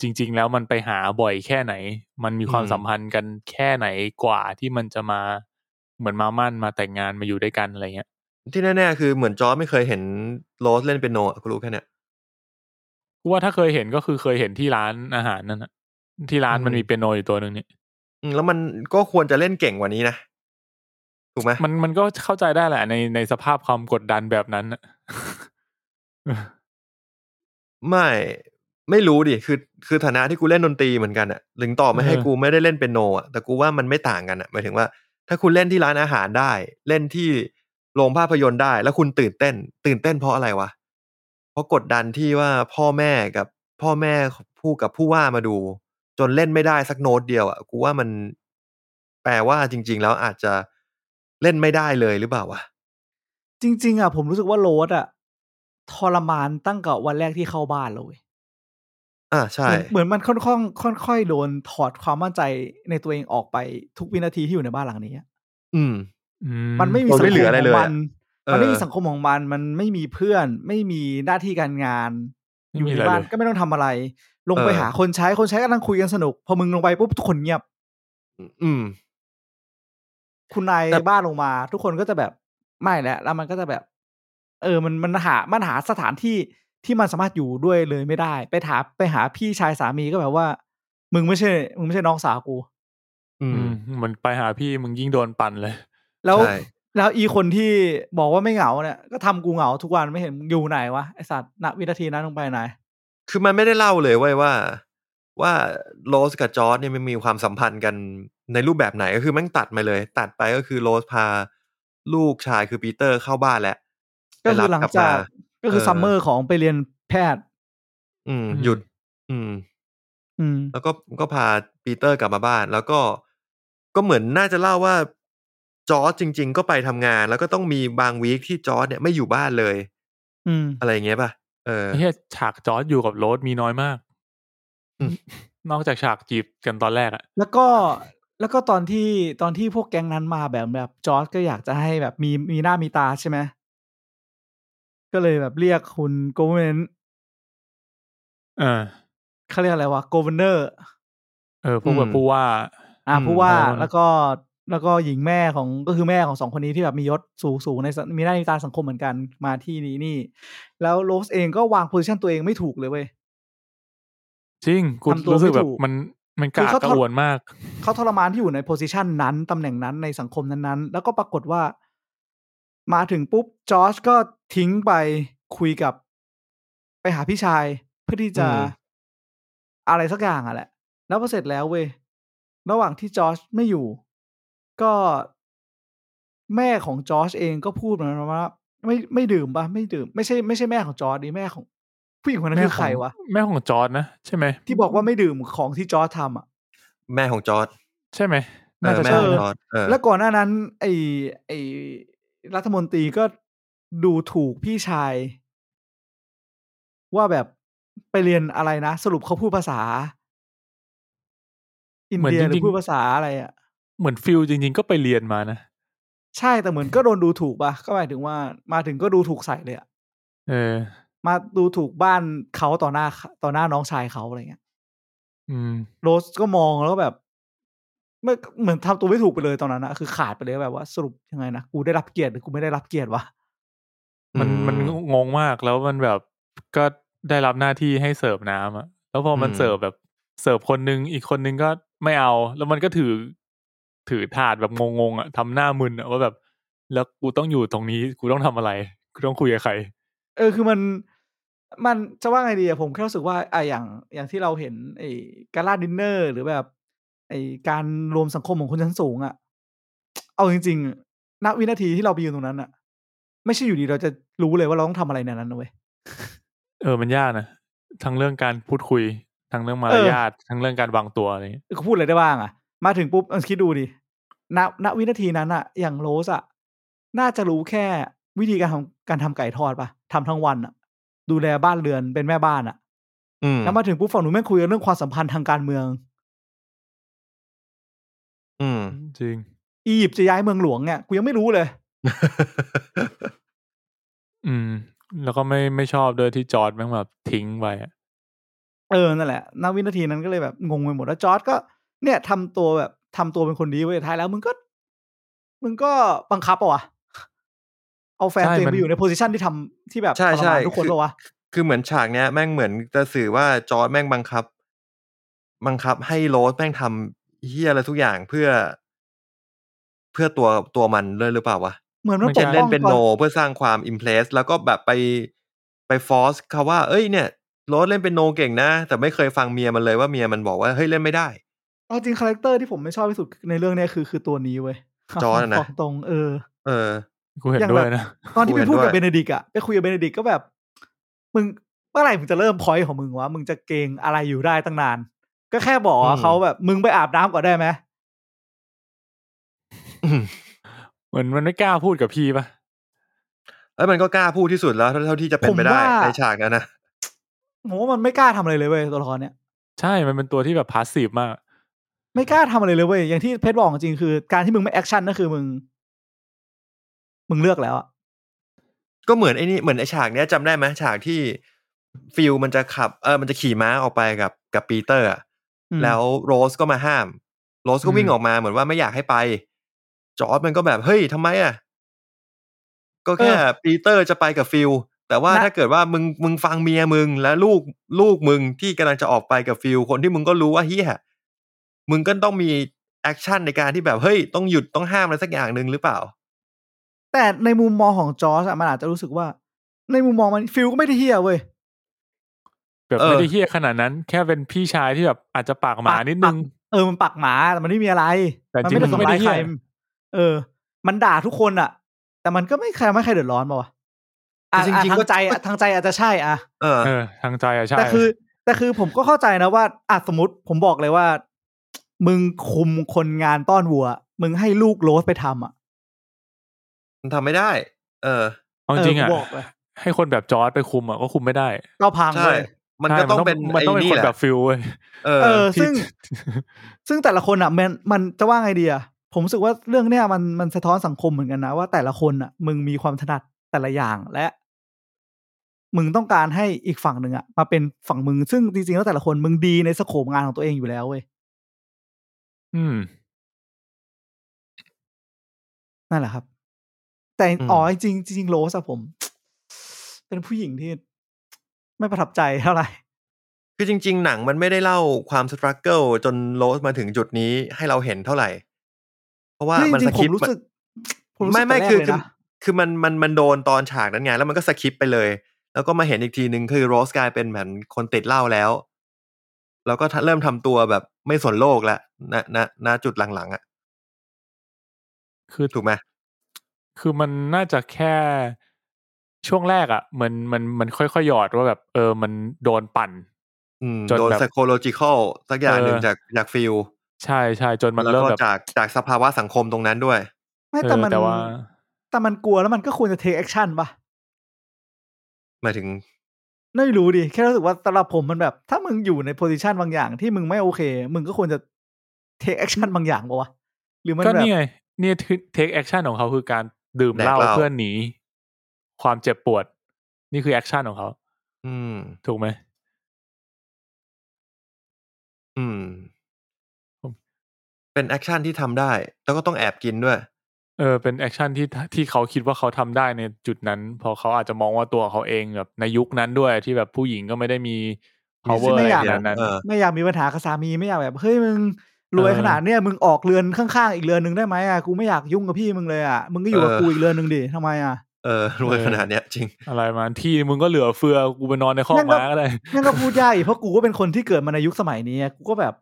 Speaker 2: จริง ๆ แล้วมันไปหาบ่อยแค่ไหน มันมีความ
Speaker 3: อืม
Speaker 2: สัมพันธ์กันแค่ไหนกว่าที่มันจะมาเหมือนมามั่นมาแต่งงานมาอยู่ด้วยกันอะไรเงี้ย
Speaker 3: ที่แน่ๆคือเหมือนจอร์ดไม่เคยเห็นโรสเล่นเปียโนอะกูรู้แค่เนี้ย
Speaker 2: กูว่าถ้าเคยเห็นก็คือเคยเห็นที่ร้านอาหารนั่นนะที่ร้านมัน
Speaker 3: อืม
Speaker 2: มีเปียโนอยู่ตัวหนึ่งนี่
Speaker 3: อืมแล้วมันก็ควรจะเล่นเก่งกว่านี้นะ ถูกไหม
Speaker 2: มันมันก็เข้าใจได้แหละในในสภาพความกดดันแบบนั้นอะ
Speaker 3: ไม่ไม่รู้ดิคือคือฐานะที่กูเล่นดนตรีเหมือนกันอะถึงต่อไม่ให้
Speaker 2: เออ
Speaker 3: กูไม่ได้เล่นเปียโนอะแต่กูว่ามันไม่ต่างกันอะหมายถึงว่า ถ้าคุณเล่นที่ร้านอาหารได้ เล่นที่โรงภาพยนตร์ได้ แล้วคุณตื่นเต้น ตื่นเต้นเพราะอะไรวะเพราะกดดันที่ว่าพ่อแม่กับพ่อแม่ผู้กับผู้ว่ามาดู จนเล่นไม่ได้สักโน้ตเดียวอะกูว่ามันแปลว่าจริง ๆ แล้วอาจจะเล่นไม่ได้เลยหรือเปล่าวะ
Speaker 4: จริง ๆ อ่ะ ผมรู้สึกว่าโรสอ่ะทรมานตั้งแต่วันแรกที่เข้าบ้านเลย
Speaker 3: อ่าใช่
Speaker 4: เหมือนเหมือนมันค่อนข้างค่อยๆโดนถอดความมั่นใจในตัวเองออกไปทุกวินาทีที่อยู่ในบ้านหลังนี้อะ
Speaker 3: อืม
Speaker 2: อื
Speaker 4: มันไม่มี
Speaker 3: มัน
Speaker 4: สัง
Speaker 3: ไม่
Speaker 4: ค
Speaker 3: เหลื
Speaker 4: ม
Speaker 3: ออะไร
Speaker 4: ขอ
Speaker 3: เล
Speaker 4: ง
Speaker 3: ย
Speaker 4: มั
Speaker 3: อะ
Speaker 4: น
Speaker 3: เออ
Speaker 4: มันไม่มีสังคมของมัน มันไม่มีเพื่อน ไม่มีหน้าที่การงาน
Speaker 2: ไม่
Speaker 4: อยู่
Speaker 2: มี
Speaker 4: ใน
Speaker 2: อะไร
Speaker 4: บ้าน
Speaker 2: เลย
Speaker 4: ก็ไม่ต้องทำอะไร ลงไป
Speaker 3: เออ
Speaker 4: หาคนใช้คนใช้กำลังคุยกันสนุก พอมึงลงไปปุ๊บทุกคนเงียบ
Speaker 3: อืม
Speaker 4: คุณนาย
Speaker 3: แต่
Speaker 4: บ้านลงมา ทุกคนก็จะแบบไม่แล้วแล้วมันก็จะแบบ เออมันมันหามันหาสถานที่ที่มันสามารถอยู่ด้วยเลยไม่ได้ ไปถามไปหาพี่ชายสามีก็แบบว่า มึงไม่ใช่ มึงไม่ใช่น้องสาวกู
Speaker 3: อื
Speaker 2: อื
Speaker 3: ม
Speaker 2: มเหมือนไปหาพี่มึงยิ่งโดนปั่นเลย
Speaker 4: แล้ว
Speaker 3: ใช่
Speaker 4: แล้วอีคนที่บอกว่าไม่เหงาเนี่ยก็ทำกูเหงาทุกวันไม่เห็นมึงอยู่ไหนวะไอสัตว์ณวินาทีนั้นลงไปไหน
Speaker 3: คือมันไม่ได้เล่าเลยเว้ยว่า ว่าโรสกับจอร์ดเนี่ยมันมีความสัมพันธ์กันในรูปแบบไหนก็คือแม่งตัดมาเลย ตัดไปก็คือโรสพาลูกชายคือปีเตอร์เข้าบ้านแล้ว
Speaker 4: ก็คือหลัง
Speaker 3: ไป
Speaker 4: จาก
Speaker 3: รับลับม
Speaker 4: ก็คือ
Speaker 3: เออ
Speaker 4: ซัมเมอร์ของไปเรียนแพทย์
Speaker 3: อืม
Speaker 2: อืม
Speaker 3: หยุด อืม
Speaker 4: อืม
Speaker 3: แล้วก็ก็พาปีเตอร์กลับมาบ้าน แล้วก็ก็เหมือนน่าจะเล่าว่าจอร์ดจริง ๆ ก็ไปทำงาน แล้วก็ต้องมีบางวีคที่จอร์ดเนี่ยไม่อยู่บ้านเลย
Speaker 4: อืม
Speaker 3: อะไรอย่างเงี้ยป่ะเออ
Speaker 2: เฮียฉากจอร์ดอยู่กับโรสมีน้อยมาก
Speaker 3: อืม
Speaker 2: นอกจากฉากจีบกันตอนแรกอะ
Speaker 4: แล้วก็แล้วก็ตอนที่ตอนที่พวกแก๊งนั้นมาแบบแบบจอร์ดก็อยากจะให้แบบมีมีหน้ามีตาใช่ไหมก็เลยแบบเรียกคุณโกเวน
Speaker 2: เออ
Speaker 4: เขาเรียกอะไรวะโกเวนเนอร์
Speaker 2: เออพวกแบ
Speaker 3: อื
Speaker 2: บ
Speaker 3: ม
Speaker 2: ผู้ว่า
Speaker 4: อ่ะ
Speaker 3: อืม
Speaker 4: ผู้ว่า
Speaker 2: อะไรวะ
Speaker 4: แล้วก็แล้วก็หญิงแม่ของก็คือแม่ของสองคนนี้ที่แบบมียศสูงสูงในสังมีหน้ามีตาสังคมเหมือนกันมาที่นี้นี่ แล้วโรสเองก็วางโพสิชันตัวเองไม่ถูกเลยเว้ย
Speaker 2: จริงกู
Speaker 4: ทำตัว
Speaker 2: รู้สึกแบ
Speaker 4: ไม่
Speaker 2: บ
Speaker 4: ถูก
Speaker 2: มันมันก
Speaker 4: คือ
Speaker 2: ระอั
Speaker 4: เขา
Speaker 2: กกระ
Speaker 4: ทอด
Speaker 2: อ่วนมาก
Speaker 4: เขาทรมานที่อยู่ในโพสิชันนั้น ตำแหน่งนั้นในสังคมนั้นๆ แล้วก็ปรากฏว่า มาถึงปุ๊บจอร์จก็ทิ้งไปคุยกับ ไปหาพี่ชาย เพื่อที่จะ
Speaker 3: อืม
Speaker 4: อะไรสักอย่างอ่ะแหละ แล้วพอเสร็จแล้วเว้ยระหว่างที่จอร์จไม่อยู่ ก็แม่ของจอร์จเองก็พูดเหมือนกันว่า ไม่ไม่ดื่มปะไม่ดื่ม ไม่ใช่ไม่ใช่แม่ของจอร์จดิแม่ของ ผู้หญิงคนนั้น
Speaker 2: แม่
Speaker 4: คือ
Speaker 2: ข
Speaker 4: ใค
Speaker 2: อ
Speaker 4: รง วะ
Speaker 2: แม่ของจอร์ดนะใช่ไหม
Speaker 4: ที่บอกว่าไม่ดื่มของที่จอร์จทำอ่ะ
Speaker 3: แม่ของจอร์ด
Speaker 2: ใช่ไหม
Speaker 3: เอ
Speaker 2: น่า
Speaker 3: อ
Speaker 2: จะ
Speaker 3: แม่
Speaker 2: ใช่
Speaker 3: ของ
Speaker 2: นะ
Speaker 3: จอร์ดเออ
Speaker 4: แล้วก่อนหน้านั้น ไอ้ไอ้รัฐมนตรีก็ดูถูกพี่ชาย ว่าแบบไปเรียนอะไรนะ สรุปเขาพูดภาษา อินเดียหรือพูดภาษาอะไรอ่ะ
Speaker 2: เหมือนฟิลจริง ๆ ก็ไปเรียนมานะ
Speaker 4: ใช่แต่เหมือนก็โดนดูถูกปะก็หมายถึงว่า มาถึงก็ดูถูกใส่เลยอะ
Speaker 2: เออ
Speaker 4: มาดูถูกบ้านเขาต่อหน้าต่อหน้าน้องชายเขาอะไรเงี้ย
Speaker 2: อืม
Speaker 4: โรสก็มองแล้วก็แบบไม่เหมือนทำตัวไม่ถูกไปเลยตอนนั้นนะคือขาดไปเลยแบบว่าสรุปยังไงนะกูได้รับเกียรติหรือกูไม่ได้รับเกียรติวะ
Speaker 2: มัน
Speaker 3: อืม
Speaker 2: มันงงมากแล้วมันแบบก็ได้รับหน้าที่ให้เสิร์ฟน้ำอะแล้วพอมัน
Speaker 3: อืม
Speaker 2: เสิร์ฟแบบเสิร์ฟคนนึงอีกคนนึงก็ไม่เอา แล้วมันก็ถือ ถือถาดแบบงงๆอะทำหน้ามึนอะว่าแบบ แล้วกูต้องอยู่ตรงนี้กูต้องทำอะไรกูต้องคุยกับใคร
Speaker 4: เออคือมันมันจะว่าไงดีอะผมแค่รู้สึกว่าไอะอย่างอย่างที่เราเห็น ไอการ่าดินเนอร์ หรือแบบ ไอการรวมสังคมของคนชั้นสูงอะ เอา เอาจริงๆณวินาทีที่เราไปยืนตรงนั้นอะไม่ใช่อยู่ดีเราจะรู้เลยว่าเราต้องทำอะไรในนั้นนะเว้ย
Speaker 2: เออมันยากนะทั้งเรื่องการพูดคุย ทั้งเรื่องมารยาททั้งเรื่องการวางตัวอะไรเงี้ย
Speaker 4: เขาพูดอะไรได้บ้างอะมาถึงปุ๊บเอาคิดดูดิณณวินาทีนั้นอะอย่างโรสอะน่าจะรู้แค่วิธีการทำการทำไก่ทอดปะทำทั้งวันอะดูแลบ้านเรือนเป็นแม่บ้านอะ
Speaker 1: อืม
Speaker 4: แล้วมาถึงปุ๊บฝั่งหนูนแม่งคุยกันเรื่องความสัมพันธ์ทางการเมือง
Speaker 1: อืม
Speaker 2: จริง
Speaker 4: อียิปต์จะย้ายเมืองหลวงเนี่ยกูยังไม่รู้เลย
Speaker 2: อืม แล้วก็ไม่ไม่ชอบด้วยที่จอร์ดแม่งแบบทิ้งไปอะ
Speaker 4: เออนั่นแหละณวินาทีนั้นก็เลยแบบงงไปหมดแล้วจอร์ดก็เนี่ยทำตัวแบบทำตัวเป็นคนดีเว้ยท้ายแล้วมึงก็ มึงก็บังคับปะวะเอาแฟนตัวเองไปอยู่ในโพสิชันที่ทำที่แบบ
Speaker 3: ใช่
Speaker 4: ทร
Speaker 3: ใช่
Speaker 4: มานทุกคนปะวะ
Speaker 3: คือเหมือนฉากเนี้ยแม่งเหมือนจะสื่อว่าจอร์ดแม่งบังคับ บังคับให้โรสแม่งทำเฮียอะไรทุกอย่างเพื่อ เพื่อตัวตัวมันเลยหรือเปล่าวะ
Speaker 4: เหมือนมัน
Speaker 3: เช่นเล่นเป็น
Speaker 4: ก่อ
Speaker 3: โนเพื่อสร้างความอิมเพลสแล้วก็แบบไปไปฟอสเขาว่า เอ้ยเนี่ยโรสเล่นเป็นโนเก่งนะ แต่ไม่เคยฟังเมียมันเลยว่าเมียมันบอกว่าเฮ้ยเล่นไม่ได้
Speaker 4: เอาจริงคาแรคเตอร์ที่ผมไม่ชอบที่สุดในเรื่องเนี้ยคือคือตัวนี้เว้ย
Speaker 3: จอร์จอะนะ
Speaker 4: บอกตรงเออ
Speaker 3: เออ
Speaker 2: กูเห็น
Speaker 4: อย่าง
Speaker 2: ด้
Speaker 4: แบ
Speaker 2: วย
Speaker 4: บ
Speaker 2: นะ
Speaker 4: ตอนที่
Speaker 3: คุ
Speaker 4: ไป
Speaker 3: ยกัน
Speaker 4: พูดกับ
Speaker 3: ด้วย
Speaker 4: เบเนดิกต์อะไปคุยกับเบเนดิกต์ก็แบบ มึงเมื่อไหร่มึงจะเริ่มพอยต์ของมึงวะมึงจะเก่งอะไรอยู่ได้ตั้งนาน ก็แค่บอก
Speaker 1: อืม
Speaker 4: เขาแบบ มึงไปอาบน้ำก่อนได้ไหม
Speaker 2: เหมือนมันไม่กล้าพูดกับพี่ปะ
Speaker 3: แล้วมันก็กล้าพูดที่สุดแล้วเท่าเท่าที่จะเป็นไปได้ในฉากนั้นนะ
Speaker 4: ผมว่ามันไม่กล้าทำอะไรเลยเว้ยตัวละครเนี้ย
Speaker 2: ใช่มันเป็นตัวที่แบบพาสซีฟมาก
Speaker 4: ไม่กล้าทำอะไรเลยเว้ยอย่างที่เพชรบอกจริงๆคือการที่มึงไม่แอคชั่นก็คือมึง มึงเลือกแล้วอะ
Speaker 3: ก็เหมือนไอ้นี่เหมือนไอ้ฉากเนี้ยจำได้ไหมฉากที่ฟิลมันจะขับเออมันจะขี่ม้าออกไปกับกับปีเตอร์อะ
Speaker 4: อืม
Speaker 3: แล้วโรสก็มาห้าม โรสก็วิ่ง
Speaker 2: อืม
Speaker 3: ออกมาเหมือนว่าไม่อยากให้ไป จอร์ดมันก็แบบเฮ้ยทำไมอ่ะ ก็แค่ปีเตอร์จะไปกับฟิลแต่ว่าถ้าเกิดว่ามึงมึงฟังเมียมึงและลูกลูกมึงที่กำลังจะออกไปกับฟิลคนที่มึงก็รู้ว่าเฮียมึงก็ต้องมีแอคชั่นในการที่แบบเฮ้ยต้องหยุดต้องห้ามอะไรสักอย่างหนึ่งหรือเปล่า
Speaker 4: แต่ในมุมมองของจอร์จอะมันอาจจะรู้สึกว่า ในมุมมองมันฟิลก็ไม่ได้เฮียเว้ย
Speaker 2: แบบ
Speaker 3: เออ
Speaker 2: ไม่ได้เฮี้ยขนาดนั้น แค่เป็นพี่ชายที่แบบอาจจะปากหมา
Speaker 4: ปาก
Speaker 2: นิดนึง
Speaker 4: เออ มันปักหมาแต่มันไม่มีอะไร
Speaker 2: แต่
Speaker 4: มัน
Speaker 2: จริ
Speaker 4: ไม่
Speaker 2: ง
Speaker 4: ได้
Speaker 2: มัน
Speaker 4: ทำ
Speaker 2: ไม่
Speaker 4: ร้า
Speaker 2: ได้
Speaker 4: ย
Speaker 2: เหี้
Speaker 4: ใคร
Speaker 2: ย
Speaker 4: เออ มันด่าทุกคนอะแต่มันก็ไม่ใครทำให้ใครเดือดร้อนป่าวะอ่ะ
Speaker 3: จริงๆ
Speaker 4: อ่ะทา
Speaker 3: ก็
Speaker 4: งใจอะทางใจอาจจะใช่อะ
Speaker 3: เออ
Speaker 2: เออ ทางใจอะใช่
Speaker 4: แต่คือ แต่คือผมก็เข้าใจนะว่าอ่ะสมมติผมบอกเลยว่า มึงคุมคนงานต้อนวัว มึงให้ลูกโรสไปทำอ่ะ
Speaker 3: มันทำไม่ได้ เออ
Speaker 2: เอาจริงอ่ะ
Speaker 4: ผมบอกเลย
Speaker 2: ให้คนแบบจอร์ดไปคุมอ่ะก็คุมไม่ได้
Speaker 4: เราพัง
Speaker 3: ใช่
Speaker 4: เลย
Speaker 3: มัน
Speaker 2: ใช่
Speaker 3: ก็ต้องเป็น
Speaker 2: มันต้อง
Speaker 3: ไอ้
Speaker 2: เป็น
Speaker 3: นี่
Speaker 2: คน
Speaker 3: แหละ
Speaker 2: แบบฟิลเว้ย
Speaker 3: เอ
Speaker 4: เอ
Speaker 3: อ
Speaker 4: อ
Speaker 2: ที่
Speaker 4: ซึ่ง ซึ่งแต่ละคนอ่ะมันมันจะว่าไงดีอ่ะผมรู้สึกว่าเรื่องเนี้ยมันมันสะท้อนสังคมเหมือนกันนะว่าแต่ละคนอ่ะ มึงมีความถนัดแต่ละอย่างและ มึงต้องการให้อีกฝั่งหนึ่งอ่ะมาเป็นฝั่งมึง ซึ่งจริงๆแล้วแต่ละคนมึงดีในสโคปงานของตัวเองอยู่แล้วเว้ย
Speaker 2: อืม
Speaker 4: นั่นแหละครับ แต่
Speaker 3: อืม
Speaker 4: อ๋อจริงจริงโรสอะผม เป็นผู้หญิงที่ ไม่ประทับใจเท่าไหร่
Speaker 3: คือจริง ๆ หนังมันไม่ได้เล่าความสครัลเกิลจนโรสมาถึงจุดนี้ให้เราเห็นเท่าไหร่ เพราะว่า
Speaker 4: จ
Speaker 3: มัน
Speaker 4: ริ
Speaker 3: ส
Speaker 4: งๆผ
Speaker 3: คิ
Speaker 4: ม
Speaker 3: ป
Speaker 4: รู้สึกผมรู้สึ
Speaker 3: ไม่
Speaker 4: ก
Speaker 3: ไม่
Speaker 4: แต่แรก
Speaker 3: คือคื
Speaker 4: เลย
Speaker 3: อ
Speaker 4: นะ
Speaker 3: คือมันมันมันโดนตอนฉากนั้นไงแล้วมันก็สคิปไปเลย แล้วก็มาเห็นอีกทีหนึ่งคือโรสกลายเป็นเหมือนคนติดเหล้าแล้ว แล้วก็เริ่มทำตัวแบบไม่สนโลกแล้วณณณจุดหลังๆอ่ะ
Speaker 2: คือ
Speaker 3: ถูกไหม
Speaker 2: คือมันน่าจะแค่ช่วงแรกอะ่ะ มันมันมันค่อยๆหยอดว่าแบบ เออ มันโดนปั่น
Speaker 3: อืม
Speaker 2: จน
Speaker 3: โดน
Speaker 2: แบบ
Speaker 3: psychological สักอย่างหนึ่ง
Speaker 2: เออ
Speaker 3: จากจากฟิล
Speaker 2: ใช่ใช่จนมัน
Speaker 3: แล้ว
Speaker 2: เริ่ม
Speaker 3: ก็
Speaker 2: แบบ
Speaker 3: จากจากสภาวะสังคมตรงนั้นด้วย
Speaker 4: ไม่
Speaker 2: เอ
Speaker 4: แต่
Speaker 2: อ
Speaker 4: มัน
Speaker 2: แต่ว่า
Speaker 4: แต่มันกลัวแล้วมันก็ควรจะเทคแอคชั่นปะ
Speaker 3: หมายถึง
Speaker 4: ไม่รู้ดิ แค่รู้สึกว่าสำหรับผมมันแบบ ถ้ามึงอยู่ในโพสิชันบางอย่างที่มึงไม่โอเค มึงก็ควรจะเทคแอคชั่นบางอย่างปะวะ หรือมัน
Speaker 2: ก็
Speaker 4: แบบ
Speaker 2: นี่ไงเนี่ยเทคแอคชั่นของเขาคือการดื่ม
Speaker 3: แดก
Speaker 2: เหล้า
Speaker 3: เหล้า
Speaker 2: เพื่อหนี ความเจ็บปวด นี่คือแอคชั่นของเขา
Speaker 3: อืม
Speaker 2: ถูกไหม
Speaker 3: อืม
Speaker 2: ผม
Speaker 3: เป็นแอคชั่นที่ทำได้ แล้วก็ต้องแอบกินด้วย
Speaker 2: เออเป็นแอคชั่นที่ที่เขาคิดว่าเขาทำได้ในจุดนั้น พอเขาอาจจะมองว่าตัวเขาเองแบบในยุคนั้นด้วยที่แบบผู้หญิงก็ไม่ได้มี
Speaker 3: มีสิท
Speaker 2: power อะ
Speaker 4: ธิ์ไม่
Speaker 2: ไร
Speaker 4: อยาก
Speaker 2: ขนาดนั้น
Speaker 3: เออ
Speaker 4: ไม่อยากมีปัญหากับสามีไม่อยากแบบ เฮ้ยมึงรวย
Speaker 2: เออ
Speaker 4: ขนาดเนี้ยมึงออกเรือนข้างๆอีกเรือนหนึ่งได้ไหมอ่ะกูไม่อยากยุ่งกับพี่มึงเลยอ่ะมึงก็อยู่กับ
Speaker 3: เออ
Speaker 4: กูอีกเรือนหนึ่งดิทำไมอ่ะ
Speaker 3: เออรวย
Speaker 2: เออ
Speaker 3: ขนาดเนี้ยจริง
Speaker 2: อะไรมาที่มึงก็เหลือเฟือกูไปนอนในข้อ
Speaker 4: นั่
Speaker 2: ก
Speaker 4: นก็
Speaker 2: ม้าก็ได้
Speaker 4: นั่นก็พูดยากอีกเพราะกูก็เป็นคนที่เกิดมาในยุคสมัยนี้อะกูก็แบบ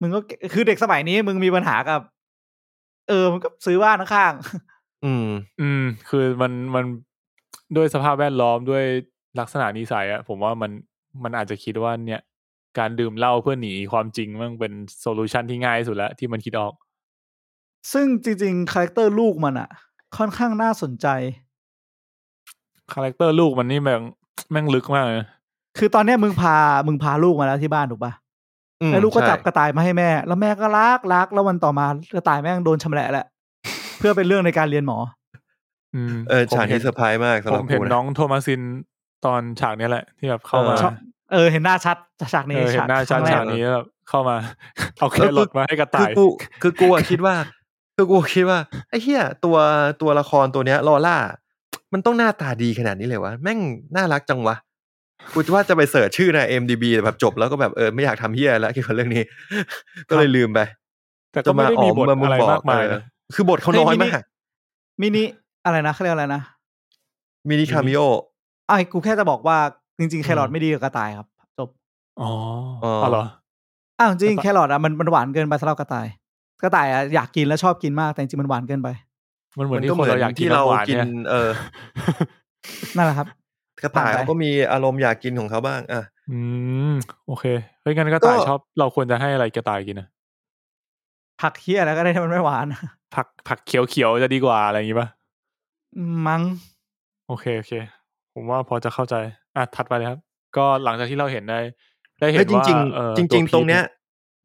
Speaker 4: มึงก็คือเด็กสมัยนี้ มึงมีปัญหากับ เออมันก็ซื้อบ้านข้าง
Speaker 3: อืม
Speaker 2: อืม คือมันมันด้วยสภาพแวดล้อมด้วยลักษณะนิสัยอะผมว่ามันมันอาจจะคิดว่าเนี่ย การดื่มเหล้าเพื่อหนีความจริงมันเป็นโซลูชันที่ง่ายที่สุดแล้วที่มันคิดออก
Speaker 4: ๆซึ่งจริงๆคาแรคเตอร์ลูกมันอะค่อนข้างน่าสนใจ
Speaker 2: คาแรคเตอร์ลูกมันนี่แม่งแม่งลึกมากเลย
Speaker 4: คือตอนเนี้ยมึงพามึงพาลูกมาแล้วที่บ้านถูกปะ
Speaker 3: อืม
Speaker 4: แล้วลูกก็
Speaker 3: ใช่
Speaker 4: จับกระต่ายมาให้แม่ แล้วแม่ก็รักรักแล้ววันต่อมากระต่ายแม่งโดนชำแหละแหละ เพื่อเป็นเรื่องในการเรียนหมอ
Speaker 2: อืม
Speaker 3: เออ
Speaker 2: ผม
Speaker 3: ฉาก
Speaker 2: ห็
Speaker 3: ที่เซอร์ไพรส์มากสำห
Speaker 2: ผ
Speaker 3: รับ
Speaker 2: ม
Speaker 3: กู
Speaker 2: เห็น
Speaker 3: นะ
Speaker 2: น้องโทมัสซินตอนฉากเนี้ยแหละ ที่แบบเข้ามา
Speaker 4: ชอบเออเห็นหน้าชัดฉากนี้
Speaker 2: เออเห็นหน้า
Speaker 4: ฉา
Speaker 2: ฉาก ก
Speaker 4: ครั้งแร
Speaker 2: ฉาก กนี้แบบเข้ามา เอาแค่รถมาให้กระ
Speaker 3: คื
Speaker 2: ต่า
Speaker 3: อย กูคือกูอะคิดว่า คือกูคิดว่าไอ้เหี้ยตัวตัวละครตัวเนี้ยลอล่า มันต้องหน้าตาดีขนาดนี้เลยวะแม่งน่ารักจังวะกูจะว่าจะไปเสิร์ชชื่อใน IMDb แต่แบบจบแล้วก็แบบเออไม่อยากทำเหี้ยแล้วเกี่ยว กับเรื่องนี้ ก็เลยลืมไป
Speaker 2: แต่ก็ไม่ได้มีบท
Speaker 3: า
Speaker 2: อะไร
Speaker 3: ง
Speaker 2: มากมาย
Speaker 3: เอ
Speaker 2: นะ
Speaker 3: อคือบทเขาน้อยมาก
Speaker 4: มินิอะไรนะเขาเรียกอะไรนะ
Speaker 3: มินิคามิโอ
Speaker 4: ไอ้กูแค่จะบอกว่าจริงๆแครอท
Speaker 2: อืม
Speaker 4: ไม่ดีกับกระต่ายครับจบ
Speaker 2: อ๋อ
Speaker 3: อ๋ออ๋
Speaker 2: อ๋อเหรอ
Speaker 4: อ้าวจริงๆแครอทอะมันมันหวานเกินไปสำหรับกระต่าย กระต่ายอะอยากกินแล้วชอบกินมากแต่จริงๆมันหวานเกินไป
Speaker 2: มันเหมือน
Speaker 3: มัน
Speaker 2: ที่
Speaker 3: ก็
Speaker 2: คน
Speaker 3: เหมื
Speaker 2: เรา
Speaker 3: อน
Speaker 2: อยากกิ
Speaker 3: ที่
Speaker 2: น
Speaker 3: เรา
Speaker 2: น้ำหวาน
Speaker 3: กิน
Speaker 2: เนี่ย
Speaker 3: เอ อ
Speaker 4: นั่นแหละครับ
Speaker 3: กระต่าย
Speaker 4: ผ่านไป
Speaker 3: เขาก็มีอารมณ์อยากกินของเขาบ้างอ่ะ
Speaker 2: อืมโอเคเฮ้ยงั้นกระต่าย
Speaker 3: ก็
Speaker 2: ชอบเราควรจะให้อะไรกระต่ายกินนะ
Speaker 4: ผักเคี้ยแล้วก็ได้ที่มันไม่หวาน
Speaker 2: ผักผักเขียวๆจะดีกว่าอะไรอย่างงี้ป่ะ
Speaker 4: มั้ง
Speaker 2: โอเคโอเค ผมว่าพอจะเข้าใจอ่ะถัดไปเลยครับ ก็หลังจากที่เราเห็นได้ ได้เห็น
Speaker 3: เอ้ยจ
Speaker 2: ว่า
Speaker 3: ริง
Speaker 2: เอ่อ
Speaker 3: ๆจริง
Speaker 2: ว
Speaker 3: ๆ ตรงเนี้ย
Speaker 2: พีช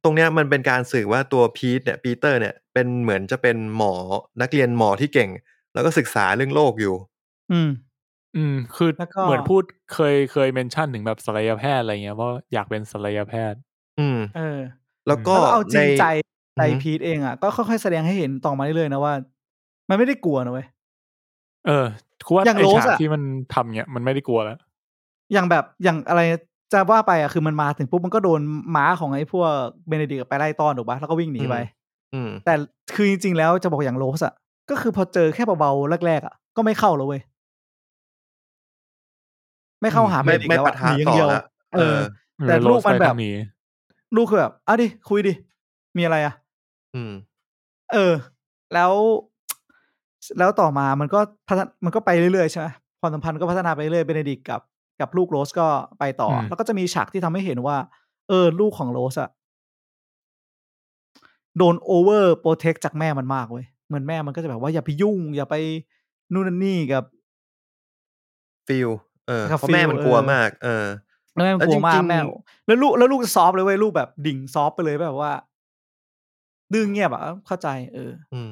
Speaker 3: ตรงเนี้ยมันเป็นการสื่อว่าตัวพีทเนี่ยปีเตอร์เนี่ยเป็นเหมือนจะเป็นหมอนักเรียนหมอที่เก่ง แล้วก็ศึกษาเรื่องโลกอยู่
Speaker 4: อืม
Speaker 2: อืมคือ
Speaker 4: แล้วก็
Speaker 2: เหมือนพูดเคยเคยเมนชั่นถึงแบบศัลยแพทย์อะไรเงี้ยว่าอยากเป็นศัลยแพทย์
Speaker 3: อืม
Speaker 4: เออ
Speaker 3: แล้วก็
Speaker 4: แล้วก็เอาจริง
Speaker 3: ใน
Speaker 4: ใจใจ
Speaker 3: อือหือ
Speaker 4: พีทเองอ่ะก็ค่อยๆแสดงให้เห็นต่อมาเรื่อยๆนะว่า มันไม่ได้กลัวนะเว้ย
Speaker 2: เออคือว่า
Speaker 4: อย่าง
Speaker 2: ไอ้
Speaker 4: โรส
Speaker 2: ฉาก
Speaker 4: อะ
Speaker 2: ที่มันทำเนี้ยมันไม่ได้กลัวแล้ว
Speaker 4: อย่างแบบอย่างอะไรจะว่าไปอ่ะคือมันมาถึงปุ๊บมันก็โดนม้าของไอ้พวกเบเนดิกต์ไปไล่ต้อนถูกปะแล้วก็วิ่งหนีไป
Speaker 3: อืม อืม
Speaker 4: แต่คือจริงๆแล้วจะบอกอย่างโรสอ่ะก็คือพอเจอแค่เบาๆแรกๆอ่ะก็ไม่เข้าเลยเว้ยไม่เข้าหาเบ
Speaker 3: ไม่
Speaker 4: เนดิกต์
Speaker 3: ไม่
Speaker 4: แล้ว
Speaker 3: ปะ
Speaker 4: อ่ะ
Speaker 3: ทะ
Speaker 4: หนีอย่า
Speaker 3: ต่อ
Speaker 4: งเดียว
Speaker 3: ละ
Speaker 4: เอ
Speaker 3: เอ
Speaker 4: อ
Speaker 3: อ
Speaker 4: แต่
Speaker 2: เออ
Speaker 4: ลูกมัน
Speaker 2: โรสไป
Speaker 4: แบบ
Speaker 2: ทางนี้
Speaker 4: ลูกคือแบบอ่ะดิคุยดิมีอะไรอ่ะ
Speaker 3: อืม
Speaker 4: เออ แล้ว แล้วต่อมามันก็พัฒนมันก็ไปเรื่อยๆใช่ไหมความสัมพันธ์ก็พัฒนาไปเรื่อยเบเนดิกกับ กับลูกโรสก็ไปต่ออ
Speaker 2: ม
Speaker 4: แล้วก็จะมีฉากที่ทำให้เห็นว่า เออ ลูกของโรสอะโดนโอเวอร์โปรเทคจากแม่มันมากเว้ยเหมือนแม่มันก็จะแบบว่าอย่าไปยุ่ง อย่าไปนู่นนนนี่กับ
Speaker 3: ฟิลเออ
Speaker 4: กับ
Speaker 3: เพราะแม่
Speaker 4: feel
Speaker 3: มันกลัว
Speaker 4: เออ
Speaker 3: มาก เออ
Speaker 4: แล้วแม่มันกลัวมา
Speaker 3: จริ
Speaker 4: ก
Speaker 3: งๆ
Speaker 4: แม่แล้วลูกแล้วลูกจะซอฟต์เลยเว้ยลูกแบบดิ่งซอฟต์ไปเลยแบบว่าดื้อเงียบอะเข้าใจ เออ
Speaker 3: อืม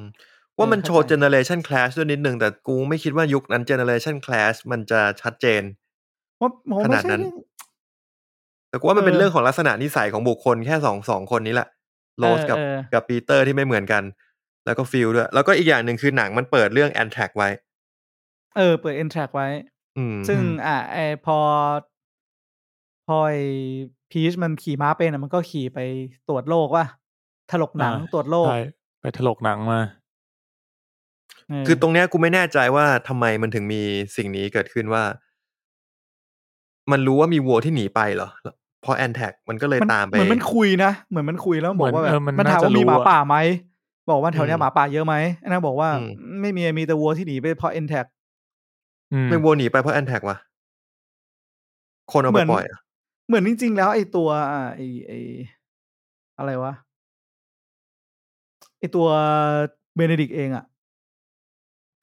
Speaker 3: ว่ามัน
Speaker 4: เออ
Speaker 3: โชว์
Speaker 4: เข้าใจ
Speaker 3: เจเนอเรชันคลาสด้วยนิดนึง แต่กูไม่คิดว่ายุคนั้นเจเนอเรชันคลาสมันจะชัดเจน
Speaker 4: ว่าผม
Speaker 3: ข
Speaker 4: ไม่
Speaker 3: นาด
Speaker 4: ใช่
Speaker 3: นั้น
Speaker 4: เรื่อง
Speaker 3: แต่กูว่ามันเป็น
Speaker 4: เออ
Speaker 3: เรื่องของลักษณะนิสัยของบุคคลแค่สองสองคนนี้แหละโรสกับ
Speaker 4: เออ
Speaker 3: กับปีเตอร์ที่ไม่เหมือนกัน แล้วก็ฟิลด้วย แล้วก็อีกอย่างหนึ่งคือหนังมันเปิดเรื่องแอนแทกไว้
Speaker 4: เออ เปิดเอ็นแทร็กไว้
Speaker 3: อืม
Speaker 4: ซึ่งอ่ะไอพอ พอไอพีชมันขี่ม้าเป็นอ่ะมันก็ขี่ไปตรวจโรคว่าถลกหนัง
Speaker 2: อ่า
Speaker 4: ตรวจโรค
Speaker 2: ใช่ไปถลกหนังมา
Speaker 4: เออ
Speaker 3: คือตรงเนี้ยกูไม่แน่ใจว่าทำไมมันถึงมีสิ่งนี้เกิดขึ้นว่า มันรู้ว่ามีวัวที่หนีไปเหรอแล้วพอแอนแท็กมันก็เลย
Speaker 4: มัน
Speaker 3: ตามไป
Speaker 4: เหมือนมันคุยนะ เหมือนมันคุยแล้วบอกว่า
Speaker 2: เหมือนเออมัน
Speaker 4: แบบมันถาม
Speaker 2: น่าจะ
Speaker 4: ว่ามีหมา
Speaker 2: รู้อะ
Speaker 4: ป่าไหม บอกว่าแถวเนี้
Speaker 3: อื
Speaker 4: ย
Speaker 3: ม
Speaker 4: หมาป่าเยอะไหมอันนั้นบอกว่า
Speaker 3: อืม
Speaker 4: ไม่มีมีแต่วัวที่หนีไปเพราะเอ็นแท็ก
Speaker 2: อืม
Speaker 3: ไม่วัวหนีไปเพราะแอนแท็กวะคนเอา
Speaker 4: เหมื
Speaker 3: ไป
Speaker 4: อน
Speaker 3: ปล่อยเหรอ
Speaker 4: เหมือนจริง ๆ แล้วไอตัวอ่าไอไออะไรวะไอตัวเบเนดิกเองอ่ะ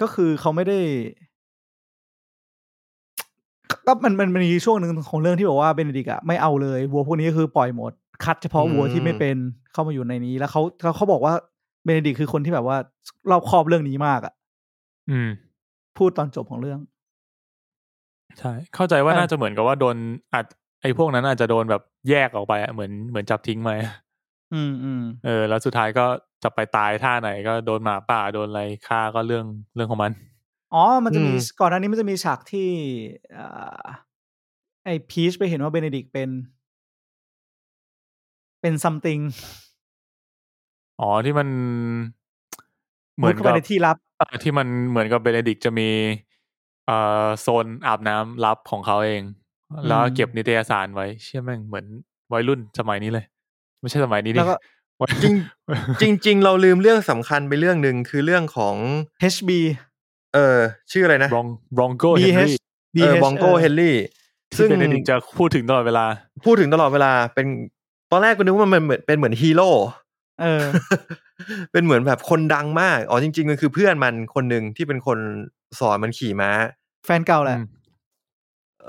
Speaker 4: ก็คือเขาไม่ได้ ก็มันมันมันมีช่วงหนึ่งของเรื่องที่บอกว่าเบเนดิกอะไม่เอาเลยวัวพวกนี้ก็คือปล่อยหมด คัดเฉพาะวัวที่ไม่เป็นเข้ามาอยู่ในนี้ แล้วเขาเขาเขาบอกว่าเบเนดิกคือคนที่แบบว่ารอบคอบเรื่องนี้มากอะ
Speaker 2: อืม
Speaker 4: พูดตอนจบของเรื่อง
Speaker 2: ใช่ เข้าใจว่า
Speaker 4: อ่ะ
Speaker 2: น่าจะเหมือนกับว่าโดนอัดไอ้พวกนั้นอาจจะโดนแบบแยกออกไปอะเหมือนเหมือนจับทิ้งไหม
Speaker 4: อืมอืม
Speaker 2: เออ แล้วสุดท้ายก็จะไปตายท่าไหนก็โดนหมาป่าโดนอะไรฆ่าก็เรื่องเรื่องของมัน
Speaker 4: อ๋อ มันจะมีก่อนหน้านี้มันจะมีฉากที่อ่าไอพีชไปเห็นว่าเบเนดิกเป็น เป็นซัมติง
Speaker 2: อ๋อที่มัน เหมือน
Speaker 4: เข้า
Speaker 2: กั
Speaker 4: ไป
Speaker 2: บ
Speaker 4: ในที่ลับ
Speaker 2: เออที่มันเหมือนกับเบเนดิกต์จะมีเอ่อโซนอาบน้ำลับของเขาเอง แล้ว
Speaker 4: อืม
Speaker 2: เก็บนิตยสารไว้ เชื่อแม่งเหมือนวัยรุ่นสมัยนี้เลย ไม่ใช่สมัยนี้ดิ
Speaker 4: แล้วก็
Speaker 2: ไว้
Speaker 3: จริง จริง ๆ เราลืมเรื่องสำคัญไปเรื่องหนึ่งคือเรื่องของ
Speaker 4: HB
Speaker 3: เออชื่ออะไรนะ
Speaker 2: บรองบรองโก้
Speaker 4: BH
Speaker 2: เฮนรี่
Speaker 3: เออบองโกเฮนรี่
Speaker 2: ซึ่
Speaker 3: ซึ่ง
Speaker 2: งเบนเดดิกจะพูดถึงตลอดเวลา
Speaker 3: พูดถึงตลอดเวลาเป็นตอนแรกก็นึกว่ามันเหมือนเป็นเหมือนฮีโร่
Speaker 4: เออ
Speaker 3: เป็นเหมือนแบบคนดังมาก อ๋อจริงๆมันคือเพื่อนมันคนหนึ่งที่เป็นคนสอนมันขี่ม้า
Speaker 4: แฟนเก่าแหละ
Speaker 2: อืม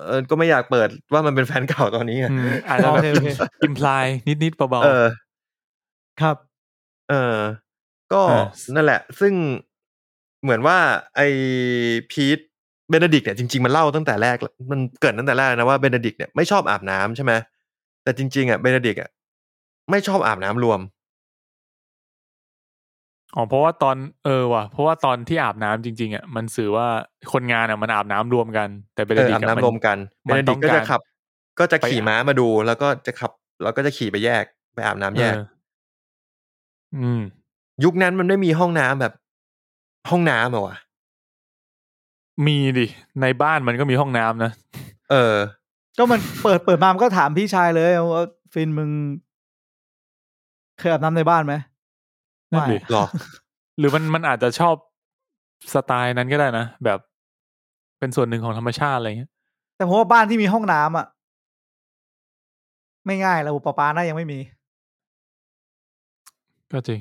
Speaker 3: เออก็ไม่อยากเปิดว่ามันเป็นแฟนเก่าตอนนี้ไง
Speaker 2: อืมอาจจะแบบ
Speaker 4: โอเคโอเค
Speaker 2: อิมพลายนิดๆเบา
Speaker 3: เออ
Speaker 4: ครับ
Speaker 3: เออ ก็
Speaker 2: อ่า
Speaker 3: นั่นแหละ ซึ่งเหมือนว่าไอ้พีทเบนเดดิกเนี่ยจริงๆมันเล่าตั้งแต่แรกแล้วมันเกริดตั้งแต่แรกนะว่าเบนเดดิกเนี่ยไม่ชอบอาบน้ำใช่ไหมแต่จริง ๆอ่ะเบนเดดิกอ่ะไม่ชอบอาบน้ำรวม
Speaker 2: ๆอ๋อเพราะว่าตอนเออว่ะเพราะว่าตอนที่อาบน้ำจริงๆอ่ะมันสื่อว่าคนงานอ่ะมันอาบน้ำรวมกัน แต่เบน
Speaker 3: เอ
Speaker 2: เด
Speaker 3: อ
Speaker 2: ดิก
Speaker 3: อาบ
Speaker 2: อะ
Speaker 3: น้ำรวมกันเบ
Speaker 2: มัน น
Speaker 3: เดดิ
Speaker 2: ต้อก ง
Speaker 3: ก็
Speaker 2: กา
Speaker 3: จะ
Speaker 2: ร
Speaker 3: ขับ ก็จะขี่
Speaker 2: ไป
Speaker 3: ม้ามาดู แล้วก็จะขับ แล้วก็จะขี่ไปแยกไปอาบน้ำแยก
Speaker 2: เอออืม
Speaker 3: ยุคนั้นมันไม่มีห้องน้ำแบบ ห้องน้ำอะวะ
Speaker 2: มีดิในบ้านมันก็มีห้องน้ำนะ
Speaker 3: เออ
Speaker 4: ก็มันเปิดเปิดมามันก็ถามพี่ชายเลยว่าฟินมึง เคยอาบน้ำในบ้านไหม
Speaker 2: นั่น
Speaker 4: ไม่
Speaker 2: ดิ
Speaker 3: หรอ
Speaker 2: หรือมันมันอาจจะชอบสไตล์นั้นก็ได้นะแบบเป็นส่วนหนึ่งของธรรมชาติอะไรเงี้ย
Speaker 4: แต่ผมว่าบ้านที่มีห้องน้ำอ่ะ ไม่ง่ายแล้วปะปาน่ายังไม่มี
Speaker 2: ก็จริง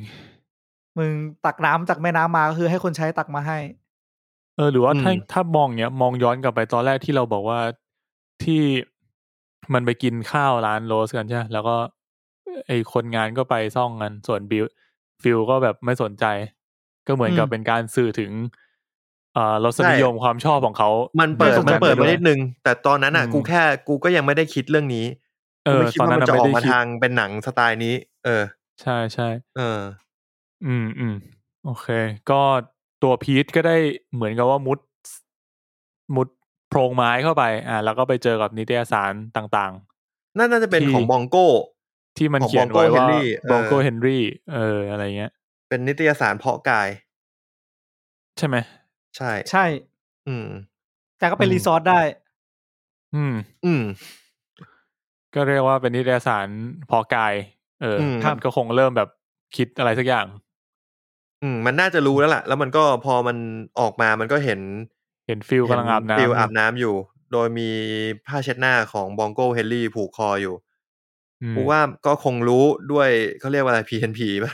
Speaker 4: มึงตักน้ำจากแม่น้ำมาก็คือให้คนใช้ตักมาให้
Speaker 2: เออหรือว่าถ้า
Speaker 3: อืม
Speaker 2: ถ้ามองเนี้ยมองย้อนกลับไปตอนแรกที่เราบอกว่าที่มันไปกินข้าวร้านโรสกันใช่ไหมแล้วก็ไอคนงานก็ไปซ่องกันส่วนบิวฟิลก็แบบไม่สนใจ ก็เหมือนกับ
Speaker 4: อืม
Speaker 2: เป็นการสื่อถึงเอ่อรสนิยมความชอบของเขา
Speaker 3: มันเปิด
Speaker 4: ไม่สนใจ
Speaker 3: มันเปิด
Speaker 4: ไปด้
Speaker 3: มา
Speaker 4: วย
Speaker 3: นิดนึง แต่ตอนนั้นอ่ะ
Speaker 2: อืม
Speaker 3: กูแค่กูก็ยังไม่ได้คิดเรื่องนี้
Speaker 2: เอ
Speaker 3: กู
Speaker 2: อ
Speaker 3: ไม่คิด
Speaker 2: ตอน
Speaker 3: ว่า
Speaker 2: นั้
Speaker 3: มันน
Speaker 2: น่ะ
Speaker 3: จะ
Speaker 2: ไม่
Speaker 3: ออก
Speaker 2: ได้
Speaker 3: มา
Speaker 2: คิด
Speaker 3: ทางเป็นหนังสไตล์นี้ เออ
Speaker 2: ใช่ใช่
Speaker 3: เออ
Speaker 2: อืมอืมโอเค ก็ตัวพีทก็ได้เหมือนกับว่ามุด มุดโพรงไม้เข้าไป อ่า แล้วก็ไปเจอกับนิตยสารต่าง
Speaker 3: นั่นน่าจะเป็น
Speaker 2: ที่
Speaker 3: ของบองโก้
Speaker 2: ๆ ที่มัน
Speaker 3: ของ
Speaker 2: เขียนไว้
Speaker 3: Bronco
Speaker 2: ว่า
Speaker 3: Henry เออ
Speaker 2: บองโกเฮนรี่เอออะไรเงี้ย
Speaker 3: เป็นนิตยสารเพาะกาย
Speaker 2: ใช่ไหม
Speaker 3: ใช่
Speaker 4: ใช่
Speaker 3: อืม
Speaker 4: แต่ก็เป็น
Speaker 2: อืม
Speaker 4: รีสอร์ทได้
Speaker 2: อืม
Speaker 3: อืม
Speaker 2: ก็เรียกว่าเป็นนิตยสารพอกาย เออ
Speaker 3: อืม
Speaker 2: มันก็คงเริ่มแบบคิดอะไรสักอย่าง
Speaker 3: อืมมันน่าจะรู้แล้วล่ะ แล้วมันก็พอมันออกมามันก็เห็น
Speaker 2: เห็นฟิลกำลังอาบน้
Speaker 3: ฟิลอาบ
Speaker 2: ำ
Speaker 3: น้ำอยู่ โดยมีผ้าเช็ดหน้าของบองโก้เฮนรี่ผูกคออยู่
Speaker 2: อืม
Speaker 3: กูว่าก็คงรู้ด้วยเขาเรียกว่าอะไร PNP ป่ะ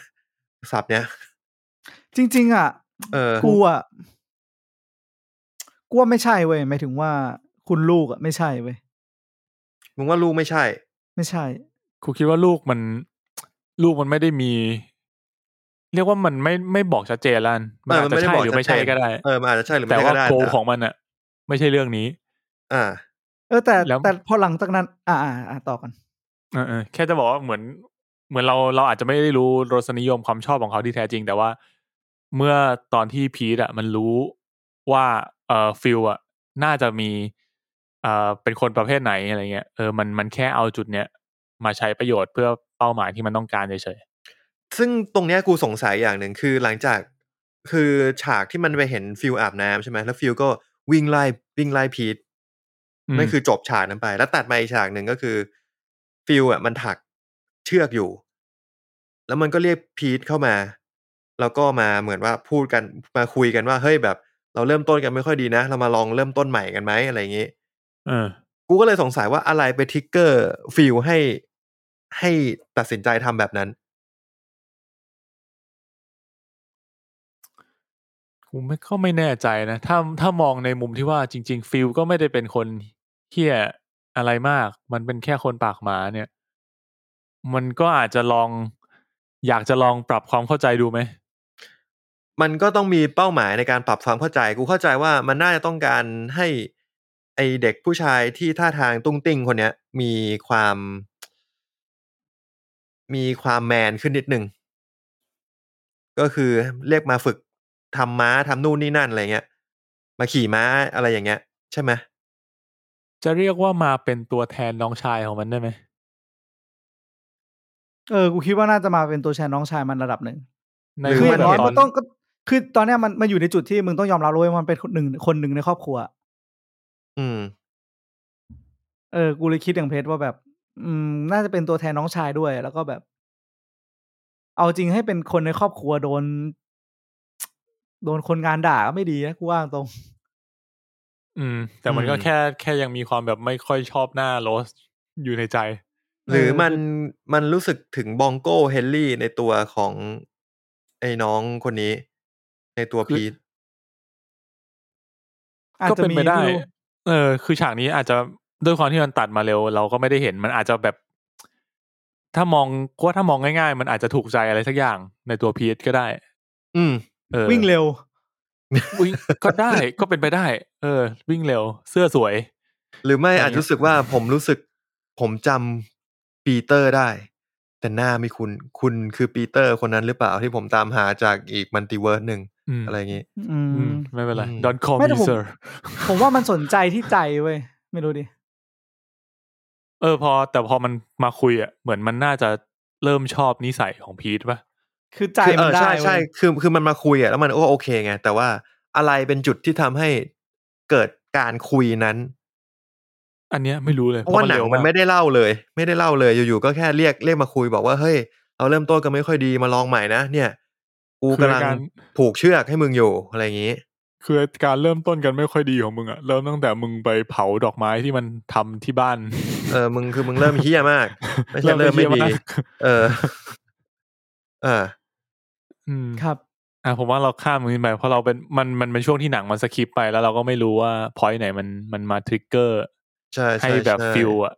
Speaker 3: ศัพท์เนี้ย
Speaker 4: จริง ๆ อ่ะ
Speaker 3: เออ
Speaker 4: กูอ่ะกูว่าไม่ใช่เว้ยหมายถึงว่าคุณลูกอ่ะไม่ใช่เว้ย
Speaker 3: มึงว่าลูกไม่ใช่
Speaker 4: ไม่ใช่
Speaker 2: ครูคิดว่าลูกมัน ลูกมันไม่ได้มี เรียกว่ามันไม่ไม่บอกชัดเจนแล้วกันมันอา
Speaker 3: เออ
Speaker 2: จ
Speaker 3: มันไม่ได้
Speaker 2: จะใช่
Speaker 3: บอก
Speaker 2: หรือไม่ใช่
Speaker 3: ชัดเจน
Speaker 2: ก็ได้
Speaker 3: เออมันอาจจะใช่หรือไม่
Speaker 2: แต่
Speaker 3: ใช่
Speaker 2: ว่า
Speaker 3: ก็ได้
Speaker 2: โก
Speaker 3: แต่
Speaker 2: ของมันอะไม่ใช่เรื่องนี้
Speaker 3: อ่า
Speaker 4: เออแต่
Speaker 2: แล้ว
Speaker 4: แต่พอหลังจากนั้น อ่าอ่าอ่าต่อกัน
Speaker 2: เออเออแค่จะบอกว่าเหมือน เหมือนเราเราอาจจะไม่ได้รู้รสนิยมความชอบของเขาที่แท้จริง แต่ว่าเมื่อตอนที่พีทอะมันรู้ว่าเออฟิลอะน่าจะมีเออเป็นคนประเภทไหนอะไรเงี้ยเออมันมันแค่เอาจุดเนี้ยมาใช้ประโยชน์เพื่อเป้าหมายที่มันต้องการเฉย
Speaker 3: ซึ่งตรงเนี้ยกูสงสัยอย่างหนึ่งคือหลังจากคือฉากที่มันไปเห็นฟิลอาบน้ำใช่ไหมแล้วฟิลก็วิ่งไล่วิ่งไล่พีท
Speaker 2: ๆม
Speaker 3: นั่นคือจบฉากนั้นไป แล้วตัดมาอีกฉากหนึ่งก็คือฟิลอ่ะมันถักเชือกอยู่ แล้วมันก็เรียกพีทเข้ามา แล้วก็มาเหมือนว่าพูดกันมาคุยกันว่าเฮ้ยแบบ เราเริ่มต้นกันไม่ค่อยดีนะ เรามาลองเริ่มต้นใหม่กันไหมอะไรอย่างงี้
Speaker 2: เออ
Speaker 3: กูก็เลยสงสัยว่าอะไรไปทริกเกอร์ฟิลให้ให้ตัดสินใจทำแบบนั้น
Speaker 2: ผมไม่ก็ไม่แน่ใจนะ ถ้าถ้ามองในมุมที่ว่าจริง ๆ ฟิลก็ไม่ได้เป็นคนเฮี้ยอะไรมาก มันเป็นแค่คนปากหมาเนี่ย มันก็อาจจะลอง อยากจะลองปรับความเข้าใจดูไหม
Speaker 3: มันก็ต้องมีเป้าหมายในการปรับความเข้าใจ กูเข้าใจว่ามันน่าจะต้องการให้ไอเด็กผู้ชายที่ท่าทางตุ้งติ้งคนเนี้ย มีความ มีความแมนขึ้นนิดนึง ก็คือเรียกมาฝึกทำม้าทำนู่นนี่นั่นอะไรเงี้ย มาขี่ม้าอะไรอย่างเงี้ย ใช่ไหม
Speaker 2: จะเรียกว่ามาเป็นตัวแทนน้องชายของมันได้ไหม
Speaker 4: เออกูคิดว่าน่าจะมาเป็นตัวแทนน้องชายมันระดับหนึ่ง
Speaker 2: ใน
Speaker 3: หรื
Speaker 4: คืออย่างน้อย
Speaker 2: ต
Speaker 4: มันต้องก็คือตอนเนี้ยมันมันอยู่ในจุดที่มึงต้องยอมรับแล้วเว้ยว่ามันเป็นคนหนึ่งคนหนึ่งในครอบครัว
Speaker 3: อืม
Speaker 4: เออ กูเลยคิดอย่างเพชรว่าแบบ อืม น่าจะเป็นตัวแทนน้องชายด้วย แล้วก็แบบ เอาจริงให้เป็นคนในครอบครัวโดน โดนคนงานด่าก็ไม่ดีนะกูว่าง ตรง
Speaker 2: อืม แต่มันก็
Speaker 3: อืม
Speaker 2: แค่แค่ยังมีความแบบไม่ค่อยชอบหน้าโรสอยู่ในใจ
Speaker 3: หรือ
Speaker 4: เออ
Speaker 3: มันมันรู้สึกถึงบองโก้เฮนรี่ในตัวของไอ้น้องคนนี้ ในตัว
Speaker 2: คือ
Speaker 3: พีท
Speaker 4: อาจ
Speaker 2: ก็
Speaker 4: จะ
Speaker 2: เป็น
Speaker 4: มี
Speaker 2: ไปได้
Speaker 4: ม่รู้
Speaker 2: เออ คือฉากนี้อาจจะด้วยความที่มันตัดมาเร็ว เราก็ไม่ได้เห็นมันอาจจะแบบ ถ้ามองก็ว่าถ้ามองง่ายๆ มันอาจจะถูกใจอะไรสักอย่างในตัวพีทก็ได้
Speaker 3: อืม
Speaker 2: เออ
Speaker 4: วิ่งเร็ว
Speaker 2: วิ่งก็ได้ ก็เป็นไปได้ เออ วิ่งเร็ว เสื้อสวย
Speaker 3: หรือไม่
Speaker 2: อะไรเงี้ย
Speaker 3: อาจจะรู้สึกว่าผมรู้สึก ผมจำปีเตอร์ได้ แต่หน้าไม่คุณคุณคือปีเตอร์คนนั้นหรือเปล่าที่ผมตามหาจากอีกมัลติเวิร์สหนึ่ง
Speaker 2: อืม
Speaker 3: อะไรอย่างนี้
Speaker 4: อื
Speaker 2: อืม
Speaker 4: ม
Speaker 2: ไม่เป็นไร
Speaker 3: อืม
Speaker 2: don't call
Speaker 4: ไม่
Speaker 2: me
Speaker 4: แต่ผม
Speaker 2: sir
Speaker 4: ผมว่ามันสนใจที่ใจเว้ยไม่รู้ดิ
Speaker 2: เออพอ แต่พอมันมาคุยอ่ะเหมือนมันน่าจะเริ่มชอบนิสัยของพีทป่ะ
Speaker 4: คือใจ
Speaker 3: คือเอ
Speaker 4: มั
Speaker 3: อ
Speaker 4: นได้
Speaker 3: ใช่ใช่
Speaker 4: เว้ย
Speaker 3: คือคือมันมาคุยอะแล้วมันก็โอเคไง แต่ว่าอะไรเป็นจุดที่ทำให้เกิดการคุยนั้น
Speaker 2: อันเนี้ยไม่รู้เลย
Speaker 3: เพราะว่าหนัง
Speaker 2: เร็
Speaker 3: มันไม่
Speaker 2: ก
Speaker 3: ได้เล่าเลย ไม่ได้เล่าเลยอยู่ๆก็แค่เรียกเรียกมาคุยบอกว่าเฮ้ยเราเริ่มต้นกันไม่ค่อยดีมาลองใหม่นะเนี่ยกู
Speaker 2: คือก
Speaker 3: ำลัง
Speaker 2: การ
Speaker 3: ผูกเชือกให้มึงอยู่อะไรอย่างนี้
Speaker 2: คือการเริ่มต้นกันไม่ค่อยดีของมึงอ่ะเริ่มตั้งแต่มึงไปเผาดอกไม้ที่มันทำที่บ้าน
Speaker 3: เออมึงคือมึงเริ่มเฮี้ยมาก ไม่ใช่เริ่มไม่ ดี
Speaker 2: เริ่มเหี้ยาก
Speaker 3: เออ เออ
Speaker 2: อืม
Speaker 4: ครับ
Speaker 2: อ่ะผมว่าเราข้ามมันไปเพราะเราเป็นมันมันเป็นช่วงที่หนังมันสคิปไปแล้วเราก็ไม่รู้ว่าพอยไหนมันมันมาทริกเกอร์
Speaker 3: ใช่
Speaker 2: ให้
Speaker 3: ช่
Speaker 2: แบบ
Speaker 3: ช่
Speaker 2: ฟิลอ่ะ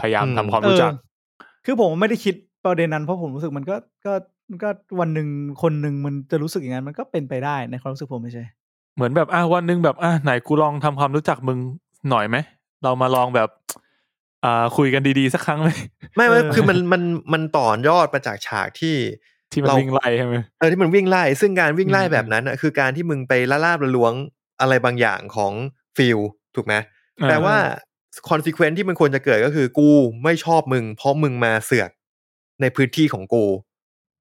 Speaker 2: พยายาม
Speaker 3: อืม
Speaker 2: ทำความรู้จัก
Speaker 4: เออคือผมไม่ได้คิดประเด็นนั้นเพราะผมรู้สึกมันก็ก็มันก็วันหนึ่งคนหนึ่งมันจะรู้สึกอย่างนั้นมันก็เป็นไปได้ในความรู้สึกผมไม่ใช่
Speaker 2: เหมือนแบบอ่ะวันหนึงแบบอ่ะไหนกูลองทำความรู้จักมึงหน่อยไหมเรามาลองแบบอ่าคุยกันดีๆสักครั้งไหม
Speaker 3: ไม่ไม่
Speaker 4: เออ
Speaker 3: คือมันมันมันต่อยอดมาจากฉากที่
Speaker 2: ที่มันวิ่งไล่ใช่ไหม
Speaker 3: เออที่มันวิ่งไล่ ซึ่งการวิ่งไล่
Speaker 2: อืม
Speaker 3: แบบนั้นน่ะคือการที่มึงไปล่าลาบละล้วงอะไรบางอย่างของฟิลถูกไหมแปลว่าคอน s e เควนที่มันควรจะเกิดก็คือกูไม่ชอบมึง เพราะมึงมาเสือกในพื้นที่ของกู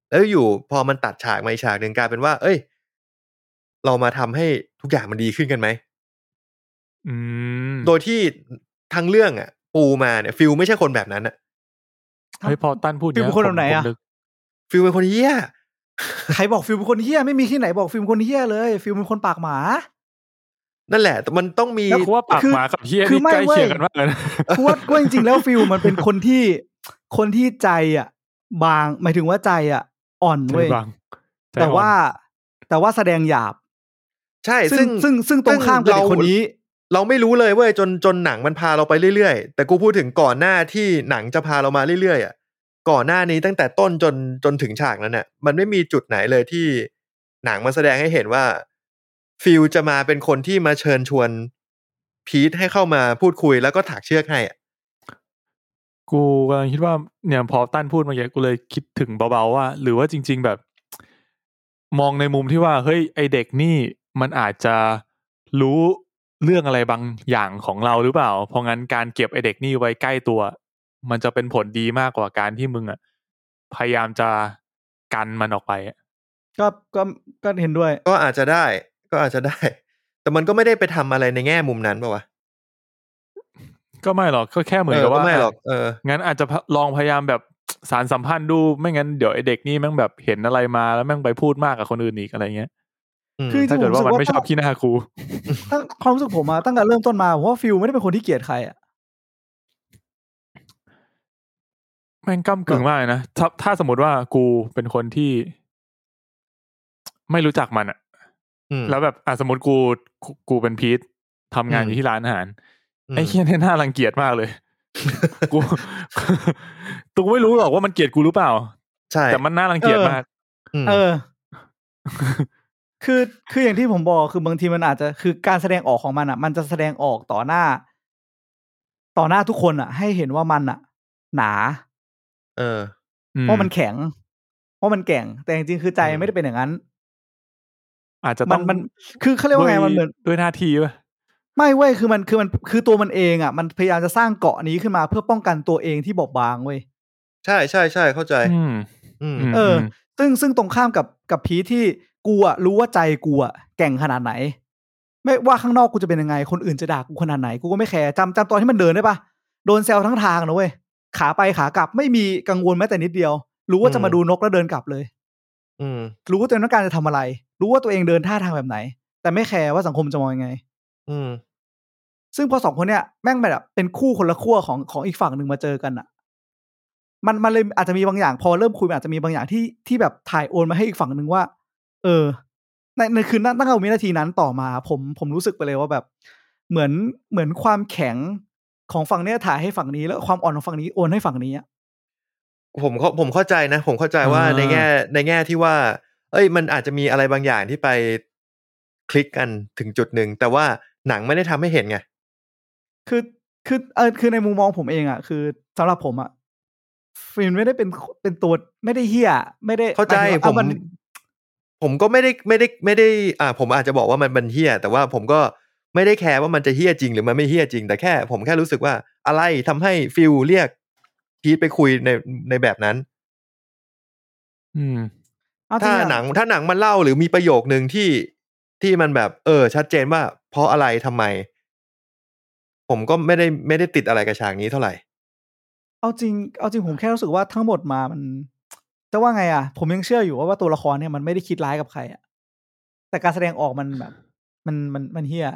Speaker 3: แล้วอยู่พอมันตัดฉากมาอีกฉากหนึ่งกลายเป็นว่า เอ้ย เรามาทำให้ทุกอย่างมันดีขึ้นกันไหม
Speaker 2: อืม
Speaker 3: โดยที่ทั้งเรื่องอ่ะ ปูมาเนี่ยฟิลไม่ใช่คนแบบนั้นอ่ะ
Speaker 2: เฮ้ยพอตั้นพูด
Speaker 4: ฟิลเป็นคนแบบไหนอะ
Speaker 2: ผมก
Speaker 3: ฟิลเป็นคนเหี้ย
Speaker 4: ใครบอกฟิลเป็นคนเฮี้ยไม่มีที่ไหนบอกฟิลเป็นคนเฮี้ยเลย ฟิลเป็นคนปากหมา
Speaker 3: นั่นแหละ แต่มันต้องมี
Speaker 2: แล้วคือว่าปากหมากับเฮีย
Speaker 4: คือ
Speaker 2: นี่
Speaker 4: ไม่
Speaker 2: ใกล้
Speaker 4: เว้ย
Speaker 2: เคียงกันมากเลยนะ
Speaker 4: เพราะว่าว่าจริงๆแล้วฟิลมันเป็นคนที่คนที่ใจอ่ะ บางหมายถึงว่าใจอ่ะ อ่อนเว้ย
Speaker 2: ใจบางใจอ่อน
Speaker 4: แต่ว่าแต่ว่าแสดงหยาบ
Speaker 3: ใช่
Speaker 4: ซึ่
Speaker 3: ซึ่
Speaker 4: ง
Speaker 3: ง
Speaker 4: ซึ่งซึ่งตรงข้ามกับ
Speaker 3: เรา
Speaker 4: เด็กคนนี้
Speaker 3: เราไม่รู้เลยเว้ยจนจนหนังมันพาเราไปเรื่อยๆ แต่กูพูดถึงก่อนหน้าที่หนังจะพาเรามาเรื่อยๆอ่ะก่อนหน้านี้ตั้งแต่ต้นจนจนถึงฉากนั้นเนี่ยมันไม่มีจุดไหนเลยที่หนังมาแสดงให้เห็นว่า ฟิลจะมาเป็นคนที่มาเชิญชวนพีทให้เข้ามาพูดคุยแล้วก็ถักเชือกให้อะ
Speaker 2: กูกำลังคิดว่าเนี่ยพอตั้นพูดเมื่อกี้กูเลยคิดถึงเบาๆว่า หรือว่าจริง ๆแบบ มองในมุมที่ว่า เฮ้ยไอเด็กนี่มันอาจจะรู้เรื่องอะไรบางอย่างของเราหรือเปล่า เพราะงั้นการเก็บไอเด็กนี่ไว้ใกล้ตัว มันจะเป็นผลดีมากกว่าการที่มึงอ่ะพยายามจะกันมันออกไปอะ
Speaker 4: ก็ก็ก็เห็นด้วย
Speaker 3: ก็อาจจะได้ ก็อาจจะได้ แต่มันก็ไม่ได้ไปทำอะไรในแง่มุมนั้นป่าวะ
Speaker 2: ก็ไม่หรอกก็แค่เหมือนกับว่า
Speaker 3: เไม่หรอกเออ
Speaker 2: งั้นอาจจะพะลองพยายามแบบสารสัมพันธ์ดูไม่งั้นเดี๋ยวไอเด็กนี่แม่งแบบเห็นอะไรมาแล้วแม่งไปพูดมากกับคนอื่นอีกอะไรเงี้ย
Speaker 4: คือ
Speaker 2: ถ้าเกิดว่ามันไม่ชอบขี้หน้าครู
Speaker 4: ตั้งความรู้สึกผมมาตั้งแต่เริ่มต้นมาผมว่าฟิลไม่ได้เป็นคนที่เกลียดใครอ่ะ
Speaker 2: แม่งก้ากึ่งมากเลยนะถ้าถ้าสมมติว่ากูเป็นคนที่ ไม่รู้จักมันอะ
Speaker 3: อืม
Speaker 2: แล้วแบบอ่ะสมมติกูกูกูเป็นพีททำงาน
Speaker 3: อืม
Speaker 2: อยู่ที่ร้านอาหาร
Speaker 3: ม
Speaker 2: ไอ้เคียเนี่ยน่ารังเกียจมากเลย กู ตูไม่รู้หรอกว่ามันเกลียดกูหรือเปล่า
Speaker 3: ใช่
Speaker 2: แต่มันน่ารังเกียจมาก
Speaker 3: ม
Speaker 4: เออ คือคืออย่างที่ผมบอกคือบางทีมันอาจจะคือการแสดงออกของมันอ่ะ มันจะแสดงออกต่อหน้า ต่อหน้าทุกคนอ่ะ ให้เห็นว่ามันอ่ะ หนา
Speaker 3: เออ
Speaker 4: เพราะมันแข็งเพราะมันแกร่ง แต่จริงๆคือใจ
Speaker 3: อืม
Speaker 4: ไม่ได้เป็นอย่างนั้น
Speaker 2: อาจจะ
Speaker 4: มั
Speaker 2: ต้
Speaker 4: น
Speaker 2: อง
Speaker 4: มัน คือเขาเรียกว่าไงมันเหมือน
Speaker 2: ด้วยด้วยหน้าที่ป่ะ
Speaker 4: ไม่เว้ยคือมันคือมันคือตัวมันเองอ่ะ มันพยายามจะสร้างเกาะนี้ขึ้นมาเพื่อป้องกันตัวเองที่บอบบางเว้ย
Speaker 3: ใช่ใช่ใช่เข้าใจ
Speaker 2: อืม
Speaker 3: อืม
Speaker 4: เออ ซึ่งซึ่งตรงข้ามกับกับพีทที่กูอะรู้ว่าใจกูอะแกร่งขนาดไหน ไม่ว่าข้างนอกกูจะเป็นยังไง คนอื่นจะด่ากูขนาดไหน กูก็ไม่แคร์จำจำตอนที่มันเดินได้ปะโดนแซวทั้งทางนะเว้ยขาไปขากลับไม่มีกังวลแม้แต่นิดเดียว รู้ว่าจะมา
Speaker 3: อืม
Speaker 4: ดูนกแล้วเดินกลับเลย
Speaker 3: อืม
Speaker 4: รู้ว่าตัวเองต้องการจะทำอะไร รู้ว่าตัวเองเดินท่าทางแบบไหน แต่ไม่แคร์ว่าสังคมจะมองยังไง
Speaker 3: อืม
Speaker 4: ซึ่งพอสองคนเนี่ยแม่งแบบเป็นคู่คนละขั้วของของอีกฝั่งหนึ่งมาเจอกันอะมันมันเลยอาจจะมีบางอย่าง พอเริ่มคุยมันอาจจะมีบางอย่างที่ที่แบบถ่ายโอนมาให้อีกฝั่งหนึ่งว่า เออ ในในคืนนั้นตั้งแต่วินาทีนั้นต่อมา ผมผมรู้สึกไปเลยว่าแบบ เหมือนเหมือนความแข็งของฝั่งเนี้ยถ่ายให้ฝั่งนี้ แล้วความอ่อนของฝั่งนี้โอนให้ฝั่งนี้อะ
Speaker 3: ผมเข้าผมเข้าใจนะ ผมเข้าใจว่า
Speaker 2: อ่า
Speaker 3: ในแง่ในแง่ที่ว่า เอ้ย มันอาจจะมีอะไรบางอย่างที่ไปคลิกกันถึงจุดหนึ่ง แต่ว่าหนังไม่ได้ทำให้เห็นไง
Speaker 4: คือคือเออคือในมุมมองผมเองอะคือสำหรับผมอะฟิล์มไม่ได้เป็นเป็นตัวไม่ได้เฮี้ยไม่ได้
Speaker 3: เข้าใจ
Speaker 4: หยถึง
Speaker 3: ผ
Speaker 4: ว่อ
Speaker 3: ม
Speaker 4: น
Speaker 3: ผมก็ไม่ได้ไม่ได้ไม่ได้ อ่า ผมอาจจะบอกว่ามันมันเฮี้ยแต่ว่าผมก็ไม่ได้แคร์ว่ามันจะเฮี้ยจริงหรือมันไม่เฮี้ยจริง แต่แค่ ผมแค่รู้สึกว่าอะไรทำให้ฟิลเรียกพีทไปคุยในในแบบนั้น
Speaker 2: อืม
Speaker 4: เอาที
Speaker 3: ถ้า
Speaker 4: เย
Speaker 3: หนังถ้าหนังมันเล่าหรือมีประโยคหนึ่งที่ที่มันแบบ เออ ชัดเจนว่า เพราะอะไรทำไม ผมก็ไม่ได้ไม่ได้ติดอะไรกับฉากนี้เท่าไหร่
Speaker 4: เอาจริง เอาจริงผมแค่รู้สึกว่าทั้งหมดมามันจะว่าไงอ่ะ ผมยังเชื่ออยู่ว่าว่าตัวละครเนี่ยมันไม่ได้คิดร้ายกับใครอ่ะ แต่การแสดงออกมันแบบ มันมันมันเฮี้ย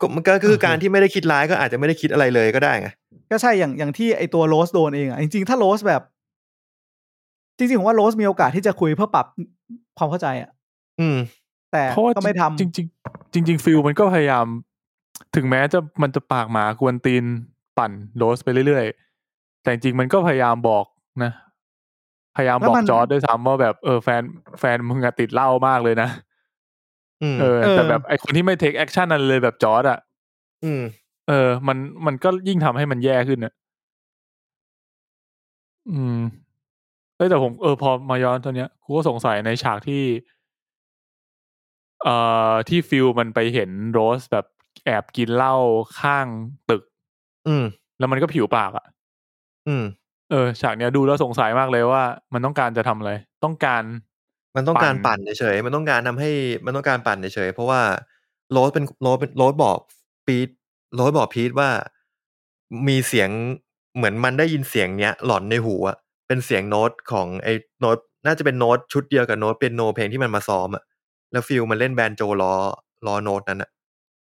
Speaker 3: ก็มันก็คือการที่ไม่ได้คิดร้ายก็อาจจะไม่ได้คิดอะไรเลยก็ได้ไง
Speaker 4: ก็ใช่อย่างอย่างที่ไอตัวโรสโดนเองอ่ะ จริงๆ ถ้าโรสแบบ จริงๆผมว่าโรสมีโอกาสที่จะคุยเพื่อปรับความเข้าใจอ่ะ
Speaker 3: อืม
Speaker 4: แต่
Speaker 2: เพราะว่า
Speaker 4: ก็ไม่ทำ
Speaker 2: จริงจริงจริงจริงฟิลมันก็พยายาม ถึงแม้จะมันจะปากหมากวนตีนปั่นโรสไปเรื่อยๆ แต่จริงๆมันก็พยายามบอกนะ พยายามบอกจอร์ดด้วยซ้ำว่าแบบเออแฟนแฟนมึงอะติดเหล้ามากเลยนะ
Speaker 3: อืม
Speaker 2: เออแต่แบบไอคนที่ไม่เทคแอคชั่นนั่นเลยแบบจอร์ดอะ
Speaker 3: อืม
Speaker 2: เออ มันมันก็ยิ่งทำให้มันแย่ขึ้นอะอืมเอ้ยแต่ผมเออพอมาย้อนตอนเนี้ยกูก็สงสัยในฉากที่ เอ่อที่ฟิลมันไปเห็นโรสแบบแอบกินเหล้าข้างตึก
Speaker 3: อืม
Speaker 2: แล้วมันก็ผิวปากอะ่ะ
Speaker 3: อืม
Speaker 2: เออฉากเนี้ยดูแล้วสงสัยมากเลยว่า มันต้องการจะทำอะไร ต้องการ
Speaker 3: มันต้องการ
Speaker 2: ปั่
Speaker 3: ปั่น
Speaker 2: น
Speaker 3: เฉยๆ มันต้องการทำให้ มันต้องการปั่นเฉยๆ เพราะว่าโรสเป็นโรสเป็นโรสบอกพีทโรสบอกพีทว่ามีเสียงเหมือนมันได้ยินเสียงเนี้ย หลอนในหูอะเป็นเสียงโน้ตของไอ้โน้ตน่าจะเป็นโน้ตชุดเดียวกับโน้ตเป็นโนเพลงที่มันมาซ้อมอะแล้วฟิลมันเล่นแบนโจล้อล้อโน้ตนั้นอะ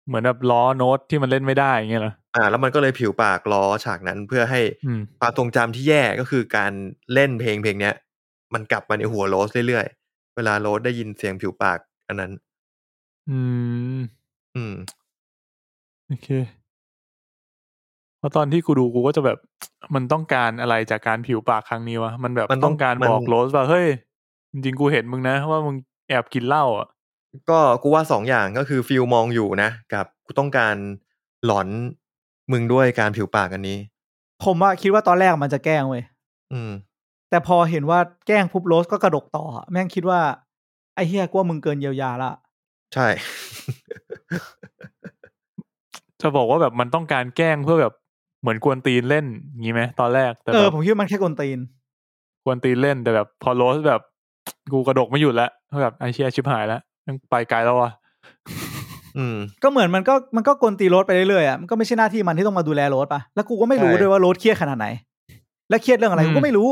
Speaker 2: เหมือนแบบล้อโน้ตที่มันเล่นไม่ได้อย่างเงี้ยเหรอ
Speaker 3: อ่า แล้วมันก็เลยผิวปากล้อฉากนั้นเพื่อให้
Speaker 2: อืม
Speaker 3: ความทรงจำที่แย่ก็คือการเล่นเพลงเพลงเนี้ย มันกลับมาในหัวโรสเรื่อยๆ เวลาโรสได้ยินเสียงผิวปากอันนั้น
Speaker 2: อืม
Speaker 3: อืม
Speaker 2: โอเคเพราะตอนที่กูดูกูก็จะแบบ มันต้องการอะไรจากการผิวปากครั้งนี้วะมันแบบ
Speaker 3: มันต้
Speaker 2: ต้
Speaker 3: อ
Speaker 2: อง งการ
Speaker 3: มัน
Speaker 2: บอกโรสว่าเฮ้ยจริงๆกูเห็นมึงนะว่ามึงแอบกินเหล้าอ่ะ
Speaker 3: ก็กูว่าสองอย่างก็คือฟิลมองอยู่นะ กับกูต้องการหลอนมึงด้วยการผิวปากอันนี้
Speaker 4: ผมว่าคิดว่าตอนแรกมันจะแกล้งเว้ย
Speaker 3: อืม
Speaker 4: แต่พอเห็นว่าแกล้งปุ๊บโรสก็กระดกต่ออะแม่งคิดว่าไอ้เฮี้ยกว่ามึงเกินเยียวยาละ
Speaker 3: ใช่
Speaker 2: จะบอกว่าแบบมันต้องการแกล้งเพื่อแบบเหมือนกวนตีนเล่นอย่างงี้ไหมตอนแรกแต่
Speaker 4: เอ
Speaker 2: แบ
Speaker 4: อบ ผมคิดว่ามันแค่กวนตีน
Speaker 2: กวนตีนเล่นแต่แบบ พอโรสแบบ กูกระดกไม่หยุดแล้วแบบไอเชียชิบหายแล้วมันไปไกลแล้ววะ
Speaker 3: อืม
Speaker 4: ก็เหมือนมันก็มันก็กลนตีรถไปเรื่อยๆอ่ะมันก็ไม่ใช่หน้าที่มันที่ต้องมาดูแลรถปะแล้วกูก็ไม่รู้
Speaker 3: ใช่
Speaker 4: ด้วยว่ารถเครียดขนาดไหน และเครียดเรื่องอะไรกูก็ไม่รู้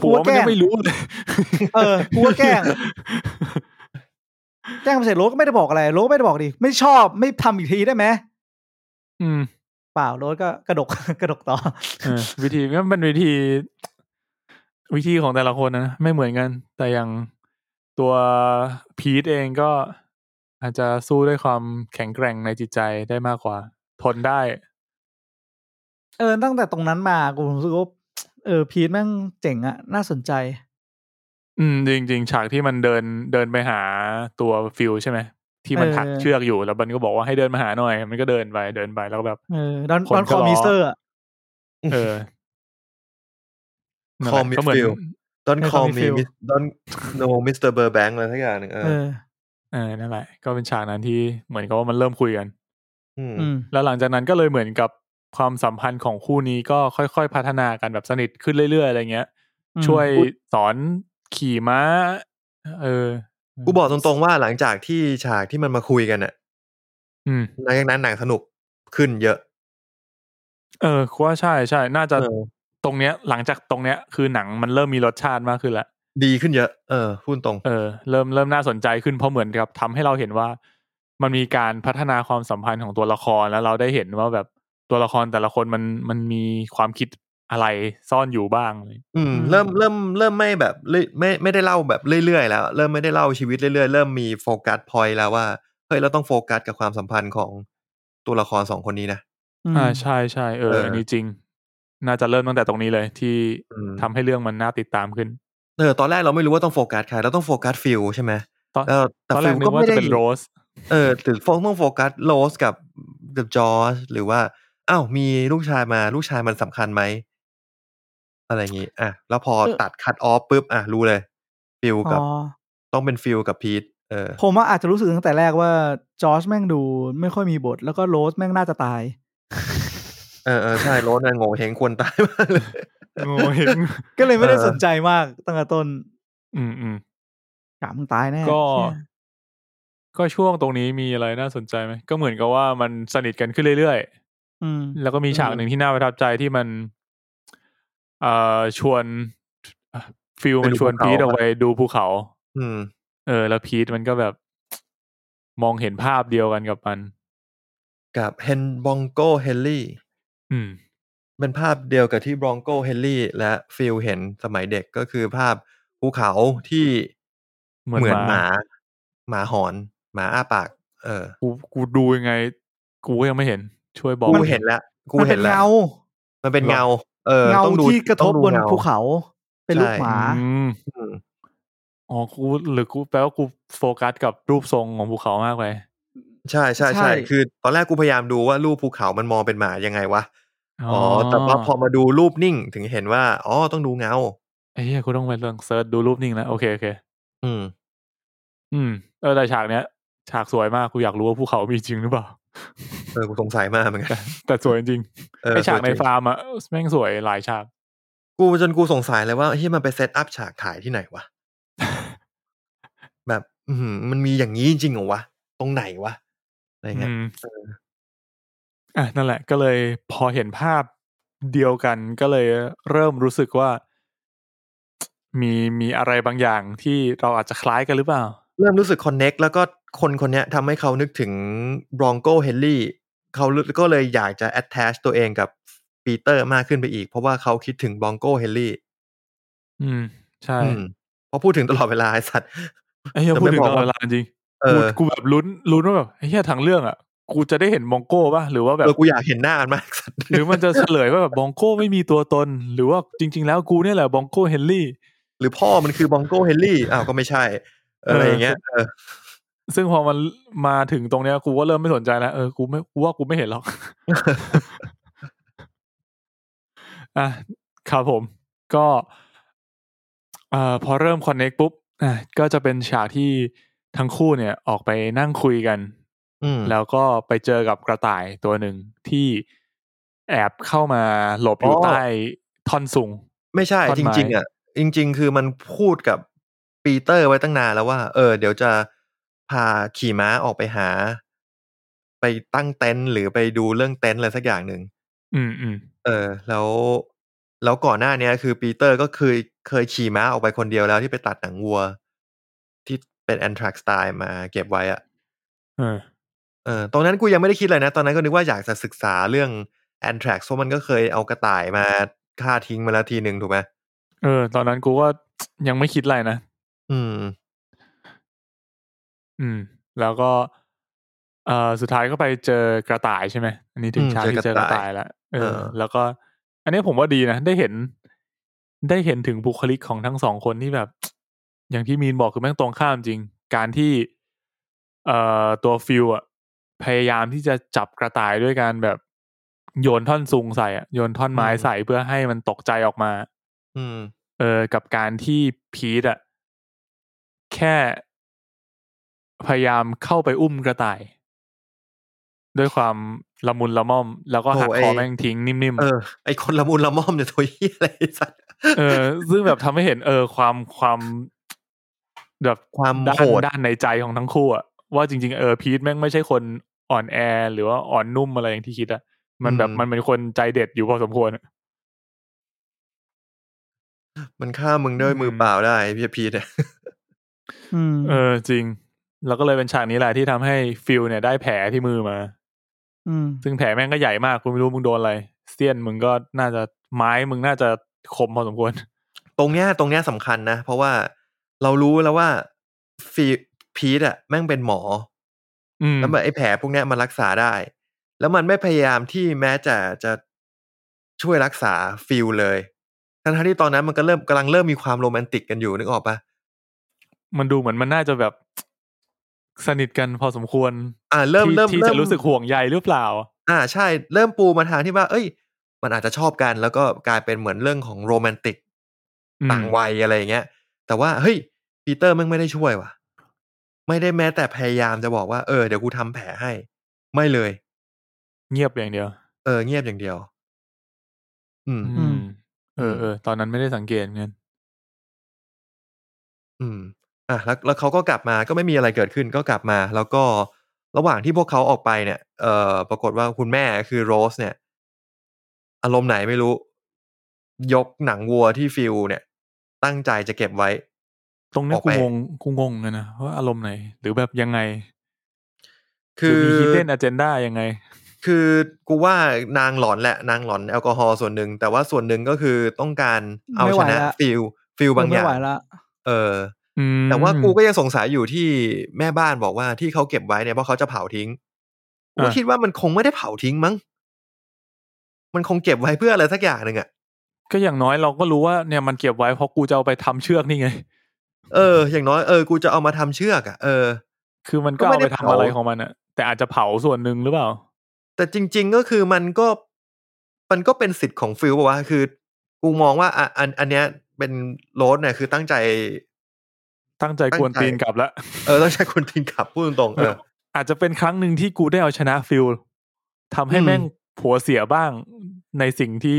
Speaker 2: ผัวมันยังไม่รู้เลย
Speaker 4: เออกูก็แกล้ง แกล้งไปเสร็จรถก็ไม่ได้บอกอะไรรถก็ไม่ได้บอกดิไม่ชอบไม่ทำอีกทีได้ไหม
Speaker 2: อืม
Speaker 4: เปล่ารถก็กระด ก กระดกต่อ
Speaker 2: เออวิธีก็เป็นวิธี วิธีของแต่ละคนนะไม่เหมือนกัน แต่อย่างตัวพีทเองก็อาจจะสู้ด้วยความแข็งแกร่งในจิตใจได้มากกว่า ทนได้
Speaker 4: เออตั้งแต่ตรงนั้นมากูรู้สึกว่าเออพีทแม่งเจ๋งอะน่าสนใจ
Speaker 2: อืมจริงจริงฉากที่มันเดินเดินไปหาตัวฟิลใช่ไหมที่มัน
Speaker 4: เออ
Speaker 2: ถักเชือกอยู่แล้วมันก็บอกว่าให้เดินมาหาหน่อย มันก็เดินไปเดินไปแล้วก็แบบ
Speaker 4: เออดอน
Speaker 2: คน
Speaker 4: ดอน
Speaker 2: ก็
Speaker 4: คอ
Speaker 2: ล้อ
Speaker 4: มิเซอร์อะ
Speaker 2: เออนั่นแหละ
Speaker 3: Call me
Speaker 2: ก็เหมือน
Speaker 3: Phil ดอน
Speaker 4: ไม่
Speaker 3: ค
Speaker 4: ต้
Speaker 3: อ
Speaker 4: อง
Speaker 3: ม
Speaker 4: มี
Speaker 3: มี
Speaker 4: feel
Speaker 3: ดอนโนมิสเตอร์เบอร์แบงค์อะไรทักอย่างหนึ่งเออ
Speaker 4: เออ
Speaker 2: เออนั่นแหละก็เป็นฉากนั้นที่เหมือนกับว่ามันเริ่มคุยกัน
Speaker 3: อืม
Speaker 4: อืม
Speaker 2: แล้วหลังจากนั้นก็เลยเหมือนกับความสัมพันธ์ของคู่นี้ก็ค่อยๆพัฒนากันแบบสนิทขึ้นเรื่อยๆอะไรเงี้ย
Speaker 4: อืม
Speaker 2: ช่วยสอนขี่ม้า เออ
Speaker 3: กูบอกตรงๆว่าหลังจากที่ฉากที่มันมาคุยกันอะ
Speaker 2: อืม
Speaker 3: หลังจากนั้นหนังสนุกขึ้นเยอะ
Speaker 2: เออกูว่าใช่ใช่น่าจะ
Speaker 3: เออ
Speaker 2: ตรงเนี้ย หลังจากตรงเนี้ย คือหนังมันเริ่มมีรสชาติมากขึ้นละ
Speaker 3: ดีขึ้นเยอะ เออพูดตรง
Speaker 2: เออเริ่มเริ่มน่าสนใจขึ้นเพราะเหมือนกับทำให้เราเห็นว่า มันมีการพัฒนาความสัมพันธ์ของตัวละครแล้วเราได้เห็นว่าแบบตัวละครแต่ละคนมันมันมีความคิดอะไรซ่อนอยู่บ้างเลย
Speaker 3: อืม
Speaker 4: อืม
Speaker 3: เริ่มเริ่มเริ่มไม่แบบเรื่อยไม่ไม่ได้เล่าแบบเรื่อยๆแล้ว เริ่มไม่ได้เล่าชีวิตเรื่อยๆ เริ่มมีโฟกัสพอยแล้วว่าเฮ้ยเราต้องโฟกัสกับความสัมพันธ์ของตัวละครสองคนนี้นะ
Speaker 4: ม
Speaker 2: อ่าใช่ใช่เออ
Speaker 3: เอออั
Speaker 2: นนี้จริง น่าจะเริ่มตั้งแต่ตรงนี้เลยที่
Speaker 3: อืม
Speaker 2: ทำให้เรื่องมันน่าติดตามขึ้น
Speaker 3: เออตอนแรกเราไม่รู้ว่าต้องโฟกัสใครเราต้องโฟกัสฟิลใช่ไหม
Speaker 2: ตอน
Speaker 3: แล้วแต่
Speaker 2: ตอนแร
Speaker 3: ฟิ
Speaker 2: ก
Speaker 3: ล
Speaker 2: นึ
Speaker 3: ก็
Speaker 2: กว่า
Speaker 3: ไม่
Speaker 2: จะ
Speaker 3: ได้
Speaker 2: เป็นโรส
Speaker 3: เออหรือโฟต้องโฟกัสโรสกับกับจอร์จหรือว่าอ้าวมีลูกชายมาลูกชายมันสำคัญไหมอะไรอย่างงี้อ่ะแล้วพอตัดคัดออฟปุ๊บอ่ะรู้เลยฟิลกับ
Speaker 4: อ๋อ
Speaker 3: ต้องเป็นฟิลกับพีทเออ
Speaker 4: ผมว่าอาจจะรู้สึกตั้งแต่แรกว่าจอร์จแม่งดูไม่ค่อยมีบท แล้วก็โรสแม่งน่าจะตาย
Speaker 3: เออเออใช่โรสนะโง่เฮงควรตายมากเลย
Speaker 2: โอ้เห็น
Speaker 4: ก็เลยไม่ได้
Speaker 3: เออ
Speaker 4: สนใจมากตั้งแต่ต้น
Speaker 2: อืมอืม
Speaker 4: กะมึงตายแน่
Speaker 2: ก็
Speaker 4: เชี่ย
Speaker 2: ก็ช่วงตรงนี้มีอะไรน่าสนใจไหมก็เหมือนกับว่ามันสนิทกันขึ้นเรื่อย
Speaker 4: อืม
Speaker 2: ๆ แล้วก็มีฉากหนึ่งที่น่าประทับใจที่มัน เอ่อชวนฟิล
Speaker 3: ไป
Speaker 2: มัน
Speaker 3: ดู
Speaker 2: ชวน
Speaker 3: ภู
Speaker 2: พีท
Speaker 3: เขา
Speaker 2: ออกไปดูภูเขา
Speaker 3: อืม
Speaker 2: เออ แล้วพีทมันก็แบบ มองเห็นภาพเดียวกันกับมัน
Speaker 3: กับเฮนบองโกเฮนลี่
Speaker 2: อืม
Speaker 3: เป็นภาพเดียวกับที่บองโกเฮนลี่และฟิลเห็นสมัยเด็กก็คือภาพภูเขาที่
Speaker 2: เหมือน
Speaker 3: เหมือนห
Speaker 2: ห
Speaker 3: มา
Speaker 2: มา
Speaker 3: หมาหอน หมาอ้าปาก เออ
Speaker 2: กูกูดูยังไง กูก็ยังไม่เห็นช่วยบอก
Speaker 3: กูเห็นแล้วกู
Speaker 4: มัน
Speaker 3: เห็
Speaker 4: เป็น น
Speaker 3: แล้ว
Speaker 4: เงา
Speaker 3: มันเป็นเงา เออ
Speaker 4: เงา
Speaker 3: ต้องดู
Speaker 4: ที่กระท
Speaker 3: ต้อ
Speaker 4: บ
Speaker 3: งดู
Speaker 4: บน
Speaker 3: ง
Speaker 4: ภูเขา เป็นลูก
Speaker 3: ใช่
Speaker 4: หมา
Speaker 2: อืม
Speaker 3: อืม
Speaker 2: อ๋อ กูหรือกูแปลว่ากูโฟกัสกับรูปทรงของภูเขามากไป
Speaker 3: ใช่ใช่ใช่
Speaker 4: ใช่
Speaker 3: คือตอนแรกกูพยายามดูว่ารูปภูเขามันมองเป็นหมายังไงวะอ๋อแต่ว่าพอมาดูรูปนิ่งถึงเห็นว่าอ๋อต้องดูเงา
Speaker 2: ไอ้เหี้ยกูต้องไปลองเซิร์ชดูรูปนิ่งแล้ว โอเคโอเค
Speaker 3: อืม
Speaker 2: อืม เออแต่ฉากเนี้ย ฉากสวยมาก กูอยากรู้ว่าภูเขามีจริงหรือเปล่า
Speaker 3: เออ กูสงสัยมากเหมือนกัน
Speaker 2: แต่สวยจริง
Speaker 3: เออ
Speaker 2: ไอฉากใน
Speaker 3: สวยจริง
Speaker 2: ฟาร์มอะแม่งสวยหลายฉาก
Speaker 3: กูจนกูสงสัยเลยว่าเฮ้ยมันไปเซตอัพฉากถ่ายที่ไหนวะ แบบ อือหือมันมีอย่างนี้จริงเหรอวะ ตรงไหนวะ อะไรเงี้ย
Speaker 2: อืม
Speaker 3: เออ
Speaker 2: อ่ะนั่นแหละ ก็เลยพอเห็นภาพเดียวกันก็เลยเริ่มรู้สึกว่า มีมีอะไรบางอย่างที่เราอาจจะคล้ายกันหรือเปล่า
Speaker 3: เริ่มรู้สึกคอนเน็กแล้วก็คนคนเนี้ยทำให้เขานึกถึงบรองโกเฮนรี่เขาก็เลยอยากจะแอดแทชตัวเองกับปีเตอร์มากขึ้นไปอีก เพราะว่าเขาคิดถึงบรองโกเฮนรี่
Speaker 2: อืม ใช่
Speaker 3: อืมเพราะพูดถึงตลอดเวลาไอ้สัตว์
Speaker 2: ไอ้เหี้ย
Speaker 3: จะ
Speaker 2: พู
Speaker 3: ไม่
Speaker 2: ดถึง
Speaker 3: บอก
Speaker 2: ตล
Speaker 3: ว่า
Speaker 2: อดเวลาจริง
Speaker 3: เอ
Speaker 2: กู
Speaker 3: อ
Speaker 2: กูแบบลุ้นลุ้นว่าแบบไอ้เหี้ยทางเรื่องอ่ะ กูจะได้เห็นมองโก้ป่ะหรือว่าแบบ
Speaker 3: เออกูอยากเห็นหน้ามันมากสัตว์
Speaker 2: หรือมันจะเฉลยว่าแบบบองโก้ไม่มีตัวตน หรือว่าจริง ๆ แล้วกูเนี่ยแหละบองโก้เฮนรี่
Speaker 3: หรือพ่อมันคือบรองโกเฮนรี่อ้าวก็ไม่ใช่ อะไรอย่างเงี้ยเออ
Speaker 2: ซึ่งพอมันมาถึงตรงเนี้ยกูก็เริ่มไม่สนใจแล้วเออกูไม่กูว่ากูไม่เห็นหรอก อ่ะครับผม ก็เอ่อพอเริ่มคอนเน็กปุ๊บอ่ะก็จะเป็นฉากที่ทั้งคู่เนี่ยออกไปนั่งคุยกัน
Speaker 3: อืม
Speaker 2: แล้วก็ไปเจอกับกระต่ายตัวหนึ่งที่แอบเข้ามาหลบอยู่
Speaker 3: อ๋อ
Speaker 2: ใต้ท่อนสูง
Speaker 3: ไม่ใช่
Speaker 2: ท่อน
Speaker 3: จ
Speaker 2: ไม้
Speaker 3: ริง ๆ อ่ะ จริง ๆ คือมันพูดกับปีเตอร์ไว้ตั้งนานแล้วว่า เออ เดี๋ยวจะพาขี่ม้าออกไปหา ไปตั้งเต็นท์หรือไปดูเรื่องเต็นท์อะไรสักอย่างหนึ่ง
Speaker 2: อืมอืม
Speaker 3: เออ แล้วแล้วก่อนหน้าเนี้ย คือปีเตอร์ก็เคยเคยขี่ม้าออกไปคนเดียวแล้วที่ไปตัดหนังวัว ที่เป็นแอนทรักสไตล์มาเก็บไว้อะ
Speaker 2: เออ
Speaker 3: เออตรงนั้นกูยังไม่ได้คิดเลยนะ ตอนนั้นก็นึกว่าอยากจะศึกษาเรื่องแอนทรักเพราะมันก็เคยเอากระต่ายมาฆ่าทิ้งมาแล้วทีหนึ่งถูกไหม
Speaker 2: เออ ตอนนั้นกูก็ ยังไม่คิดอะไรนะ
Speaker 3: อืม
Speaker 2: อืม แล้วก็ เอ่อสุดท้ายก็ไปเจอกระต่ายใช่ไหมอันนี้ถึง
Speaker 3: อืม
Speaker 2: ฉากที่เจ
Speaker 3: เจอ
Speaker 2: อ
Speaker 3: ก ก
Speaker 2: ระ
Speaker 3: ระต่าย
Speaker 2: ต่ายแล้วเอ
Speaker 3: เอ
Speaker 2: อ
Speaker 3: อ
Speaker 2: แล้วก็ อันนี้ผมว่าดีนะ ได้เห็น ได้เห็นถึงบุคลิกของทั้งสองคนที่แบบ อย่างที่มีนบอกคือแม่งตรงข้ามจริง การที่ เอ่อตัวฟิวอะพยายามที่จะจับกระต่ายด้วยการแบบโยนท่อนซุงใส่อะโยนท่อนไม้ใส่เพื่อให้มันตกใจออกมา
Speaker 3: อืม
Speaker 2: เออกับการที่พีทอะแค่พยายามเข้าไปอุ้มกระต่าย ด้วยความละมุนละม่อม แล้วก็หัก
Speaker 3: โอ้
Speaker 2: คอ
Speaker 3: ไอ้
Speaker 2: แม่งทิ้งนิ่ม
Speaker 3: เออไอคนละมุนละม่อมเนี่ยตัวเฮียอะไรไอ้สัตว์
Speaker 2: ๆเออ ซึ่งแบบทำให้เห็น เออ ความความแบบ
Speaker 3: ความ
Speaker 2: ด้าน
Speaker 3: โหด
Speaker 2: ด้านในใจของทั้งคู่อะว่าจริง ๆ เออพีทแม่งไม่ใช่คนอ่อนแอ หรือว่าอ่อนนุ่มอะไรอย่างที่คิดอะมันแบบมันเป็นคนใจเด็ดอยู่พอสมควรอะ
Speaker 3: มันฆ่ามึงด้วยมือเปล่าได้พี่พีทเนี่ย
Speaker 4: อืม
Speaker 2: เออจริง แล้วก็เลยเป็นฉากนี้แหละที่ทำให้ฟิลเนี่ยได้แผลที่มือมา
Speaker 4: อืม
Speaker 2: ซึ่งแผลแม่งก็ใหญ่มากคุณไม่รู้มึงโดนอะไรเสี้ยนมึงก็น่าจะไม้มึงน่าจะคมพอสมควร
Speaker 3: ตรงเนี้ยตรงเนี้ยสำคัญนะ เพราะว่าเรารู้แล้วว่าฟีพีทอะแม่งเป็นหมอ
Speaker 2: อืม
Speaker 3: แล้วมันไอ้แผลพวกเนี้ยมันรักษาได้ แล้วมันไม่พยายามที่แม้จะจะช่วยรักษาฟิลเลยทั้งๆที่ตอนนั้นมันก็เริ่มกำลังเริ่มมีความโรแมนติกกันอยู่นึกออกปะ
Speaker 2: มันดูเหมือนมันน่าจะแบบสนิทกันพอสมควร
Speaker 3: อ่าเริ่ม
Speaker 2: ที่
Speaker 3: เริ่ม
Speaker 2: ที่
Speaker 3: เริ่
Speaker 2: จะ
Speaker 3: ม
Speaker 2: รู้สึกห่วงใยหรือเปล่า
Speaker 3: อ่าใช่ เริ่มปูมาทางที่ว่า เอ้ย มันอาจจะชอบกันแล้วก็กลายเป็นเหมือนเรื่องของโรแมนติก
Speaker 2: อืม
Speaker 3: ต่างวัยอะไรอย่างเงี้ย แต่ว่าเฮ้ยปีเตอร์แม่งไม่ได้ช่วยว่ะ ไม่ได้แม้แต่พยายามจะบอกว่าเออเดี๋ยวกูทำแผลให้ ไม่เลย
Speaker 2: เงียบอย่างเดียว
Speaker 3: เออเงียบอย่างเดียว อืม
Speaker 2: อืม เออเออตอนนั้นไม่ได้สังเกตเงิน
Speaker 3: อืม อ่ะแล้วแล้วเขาก็กลับมาก็ไม่มีอะไรเกิดขึ้นก็กลับมา แล้วก็ระหว่างที่พวกเขาออกไปเนี่ย เอ่อ ปรากฏว่าคุณแม่คือโรส เนี่ย อารมณ์ไหนไม่รู้ ยกหนังวัวที่ฟิลเนี่ย ตั้งใจจะเก็บไว้
Speaker 2: ตรงนี้
Speaker 3: ออก
Speaker 2: กู
Speaker 3: ไป
Speaker 2: งงกูงงเลยนะว่าอารมณ์ไหน หรือแบบยังไง
Speaker 3: คื
Speaker 2: ห
Speaker 3: อ
Speaker 2: รืมีฮิดเด้นอเจนดายังไง
Speaker 3: คือกูว่านางหลอนแหละ นางหลอนแอลกอฮอล์ส่วนหนึ่ง แต่ว่าส่วนหนึ่งก็คือต้องการเอาชนะฟิลฟิลบางอ
Speaker 4: ไม่
Speaker 3: ย่า
Speaker 4: ไหว
Speaker 3: ง
Speaker 4: ละ
Speaker 3: เออ
Speaker 2: อืม
Speaker 3: แต่ว่ากูก็ยังสงสัยอยู่ที่แม่บ้านบอกว่าที่เขาเก็บไว้เนี่ยเพราะเขาจะเผาทิ้งกูก็
Speaker 2: อ่ะ
Speaker 3: คิดว่ามันคงไม่ได้เผาทิ้งมั้ง มันคงเก็บไว้เพื่ออะไรสักอย่างหนึ่งอะ
Speaker 2: ก็อย่างน้อยเราก็รู้ว่าเนี่ยมันเก็บไว้เพราะกูจะเอาไปทำเชือกนี่ไง
Speaker 3: เอออย่างน้อยเออกูจะเอามาทำเชือกอะเออ
Speaker 2: คือมันก็
Speaker 3: ก็ไม่
Speaker 2: เอา
Speaker 3: ได้
Speaker 2: ไปทำอะไร
Speaker 3: เผา
Speaker 2: ของมันอะแต่อาจจะเผาส่วนหนึ่งหรือเปล่า
Speaker 3: แต่จริง ๆก็คือมันก็มันก็เป็นสิทธิ์ของฟิลบอกว่าวะคือ กูมองว่าอ่ะอันอันเนี้ยเป็นโรสเนี่ยคือตั้งใจ
Speaker 2: ตั้งใจ
Speaker 3: ตั้งใจ
Speaker 2: กวนตีนกลับละ
Speaker 3: เออตั้งใจคนทิ้งกลับพูดตรงๆเออ
Speaker 2: อาจจะเป็นครั้งหนึ่งที่กูได้เอาชนะฟิลทำให้
Speaker 3: อืม
Speaker 2: แม่งผัวเสียบ้างในสิ่งที่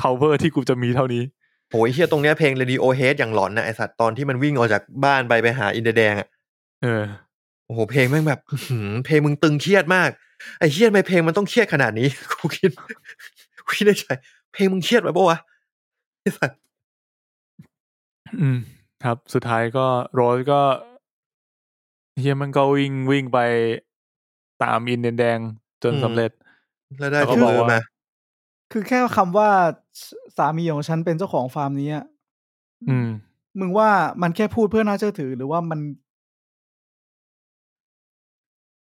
Speaker 2: power ที่กูจะมีเท่านี้
Speaker 3: โหยเฮียตรงเนี้ยเพลง Radio Head อย่างหลอนนะไอสัตว์ตอนที่มันวิ่งออกจากบ้านไปไปหาอินเดียแดงอะ
Speaker 2: เออ
Speaker 3: โอ้โหเพลงแม่งแบบ อื้อหือเพลงมึงตึงเครียดมากไอ้เครียดไหมเพลงมันต้องเครียดขนาดนี้ กูคิดกูคิดในใจเพลงมึงเครียดไหมปะวะไอ้สัส
Speaker 2: อืม ครับ สุดท้ายก็โรสก็เฮียมันก็วิ่งวิ่งไปตามอินเดียนแดงจนสำเร็จ
Speaker 3: แล้วได้
Speaker 2: แล้วก็
Speaker 3: ที่
Speaker 2: บอก
Speaker 3: เออ
Speaker 2: ว่า
Speaker 3: มา
Speaker 4: คือแค่คำว่าสามีของฉันเป็นเจ้าของฟาร์มนี้อะ
Speaker 2: อืม
Speaker 4: มึงว่ามันแค่พูดเพื่อน่าเชื่อถือ หรือว่ามัน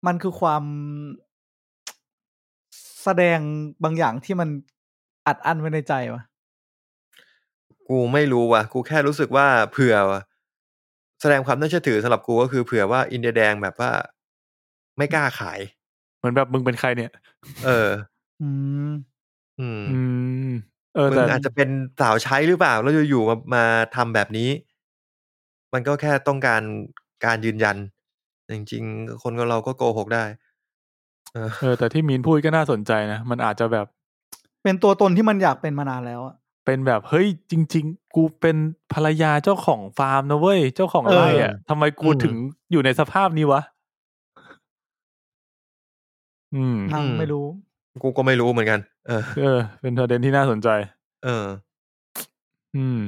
Speaker 4: มันคือความ แสดงบางอย่างที่มันอัดอั้นไว้ในใจวะ
Speaker 3: กูไม่รู้ว่ะ กูแค่รู้สึกว่าเผื่อแสดงความน่าเชื่อถือสำหรับกูก็คือเผื่อว่าอินเดียแดงแบบว่า ไม่กล้าขาย
Speaker 2: เหมือนแบบมึงเป็นใครเนี่ย
Speaker 3: เออ
Speaker 4: อืม
Speaker 3: อืม
Speaker 2: อืม เออ
Speaker 3: มึ
Speaker 2: แต่
Speaker 3: งอาจจะเป็นสาวใช้หรือเปล่า แล้วอยู่ๆมามาทำแบบนี้ มันก็แค่ต้องการการยืนยันจริงๆคนเราก็โกหกได้ เออ
Speaker 2: เออแต่ที่มีนพูดก็น่าสนใจนะ มันอาจจะแบบ
Speaker 4: เป็นตัวตนที่มันอยากเป็นมานานแล้วอะ
Speaker 2: เป็นแบบเฮ้ยจริง ๆ กูเป็นภรรยาเจ้าของฟาร์มนะเว้ย เจ้าของไร่อ่ะทำไมกู
Speaker 3: อืม
Speaker 2: ถึงอยู่ในสภาพนี้วะ อืม
Speaker 4: อ่ะ
Speaker 3: อืม
Speaker 4: ไม่รู้
Speaker 3: กูก็ไม่รู้เหมือนกัน เออ
Speaker 2: เออ เป็นประเด็นที่น่าสนใจ
Speaker 3: เออ
Speaker 2: อืม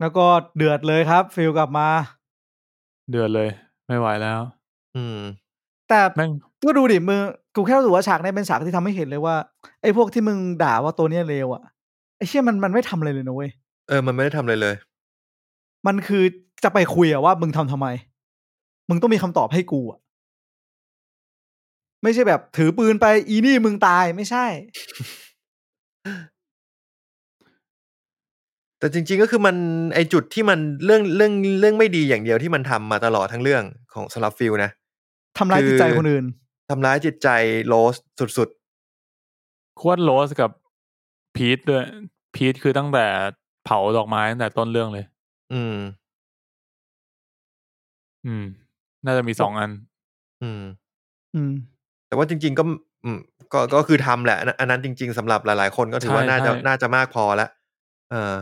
Speaker 4: แล้วก็เดือดเลยครับ ฟิลกลับมา
Speaker 2: เดือดเลย ไม่ไหวแล้ว
Speaker 3: อืม
Speaker 4: แต่
Speaker 2: แม่ง
Speaker 4: ก็ดูดิมึงกูแค่รู้สึกว่าฉากเนี้ยเป็นฉากที่ทำให้เห็นเลยว่า ไอ้พวกที่มึงด่าว่าตัวเนี้ยเลวอะไอ้เชี่ยมันมันไม่ทำอะไรเลยนะเว้ย
Speaker 3: เออ มันไม่ได้ทำอะไรเลย
Speaker 4: มันคือจะไปคุยอะว่ามึงทำทำไม มึงต้องมีคำตอบให้กูอะไม่ใช่แบบถือปืนไปอีนี่มึงตายไม่ใช่
Speaker 3: แต่จริง ๆ ก็คือมันไอจุดที่มันเรื่องเรื่องเรื่องไม่ดีอย่างเดียวที่มันทำมาตลอดทั้งเรื่องของสำหรับฟิลนะ
Speaker 4: ทำร้ายจิตใจคนอื่น
Speaker 3: ทำร้ายจิตใจโรสสุด
Speaker 2: ควดโรสกับพีทด้วย พีทคือตั้งแต่เผาดอกไม้ตั้งแต่ต้นเรื่องเลย
Speaker 3: ๆ อืม
Speaker 2: อืม น่าจะมีสองอัน
Speaker 3: อืม
Speaker 4: อืม
Speaker 3: แต่ว่าจริง ๆ ก็อืมก็ก็คือทำแหละอันอันนั้นจริง ๆสำหรับหลาย ๆ คนก็ถือว่า
Speaker 2: ใช่
Speaker 3: น่าจะ
Speaker 2: ใช่
Speaker 3: น่าจะมากพอละเออ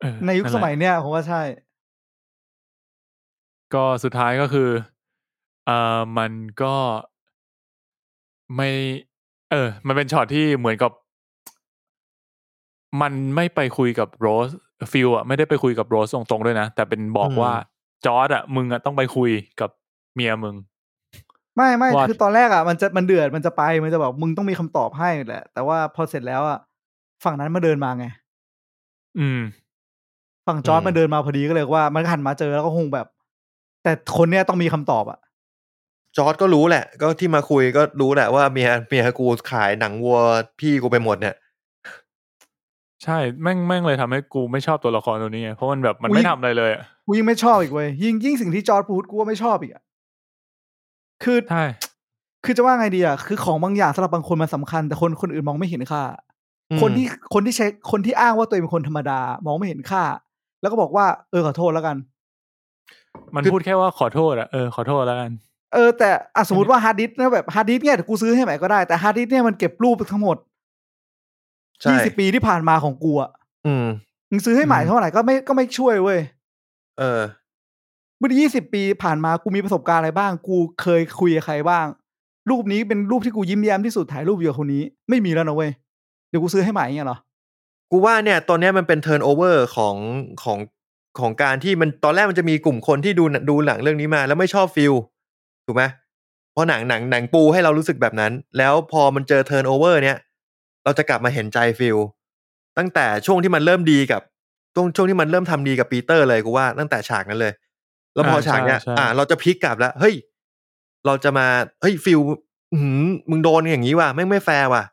Speaker 2: เออ
Speaker 4: ในยุค
Speaker 2: นั่น
Speaker 4: ส
Speaker 2: แหละ
Speaker 4: มัยเนี้ยผมว่าใช่
Speaker 2: ก็สุดท้ายก็คือเอ่อมันก็ไม่ เออ มันเป็นช็อตที่เหมือนกับ มันไม่ไปคุยกับโรสฟิลอะไม่ได้ไปคุยกับโรสตรงๆด้วยนะ แต่เป็นบอก
Speaker 3: อืม
Speaker 2: ว่าจอร์ดอะมึงอะต้องไปคุยกับเมียมึง
Speaker 4: ไม่ไม่
Speaker 2: ว่า
Speaker 4: คือตอนแรกอ่ะมันจะมันเดือดมันจะไปมันจะแบบมึงต้องมีคำตอบให้แหละ แต่ว่าพอเสร็จแล้วอ่ะฝั่งนั้นมาเดินมาไง
Speaker 2: อืม
Speaker 4: ฝั่งจอร์ด
Speaker 3: อืม
Speaker 4: มันเดินมาพอดีก็เลยว่ามันก็หันมาเจอแล้วก็คงแบบ แต่คนเนี้ยต้องมีคำตอบอ่ะ
Speaker 3: จอร์ดก็รู้แหละ ก็ที่มาคุยก็รู้แหละว่าเมียเมียกูขายหนังวัวพี่กูไปหมดเนี่ย
Speaker 2: ใช่แม่งแม่งเลยทำให้กูไม่ชอบตัวละครตัวนี้ไงเพราะมันแบบมัน
Speaker 4: อุ๊ย
Speaker 2: ไม่ทำอะไรเลยอะ
Speaker 4: กูยิ่งไม่ชอบอีกเว้ยยิ่งยิ่งสิ่งที่จอร์ดพูดกูก็ไม่ชอบอีกอ่ะคือ
Speaker 2: ใช่
Speaker 4: คือจะว่าไงดีอ่ะ คือของบางอย่างสำหรับบางคนมันสำคัญ แต่คนคนอื่นมองไม่เห็นค่า
Speaker 3: อืม
Speaker 4: คนที่คนที่ใช้คนที่อ้างว่าตัวเองเป็นคนธรรมดา มองไม่เห็นค่า แล้วก็บอกว่าเออขอโทษแล้วกัน
Speaker 2: มัน
Speaker 3: คือ
Speaker 2: พูดแค่ว่าขอโทษอะเออขอโทษแล้วกัน
Speaker 4: เออแต่อ่ะสมมติว่าฮาร์ดดิสก์นะแบบฮาร์ดดิสก์เนี่ยเดี๋ยวกูซื้อให้ใหม่ก็ได้แต่ฮาร์ดดิสก์เนี่ยมันเก็บรูปทั้งหมด
Speaker 3: ใช่
Speaker 4: ยี่สิบปีที่ผ่านมาของกูอ่ะ
Speaker 3: อืม
Speaker 4: มึงซื้อให้ใหม่
Speaker 2: อืม
Speaker 4: เท่าไหร่ก็ไม่ก็ไม่ช่วยเว้ย
Speaker 3: เออ
Speaker 4: เมื่อยี่สิบปีผ่านมากูมีประสบการณ์อะไรบ้าง กูเคยคุยกับใครบ้าง รูปนี้เป็นรูปที่กูยิ้มแย้มที่สุดถ่ายรูปอยู่กับคนนี้ ไม่มีแล้วนะเว้ยเดี๋ยวกูซื้อให้ใหม่เงี้ยเหรอ
Speaker 3: กูว่าเนี่ยตอนเนี้ยมันเป็น turn over ของของของการที่มันตอนแรกมันจะมีกลุ่มคนที่ดูดูหนังเรื่องนี้มาแล้วไม่ชอบฟิลถูกไหมเพราะหนังหนังหนังปูให้เรารู้สึกแบบนั้น แล้วพอมันเจอ turn over เนี่ย เราจะกลับมาเห็นใจฟิลตั้งแต่ช่วงที่มันเริ่มดีกับช่วงช่วงที่มันเริ่มทำดีกับปีเตอร์เลยกูว่าตั้งแต่ฉากนั้นเลย แล้วพอ
Speaker 2: อ่า
Speaker 3: ฉากเนี้ย
Speaker 2: ใช่ใช่
Speaker 3: อ่า เราจะพลิกกลับแล้วเฮ้ย เราจะมาเฮ้ยฟิลอื้อหือมึงโดนอย่างนี้ว่ะแม่งไม่แฟร์ว่ะ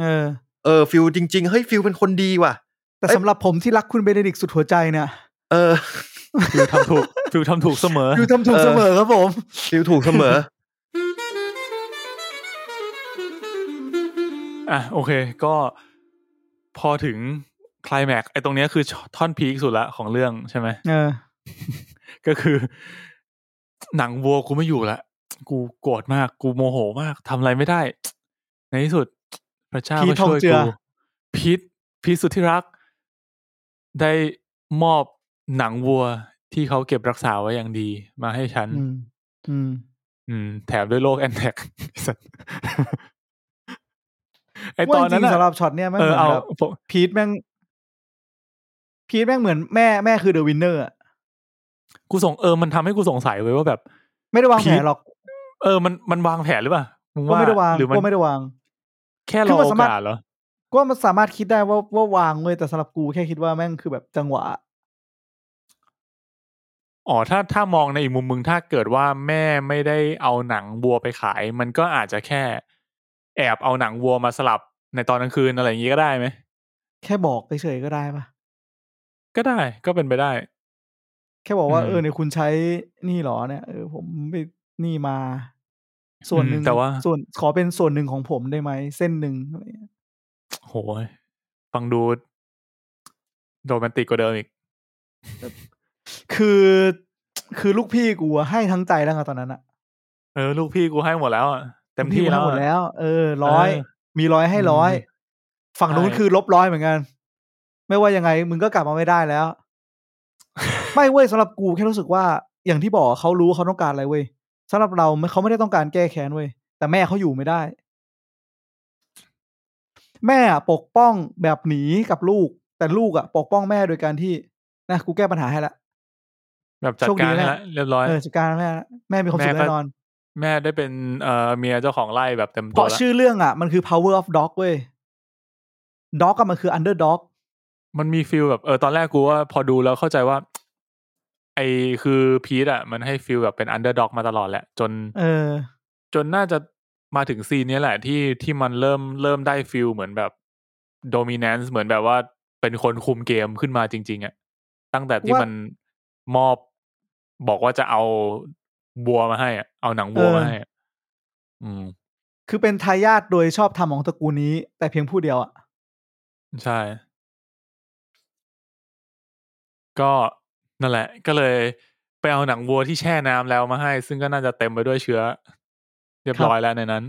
Speaker 4: เออ
Speaker 3: เออฟิลจริง ๆเฮ้ยฟิลเป็นคนดีว่ะ
Speaker 4: แต่สำหรับผมที่รักคุณเบเนดิกต์สุดหัวใจเนี่ย
Speaker 3: เออ
Speaker 2: ฟิวทำถูก ฟิวทำถูก เสมอ
Speaker 4: อยู่ทำถูกเสมอครับผม
Speaker 3: ฟิลถูกเสมอ
Speaker 2: อ่ะโอเค ก็พอถึงไคลแม็กซ์ไอ้ตรงเนี้ยคือท่อนพีคสุดละของเรื่องใช่ไหม
Speaker 4: เออ
Speaker 2: ก็คือ หนังวัวกูไม่อยู่ละ กูโกรธมาก กูโมโหมากทำอะไรไม่ได้ ในที่สุด พระเจ้า
Speaker 4: พีท
Speaker 2: ก็ช่วย
Speaker 4: ทองเจือ
Speaker 2: กูพีทพีทสุดที่รัก ได้มอบหนังวัวที่เขาเก็บรักษาไว้อย่างดี มาให้ฉัน
Speaker 4: อืม อืม
Speaker 2: อืม แถมด้วยโรคแอน แท็กไอ
Speaker 4: ไอ
Speaker 2: ต
Speaker 4: ต
Speaker 2: อ
Speaker 4: อน น
Speaker 2: นั้น
Speaker 4: นั้น
Speaker 2: อะ
Speaker 4: สำหรับช็อตเนี่ยแม่ง
Speaker 2: เออ
Speaker 4: เหมือน
Speaker 2: เอา
Speaker 4: แบบ
Speaker 2: ผม
Speaker 4: พีทแม่ง พีทแม่งเหมือนแม่แม่คือเดอะวินเนอร์
Speaker 2: กูสงเออมันทำให้กูสงสัยไว้ยว่าแบบ
Speaker 4: ไม่ได้วางแผ
Speaker 2: พี
Speaker 4: น
Speaker 2: ท
Speaker 4: หรอก
Speaker 2: เออมันมันวางแผนหรือเปล่ามึง
Speaker 4: ก็ไม่ได้วาง
Speaker 2: หรือมัน
Speaker 4: ก็ไม่ได้วาง
Speaker 2: แค่ร
Speaker 4: คือ อมัน
Speaker 2: โอ
Speaker 4: สามารถ
Speaker 2: กาสเหรอ
Speaker 4: ก็มันสามารถคิดได้ว่าว่าวางเว้ยแต่สำหรับกูแค่คิดว่าแม่งคือแบบจังหวะ
Speaker 2: อ๋อถ้าถ้ามองในอีกมุมมึงถ้าเกิดว่าแม่ไม่ได้เอาหนังวัวไปขาย มันก็อาจจะแค่ แอบเอาหนังวัวมาสลับในตอนกลางคืนอะไรอย่างนี้ก็ได้ไหม
Speaker 4: แค่บอกเฉยๆก็ได้ปะ
Speaker 2: ก็ได้ก็เป็นไปได้
Speaker 4: แค่บอกว่า
Speaker 2: อืม
Speaker 4: เออเนี่ยคุณใช้นี่หรอเนี่ยเออผมไปนี่มา ส่วนหนึ่ง
Speaker 2: อืมแต่ว่า
Speaker 4: ส่วนขอเป็นส่วนหนึ่งของผมได้ไหมเส้นหนึ่งอะไรเงี้ย
Speaker 2: โหยฟังดูโรแมนติกกว่าเดิมอีก
Speaker 4: คือคือลูกพี่กูอะให้ทั้งใจแล้วไงตอนนั้นอะ
Speaker 2: เออ ลูกพี่กูให้หมดแล้วอะเต็มที่
Speaker 4: พี่
Speaker 2: แล้ว
Speaker 4: ให้หม
Speaker 2: อะ
Speaker 4: ดแล้ว เออร้อย
Speaker 2: เออ
Speaker 4: มีร้อยให้
Speaker 2: อืม
Speaker 4: ร้อยฝั่งนู้น
Speaker 2: ใช่
Speaker 4: คือลบร้อยเหมือนกัน ไม่ว่ายังไง มึงก็กลับมาไม่ได้แล้ว ไม่เว้ยสำหรับกูแค่รู้สึกว่า อย่างที่บอกเขารู้เขาต้องการอะไรเว้ยสำหรับเราไม่เขาไม่ได้ต้องการแก้แค้นเว้ยแต่แม่เขาอยู่ไม่ได้ แม่อะปกป้องแบบหนีกับลูก แต่ลูกอะปกป้องแม่โดยการที่นะกูแก้ปัญหาให้ละ
Speaker 2: แบบจัด
Speaker 4: โชคดี
Speaker 2: การให้
Speaker 4: นะ
Speaker 2: ละเรียบร้อย
Speaker 4: เออจัดการแม่ละแม่มีความสุข
Speaker 2: แม่ก็
Speaker 4: แน่นอน
Speaker 2: แม่ได้เป็นเอ่อเมียเจ้าของไร่แบบเต็ม
Speaker 4: เพ
Speaker 2: ตัว
Speaker 4: ราะ
Speaker 2: แล้ว
Speaker 4: ชื่อเรื่องอ่ะ มันคือ power of dog เว้ย dog ก็มันคือ underdog
Speaker 2: มันมีฟิลแบบเออตอนแรกกูว่าพอดูแล้วเข้าใจว่า ไอคือพีทอะมันให้ฟิลแบบเป็นอันเดอร์ด็อกมาตลอดแหละจน
Speaker 4: เออ
Speaker 2: จนน่าจะมาถึงซีนเนี้ยแหละที่ที่มันเริ่มเริ่มได้ฟิลเหมือนแบบโดมิเนนซ์เหมือนแบบว่าเป็นคนคุมเกมขึ้นมาจริง ๆอะตั้งแต่ที่
Speaker 4: ว่ามั
Speaker 2: มันมอบบอกว่าจะเอาบัวมาให้อะเอาหนังบัวมาให้อะอืม
Speaker 4: คือเป็นทายาทโดยชอบทำของตระกูลนี้ แต่เพียงผู้เดียวอ่ะ
Speaker 2: ใช่ ก็นั่นแหละ ก็เลยไปเอาหนังวัวที่แช่น้ำแล้วมาให้ ซึ่งก็น่าจะเต็มไปด้วยเชื้อ เรียบ
Speaker 4: ครับ
Speaker 2: ร้อยแล้วในนั้น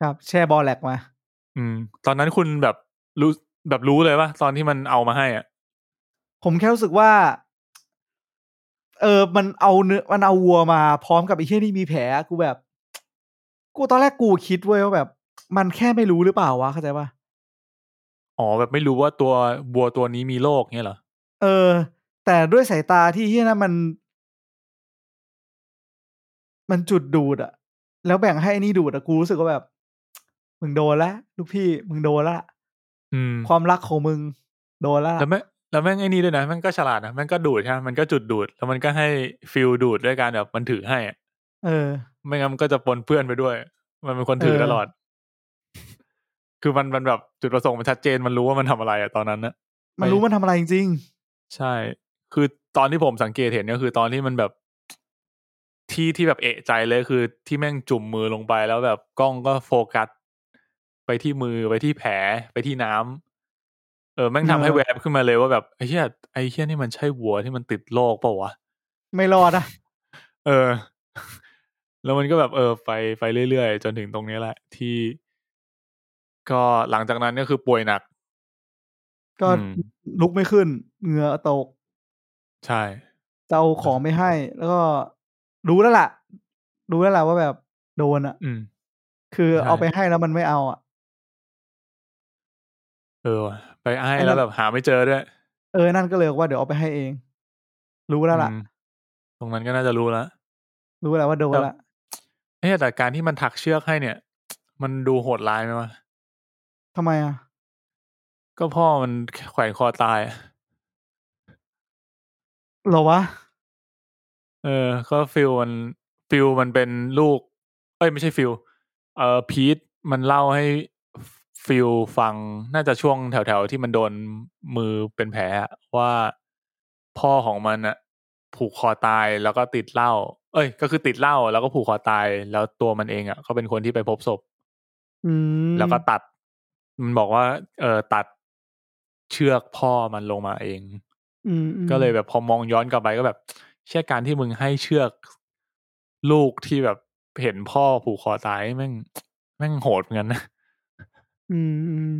Speaker 4: ครับ แชร์บอลแหลกมา
Speaker 2: อืม ตอนนั้นคุณแบบรู้แบบรู้เลยปะตอนที่มันเอามาให้อ่ะ
Speaker 4: ผมแค่รู้สึกว่า เออ มันเอาเนื้อมันเอาวัวมาพร้อมกับไอ้เหี้ยนี่มีแผลกูแบบ กูตอนแรกกูคิดเว้ยว่าแบบ มันแค่ไม่รู้หรือเปล่าวะเข้าใจปะ
Speaker 2: อ๋อแบบไม่รู้ว่าตัววัวตัวนี้มีโรคเนี่ยเหรอ
Speaker 4: เออ แต่ด้วยสายตาที่เฮียนะมัน มันจุดดูดอะแล้วแบ่งให้ไอ้นี่ดูดอะกูรู้สึกว่าแบบ มึงโดนแล้วลูกพี่มึงโดนและ
Speaker 2: อืม
Speaker 4: ความรักของมึง โดนและ
Speaker 2: แล้วแม่งแล้วแม่งไอ้นี่ด้วยนะแม่งก็ฉลาดนะแม่งก็ดูดใช่ไหมมันก็จุดดูด แล้วมันก็ให้ฟิลดูดด้วยการแบบมันถือให้อะ
Speaker 4: เออ
Speaker 2: ไม่งั้นมันก็จะปนเพื่อนไปด้วย มันเป็นคนถือ
Speaker 4: เออ
Speaker 2: ตลอด คือมันมันแบบจุดประสงค์มันชัดเจนมันรู้ว่ามันทำอะไรอะตอนนั้นนะ
Speaker 4: มันรู้มันทำอะไรจริง
Speaker 2: ใช่ คือตอนที่ผมสังเกตเห็นก็คือตอนที่มันแบบที่ที่แบบเอะใจเลยคือที่แม่งจุ่มมือลงไปแล้วแบบกล้องก็โฟกัส ไปที่มือไปที่แผลไปที่น้ำเออแม่งทำให้แวบขึ้นมาเลยว่าแบบไอ้เหี้ยไอ้เหี้ยนี่มันใช่วัวที่มันติดโรคเปล่าวะ
Speaker 4: ๆ ไม่รอดอะ
Speaker 2: เออ แล้วมันก็แบบเออไปไปเรื่อยๆ จนถึงตรงนี้แหละ ที่ก็หลังจากนั้นก็คือป่วยหนัก
Speaker 4: ก็
Speaker 2: อืม
Speaker 4: ลุกไม่ขึ้น เหงื่อตก
Speaker 2: ใช่
Speaker 4: จะเอาของไม่ให้ แล้วก็รู้แล้วล่ะ รู้แล้วล่ะว่าแบบโดนอะ
Speaker 2: อืม
Speaker 4: คือ
Speaker 2: ใช่
Speaker 4: เอาไปให้แล้วมันไม่เอาอะ
Speaker 2: เออว่ะไปให้
Speaker 4: ไอ้นั่น
Speaker 2: แล้วแบบหาไม่เจอด้วย
Speaker 4: เออนั่นก็เลยบอกว่าเดี๋ยวเอาไปให้เอง รู้แล้วล่ะ
Speaker 2: อืมตรงนั้นก็น่าจะรู้แล้ว
Speaker 4: รู้แล้วว่าโดนละ
Speaker 2: เอ๊ะแต่การที่มันถักเชือกให้เนี่ย มันดูโหดร้ายไหมวะ
Speaker 4: ทำไมอ่ะ
Speaker 2: ก็พ่อมันแขวนคอตายอะ
Speaker 4: เหรอวะ
Speaker 2: เออ ก็ฟิลมันฟิลมันเป็นลูก เอ้ยไม่ใช่ฟิลเออพีทมันเล่าให้ฟิลฟังน่าจะช่วงแถวๆที่มันโดนมือเป็นแผลอะว่าพ่อของมันอะผูกคอตายแล้วก็ติดเหล้าเอ้ย ก็คือติดเหล้าแล้วก็ผูกคอตายแล้วตัวมันเองอะก็เป็นคนที่ไปพบศพ
Speaker 4: อืม
Speaker 2: แล้วก็ตัด มันบอกว่า เออตัดเชือกพ่อมันลงมาเอง
Speaker 4: อืมอืม
Speaker 2: ก็เลยแบบพอมองย้อนกลับไปก็แบบ เชื่อการที่มึงให้เชือกลูกที่แบบเห็นพ่อผูกคอตายแม่งแม่งโหดเหมือนกันนะ
Speaker 4: อืมอืม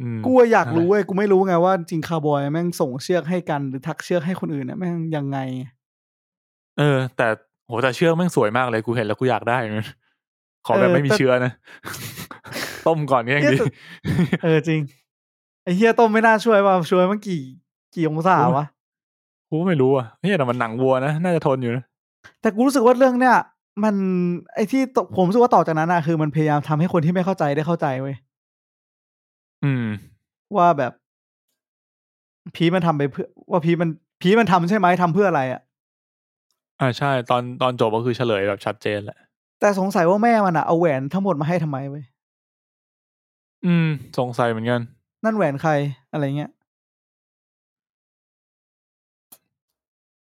Speaker 2: อืม
Speaker 4: กูอะอยากรู้
Speaker 2: อะไร
Speaker 4: เว้ย กูไม่รู้ไงว่าจริงคาร์บอยแม่งส่งเชือกให้กันหรือทักเชือกให้คนอื่นเนี่ยแม่งยังไง
Speaker 2: เออ แต่โหแต่เชือกแม่งสวยมากเลยกูเห็นแล้วกูอยากได้มัน ขอแบบ
Speaker 4: เออ
Speaker 2: ไม่มี
Speaker 4: แต่
Speaker 2: เชื้อนะ ต้มก่อนก็ยัง
Speaker 4: เนี่
Speaker 2: ดี
Speaker 4: ย แต่ เออจริง ไอ้เฮียต้มไม่น่าช่วยว่าช่วยมันกี่กี่องศาวะ
Speaker 2: กูไม่รู้อ่ะเนี่ยแต่มันหนังวัวนะน่าจะทนอยู่นะ
Speaker 4: แต่กูรู้สึกว่าเรื่องเนี่ย มันไอ้ที่ตผมรู้สึกว่าต่อจากนั้นอะคือมันพยายามทำให้คนที่ไม่เข้าใจได้เข้าใจเว้ย
Speaker 2: อืม
Speaker 4: ว่าแบบ พีชมันทำไปเพื่อ ว่าพีชมันพีชมันทำใช่ไหมทำเพื่ออะไรอะ
Speaker 2: อ่าใช่ ตอนตอนจบก็คือเฉลยแบบชัดเจนแหละ
Speaker 4: แต่สงสัยว่าแม่มันอะเอาแหวนทั้งหมดมาให้ทำไมเว้ย
Speaker 2: อืม สงสัยเหมือนกัน
Speaker 4: นั่นแหวนใครอะไรเงี้ย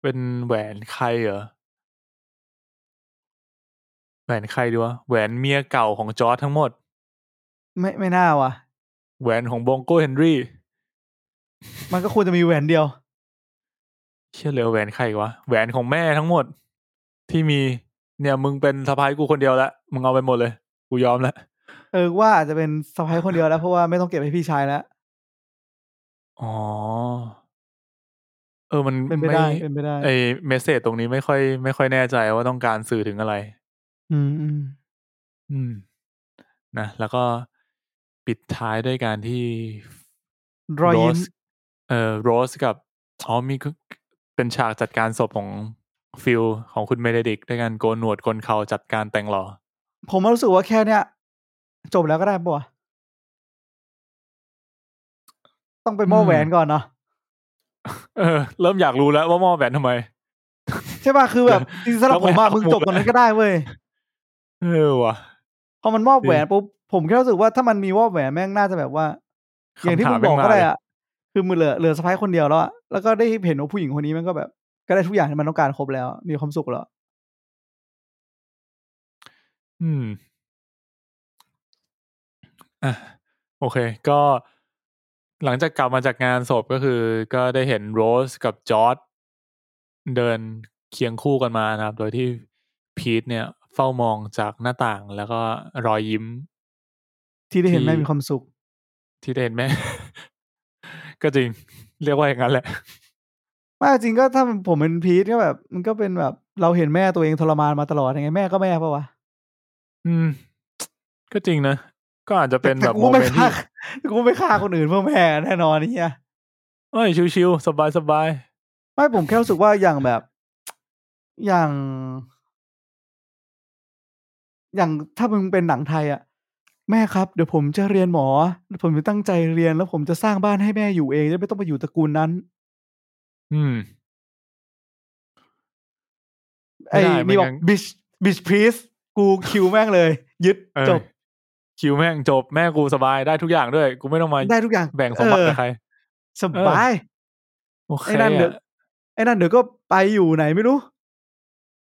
Speaker 2: เป็นแหวนใครเหรอ แหวนใครดีวะ แหวนเมียเก่าของจอร์จทั้งหมด
Speaker 4: ไม่ไม่น่าว่ะ
Speaker 2: แหวนของบงโก้เฮนรี่
Speaker 4: มันก็ควรจะมีแหวนเดียว
Speaker 2: เชื่อเลยแหวนใครอีกวะ แหวนของแม่ทั้งหมด ที่มี เนี่ย มึงเป็นสะพายกูคนเดียวละ มึงเอาไปหมดเลย กูยอมละ
Speaker 4: เออว่าอาจจะเป็นสะพ้ายคนเดียวแล้ว เพราะว่าไม่ต้องเก็บให้พี่ชายแล้ว
Speaker 2: อ๋อ เออ มัน
Speaker 4: เป็นไปได้เป็นไปได้
Speaker 2: ไอเมสเซจตรงนี้ไม่ค่อยไม่ค่อยแน่ใจว่าต้องการสื่อถึงอะไร
Speaker 4: อืมอืม
Speaker 2: อืม นะ แล้วก็ปิดท้ายด้วยการที่
Speaker 4: รอยยิ้ม
Speaker 2: Rose เอ่อโรสกับอ๋อมีก็เป็นฉากจัดการศพของฟิลของคุณเมเดดิกด้วยการโกนหนวดโกนเขาจัดการแต่งหล่อ
Speaker 4: ผมรู้สึกว่าแค่เนี้ยจบแล้วก็ได้ปะวะต้องไปมอบแหวนก่อนเนาะ
Speaker 2: เออ เริ่มอยากรู้แล้วว่ามอบแหวนทำไม
Speaker 4: ใช่ป่ะคือแบบจริงๆสำหรับ
Speaker 2: ต้อง
Speaker 4: ผ
Speaker 2: ไป
Speaker 4: มอะ
Speaker 2: หา
Speaker 4: มึงจบ
Speaker 2: หมวก
Speaker 4: ตรงนั้นก็ได้เว้ย
Speaker 2: เออว่ะ
Speaker 4: พอมันมอบ
Speaker 2: จริง
Speaker 4: แหวนปุ๊บผมแค่รู้สึกว่าถ้ามันมีมอบแหวนแม่งน่าจะแบบว่า อย่างที่
Speaker 2: คำถ
Speaker 4: มึ
Speaker 2: ม
Speaker 4: งบอก
Speaker 2: แม่
Speaker 4: ก็
Speaker 2: มา
Speaker 4: ได้
Speaker 2: เลย
Speaker 4: อะคือมือเหลือเหลือสะพ้ายคนเดียวแล้วอะแล้วก็ได้เห็นว่าผู้หญิงคนนี้มันก็แบบ ก็ได้ทุกอย่างที่มันต้องการครบแล้ว มีความสุขแล้ว
Speaker 2: อืมอ่ะโอเค ก็หลังจากกลับมาจากงานศพก็คือ ก็ได้เห็นโรสกับจอร์ดเดินเคียงคู่กันมานะครับ โดยที่พีทเนี่ย เฝ้ามองจากหน้าต่างแล้วก็รอยยิ้ม
Speaker 4: ที่ได้เห็น
Speaker 2: ที่
Speaker 4: แม่มีความสุข
Speaker 2: ที่ได้เห็นแม่ ก็จริง เรียกว่าอย่างนั้นแหละ
Speaker 4: ไมาจริงก็ถ้าผมเป็นพีทก็แบบ มันก็เป็นแบบเราเห็นแม่ตัวเองทรมานมาตลอดยังไงแม่ก็แม่ปะวะ
Speaker 2: อืม ก็จริงนะ ก็อาจจะเป็นแบบ
Speaker 4: ต่
Speaker 2: โม
Speaker 4: กู
Speaker 2: เม
Speaker 4: ไม่
Speaker 2: นต์
Speaker 4: ฆ่า
Speaker 2: ที่
Speaker 4: กูไม่ฆ่าคนอื่นเพื่อแม่แน่นอนไอ้เนี่ย
Speaker 2: เอ้ยชิวๆสบายสบาย
Speaker 4: ไม่ผมแค่รู้สึกว่าอย่างแบบ อย่าง อย่างถ้ามึงเป็นหนังไทยอะแม่ครับ เดี๋ยวผมจะเรียนหมอ ผมจะตั้งใจเรียนแล้วผมจะสร้างบ้านให้แม่อยู่เองจะไม่ต้องไปอยู่ตระกูลนั้น
Speaker 2: ๆอืม
Speaker 4: ไอ้
Speaker 2: ไม่ได้ไม่
Speaker 4: นี่บอ
Speaker 2: งั้
Speaker 4: ก
Speaker 2: น
Speaker 4: บิชบิชพีซกูคิวแม่งเลย ยึด
Speaker 2: เออ
Speaker 4: จบ
Speaker 2: คิวแม่งจบแม่กูสบายได้ทุกอย่างด้วย กูไม่ต้องมา
Speaker 4: ได้ทุกอย่าง
Speaker 2: แบ่งสมบัติ
Speaker 4: เออ
Speaker 2: กับใคร
Speaker 4: สบาย
Speaker 2: โอเค
Speaker 4: ไอ้นั่นเดี๋ยว
Speaker 2: อะ
Speaker 4: ไอ้นั่นเดี๋ยวก็ไปอยู่ไหนไม่รู้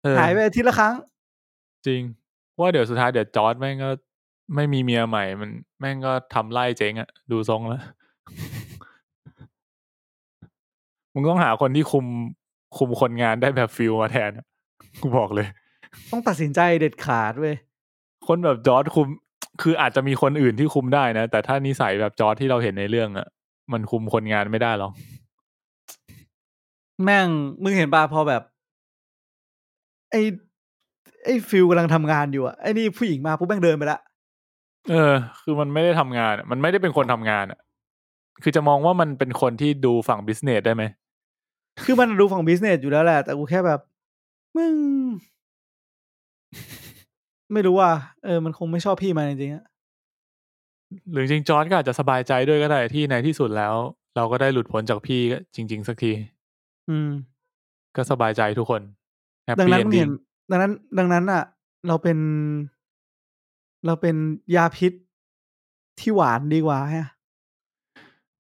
Speaker 2: เออ
Speaker 4: หายไปอาทิตย์ละครั้ง
Speaker 2: จริง ว่าเดี๋ยวสุดท้ายเดี๋ยวจอร์ดแม่งก็ไม่มีเมียใหม่มันแม่งก็ทำไล่เจ๊งอะดูทรงแล้ว มึงต้องหาคนที่คุมคุมคนงานได้แบบฟิลมาแทนอะ กูบอกเลย
Speaker 4: ต้องตัดสินใจเด็ดขาดเว้ย
Speaker 2: คนแบบจอร์ดคุม คืออาจจะมีคนอื่นที่คุมได้นะ แต่ถ้านิสัยแบบจอร์ดที่เราเห็นในเรื่องอะมันคุมคนงานไม่ได้หรอก
Speaker 4: แม่งมึงเห็นป่ะพอแบบ ไอ้ไอ้ฟิลกำลังทำงานอยู่อะไอ้นี่ผู้หญิงมาปุ๊บแม่งเดินไปละ
Speaker 2: เออ คือมันไม่ได้ทำงานอะมันไม่ได้เป็นคนทำงานอะคือจะมองว่ามันเป็นคนที่ดูฝั่งบิสเนสได้ไหม
Speaker 4: คือมันรู้ฝั่งบิสเนสอยู่แล้วแหละ แต่กูแค่แบบ มึง ไม่รู้ว่า เออ มันคงไม่ชอบพี่มันจริงๆอะ
Speaker 2: หรือจริงๆจอร์ดก็อาจจะสบายใจด้วยก็ได้ที่ในที่สุดแล้ว เราก็ได้หลุดพ้นจากพี่ก็จริง ๆ สักที
Speaker 4: อืม
Speaker 2: ก็สบายใจทุกคนแฮป
Speaker 4: ดัง
Speaker 2: ปี้
Speaker 4: นั้น
Speaker 2: เอน
Speaker 4: มึง
Speaker 2: ดิ้
Speaker 4: เห็นดังนั้น ดังนั้นอ่ะ เราเป็น เราเป็นยาพิษที่หวานดีกว่าฮะ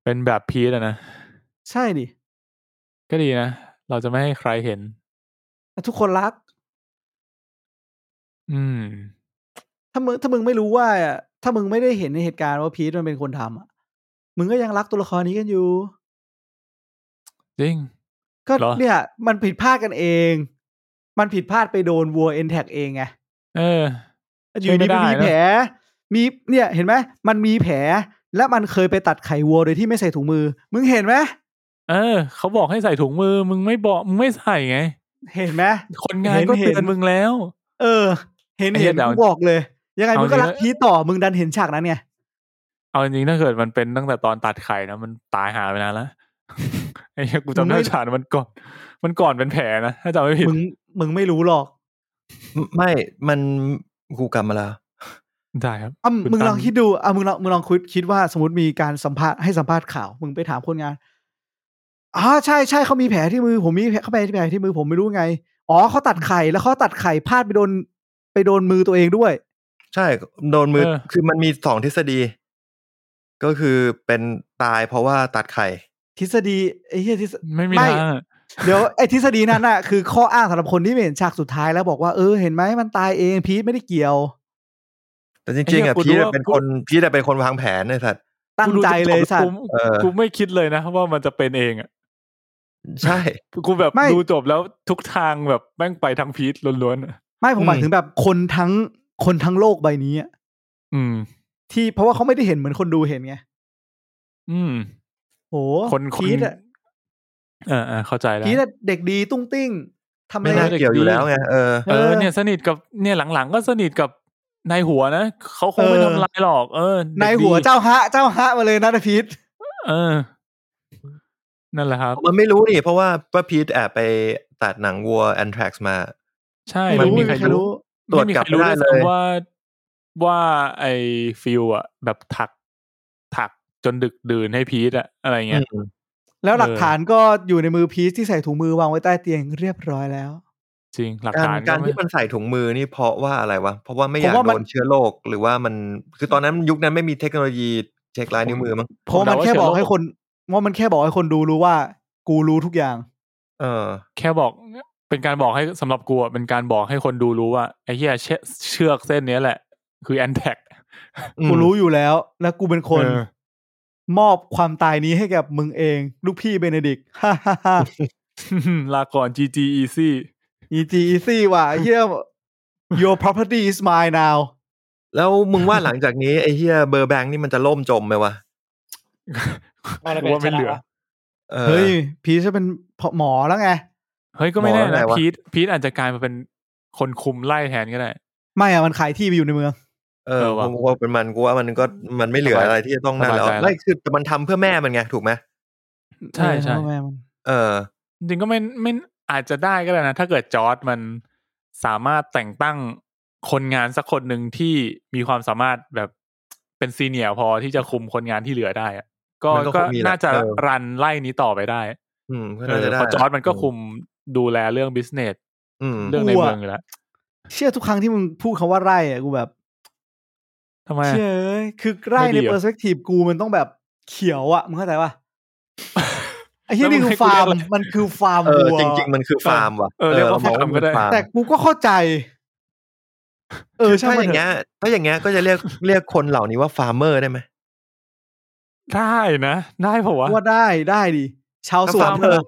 Speaker 2: เป็นแบบพีทอะนะ
Speaker 4: ใช่ดิ
Speaker 2: ก็ดีนะ เราจะไม่ให้ใครเห็น
Speaker 4: ทุกคนรัก
Speaker 2: อืม
Speaker 4: ถ้ามึงถ้ามึงไม่รู้ว่าอะถ้ามึงไม่ได้เห็นในเหตุการณ์ว่าพีทมันเป็นคนทำอ่ะมึงก็ยังรักตัวละครนี้กันอยู่
Speaker 2: จริง
Speaker 4: ก็
Speaker 2: เหรอ
Speaker 4: เนี่ย มันผิดพลาดกันเอง มันผิดพลาดไปโดนวัวเอ็นแท็กเองไง
Speaker 2: เออ
Speaker 4: อยู่ดีมัน
Speaker 2: ช่วยไม่
Speaker 4: มี
Speaker 2: ได้นะ
Speaker 4: แผล มีเนี่ยเห็นไหมมันมีแผล และมันเคยไปตัดไขวัวโดยที่ไม่ใส่ถุงมือ มึงเห็นไหม
Speaker 2: เออ เขาบอกให้ใส่ถุงมือ มึงไม่บอกมึงไม่ใส่ไง
Speaker 4: เห็นไหม
Speaker 2: คนงานก็
Speaker 4: เห็นเห็น
Speaker 2: เตือนมึงแล้ว
Speaker 4: เออ เห็น
Speaker 2: ไอ้เหี้
Speaker 4: เห็
Speaker 2: ย
Speaker 4: น
Speaker 2: แต่
Speaker 4: กูบอกเลย ยังไง
Speaker 2: เอามึ
Speaker 4: มึงก็
Speaker 2: จริง
Speaker 4: รัก
Speaker 2: นะ
Speaker 4: พีทต่อมึงดันเห็นฉากนั้นไง
Speaker 2: เอาจริงๆถ้าเกิดมันเป็นตั้งแต่ตอนตัดไข่นะมันตายหาไปนานแล้ว ไอ้เหี้ยกูจำได้ฉากมันก่อน มันก่อนเป็นแผลนะถ้าจำไม่ผิด
Speaker 4: มึงมึงไม่รู้หรอก
Speaker 3: ไม่มันกูกลับมาแล้ว
Speaker 2: ได้ครับ
Speaker 4: อ่ะ
Speaker 2: คุณ
Speaker 4: มึง
Speaker 2: ตั้
Speaker 4: ล
Speaker 2: ม
Speaker 4: องคิดดูอ่ะมึงลองมึงลองคิดคิดว่าสมมติมีการสัมภาษณ์ให้สัมภาษณ์ข่าว มึงไปถามคนงานอ๋อใช่ใช่เขามีแผลที่มือ ผมมีแผลเขาไปที่แผลที่มือผมไม่รู้ไง อ๋อเขาตัดไข่แล้วเขาตัดไข่พลาดไปโดนไปโดนมือตัวเองด้วย
Speaker 3: ใช่ โดนมือ
Speaker 2: เออ
Speaker 3: คือมันมีสองทฤษฎี ก็คือเป็นตายเพราะว่าตัดไข่
Speaker 4: ทฤษฎีไอ้เหี้ยทฤษ
Speaker 2: ไม่มี
Speaker 4: ไม่
Speaker 2: ทางอะ
Speaker 4: เดี๋ยวไอ้ทฤษฎีนั้นน่ะคือข้ออ้างสำหรับคนที่ไม่เห็นฉากสุดท้ายแล้วบอกว่าเออเห็นไหมมันตายเองพีทไม่ได้เกี่ยว
Speaker 3: แต่จริงๆอ่ะ
Speaker 2: ไอ้เหี้ย
Speaker 3: พีท
Speaker 2: กูรู้
Speaker 3: อะ
Speaker 2: ว่า
Speaker 3: เป็นคนพีทอะเป็นคนวางแผนไอ้สัตว์
Speaker 4: ตั้งใจเลยสัต
Speaker 2: กู
Speaker 4: ว์
Speaker 3: เออ
Speaker 2: กูไม่คิดเลยนะว่ามันจะเป็นเองอ่ะ
Speaker 3: ใช่
Speaker 2: กูแบบ
Speaker 4: ไม่
Speaker 2: ดูจบแล้วทุกทางแบบแม่งไปทางพีทล้วนๆอะ
Speaker 4: ไม่ผมหมาย
Speaker 3: อืม
Speaker 4: ถึงแบบคนทั้งคนทั้งโลกใบนี้อะ
Speaker 2: อืม
Speaker 4: ที่เพราะว่าเขาไม่ได้เห็นเหมือนคนดูเห็นไง
Speaker 2: อืม
Speaker 4: โห
Speaker 2: คนคน
Speaker 4: พีทอะ
Speaker 2: เออเออเข้าใจแล้ว
Speaker 4: พีทอะเด็กดีตุ้งติ้งทำอะ
Speaker 3: ไม่
Speaker 4: ไร
Speaker 3: น่า
Speaker 2: เด็ก
Speaker 3: เกี่ยวอยู่
Speaker 2: ดี
Speaker 3: แล้วไงเออ
Speaker 2: เออเนี่ยสนิทกับเนี่ยหลังๆ ก็สนิทกับนายหัวนะเขาคงไม่ทำลายหรอก เออ
Speaker 4: ในายหัว
Speaker 2: ด็กดี
Speaker 4: เจ้าฮะ เจ้าฮะมาเลยนะนะพีท
Speaker 2: เออ นั่นแหละครับ
Speaker 3: มันไม่รู้นี่เพราะว่าป้าพีทแอบไปตัดหนังวัวแอนทรักซ์มา
Speaker 2: ใช่
Speaker 4: ไม่
Speaker 2: ไม่มี
Speaker 4: รู้
Speaker 2: ใค
Speaker 4: ไม่
Speaker 2: ร
Speaker 4: มีใคร
Speaker 2: รู้
Speaker 3: ต
Speaker 4: รู้
Speaker 3: รวจกลับไม่ได้เลย
Speaker 2: ม่มีใครรู้ด้วซ้ำว่าว่าไอ้ฟิลอะแบบถักถักจนดึกดื่นให้พีทอะอะไรเงี้ย
Speaker 3: อืม
Speaker 4: แล้วหลัก
Speaker 2: เออ
Speaker 4: ฐานก็อยู่ในมือพีทที่ใส่ถุงมือวางไว้ใต้เตียงเรียบร้อยแล้ว
Speaker 2: จริงหลัก
Speaker 3: การ
Speaker 2: ฐาน
Speaker 3: การ
Speaker 2: ไม่
Speaker 3: ที่มันใส่ถุงมือนี่เพราะว่าอะไรวะ เพราะว่าไม่อยาก
Speaker 4: ผมว่ามั
Speaker 3: โด
Speaker 4: น
Speaker 3: นเชื้อโรคหรือว่ามันคือตอนนั้นยุคนั้นไม่มีเทคโนโลยีเช็คลายนิ้วมือมั้ง
Speaker 4: เพราะ
Speaker 2: ผม
Speaker 4: มัน
Speaker 2: เดาว่า
Speaker 4: แค่บอ
Speaker 2: เชื้อ
Speaker 4: ก
Speaker 2: โรค
Speaker 4: ให้คนว่ามันแค่บอกให้คนดูรู้ว่า กูรู้ทุกอย่าง
Speaker 3: เออ
Speaker 2: แค่บอกเป็นการบอกให้สำหรับกูอะเป็นการบอกให้คนดูรู้ว่าไอ้เหี้ยเชืเชือกเส้นเนี้ยแหละ คือแอนแท็ก
Speaker 4: กูรู้อยู่แล้ว และกูเป็นคน
Speaker 2: เออ
Speaker 4: มอบความตายนี้ให้กับมึงเอง ลูกพี่เบเนดิกต์ฮ่าฮ่าฮ่า
Speaker 2: ลาก่อน GG Easy
Speaker 4: อีจีอีซี่ว่ะ เฮีย your property is mine now
Speaker 3: แล้วมึ งว่าหลังจากนี้ไอ้เฮียเบอร์แบงค์นี่มันจะล่มจมไหมวะ
Speaker 5: ว่า
Speaker 2: ว่าไม่เหลือ
Speaker 3: เออ
Speaker 4: เฮ้ย พีชจะเป็นหมอแล้วไง
Speaker 2: เฮ้ยก็ไม่แน่
Speaker 3: หมอแล้วไง
Speaker 2: นะ
Speaker 3: วะ
Speaker 2: พีทพีทอาจจะกลายมาเป็นคนคุมไล่แทนก็ได้
Speaker 4: ไม่อะมันขายที่ไปอยู่ในเมือง
Speaker 3: เออ
Speaker 2: เออว่ะ
Speaker 3: กูว่าเป็นมันกูว่ามันก็มันไม่เหลือ
Speaker 2: สบาย
Speaker 3: อะไรที่จะต้องนั่นแล้ว
Speaker 2: สบายใจละ
Speaker 3: ไม่คือแต่มันทำเพื่อแม่มันไงถูกไหม
Speaker 2: ใช่ใช่
Speaker 4: เออแม่มัน
Speaker 3: เออ
Speaker 2: จริงก็ไม่ไม่อาจจะได้ก็ได้นะ ถ้าเกิดจอร์ดมันสามารถแต่งตั้งคนงานสักคนหนึ่งที่มีความสามารถแบบเป็นซีเนียร์พอที่จะคุมคนงานที่เหลือได้อะก็
Speaker 3: มันก็ค
Speaker 2: ก็
Speaker 3: งมีแหละ
Speaker 2: น่าจะ
Speaker 3: เออ
Speaker 2: รันไล่นี้ต่อไปได้
Speaker 3: อืมก็
Speaker 2: เอ
Speaker 3: น่า
Speaker 2: อ
Speaker 3: จะได้
Speaker 2: เพราะจอร์ดมันก็คุมดูแลเรื่องบิสเนส
Speaker 3: อืม
Speaker 2: เรื่องในเมืองอยู่แล้ว
Speaker 4: เชื่อทุกครั้งที่มึงพูดคำว่าไร่อะกูแบบ
Speaker 2: ทำไมอะ
Speaker 4: เชื่อเอ้ยคือไร่
Speaker 2: ไม่ดี
Speaker 4: ใน
Speaker 2: เหรอ
Speaker 4: เปอร์สเปกทีฟกูมันต้องแบบเขียวอะมึงเข้าใจป่ะไอ้ที่
Speaker 2: แล้ว
Speaker 4: นี่
Speaker 2: ง
Speaker 4: คือ
Speaker 2: ให้กู
Speaker 4: ฟาร์ม
Speaker 2: เรียกอะไร
Speaker 4: มันคือฟาร์ม
Speaker 3: เอ
Speaker 4: วั
Speaker 3: อ
Speaker 4: ว
Speaker 3: จริง ๆ มันคือฟาร์มว่ะ
Speaker 2: เออเรียกว่า
Speaker 3: เอง
Speaker 2: ฟาร์มก็ได้
Speaker 3: นคือฟาร์ม
Speaker 4: แต่กูก็เข้าใจ เออ
Speaker 3: คือ
Speaker 4: ใช่
Speaker 3: ถ้า
Speaker 4: มั
Speaker 3: อน ย่าง
Speaker 4: เถ
Speaker 3: เงี้
Speaker 4: อะ
Speaker 3: ยถ้าอย่างเงี้ยก็จะเรียกเรียกคนเหล่านี้ว่าฟาร์มเมอร์ได้ไหม
Speaker 2: ได้นะได้ผมว่า
Speaker 4: ว่าได้ได้ดิชาวสวน
Speaker 3: ฟาร์มเมอร์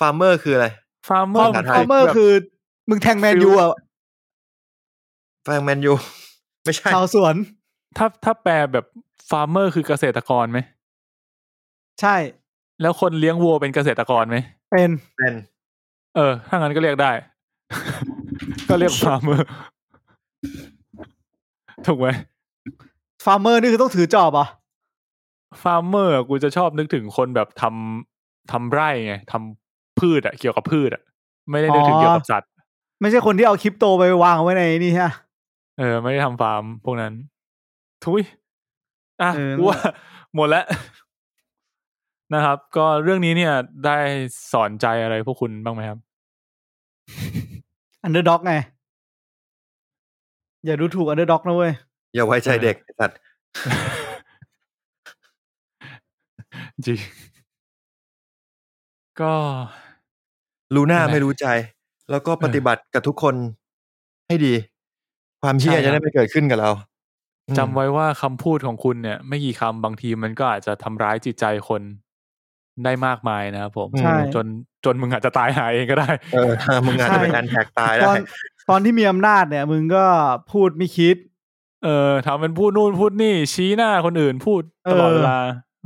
Speaker 3: ฟาร์มเมอร์คืออะไร
Speaker 2: ฟาร์มเมอ
Speaker 4: ฟา
Speaker 2: ร์
Speaker 4: ร์ม
Speaker 3: ภาษาไทย
Speaker 4: ฟาร์มเมอร์คือ มึงแทงแมนยูอะ
Speaker 3: แฟงแมนยู ไม่ใช่
Speaker 4: ชาวสวน
Speaker 2: ถ้าถ้าแปลแบบฟาร์มเมอร์คือเกษตรกรไหม
Speaker 4: ใช่
Speaker 2: แล้วคนเลี้ยงวัวเป็นเกษตรกรไหม
Speaker 4: เป็น
Speaker 3: เป็น
Speaker 2: เออ ถ้างั้นก็เรียกได้ ก็เรียกฟาร์มเมอร์ ถูกไหม
Speaker 4: ฟาร์มเมอร์นี่คือต้องถือจอบเหรอ่ะ
Speaker 2: ฟาร์มเมอร์กูจะชอบนึกถึงคนแบบทำทำไร่ไงทำพืชอะเกี่ยวกับพืชอะไม่ได้นึกถึงเกี่ยวกับสัตว์
Speaker 4: ไม่ใช่คนที่เอาคริปโตไปวางไว้ในนี่ฮะ
Speaker 2: เออ ไม่ได้ทำฟาร์มพวกนั้น ทุยอ่ะ
Speaker 4: เออ
Speaker 2: กูว่า หมดแล้ว นะครับ ก็เรื่องนี้เนี่ยได้สอนใจอะไรพวกคุณบ้างไหมครับ
Speaker 4: อันเดอร์ด็อกไง อย่าดูถูกอันเดอร์ด็อกนะเว้ย
Speaker 3: อย่าไว้ใจเด็กไอ้สัตว์
Speaker 2: จริง ก็
Speaker 3: รู้หน้า
Speaker 2: นั่นแหละ
Speaker 3: ไม่รู้ใจ แล้วก็ปฏิบัติกับทุกคนให้ดี ความเชี่ย
Speaker 2: ใช่ครับ
Speaker 3: จะได้ไม่เกิดขึ้นกับเราอืม
Speaker 2: จำไว้ว่าคำพูดของคุณเนี่ย ไม่กี่คำบางทีมันก็อาจจะทำร้ายจิตใจคนได้มากมายนะครับผม
Speaker 4: ใช่
Speaker 2: จนจนมึงอาจจะตายหายเองก็ได้
Speaker 3: เอ อถ้ามึงอาจจะเป็น
Speaker 4: ใช่
Speaker 3: การแท็กตาย
Speaker 4: ต
Speaker 3: ได้
Speaker 4: อนตอนที่มีอำนาจเนี่ย มึงก็พูดไม่คิด
Speaker 2: เออทำเป็นพูดนู่นพูดนี่ ชี้หน้าคนอื่นพูดตลอดเวลา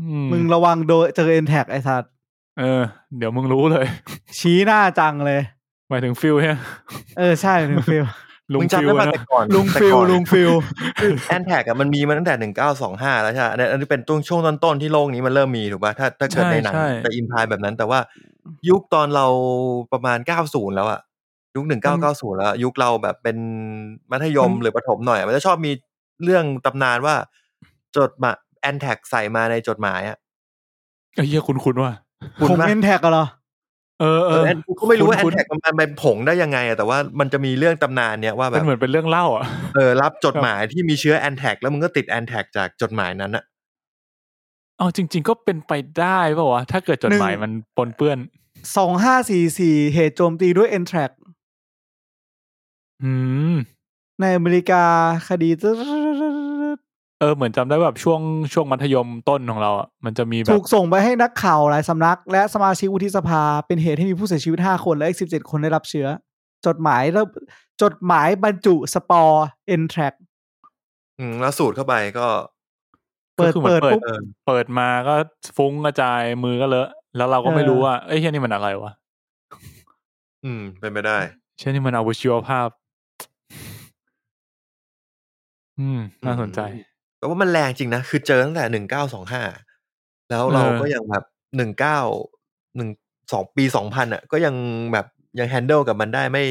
Speaker 4: มึ
Speaker 2: มึ
Speaker 4: งระวังโดยเจอเอ็นแท็กไอ้สัตว์
Speaker 2: เออ เดี๋ยวมึงรู้เลย
Speaker 4: ชี้หน้าจังเลย
Speaker 2: หมายถึงฟิลเนี่ย
Speaker 4: เออใช่ลุงฟิ ล
Speaker 2: ลุง
Speaker 3: มึง
Speaker 2: ฟิ
Speaker 3: จำ
Speaker 2: ล
Speaker 3: ได้ป่ะ
Speaker 2: นะ
Speaker 3: แต่ก่อน
Speaker 4: ลุงฟิล
Speaker 3: แต่ก่อน
Speaker 4: ลุงฟิล
Speaker 3: แอนแท็กอะมันมีมาตั้งแต่หนึ่งเก้าสองห้าแล้วใช่ไหมอันนี้อันนี้เป็นต้นช่วงต้นๆที่โลกนี้มันเริ่มมีถูกป่ะถ้าถ้าเกิดในหนังจะอินพายแบบนั้น แต่ว่ายุคตอนเราประมาณเก้าศูนย์แล้วอะยุคหนึ่งเก้าเก้าศูนย์แล้วอะยุคเราแบบเป็นมัธยมหรือประถมหน่อยอะมันจะชอบมีเรื่องตำนานว่า จดหมายแอนแท็กใส่มาในจดหมายอะ
Speaker 2: ไอ้เหี้ยคุณคุณว่า
Speaker 3: คุณ
Speaker 4: ผม
Speaker 3: ว่า
Speaker 4: เอ็นแท็กเหรอ
Speaker 2: เออเอ
Speaker 3: เอ
Speaker 2: อ
Speaker 3: อแอนกูก็ไม่รู้ว่าแอ
Speaker 2: คุ้
Speaker 3: น
Speaker 2: ๆ
Speaker 3: แท็กมันเป็นผงได้ยังไงอะแต่ว่ามันจะมีเรื่องตำนานเนี่ยว่าแบ
Speaker 2: มัน
Speaker 3: บ
Speaker 2: เหมือนเป็นเรื่องเล่าอ่ะ
Speaker 3: เออรับจดหมายที่มีเชื้อแอนแท็กแล้วมึงก็ติดแอนแท็กจากจดหมายนั้นอะ
Speaker 2: เอาจริง ๆ ก็เป็นไปได้ป่าวะถ้าเกิดจดหมาย
Speaker 4: หนึ่ง
Speaker 2: มันปนเปื้อน
Speaker 4: สองห้าสี่สี่เหตุโจมตีด้วยเอ็นแท็ก
Speaker 2: อืม
Speaker 4: ในอเมริกาคดีตึ๊ด
Speaker 2: เออเหมือนจำได้แบบช่วงช่วงมัธยมต้นของเราอ่ะมันจะมีแบ
Speaker 4: ถู
Speaker 2: บ
Speaker 4: กส่งไปให้นักข่าวหลายสำนัก และสมาชิกวุฒิสภาเป็นเหตุให้มีผู้เสียชีวิตห้าคนและอีกสิบเจ็ดคนได้รับเชื้อ จดหมายแล้วจดหมายบรรจุสปอร์เอ็นแท็ก
Speaker 3: อืมแล้วสูดเข้าไปก็
Speaker 4: เปิ
Speaker 2: ก็
Speaker 4: ด
Speaker 2: คือหมือ
Speaker 4: เปิ
Speaker 2: น
Speaker 4: ดปุ๊บ
Speaker 3: เออ
Speaker 2: เปิดมาก็ฟุ้งกระจายมือก็เลอะ แล้วเราก็ไม่
Speaker 4: เออ
Speaker 2: รู้ว่าเอ้ยเช่นนี่มันอะไรวะ
Speaker 3: อืม เป็นไปได้
Speaker 2: เช่นนี่มันอาวุธชีวภาพ อืม น่าสนใจ
Speaker 3: แต่ว่ามันแรงจริงนะ คือเจอตั้งแต่หนึ่งเก้าสองห้าแล้วเรา
Speaker 2: เออ
Speaker 3: ก็ยังแบบหนึ่งเก้าหนึ่งสองปีสองพันอ่ะ ก็ยังแบบยังแฮนเดิลกับมันได้ไม่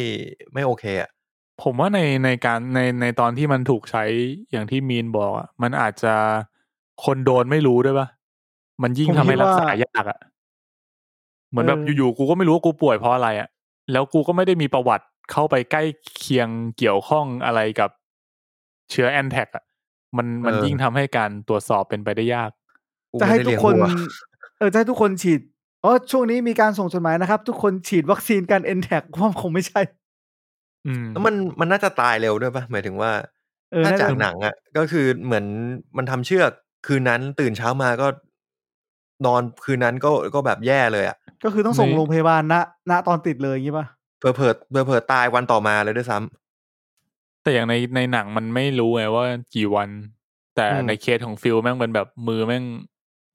Speaker 3: ไม่โอเคอ่ะ
Speaker 2: ผมว่าในในการในในตอนที่มันถูกใช้อย่างที่มีนบอกอ่ะมันอาจจะคนโดนไม่รู้ด้วยปะมันยิ่ง
Speaker 4: ผม
Speaker 2: ทำให้
Speaker 4: คิดว่า
Speaker 2: รักษายากอ่ะ เหมือนแบบ
Speaker 4: เออ
Speaker 2: อยู่ๆกูก็ไม่รู้ว่ากูป่วยเพราะอะไรอ่ะ แล้วกูก็ไม่ได้มีประวัติเข้าไปใกล้เคียงเกี่ยวข้องอะไรกับเชื้อแอนแท็กอ่ะ มันมัน
Speaker 3: เออ
Speaker 2: ยิ่งทำให้การตรวจสอบเป็นไปได้ยาก
Speaker 3: กู
Speaker 4: จะ
Speaker 3: ไม่
Speaker 4: ให้
Speaker 3: ได้
Speaker 4: ทุ
Speaker 3: เลี้
Speaker 4: ก
Speaker 3: ยง
Speaker 4: คน
Speaker 3: วัว
Speaker 4: เออจะให้ทุกคนฉีดอ๋อช่วงนี้มีการส่งจดหมายนะครับ ทุกคนฉีดวัคซีนกันเอ็นแท็กว่าคงไม่ใช่
Speaker 2: อืม
Speaker 3: แล้วมันมันน่าจะตายเร็วด้วยปะหมายถึงว่า
Speaker 4: เออ
Speaker 3: ถ้า
Speaker 4: น่า
Speaker 3: จาก
Speaker 4: จะ
Speaker 3: หนังอ่ะ ก็คือเหมือนมันทำเชือกคืนนั้นตื่นเช้ามาก็ นอนคืนนั้นก็ก็แบบแย่เลยอ่ะ
Speaker 4: ก็คือต้องส่ง
Speaker 2: ไม่
Speaker 4: โรงพยาบาลณณตอนติดเลยอย่างงี้ป่ะ
Speaker 3: เผลอเผลอเผลอเผลอตายวันต่อมาเลยด้วยซ้ำ
Speaker 2: แต่อย่างในในหนังมันไม่รู้ไงว่ากี่วัน แต่
Speaker 3: อืม
Speaker 2: ในเคสของฟิลแม่งเป็นแบบมือแม่ง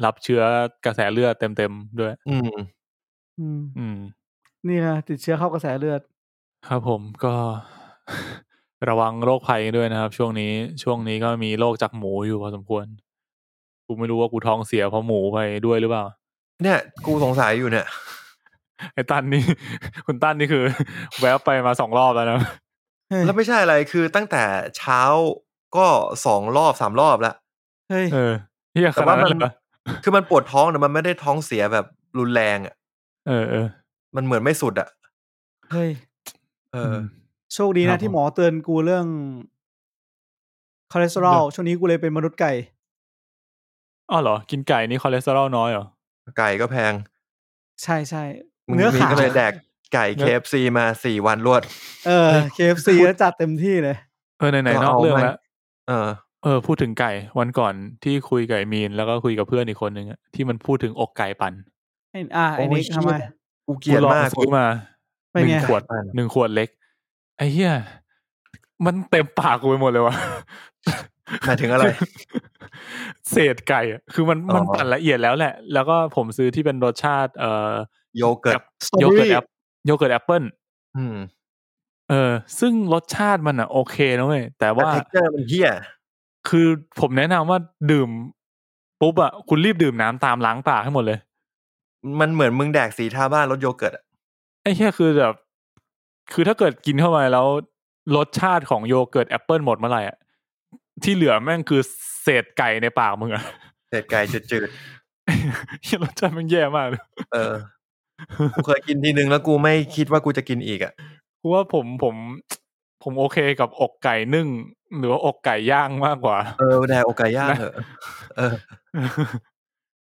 Speaker 2: รับเชื้อกระแสเลือดเต็มๆด้วย
Speaker 3: อืม
Speaker 4: อืม
Speaker 2: อืม
Speaker 4: นี่นะติดเชื้อเข้ากระแสเลือด
Speaker 2: ครับผมก็ ระวังโรคภัยด้วยนะครับ ช่วงนี้ช่วงนี้ก็มีโรคจากหมูอยู่พอสมควร กูไม่รู้ว่ากูท้องเสียเพราะหมูไปด้วยหรือเปล่า
Speaker 3: เนี่ยกูสงสัยอยู่เนี่ย
Speaker 2: ไอ้ตั้นนี่ คุณตั้นนี่คือ แวะไปมาสองรอบแล้วนะ
Speaker 3: แล้วไม่ใช่อะไรคือตั้งแต่เช้าก็สองรอบสามรอบแล้ว
Speaker 4: เฮ้ย
Speaker 2: เออเฮียข
Speaker 3: แต่
Speaker 2: นา
Speaker 3: ว่า
Speaker 2: ด
Speaker 3: มั
Speaker 2: นั้น นเหรอ
Speaker 3: คือมันปวดท้องแต่มันไม่ได้ท้องเสียแบบรุนแรงอ่ะ
Speaker 2: เออเออ
Speaker 3: มันเหมือนไม่สุดอ่ะ
Speaker 4: เฮ้ย
Speaker 3: เอออ
Speaker 2: ม
Speaker 4: โชคดี
Speaker 2: ครั
Speaker 4: นะ
Speaker 2: บ
Speaker 4: ที่หมอเตือนกูเรื่องคอเลสเตอรอล
Speaker 2: เรื่อง
Speaker 4: ช่วงนี้กูเลยเป็นมนุษย์ไก่
Speaker 2: อ๋อเหรอ กินไก่นี่คอเลสเตอรอลน้อยเหรอ
Speaker 3: ไก่ก็แพง
Speaker 4: ใช่ใช่
Speaker 3: มึง
Speaker 4: เนื้อ
Speaker 3: มี
Speaker 4: ขาว
Speaker 3: ก็เลยแดกไก่
Speaker 2: เนื้อ
Speaker 3: KFC มาสี่วันรวด
Speaker 4: เออ KFC
Speaker 3: พูด
Speaker 4: แล้วจัดเต็มที่เลย
Speaker 2: เออไหนไหน
Speaker 3: ก็
Speaker 2: ๆนอก
Speaker 3: เอา
Speaker 2: เรื่อง
Speaker 3: มัน
Speaker 2: แล้ว
Speaker 3: เออ
Speaker 2: เออพูดถึงไก่วันก่อนที่คุยกับไอ้มีนแล้วก็คุยกับเพื่อนอีกคนหนึ่งอะที่มันพูดถึงอกไก่ปั่น
Speaker 4: ไอ้อ่าไอ้
Speaker 3: โอ้
Speaker 4: นิ
Speaker 3: ยเหี้ย
Speaker 4: กทำไม
Speaker 3: กูเกลียด
Speaker 2: ลอง
Speaker 3: มาก
Speaker 2: ซื้อมา
Speaker 4: เป็น
Speaker 2: หนึ่
Speaker 4: ไง
Speaker 2: งขวด
Speaker 3: ปั่นอะ
Speaker 2: หนึ่งขวดเล็ก ไอ้เหี้ยมันเต็มปากกูไปหมดเลยวะ
Speaker 3: หมายถึงอะไร
Speaker 2: เศษไก่อะคือมัน
Speaker 3: อ๋อ
Speaker 2: มันปั่นละเอียดแล้วแหละ แล้วก็ผมซื้อที่เป็นรสชาติ เอ่อ
Speaker 3: โยเกิร์ต
Speaker 2: แอปโยเกิร์ตแอปโยเกิร์ตแอปเปิ้ล
Speaker 3: อืม
Speaker 2: เออ ซึ่งรสชาติมันอ่ะโอเคนะเว้ยแต่ว่า
Speaker 3: ว่าเทคเจอร์มันเหี้ย
Speaker 2: คือผมแนะนำว่าดื่มปุ๊บอ่ะคุณรีบดื่มน้ำตามล้างปากให้หมดเลย
Speaker 3: มันเหมือนมึงแดกสีทาบ้านรสโยเกิร์ตอะ
Speaker 2: ไอ้แค่คือแบบคือถ้าเกิดกินเข้าไปแล้วรสชาติของโยเกิร์ตแอปเปิลหมดเมื่อไหร่อ่ะที่เหลือแม่งคือเศษไก่ในปากมึงอ่ะ
Speaker 3: เศษไก่จืด
Speaker 2: เหี้ยรสชาติแมันแย่มากเลย
Speaker 3: ๆเออกูเคยกินทีนึงแล้วกูไม่คิดว่ากูจะกินอีกอ่ะ
Speaker 2: เพราะว่าผมผม ผมโอเคกับอกไก่นึ่ง หรือว่าอกไก่ย่างมากกว่า
Speaker 3: เออแดกโอกไก่ย่างเถอะเออ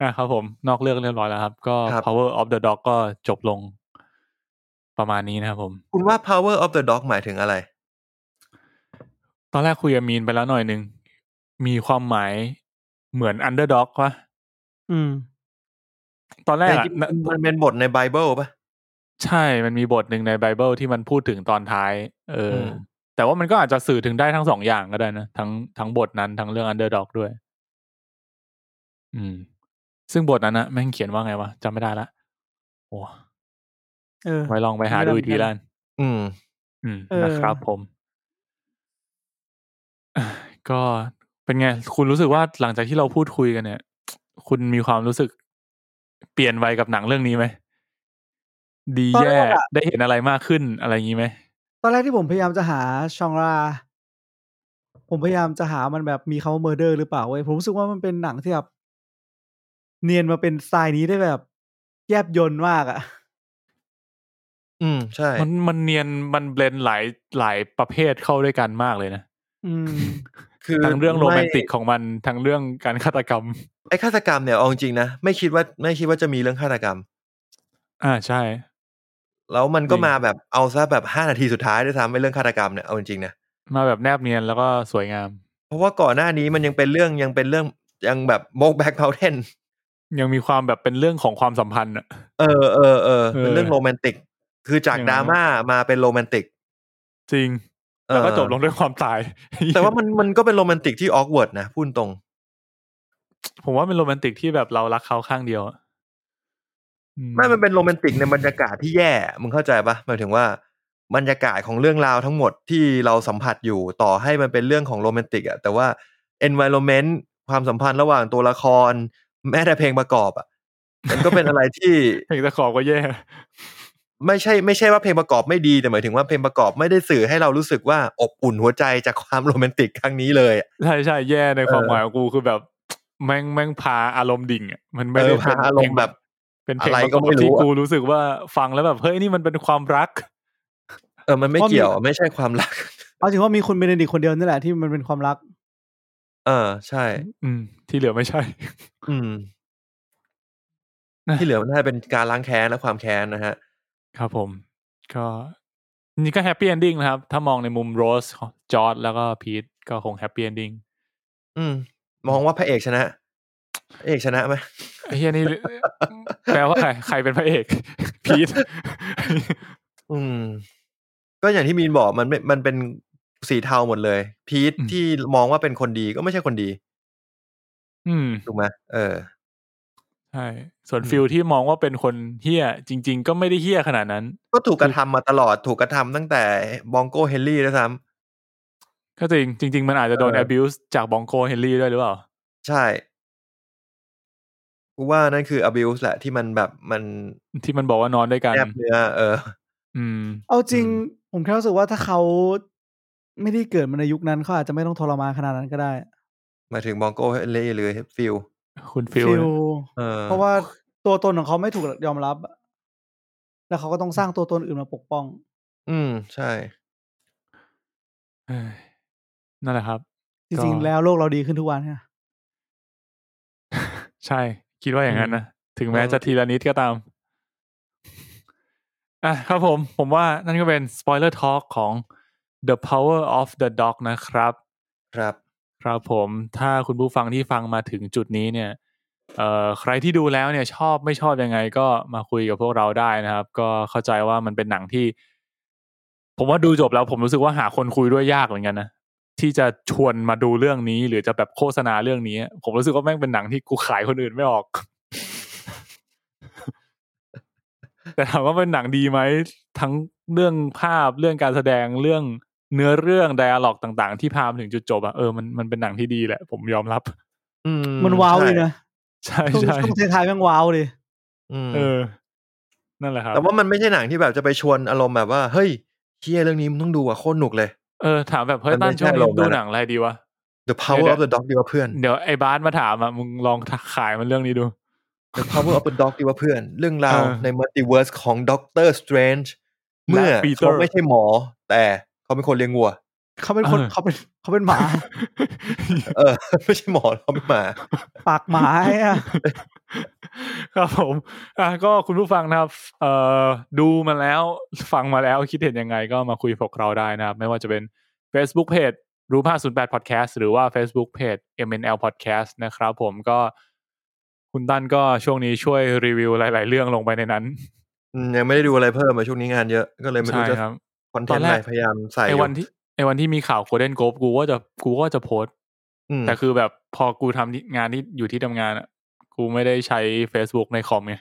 Speaker 2: นะครับผมนอกเรื่องเรียบร้อยแล้วครับ ก็
Speaker 3: ครับ
Speaker 2: power of the dog ก็จบลงประมาณนี้นะครับผม
Speaker 3: คุณว่า power of the dog หมายถึงอะไร
Speaker 2: ตอนแรกคุยกับมีนไปแล้วหน่อยหนึ่ง มีความหมายเหมือนอันเดอร์ด็อกวะ
Speaker 4: อืม
Speaker 2: ตอนแรก
Speaker 3: แต่
Speaker 2: อะ
Speaker 3: จริง
Speaker 2: นะ
Speaker 3: ๆมันเป็นบทในไบเบิลป่ะ
Speaker 2: ใช่มันมีบทหนึ่งในไบเบิลที่มันพูดถึงตอนท้าย เอออ
Speaker 3: ม
Speaker 2: แต่ว่ามันก็อาจจะสื่อถึงได้ทั้งสองอย่างก็ได้นะ ทั้งทั้งบทนั้นทั้งเรื่องอันเดอร์ด็อกด้วย อืม ซึ่งบทนั้นนะแม่งเขียนว่าไงวะจำไม่ได้ละโอ้
Speaker 4: เออ
Speaker 2: ไว้ลองไปหาดูอีกทีละกัน
Speaker 3: อืม
Speaker 2: อืม
Speaker 4: เออ
Speaker 2: นะครับผม อ่ะก็เป็นไง คุณรู้สึกว่าหลังจากที่เราพูดคุยกันเนี่ย คุณมีความรู้สึกเปลี่ยนไปกับหนังเรื่องนี้ไหม ดีแย่ได้เห็นอะไรมากขึ้นอะไรอย่างนี้ไหม
Speaker 4: ตอนแรกที่ผมพยายามจะหาชองรา ผมพยายามจะหามันแบบมีคำว่าเมอร์เดอร์หรือเปล่าเว้ยผมรู้สึกว่ามันเป็นหนังที่แบบเนียนมาเป็นสไตล์นี้ได้แบบ แยบยนต์มากอะ
Speaker 3: อืม ใช่
Speaker 2: มันมันเนียนมันเบลนหลายหลายประเภทเข้าด้วยกันมากเลยนะ
Speaker 4: อืม
Speaker 3: คือ
Speaker 2: ทั้งเรื่องโรแมนติก
Speaker 3: ไ
Speaker 2: ของมันทั้งเรื่องการฆาตกรรม
Speaker 3: ไอ้ฆาตกรรมเนี่ยเอาจริงๆนะ ไม่คิดว่าไม่คิดว่าจะมีเรื่องฆาตกรรม
Speaker 2: อ่าใช่
Speaker 3: แล้วมันก็
Speaker 2: จริง
Speaker 3: มาแบบเอาซะแบบห้านาทีสุดท้ายด้วยซ้ำไอ้เรื่องฆาตกรรมเนี่ยเอาจริงๆนะ
Speaker 2: มาแบบแนบเนียนแล้วก็สวยงาม
Speaker 3: เพราะว่าก่อนหน้านี้มันยังเป็นเรื่องยังเป็นเรื่องยังแบบโบกแบ็คเพาเทน
Speaker 2: ยังมีความแบบเป็นเรื่องของความสัมพันธ์อะ
Speaker 3: เออเออเออ
Speaker 2: เออ
Speaker 3: เป็นเรื่องโรแมนติก คือจาก
Speaker 2: อย่างนั้
Speaker 3: ดราน ม่ามาเป็นโรแมนติก
Speaker 2: จริง
Speaker 3: เออ
Speaker 2: แล้วก็จบลงด้วยความตาย
Speaker 3: แต่ว่ามันมันก็เป็นโรแมนติกที่ออกเวิร์ดนะพูดตรง
Speaker 2: ผมว่าเป็นโรแมนติกที่แบบเรารักเขาข้างเดียวอะอื
Speaker 3: ไม่มันเป็นโรแมนติกในบรรยากาศที่แย่ มึงเข้าใจปะหมายถึงว่าบรรยากาศของเรื่องราวทั้งหมดที่เราสัมผัสอยู่ต่อให้มันเป็นเรื่องของโรแมนติกอะแต่ว่า environment ความสัมพันธ์ระหว่างตัวละคร แม้แต่เพลงประกอบอะมันก็เป็นอะไรที่
Speaker 2: เพลงตะขอบก็แย่
Speaker 3: ไม่ใช่ไม่ใช่ว่าเพลงประกอบไม่ดีแต่หมายถึงว่าเพลงประกอบไม่ได้สื่อให้เรารู้สึกว่าอบอุ่นหัวใจจากความโรแมนติกครั้งนี้เลยอะ
Speaker 2: ใช่ใช่แย่ในความ
Speaker 3: เออ
Speaker 2: หมายของกูคือแบบ แม่งแม่งพาอารมณ์ดิ่งอะมัน
Speaker 3: เอ
Speaker 2: ไม่ได้
Speaker 3: อพาอารมณ์แบบ
Speaker 2: เป็นเพลง
Speaker 3: อะไร
Speaker 2: ประ
Speaker 3: ก็
Speaker 2: กอบ
Speaker 3: ไม่รู้
Speaker 2: ที่
Speaker 3: อะ
Speaker 2: กูรู้สึกว่าฟังแล้วแบบเฮ้ยนี่มันเป็นความรัก
Speaker 3: เออมันไม่
Speaker 4: เพราะมี
Speaker 3: เกี่ยวอะไม่ใช่ความรัก
Speaker 4: เอาจริงว่ามีคุณเบเนดิกต์คนเดียวนี่แหละที่มันเป็นความรัก
Speaker 3: เออใช่
Speaker 2: อืม ที่เหลือไม่ใช่
Speaker 3: อืม ที่เหลือมันน่าจะเป็นการล้างแค้นและความแค้นนะฮะ
Speaker 2: ครับผม ก็นี่ก็แฮปปี้เอนดิ้งนะครับ ถ้ามองในมุมโรสจอร์ดแล้วก็พีทก็คงแฮปปี้เอนดิ้ง
Speaker 3: อืมมองว่าพระเอกชนะพระเอกชนะไหม
Speaker 2: ไอ้เฮียนี่ แปลว่าใครใครเป็นพระเอก พีท
Speaker 3: อืม ก็อย่างที่มีนบอกมันไม่มันเป็นสีเทาหมดเลย พีท
Speaker 2: อืม
Speaker 3: ที่มองว่าเป็นคนดีก็ไม่ใช่คนดี
Speaker 2: อืม
Speaker 3: ถูกไหมเออ
Speaker 2: ใช่ส่วน
Speaker 3: อืม
Speaker 2: ฟิลที่มองว่าเป็นคนเฮี้ยจริง ๆ ก็ไม่ได้เฮี้ยขนาดนั้น
Speaker 3: ก็ถูกกระทำมาตลอด ถูกกระทำตั้งแต่บองโกเฮนรี่ด้วยซ้
Speaker 2: ก็จริงจริง ๆ มันอาจจะโดน
Speaker 3: เออ
Speaker 2: abuse จากบองโกเฮนรี่ด้วยหรือเปล่า
Speaker 3: ใช่กูว่านั่นคือ abuse แหละที่มันแบบมัน
Speaker 2: ที่มันบอกว่านอนด้วยกัน
Speaker 3: แนบเนื้อเออ
Speaker 2: อืม
Speaker 4: เอาจริง
Speaker 3: อื
Speaker 4: ผมแค่รู้สึกว่าถ้าเขาไม่ได้เกิดมาในยุคนั้นเขาอาจจะไม่ต้องทรมานขนาดนั้นก็ได้
Speaker 3: หมายถึงบองโกเล่หรือฟิล
Speaker 2: คุณฟิล
Speaker 4: ฟิล
Speaker 3: เออ
Speaker 4: เพราะว่าตัวตนของเขาไม่ถูกยอมรับอะแล้วเขาก็ต้องสร้างตัวตนอื่นมาปกป้อง
Speaker 3: อืม ใช่
Speaker 2: เอ้ยนั่นแหละครับ
Speaker 4: จริง
Speaker 2: ก็
Speaker 4: ๆแล้วโลกเราดีขึ้นทุกวันค่ะ
Speaker 2: ใช่ คิดว่าอย่างนั้นนะ ถึงแม้
Speaker 3: เออ
Speaker 2: จะทีละนิดก็ตาม อ่ะครับผม ผมว่านั่นก็เป็น spoiler talk ของ The Power of the Dog นะครับ
Speaker 3: ครับ
Speaker 2: ครับผมถ้าคุณผู้ฟังที่ฟังมาถึงจุดนี้เนี่ย เอ่อใครที่ดูแล้วเนี่ยชอบไม่ชอบยังไงก็มาคุยกับพวกเราได้นะครับ ก็เข้าใจว่ามันเป็นหนังที่ ผมว่าดูจบแล้วผมรู้สึกว่าหาคนคุยด้วยยากเหมือนกันนะที่จะชวนมาดูเรื่องนี้ หรือจะแบบโฆษณาเรื่องนี้ ผมรู้สึกว่าแม่งเป็นหนังที่กูขายคนอื่นไม่ออก แต่ถามว่าเป็นหนังดีไหมทั้งเรื่องภาพเรื่องการแสดงเรื่องเนื้อเรื่อง d ดอะล็อกต่างๆ ที่พามาถึงจุดจบอะเออมันมันเป็นหนังที่ดีแหละ ผมยอมรับ
Speaker 3: อืม
Speaker 4: มันว้าวเลย
Speaker 3: ใช่
Speaker 4: นะ
Speaker 2: ใช่
Speaker 4: ช่วง
Speaker 2: ใช่
Speaker 4: ช่วงท้ายๆแม่งว้าวเลย
Speaker 3: อืม
Speaker 2: เออ นั่นแหละครับ
Speaker 3: แต่ว่ามันไม่ใช่หนังที่แบบจะไปชวนอารมณ์แบบว่า เฮ้ยเฮียเรื่องนี้มึงต้องดูอ่ะโคตรหนุกเลย
Speaker 2: เออถามแบบเฮ้ย
Speaker 3: มันไม่
Speaker 2: ตั้นช่วง
Speaker 3: ใช่
Speaker 2: นี้
Speaker 3: ลม
Speaker 2: ดู
Speaker 3: แล้วนะ
Speaker 2: หนังอะไรดีวะ
Speaker 3: The power
Speaker 2: เดี๋ยว
Speaker 3: of the dog ดีกว่าเพื่อน
Speaker 2: เดี๋ยวไอ้บาสมาถามอะมึงลองขายมันเรื่องนี้ดู
Speaker 3: The power of the dog ดีกว่าเพื่อน เรื่องราว
Speaker 2: เออ
Speaker 3: ใน multiverse ของ Doctor Strange เมื่อ
Speaker 2: และ Peter
Speaker 3: เขาไม่ใช่หมอ แต่เขาเป็นคนเลี้ยงวัว
Speaker 4: เขาเป็นคน
Speaker 2: เออ
Speaker 4: เขาเป็นเขาเป็นหมา
Speaker 3: เออ ไม่ใช่หมอเขาเป็นหมา
Speaker 4: ปากหมาไอ้อะ
Speaker 2: ครับผมอ่ะก็คุณผู้ฟังนะครับ เอ่อดูมาแล้วฟังมาแล้วคิดเห็นยังไงก็มาคุยพวกเราได้นะครับ ไม่ว่าจะเป็น Facebook Page รู้5 0 8 Podcast หรือว่า Facebook Page MNL Podcast นะครับผมก็คุณตั้นก็ช่วงนี้ช่วยรีวิวหลาย ๆ เรื่องลงไปในนั้น
Speaker 3: อืมยังไม่ได้ดูอะไรเพิ่มมาช่วงนี้งานเยอะ ก็เลยไม่
Speaker 2: ใช่
Speaker 3: รู้จะ
Speaker 2: ครับ
Speaker 3: คอนเท
Speaker 2: ตอน น
Speaker 3: ต์
Speaker 2: แร
Speaker 3: อะไร
Speaker 2: ก
Speaker 3: พยายามใส่
Speaker 2: ไอ้วันที่ไอ้วันที่มีข่าวโกลเด้นโกลบกูว่าจะกูก็จะโพสต์
Speaker 3: อืม
Speaker 2: แต่คือแบบพอกูทำงานที่อยู่ที่ทำงานอ่ะ กูไม่ได้ใช้ Facebook ในคอมไง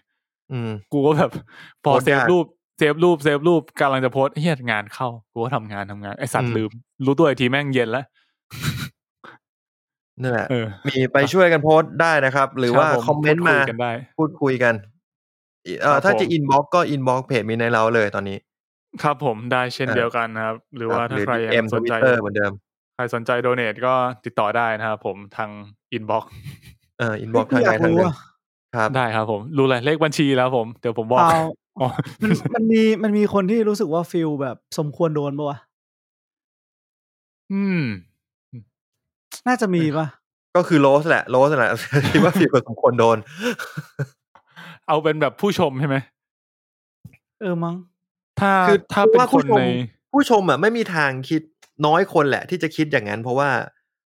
Speaker 3: อืม
Speaker 2: กูก็แบบ พอ
Speaker 3: โพสต์
Speaker 2: เซฟ
Speaker 3: ยาก
Speaker 2: รูปเซฟรูปเซฟรูปกำลังจะโพสต์เฮียงานเข้า กูก็ทำงานทำงาน ไอสัต
Speaker 3: อื
Speaker 2: ว์
Speaker 3: ม
Speaker 2: ลืม รู้ตัวอีกทีแม่งเย็นแล้ว
Speaker 3: นั่นแหละ
Speaker 2: เออ
Speaker 3: มีไปช่วยกันโพสต์ได้นะครับ หรือว่า
Speaker 2: รับผ
Speaker 3: คอมเมนต์
Speaker 2: พูด
Speaker 3: มา
Speaker 2: ยกันได้
Speaker 3: พูดคุยกันเอ่
Speaker 2: ค
Speaker 3: อ
Speaker 2: รับ
Speaker 3: ถ้าจะ
Speaker 2: ผม
Speaker 3: อินบ็อกก็อินบ็อกเพจมีในเราเลยตอนนี้
Speaker 2: ครับผมได้เช่น
Speaker 3: เออ
Speaker 2: เดียวกันนะครับ หรือว่าถ้าใคร
Speaker 3: เอ็
Speaker 2: ยั
Speaker 3: ม
Speaker 2: ง
Speaker 3: ท
Speaker 2: สน
Speaker 3: วิ
Speaker 2: ใจ
Speaker 3: ตเตอร์เหมือนเดิม
Speaker 2: ใครสนใจโดเนทก็ติดต่อได้นะครับผมทางอินบ็อก
Speaker 3: เอออินบ็อกทาง
Speaker 4: อ
Speaker 3: ใด
Speaker 4: ยาก
Speaker 3: ทาง
Speaker 4: รู้
Speaker 3: หนึ่ง
Speaker 4: อะ
Speaker 3: ครับ
Speaker 2: ได้ครับผม รู้เลยเลขบัญชีแล้วผมเดี๋ยวผมบอก
Speaker 4: เปล่า
Speaker 2: อ๋อ
Speaker 4: มันมันมีมันมีคนที่รู้สึกว่าฟิลแบบสมควรโดนปะวะ
Speaker 2: อืม
Speaker 4: น่าจะมีปะ
Speaker 3: ก็คือโรสแหละโรสแหละ คิดว่าผิดกฎสมควรโดน
Speaker 2: เอาเป็นแบบผู้ชมใช่ไหม
Speaker 4: เออมั้ง
Speaker 2: ถ้า
Speaker 3: คือ
Speaker 2: ถ้าเป็น
Speaker 3: เพ
Speaker 2: ค
Speaker 3: ราะ
Speaker 2: น
Speaker 3: ว่าผู้ชม
Speaker 2: ใน
Speaker 3: ผู้ชมอ่ะไม่มีทางคิดน้อยคนแหละ ที่จะคิดอย่างนั้น เพราะว่า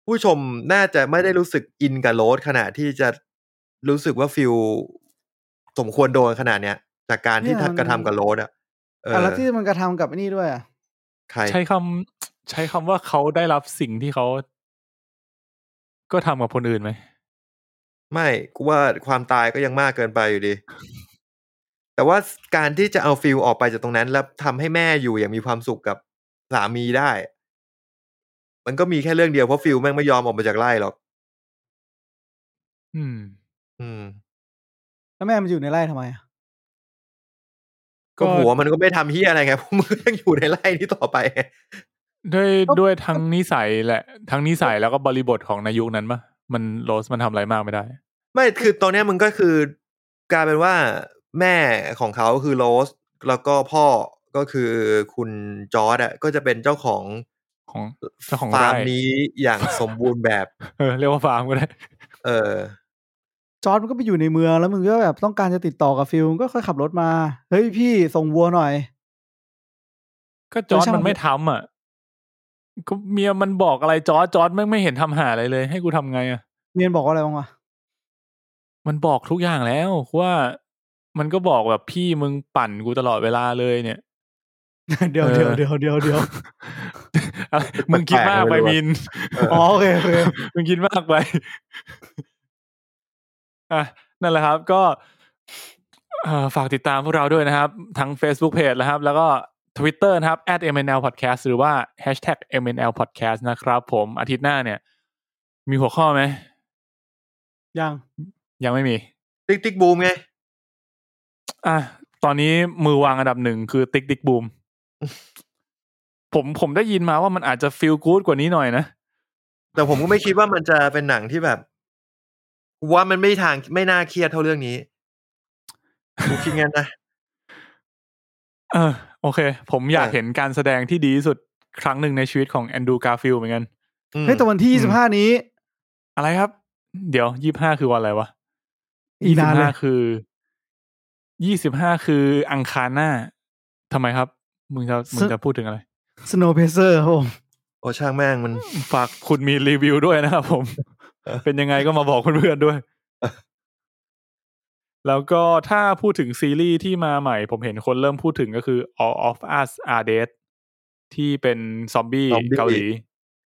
Speaker 3: ผู้ชมน่าจะไม่ได้รู้สึกอินกับโรสขนาดที่จะรู้สึกว่าฟิลสมควรโดนขนาดเนี้ย จากการที่
Speaker 4: เนี่ย
Speaker 3: กระทำกับโรสอ่ะเออ
Speaker 4: แต่แล้วที่มันกระทำกับไอ้นี่ด้วยอะ
Speaker 3: ใคร
Speaker 2: ใช้คำใช้คำว่าเขาได้รับสิ่งที่เขา ก็ทำกับคนอื่นไหม
Speaker 3: ไม่กูว่าความตายก็ยังมากเกินไปอยู่ดี แต่ว่าการที่จะเอาฟิลออกไปจากตรงนั้น แล้วทำให้แม่อยู่อย่างมีความสุขกับสามีได้ มันก็มีแค่เรื่องเดียวเพราะฟิลแม่งไม่ยอมออกมาจากไร่หรอก
Speaker 2: อืม
Speaker 3: อืม
Speaker 4: แล้วแม่มันอยู่ในไร่ทำไมอะ
Speaker 2: ก็
Speaker 3: ก็หัวมันก็ไม่ทำเฮียอะไรไงพวกมึงก็ยังอยู่ในไร่นี้ต่อไปไง
Speaker 2: ด้วยด้วยทั้งนิสัยแหละ ทั้งนิสัยแล้วก็บริบทของในยุคนั้นปะมันโรสมันทำอะไรมากไม่ได้
Speaker 3: ไม่คือตอนเนี้ยมันก็คือกลายเป็นว่าแม่ของเขาคือโรส แล้วก็พ่อก็คือคุณจอร์ดอะก็จะเป็นเจ้าของ
Speaker 2: ของเจ้าของ
Speaker 3: ฟา
Speaker 2: ไร่
Speaker 3: ร์มนี้อย่างสมบูรณ์แบบ
Speaker 2: เออเรียกว่าฟาร์มก็ได้
Speaker 3: เออ
Speaker 4: จอร์ดมันก็ไปอยู่ในเมืองแล้วมึงก็แบบต้องการจะติดต่อกับฟิลมึงก็ค่อยขับรถมา เฮ้ยพี่ส่งวัวหน่อย
Speaker 2: ก็จอร์ด
Speaker 4: เออใช่
Speaker 2: มันไม่ทำอ่ะก็เมียมันบอกอะไรจอร์ดจอร์ดแม่งไม่เห็นทำหาอะไรเลย ให้กูทำไงอ่ะ
Speaker 4: เมียนบอกว่าอะไรบ้างวะ
Speaker 2: มันบอกทุกอย่างแล้วว่ามันก็บอกแบบพี่มึงปั่นกูตลอดเวลาเลยเนี่ย
Speaker 4: เดี๋ยว
Speaker 2: เออ
Speaker 4: เดี๋ยวเดี๋ยวเดี๋ยวเดี๋ยว
Speaker 2: อะไร มึงคิดมากไป
Speaker 3: แปลกๆนะไม่รู้อะ
Speaker 2: มิน
Speaker 4: อ๋อโอเคโอเค
Speaker 2: มึงกินมากไป อ่ะนั่นแหละครับก็เอ่อฝากติดตามพวกเราด้วยนะครับ ทั้ง Facebook Page นะครับ แล้วก็ Twitter นะครับ @mnlpodcast หรือว่า hashtag #mnlpodcast นะครับผมอาทิตย์หน้าเนี่ย มีหัวข้อไหม
Speaker 4: ยัง
Speaker 2: ยังไม่มี
Speaker 3: ติ๊กติ๊กบูมไง
Speaker 2: อ่ะตอนนี้มือวางอันดับหนึ่งคือติ๊กติ๊กบูม ผมผมได้ยินมาว่ามันอาจจะฟีลกู๊ดกว่านี้หน่อยนะ
Speaker 3: แต่ผมก็ไม่คิดว่ามันจะเป็นหนังที่แบบกูว่ามันไม่ทางไม่น่าเครียดเท่าเรื่องนี้กูคิดงั้นนะ
Speaker 2: เออโอเค ผมอยาก
Speaker 3: เออ
Speaker 2: เห็นการแสดงที่ดีที่สุดครั้งหนึ่งในชีวิตของแอนดรูการ์ฟิลเหมือนกัน
Speaker 3: อืม
Speaker 4: เฮ้ยแต่วันที่ยี่สิบห้านี้
Speaker 2: อะไรครับ เดี๋ยวยี่ห้าคือวันอะไรวะ
Speaker 4: อีกนานเลย
Speaker 2: 25คือยี่สิบห้าคืออังคารหน้าทำไมครับ มึงจะมึงจะพูดถึงอะไร
Speaker 4: สโนว์เพเซอร์ครับผม
Speaker 3: โอ้ช่างแม่งมัน
Speaker 2: ฝากคุณมีรีวิวด้วยนะครับ ผม
Speaker 3: เออ
Speaker 2: เป็นยังไงก็มาบอกเพื่อนๆด้วย แล้วก็ถ้าพูดถึงซีรีส์ที่มาใหม่ ผมเห็นคนเริ่มพูดถึงก็คือ All of Us Are Dead ที่เป็นซอมบี้
Speaker 3: ซอมบี้
Speaker 2: เกาหลี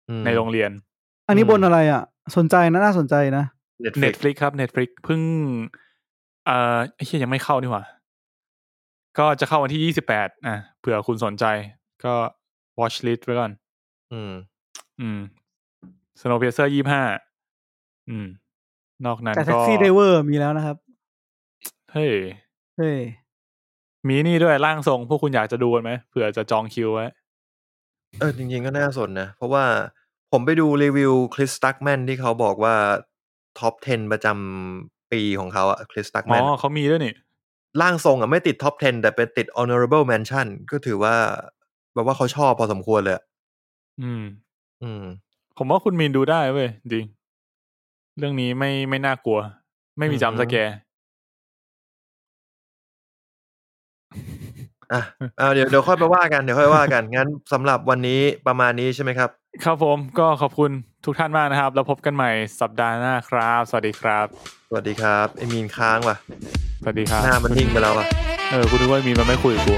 Speaker 3: อืม
Speaker 2: ในโรงเรียน
Speaker 4: อันนี้
Speaker 3: อืม
Speaker 4: บนอะไรอ่ะ สนใจนะน่าสนใจนะ
Speaker 3: Netflix
Speaker 2: Netflix ครับ Netflix เพิ่ง เอ่อไอ้เชี่ยยังไม่เข้านี่หว่า ก็จะเข้าวันที่ยี่สิบแปดอ่ะเผื่อคุณสนใจ ก็ watch list ไว้ก่อน
Speaker 3: อืม
Speaker 2: อืม Snowpiercer ยี่ห้าอืม นอกนั้น
Speaker 4: แต่แท็
Speaker 2: ก็
Speaker 4: กซี่ไดเวอร์มีแล้วนะครับ
Speaker 2: เฮ้ย
Speaker 4: เฮ้ย
Speaker 2: มีนี่ด้วยร่างทรง พวกคุณอยากจะดูกันไหมเผื่อจะจองคิวไว้
Speaker 3: เออจริงๆก็น่าสนนะ เพราะว่าผมไปดูรีวิวคริสตักแมนที่เขาบอกว่าท็อป 10 ประจำปีของเขาอะคริสตักแม
Speaker 2: อ๋
Speaker 3: น
Speaker 2: อเขามีด้วยนี่
Speaker 3: ร่างทรงอะไม่ติดท็อป 10 แต่เป็นติด honorable mention ก็ถือว่า แบบว่าเขาชอบพอสมควรเลยอะ
Speaker 2: อืม
Speaker 3: อืม
Speaker 2: ผมว่าคุณมีนดูได้เว้ยจริง เรื่องนี้ไม่ไม่น่ากลัว ไม่มี
Speaker 3: อือฮึ
Speaker 2: จำสแกร์
Speaker 3: อ่ะเอาเดี๋ยวเดี๋ยวค่อยไปว่ากันเดี๋ยวค่อยว่ากัน งั้นสำหรับวันนี้ประมาณนี้ใช่ไหมครับ
Speaker 2: ครับผมก็ขอบคุณทุกท่านมากนะครับ แล้วพบกันใหม่สัปดาห์หน้าครับ สวัสดีครับ
Speaker 3: สวัสดีครับไอมีนค้างว่ะ
Speaker 2: สวัสดีครับ
Speaker 3: หน้ามันนิ่งไปแล้วว่ะ
Speaker 2: เออคุณดูว่ามีมันไม่คุยกับกู